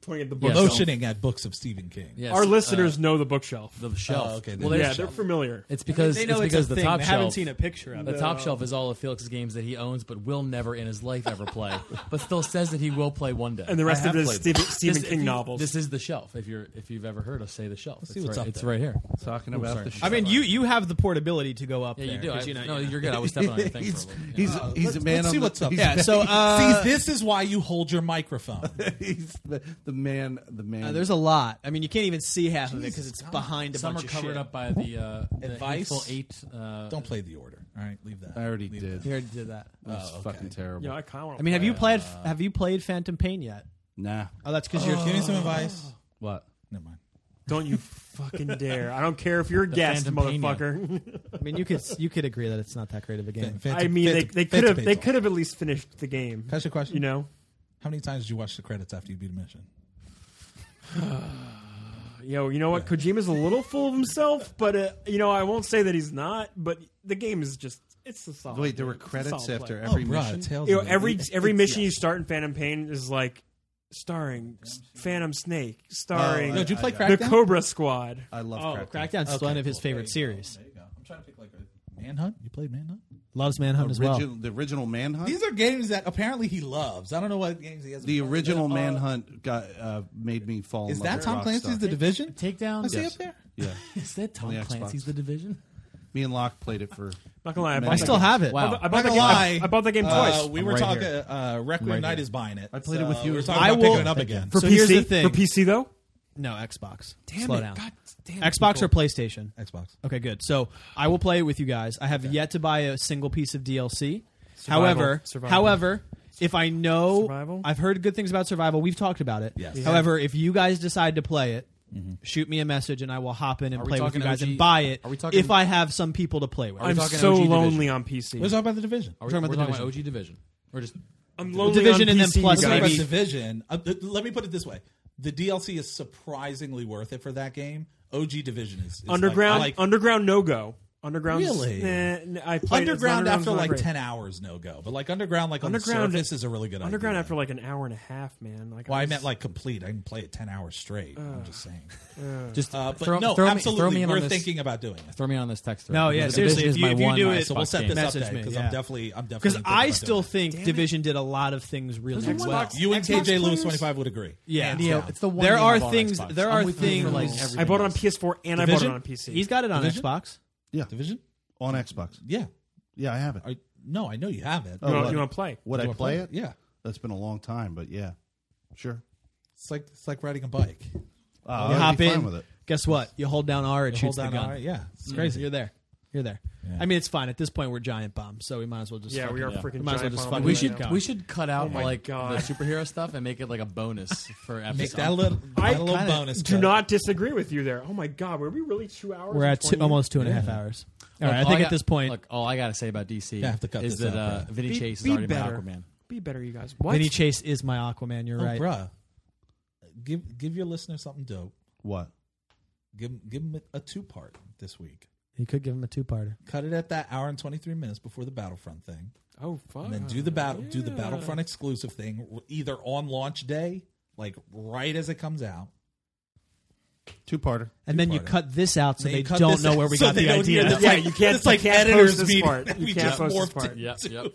Speaker 2: pointing at the
Speaker 4: Yes.
Speaker 2: bookshelf.
Speaker 1: lotioning at books of Stephen King.
Speaker 4: yes,
Speaker 2: Our listeners know the bookshelf.
Speaker 4: the shelf.
Speaker 1: Oh, okay,
Speaker 4: well,
Speaker 1: the
Speaker 4: there's-
Speaker 2: yeah, they're familiar.
Speaker 4: it's because
Speaker 5: they know
Speaker 4: it's because
Speaker 5: it's, a
Speaker 4: the
Speaker 5: thing.
Speaker 4: top
Speaker 5: they
Speaker 4: shelf.
Speaker 5: haven't seen a picture of
Speaker 4: The
Speaker 5: it.
Speaker 4: top shelf is all of Felix's games that he owns, but will never in his life ever play, but still says that he will play one day.
Speaker 2: And the rest
Speaker 1: I
Speaker 2: of it
Speaker 1: have
Speaker 2: is
Speaker 1: played
Speaker 2: Stephen,
Speaker 4: This-
Speaker 2: Stephen
Speaker 4: if
Speaker 2: King
Speaker 4: you-
Speaker 2: novels.
Speaker 4: This is the shelf. If you're if you've ever heard us say the shelf, it's,
Speaker 1: see what's
Speaker 4: right,
Speaker 1: up
Speaker 4: it's
Speaker 1: there.
Speaker 4: right here.
Speaker 3: talking
Speaker 4: Ooh,
Speaker 3: about
Speaker 4: sorry.
Speaker 3: the.
Speaker 5: I
Speaker 3: Show.
Speaker 5: mean, you you have the portability to go up.
Speaker 4: Yeah, you
Speaker 5: there,
Speaker 4: do.
Speaker 5: 'cause
Speaker 4: I,
Speaker 5: you're not-
Speaker 4: no,
Speaker 5: you're not-
Speaker 4: you're good. I was stepping on your thing.
Speaker 3: he's
Speaker 4: for a little bit.
Speaker 3: he's, he's a man.
Speaker 1: let's
Speaker 3: on
Speaker 1: see
Speaker 3: the-
Speaker 1: what's up.
Speaker 3: he's
Speaker 5: Yeah, so uh,
Speaker 1: See, this is why you hold your microphone.
Speaker 3: He's the, the man. The man.
Speaker 5: uh, there's a lot. I mean, you can't even see half of it because it's behind a
Speaker 4: Some
Speaker 5: bunch
Speaker 4: are
Speaker 5: of
Speaker 4: covered
Speaker 5: shit.
Speaker 4: up by the, uh, the
Speaker 1: Advice?
Speaker 4: hateful eight. Uh,
Speaker 1: Don't play the order. All right, leave that.
Speaker 3: I already
Speaker 1: Leave
Speaker 3: did.
Speaker 1: that.
Speaker 4: here did that.
Speaker 3: That's fucking terrible.
Speaker 2: yeah, I kind of want
Speaker 5: I mean, have you played? Have you played Phantom Pain yet?
Speaker 3: Nah.
Speaker 5: Oh, that's because you're.
Speaker 1: Give me some advice.
Speaker 3: What?
Speaker 1: Never mind.
Speaker 2: Don't you fucking dare! I don't care if you're a guest,
Speaker 4: Phantom Pain, yeah.
Speaker 2: motherfucker.
Speaker 5: I mean, you could you could agree that it's not that great of a game.
Speaker 2: I mean, they, they could have they could have at least finished the game.
Speaker 1: Can I ask you a question?
Speaker 2: You know,
Speaker 1: How many times did you watch the credits after you beat a mission?
Speaker 2: yo, you know what? Kojima's a little full of himself, but uh, you know, I won't say that he's not. But the game is just it's a solid.
Speaker 3: Wait, there were
Speaker 2: it's a
Speaker 3: credits
Speaker 2: solid
Speaker 3: after
Speaker 2: play.
Speaker 3: every
Speaker 1: oh, bruh,
Speaker 3: mission.
Speaker 1: Tales
Speaker 2: You know,
Speaker 1: of the
Speaker 2: every
Speaker 1: Elite.
Speaker 2: every
Speaker 1: It's-
Speaker 2: mission
Speaker 1: yeah.
Speaker 2: you start in Phantom Pain is like starring Phantom Snake, starring
Speaker 1: Oh, did you play
Speaker 2: the
Speaker 1: Crackdown?
Speaker 2: Cobra Squad.
Speaker 3: I love
Speaker 5: Oh,
Speaker 3: Crackdown.
Speaker 5: Crackdown's is one of his
Speaker 1: cool.
Speaker 5: favorite series.
Speaker 1: There you go. I'm trying to pick like a Manhunt. You played Manhunt?
Speaker 5: Loves Manhunt as well.
Speaker 3: Origi- the original Manhunt.
Speaker 1: These are games that apparently he loves. I don't know what games he has.
Speaker 3: the original Manhunt got uh, made me fall.
Speaker 1: Is
Speaker 3: in love
Speaker 1: that
Speaker 3: with
Speaker 1: Tom
Speaker 3: Rockstar.
Speaker 1: Clancy's The Division?
Speaker 4: Takedown.
Speaker 1: I see up there.
Speaker 3: Yeah,
Speaker 4: Is that Tom
Speaker 3: On the
Speaker 4: Clancy's
Speaker 3: Xbox.
Speaker 4: The Division?
Speaker 3: me and Locke played it for.
Speaker 2: Not gonna lie, I
Speaker 3: many
Speaker 2: bought
Speaker 5: I
Speaker 2: that
Speaker 5: still
Speaker 2: game.
Speaker 5: have it.
Speaker 4: Wow.
Speaker 2: I,
Speaker 1: I'm
Speaker 2: bought
Speaker 1: not
Speaker 2: the game,
Speaker 1: gonna lie.
Speaker 2: I, I bought the game twice.
Speaker 1: Uh, we were
Speaker 4: right
Speaker 1: talking.
Speaker 4: here.
Speaker 1: Uh, Requiem
Speaker 4: right
Speaker 1: Knight
Speaker 4: here.
Speaker 1: is buying it. I
Speaker 3: played it with you.
Speaker 1: We were talking
Speaker 5: I
Speaker 1: about
Speaker 5: will-
Speaker 1: picking it up again.
Speaker 2: for
Speaker 5: So
Speaker 2: PC,
Speaker 5: here's the thing.
Speaker 2: for PC though.
Speaker 5: No Xbox.
Speaker 2: Damn
Speaker 5: Slow
Speaker 2: it,
Speaker 5: down.
Speaker 2: God damn it,
Speaker 5: Xbox
Speaker 2: people.
Speaker 5: or PlayStation?
Speaker 1: Xbox.
Speaker 5: Okay, good. So I will play it with you guys. I have yet to buy a single piece of DLC.
Speaker 2: Survival.
Speaker 5: However,
Speaker 2: Survival.
Speaker 5: however, if I know
Speaker 2: Survival?
Speaker 5: I've heard good things about Survival, we've talked about it.
Speaker 1: Yes. Yeah.
Speaker 5: However, if you guys decide to play it, shoot me a message and I will hop in and
Speaker 4: Are we
Speaker 5: play with you
Speaker 4: talking
Speaker 5: guys
Speaker 4: OG?
Speaker 5: and buy it
Speaker 4: Are we talking-
Speaker 5: if I have some people to play with.
Speaker 4: we
Speaker 2: I'm
Speaker 4: talking
Speaker 2: so
Speaker 4: OG Division?
Speaker 2: lonely on PC.
Speaker 1: Let's talk about the division.
Speaker 4: Are we
Speaker 5: Talking about
Speaker 4: we're
Speaker 5: the
Speaker 4: talking about OG Division? Or just
Speaker 2: I'm lonely
Speaker 5: Division
Speaker 2: on
Speaker 5: and then
Speaker 2: PC,
Speaker 5: plus
Speaker 2: you
Speaker 1: Let's
Speaker 2: guys.
Speaker 1: talk
Speaker 5: maybe-
Speaker 1: about Division. Uh, th- let me put it this way: the DLC is surprisingly worth it for that game. OG Division is, is
Speaker 2: underground.
Speaker 1: Like, like
Speaker 2: underground no go. Underground.
Speaker 1: Really?
Speaker 2: Nah, nah, I played it.
Speaker 1: underground
Speaker 2: Underground's
Speaker 1: after
Speaker 2: not
Speaker 1: like
Speaker 2: great.
Speaker 1: ten hours, no go. But like underground, like on
Speaker 2: Underground-
Speaker 1: the surface, is a really good
Speaker 2: Underground
Speaker 1: idea.
Speaker 2: after like an hour and a half, man. Like
Speaker 1: Well, I
Speaker 2: was-
Speaker 1: meant like complete. I can play it ten hours straight. I'm
Speaker 2: Uh,
Speaker 1: just saying.
Speaker 4: just
Speaker 1: Uh, but
Speaker 4: throw,
Speaker 1: no,
Speaker 4: throw
Speaker 1: absolutely,
Speaker 4: me, throw me in
Speaker 1: we're
Speaker 4: on this.
Speaker 1: thinking about doing it.
Speaker 4: Throw me on this text. thread.
Speaker 5: No,
Speaker 4: Because
Speaker 5: yeah,
Speaker 4: The
Speaker 5: seriously,
Speaker 4: Division
Speaker 5: if
Speaker 4: is
Speaker 5: you-
Speaker 4: my
Speaker 5: if you
Speaker 4: one
Speaker 5: do
Speaker 4: Xbox
Speaker 5: it-
Speaker 1: So we'll set
Speaker 4: game.
Speaker 1: this up
Speaker 5: Message me,
Speaker 1: because
Speaker 5: yeah.
Speaker 1: I'm definitely, I'm definitely
Speaker 5: Because
Speaker 1: thinking
Speaker 5: I
Speaker 1: about
Speaker 5: still
Speaker 1: doing
Speaker 5: think Division did a lot of things really
Speaker 2: There's one
Speaker 5: well.
Speaker 2: box-
Speaker 1: it. you and
Speaker 2: Xbox
Speaker 1: KJ Lewis
Speaker 2: players-
Speaker 1: twenty five would agree.
Speaker 5: Yeah,
Speaker 4: Neo, it's the one
Speaker 5: There
Speaker 4: game
Speaker 5: are
Speaker 4: I bought on
Speaker 5: things-
Speaker 4: Xbox.
Speaker 5: there
Speaker 4: I'm
Speaker 5: are
Speaker 4: with you for, like,
Speaker 5: things-
Speaker 4: everything
Speaker 2: I bought it on
Speaker 4: else.
Speaker 2: PS4 and
Speaker 1: Division?
Speaker 2: I bought it on PC.
Speaker 5: He's got it on
Speaker 1: Division?
Speaker 5: Xbox.
Speaker 3: Yeah,
Speaker 1: Division?
Speaker 3: on Xbox.
Speaker 1: Yeah.
Speaker 3: Yeah, I have it.
Speaker 1: I, no, I know you have it.
Speaker 2: you
Speaker 3: Oh,
Speaker 2: want,
Speaker 3: what?
Speaker 2: you want to play?
Speaker 3: Would I
Speaker 1: Do
Speaker 3: play it?
Speaker 1: Yeah.
Speaker 3: that's been a long time, but yeah, sure.
Speaker 1: It's like it's like riding a bike. You
Speaker 3: Uh,
Speaker 5: You
Speaker 3: I'd
Speaker 5: hop
Speaker 3: be
Speaker 5: in.
Speaker 3: fine with it.
Speaker 5: Guess what? You hold down R, it
Speaker 1: hold
Speaker 5: shoots the
Speaker 1: down
Speaker 5: gun.
Speaker 1: R- Yeah. It's crazy.
Speaker 5: You're there. You're there.
Speaker 1: Yeah.
Speaker 5: I mean, it's fine. At this point, we're giant bombs, so we might as well just.
Speaker 2: Yeah, we
Speaker 5: fucking-
Speaker 2: are
Speaker 4: yeah.
Speaker 2: freaking.
Speaker 5: We might as well
Speaker 2: giant
Speaker 5: just
Speaker 2: bomb
Speaker 5: fucking-
Speaker 4: We
Speaker 2: right
Speaker 4: should
Speaker 2: now.
Speaker 4: we should cut out
Speaker 2: my
Speaker 4: like
Speaker 2: God.
Speaker 4: the superhero stuff and make it like a bonus for episode.
Speaker 1: Make that a little,
Speaker 2: I
Speaker 1: add a little
Speaker 2: kinda
Speaker 1: bonus.
Speaker 2: Do
Speaker 1: cut.
Speaker 2: not disagree with you there. Oh my god, were we really two hours?
Speaker 5: We're
Speaker 2: and
Speaker 5: at two,
Speaker 2: 20
Speaker 5: almost two and a half hours. All right, I think at this point,
Speaker 4: look, all I gotta say about DC
Speaker 1: Yeah, I have to cut
Speaker 4: is
Speaker 1: this
Speaker 4: that
Speaker 1: out,
Speaker 4: uh,
Speaker 1: bro.
Speaker 4: Vinny
Speaker 2: Be-
Speaker 4: Chase is
Speaker 2: be
Speaker 4: already
Speaker 2: better.
Speaker 4: my Aquaman.
Speaker 2: Be better, you guys. What?
Speaker 5: Vinny Chase is my Aquaman. You're
Speaker 1: Oh,
Speaker 5: right.
Speaker 1: bruh. Give give your listeners something dope.
Speaker 3: What?
Speaker 1: Give 'em- give them a two part this week.
Speaker 5: You could give him a two-parter.
Speaker 1: Cut it at that hour and twenty three minutes before the Battlefront thing,
Speaker 2: oh fuck.
Speaker 1: and then do the battle do the Battlefront exclusive thing either on launch day, like right as it comes out.
Speaker 3: Two parter.
Speaker 5: And then you
Speaker 1: Two-parter.
Speaker 5: cut this out so
Speaker 1: Then you
Speaker 5: they
Speaker 1: cut
Speaker 5: don't
Speaker 1: this
Speaker 5: know
Speaker 1: out
Speaker 5: where we
Speaker 1: so
Speaker 5: got
Speaker 1: they
Speaker 5: the
Speaker 1: don't hear
Speaker 5: idea.
Speaker 1: this.
Speaker 2: Yeah,
Speaker 1: like-
Speaker 2: you can't.
Speaker 1: It's like
Speaker 2: you can't
Speaker 1: editors
Speaker 2: post this
Speaker 1: meeting.
Speaker 2: part.
Speaker 1: We
Speaker 2: You can't
Speaker 1: just
Speaker 2: post this
Speaker 1: warped
Speaker 2: part.
Speaker 4: Yep, yep.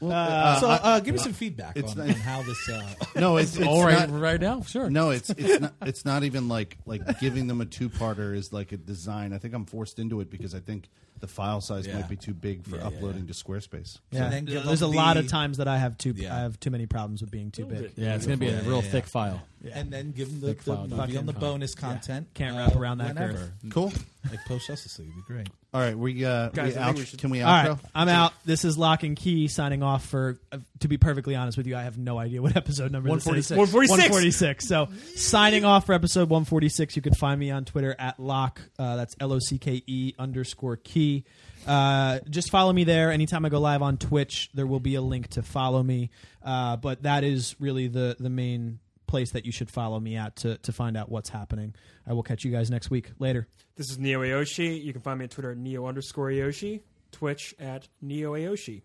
Speaker 1: so uh, give me some feedback
Speaker 3: it's
Speaker 1: on,
Speaker 3: not-
Speaker 1: on how this. Uh,
Speaker 3: No, it's, it's
Speaker 4: All right,
Speaker 3: not-
Speaker 4: right now, sure.
Speaker 3: No, it's it's not it's not even like like giving them a two parter is like a design. I think I'm forced into it because I think the file size
Speaker 1: Yeah.
Speaker 3: might be too big for
Speaker 1: Yeah, yeah,
Speaker 3: uploading to Squarespace.
Speaker 5: Yeah.
Speaker 1: then give
Speaker 5: There's a
Speaker 1: them
Speaker 5: lot
Speaker 1: the-
Speaker 5: of times that I have too.
Speaker 1: Yeah.
Speaker 5: I have too many problems with being too big.
Speaker 4: Yeah, it's gonna be a
Speaker 1: Yeah,
Speaker 4: real
Speaker 1: yeah,
Speaker 4: thick
Speaker 1: yeah.
Speaker 4: file.
Speaker 1: and then give them the,
Speaker 4: Thick
Speaker 1: the
Speaker 4: cloud.
Speaker 1: movie on the
Speaker 4: Fucking-
Speaker 1: bonus content. uh,
Speaker 5: Can't wrap around that
Speaker 1: whenever.
Speaker 5: girth.
Speaker 3: Cool.
Speaker 1: Like post Justice League would be great.
Speaker 3: All right, we uh,
Speaker 2: Guys,
Speaker 3: we
Speaker 2: I think
Speaker 3: out-
Speaker 2: we should-
Speaker 3: can we outro?
Speaker 5: All right, I'm out. This is Lock and Key signing off for. Uh, to be perfectly honest with you, I have no idea what episode number this is.
Speaker 4: 146.
Speaker 5: 146. So signing off for episode 146. You can find me on Twitter at lock. Uh, that's L O C K E underscore key. Uh, just follow me there. Anytime I go live on Twitch, there will be a link to follow me. Uh, but that is really the the main place that you should follow me at to to find out what's happening. I will catch you guys next week. Later.
Speaker 2: This is Neo Aoshi. You can find me on Twitter at Neo underscore Aoshi, Twitch at Neo Aoshi.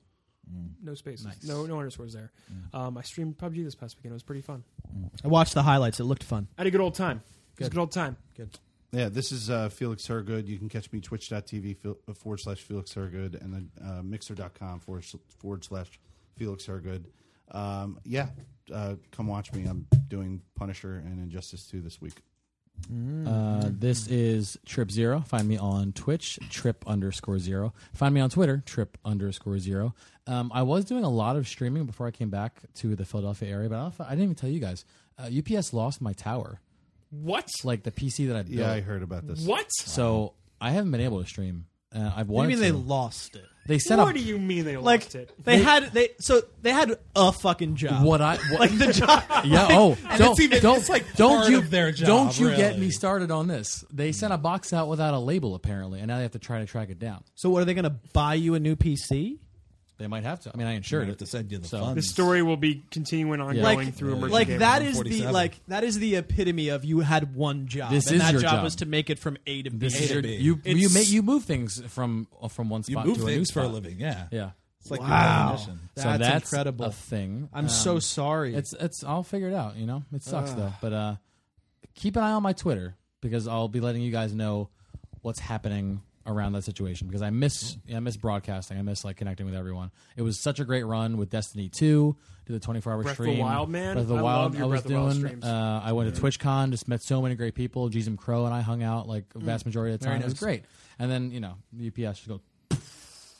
Speaker 2: No spaces. No no underscores there. Um, I streamed PUBG this past weekend. It was pretty fun.
Speaker 5: I watched the highlights. It looked fun.
Speaker 2: I had a good old time. It was a
Speaker 4: Good.
Speaker 2: good old time.
Speaker 3: Yeah, this is uh, Felix Hergood. You can catch me twitch.tv fil- uh, forward slash Felix Hergood and then uh, mixer.com forward, sl- forward slash Felix Hergood. Um, yeah, uh, come watch me. I'm doing Punisher and Injustice 2 this week.
Speaker 4: Uh, this is Trip Zero. Find me on Twitch, Trip underscore zero. Find me on Twitter, Trip underscore zero. Um, I was doing a lot of streaming before I came back to the Philadelphia area, but I, don't, I didn't even tell you guys. Uh, UPS lost my tower,
Speaker 2: What?
Speaker 4: like the PC that I built.
Speaker 3: Yeah, I heard about this.
Speaker 2: What?
Speaker 4: So I haven't been able to stream. Uh, I've
Speaker 5: What do
Speaker 4: wanted
Speaker 5: you mean they
Speaker 4: to.
Speaker 5: lost it?
Speaker 4: They set
Speaker 2: What
Speaker 4: up
Speaker 2: do you mean they
Speaker 5: like
Speaker 2: lost it?
Speaker 5: they had they so they had a fucking job.
Speaker 4: what I what,
Speaker 5: like the job?
Speaker 4: Yeah. Oh, don't
Speaker 1: it's even-
Speaker 4: don't
Speaker 1: it's like
Speaker 4: don't
Speaker 1: part
Speaker 4: you
Speaker 1: of their job,
Speaker 4: don't you get
Speaker 1: really.
Speaker 4: me started on this? They sent a box out without a label apparently, and now they have to try to track it down.
Speaker 5: so what are they going to buy you a new PC?
Speaker 4: They might have to. I mean, I insured
Speaker 1: Might
Speaker 4: it
Speaker 1: have to send you the
Speaker 4: so-
Speaker 1: funds.
Speaker 2: The story will be continuing on
Speaker 4: Yeah.
Speaker 2: going
Speaker 5: Like-
Speaker 2: through emerging
Speaker 5: Like
Speaker 2: Gamer.
Speaker 5: that is the
Speaker 1: 147.
Speaker 5: like that is the epitome of you had one job.
Speaker 4: This
Speaker 5: and
Speaker 4: is
Speaker 5: that
Speaker 4: your
Speaker 5: job,
Speaker 4: job.
Speaker 5: was to make it from A to B.
Speaker 4: This
Speaker 1: A
Speaker 4: is
Speaker 1: to
Speaker 4: your,
Speaker 1: B.
Speaker 4: you you
Speaker 5: It's-
Speaker 4: make you move things from uh, from one
Speaker 1: You
Speaker 4: spot
Speaker 1: move
Speaker 4: to a new
Speaker 1: things for
Speaker 4: spot
Speaker 1: a living. Yeah.
Speaker 4: Yeah.
Speaker 1: It's like
Speaker 5: Wow.
Speaker 1: your definition.
Speaker 4: So
Speaker 5: That's
Speaker 4: that's,
Speaker 5: incredible.
Speaker 4: a thing.
Speaker 5: I'm
Speaker 4: Um,
Speaker 5: so sorry.
Speaker 4: It's it's I'll figure it out. You know, it sucks though. But uh, keep an eye on my Twitter because I'll be letting you guys know what's happening around that situation because I miss I miss broadcasting. I miss like connecting with everyone. It was such a great run with Destiny Two. Did the 24 hour
Speaker 2: Breath of the
Speaker 4: stream.
Speaker 2: Wild, man.
Speaker 4: Breath of the
Speaker 2: I
Speaker 4: Wild.
Speaker 2: love your
Speaker 4: I was
Speaker 2: Breath of the Wild
Speaker 4: doing.
Speaker 2: streams.
Speaker 4: Uh, I went to TwitchCon. Just met so many great people. Jism Crow and I hung out like
Speaker 2: Mm.
Speaker 4: a vast majority of the time. It was great. And then you know UPS just go.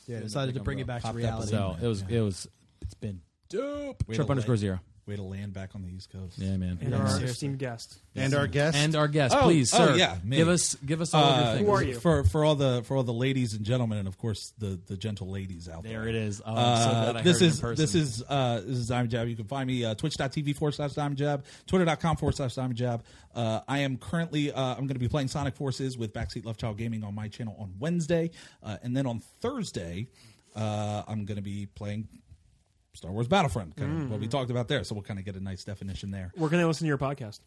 Speaker 5: yeah, decided to bring it back to
Speaker 1: Popped up
Speaker 5: reality.
Speaker 1: as a-
Speaker 4: So it was it was it's been dope.
Speaker 1: Way to
Speaker 4: Trip underscore
Speaker 1: land-
Speaker 4: zero.
Speaker 1: Way to land back on the East Coast.
Speaker 4: Yeah, man.
Speaker 2: and
Speaker 4: Yeah.
Speaker 2: our
Speaker 5: seriously.
Speaker 2: esteemed guest.
Speaker 3: And our guest.
Speaker 4: and our guest,
Speaker 1: Oh,
Speaker 4: please,
Speaker 1: oh,
Speaker 4: sir.
Speaker 1: yeah, me.
Speaker 4: give us give us all of your
Speaker 1: Uh,
Speaker 4: things.
Speaker 2: Who are you?
Speaker 1: For for all the for all the ladies and gentlemen, and of course the the gentle ladies out there.
Speaker 4: There it is. Oh, I'm so glad
Speaker 1: Uh,
Speaker 4: I
Speaker 1: this
Speaker 4: heard it in
Speaker 1: is
Speaker 4: person.
Speaker 1: this is uh, this is Diamond Jab. You can find me uh, twitch.tv forward slash Diamond Jab, twitter.com forward slash Diamond Jab. Uh, I am currently uh, I'm going to be playing Sonic Forces with Backseat Left Child Gaming on my channel on Wednesday, uh, and then on Thursday uh, I'm going to be playing Star Wars Battlefront, kind
Speaker 4: Mm.
Speaker 1: of what we talked about there. So we'll kind of get a nice definition there.
Speaker 2: We're gonna listen to your podcast.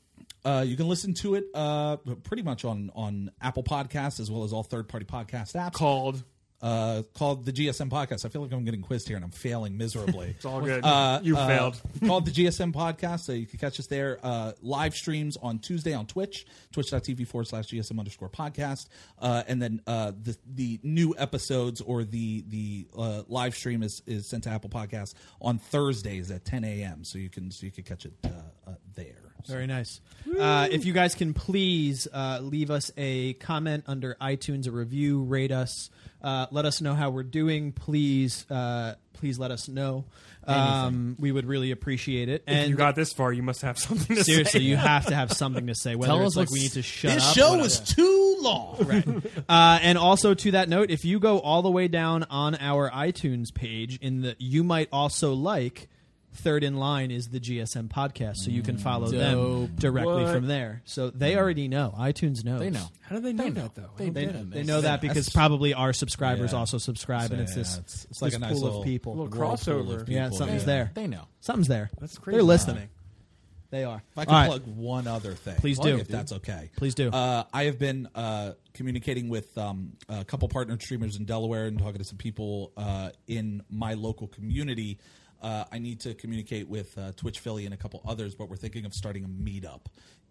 Speaker 1: Uh, you can listen to it uh, pretty much on on Apple Podcasts as well as all third party podcast apps
Speaker 2: Called
Speaker 1: uh, called the GSM Podcast. I feel like I'm getting quizzed here and I'm failing miserably.
Speaker 2: It's all good.
Speaker 1: Uh,
Speaker 2: you
Speaker 1: uh,
Speaker 2: failed.
Speaker 1: called the GSM podcast, so you can catch us there. Uh, live streams on Tuesday on Twitch, twitch.tv forward slash GSM underscore podcast. Uh, and then uh, the the new episodes or the the uh, live stream is, is sent to Apple Podcasts on Thursdays at 10 a.m. So you can so you can catch it uh, uh, there. So-
Speaker 5: Very nice. Uh, if you guys can please uh, leave us a comment under iTunes, a review, rate us, uh, let us know how we're doing. Please, uh, please let us know. Um, we would really appreciate it.
Speaker 2: If
Speaker 5: And
Speaker 2: you got this far, you must have something to
Speaker 5: seriously,
Speaker 2: say.
Speaker 5: you have to have something to say. Whether
Speaker 4: Tell
Speaker 5: it's
Speaker 4: us
Speaker 5: like
Speaker 4: what's-
Speaker 5: we need to shut
Speaker 1: This
Speaker 5: up.
Speaker 1: show
Speaker 5: whatever.
Speaker 1: is too long.
Speaker 5: Uh, and also to that note, if you go all the way down on our iTunes page, in the you might also like third in line is the GSM podcast, so you can follow them
Speaker 4: Dope.
Speaker 5: directly
Speaker 2: What?
Speaker 5: from there. So they already know. iTunes knows.
Speaker 4: They know.
Speaker 2: How do they know,
Speaker 4: They know.
Speaker 2: that though?
Speaker 4: They,
Speaker 5: They,
Speaker 4: know.
Speaker 5: they know that because
Speaker 1: That's-
Speaker 5: probably our subscribers
Speaker 1: Yeah.
Speaker 5: also subscribe,
Speaker 1: So,
Speaker 5: and it's
Speaker 1: yeah,
Speaker 5: this,
Speaker 1: it's- it's like
Speaker 5: this
Speaker 1: a nice
Speaker 5: pool
Speaker 1: little-
Speaker 5: of people.
Speaker 2: little
Speaker 1: Whirlpool
Speaker 2: crossover.
Speaker 1: of
Speaker 5: Yeah,
Speaker 1: people.
Speaker 5: something's there.
Speaker 4: They know.
Speaker 5: Something's there.
Speaker 2: That's
Speaker 5: They're
Speaker 2: crazy.
Speaker 5: listening. They are.
Speaker 1: If I
Speaker 5: All
Speaker 1: can
Speaker 5: right.
Speaker 1: plug one other thing,
Speaker 5: Please do.
Speaker 1: if that's okay.
Speaker 5: Please do.
Speaker 1: Uh, I have been uh, communicating with um, a couple partner streamers in Delaware and talking to some people uh, in my local community. Uh, I need to communicate with uh, Twitch Philly and a couple others, but we're thinking of starting a meetup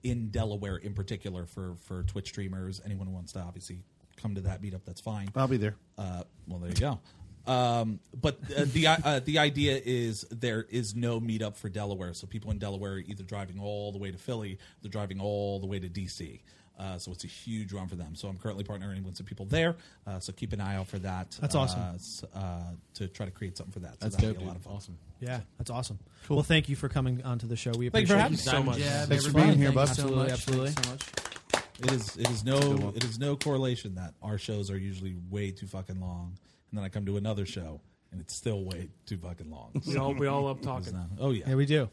Speaker 1: in Delaware in particular for for Twitch streamers. Anyone who wants to obviously come to that meetup, that's fine.
Speaker 3: I'll be there.
Speaker 1: Uh, well, there you go. Um, but uh, the uh, the idea is there is no meetup for Delaware, so people in Delaware are either driving all the way to Philly, they're driving all the way to DC. Uh, so it's a huge run for them. So I'm currently partnering with some people there. Uh, so keep an eye out for that.
Speaker 5: That's awesome.
Speaker 1: Uh, s- uh, to try to create something for that. So
Speaker 4: That's
Speaker 1: that'll
Speaker 4: dope,
Speaker 1: be a lot
Speaker 4: dude.
Speaker 1: of fun.
Speaker 4: Awesome.
Speaker 5: Yeah, that's awesome. Well, thank you for coming onto the show. We
Speaker 1: Thank you
Speaker 5: appreciate
Speaker 1: for
Speaker 5: it
Speaker 1: having me.
Speaker 2: so much.
Speaker 3: Yeah,
Speaker 4: Thanks
Speaker 3: thanks for
Speaker 4: for
Speaker 3: being
Speaker 4: being
Speaker 3: here,
Speaker 4: here,
Speaker 3: Buster.
Speaker 4: so
Speaker 3: Absolutely,
Speaker 4: much.
Speaker 3: absolutely.
Speaker 4: Thanks so
Speaker 1: It
Speaker 4: much.
Speaker 1: is it is
Speaker 3: good
Speaker 1: no
Speaker 3: one.
Speaker 1: it is no correlation that our shows are usually way too fucking long, and then I come to another show and it's still way too fucking long. So
Speaker 2: We all, we all love
Speaker 1: it's
Speaker 2: talking.
Speaker 1: not- oh yeah,
Speaker 5: Yeah, we do.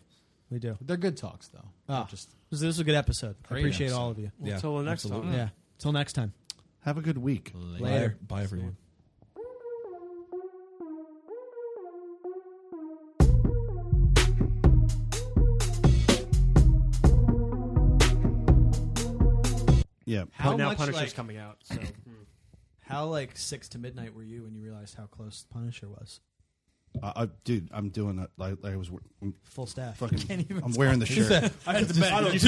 Speaker 5: We do.
Speaker 4: They're good talks, though.
Speaker 5: Ah.
Speaker 4: Just
Speaker 5: This this was a good episode. Mm. I
Speaker 4: Great
Speaker 5: appreciate
Speaker 4: episode.
Speaker 5: all of you.
Speaker 1: yeah.
Speaker 2: Until the next
Speaker 1: absolutely.
Speaker 2: time.
Speaker 5: Yeah. Till next time.
Speaker 3: Have a good week.
Speaker 1: Bye,
Speaker 5: Later.
Speaker 1: bye everyone.
Speaker 3: Yeah.
Speaker 5: How
Speaker 2: but now
Speaker 5: much,
Speaker 2: Punisher's
Speaker 5: like-
Speaker 2: coming out. So
Speaker 5: How like six to midnight were you when you realized how close Punisher was?
Speaker 3: I, I, Uh, dude, I'm doing it. Like, like I was I'm
Speaker 5: Full staff. You
Speaker 3: fucking.
Speaker 5: can't even
Speaker 3: I'm wearing the shirt.
Speaker 5: I had
Speaker 2: I don't-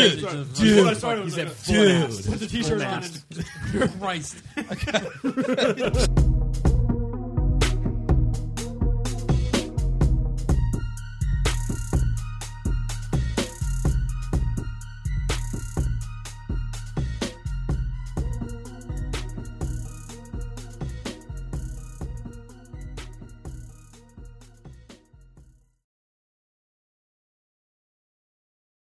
Speaker 1: Dude,
Speaker 2: When I started, it was like,
Speaker 1: dude.
Speaker 2: Put the t-shirt on. and-
Speaker 4: Christ.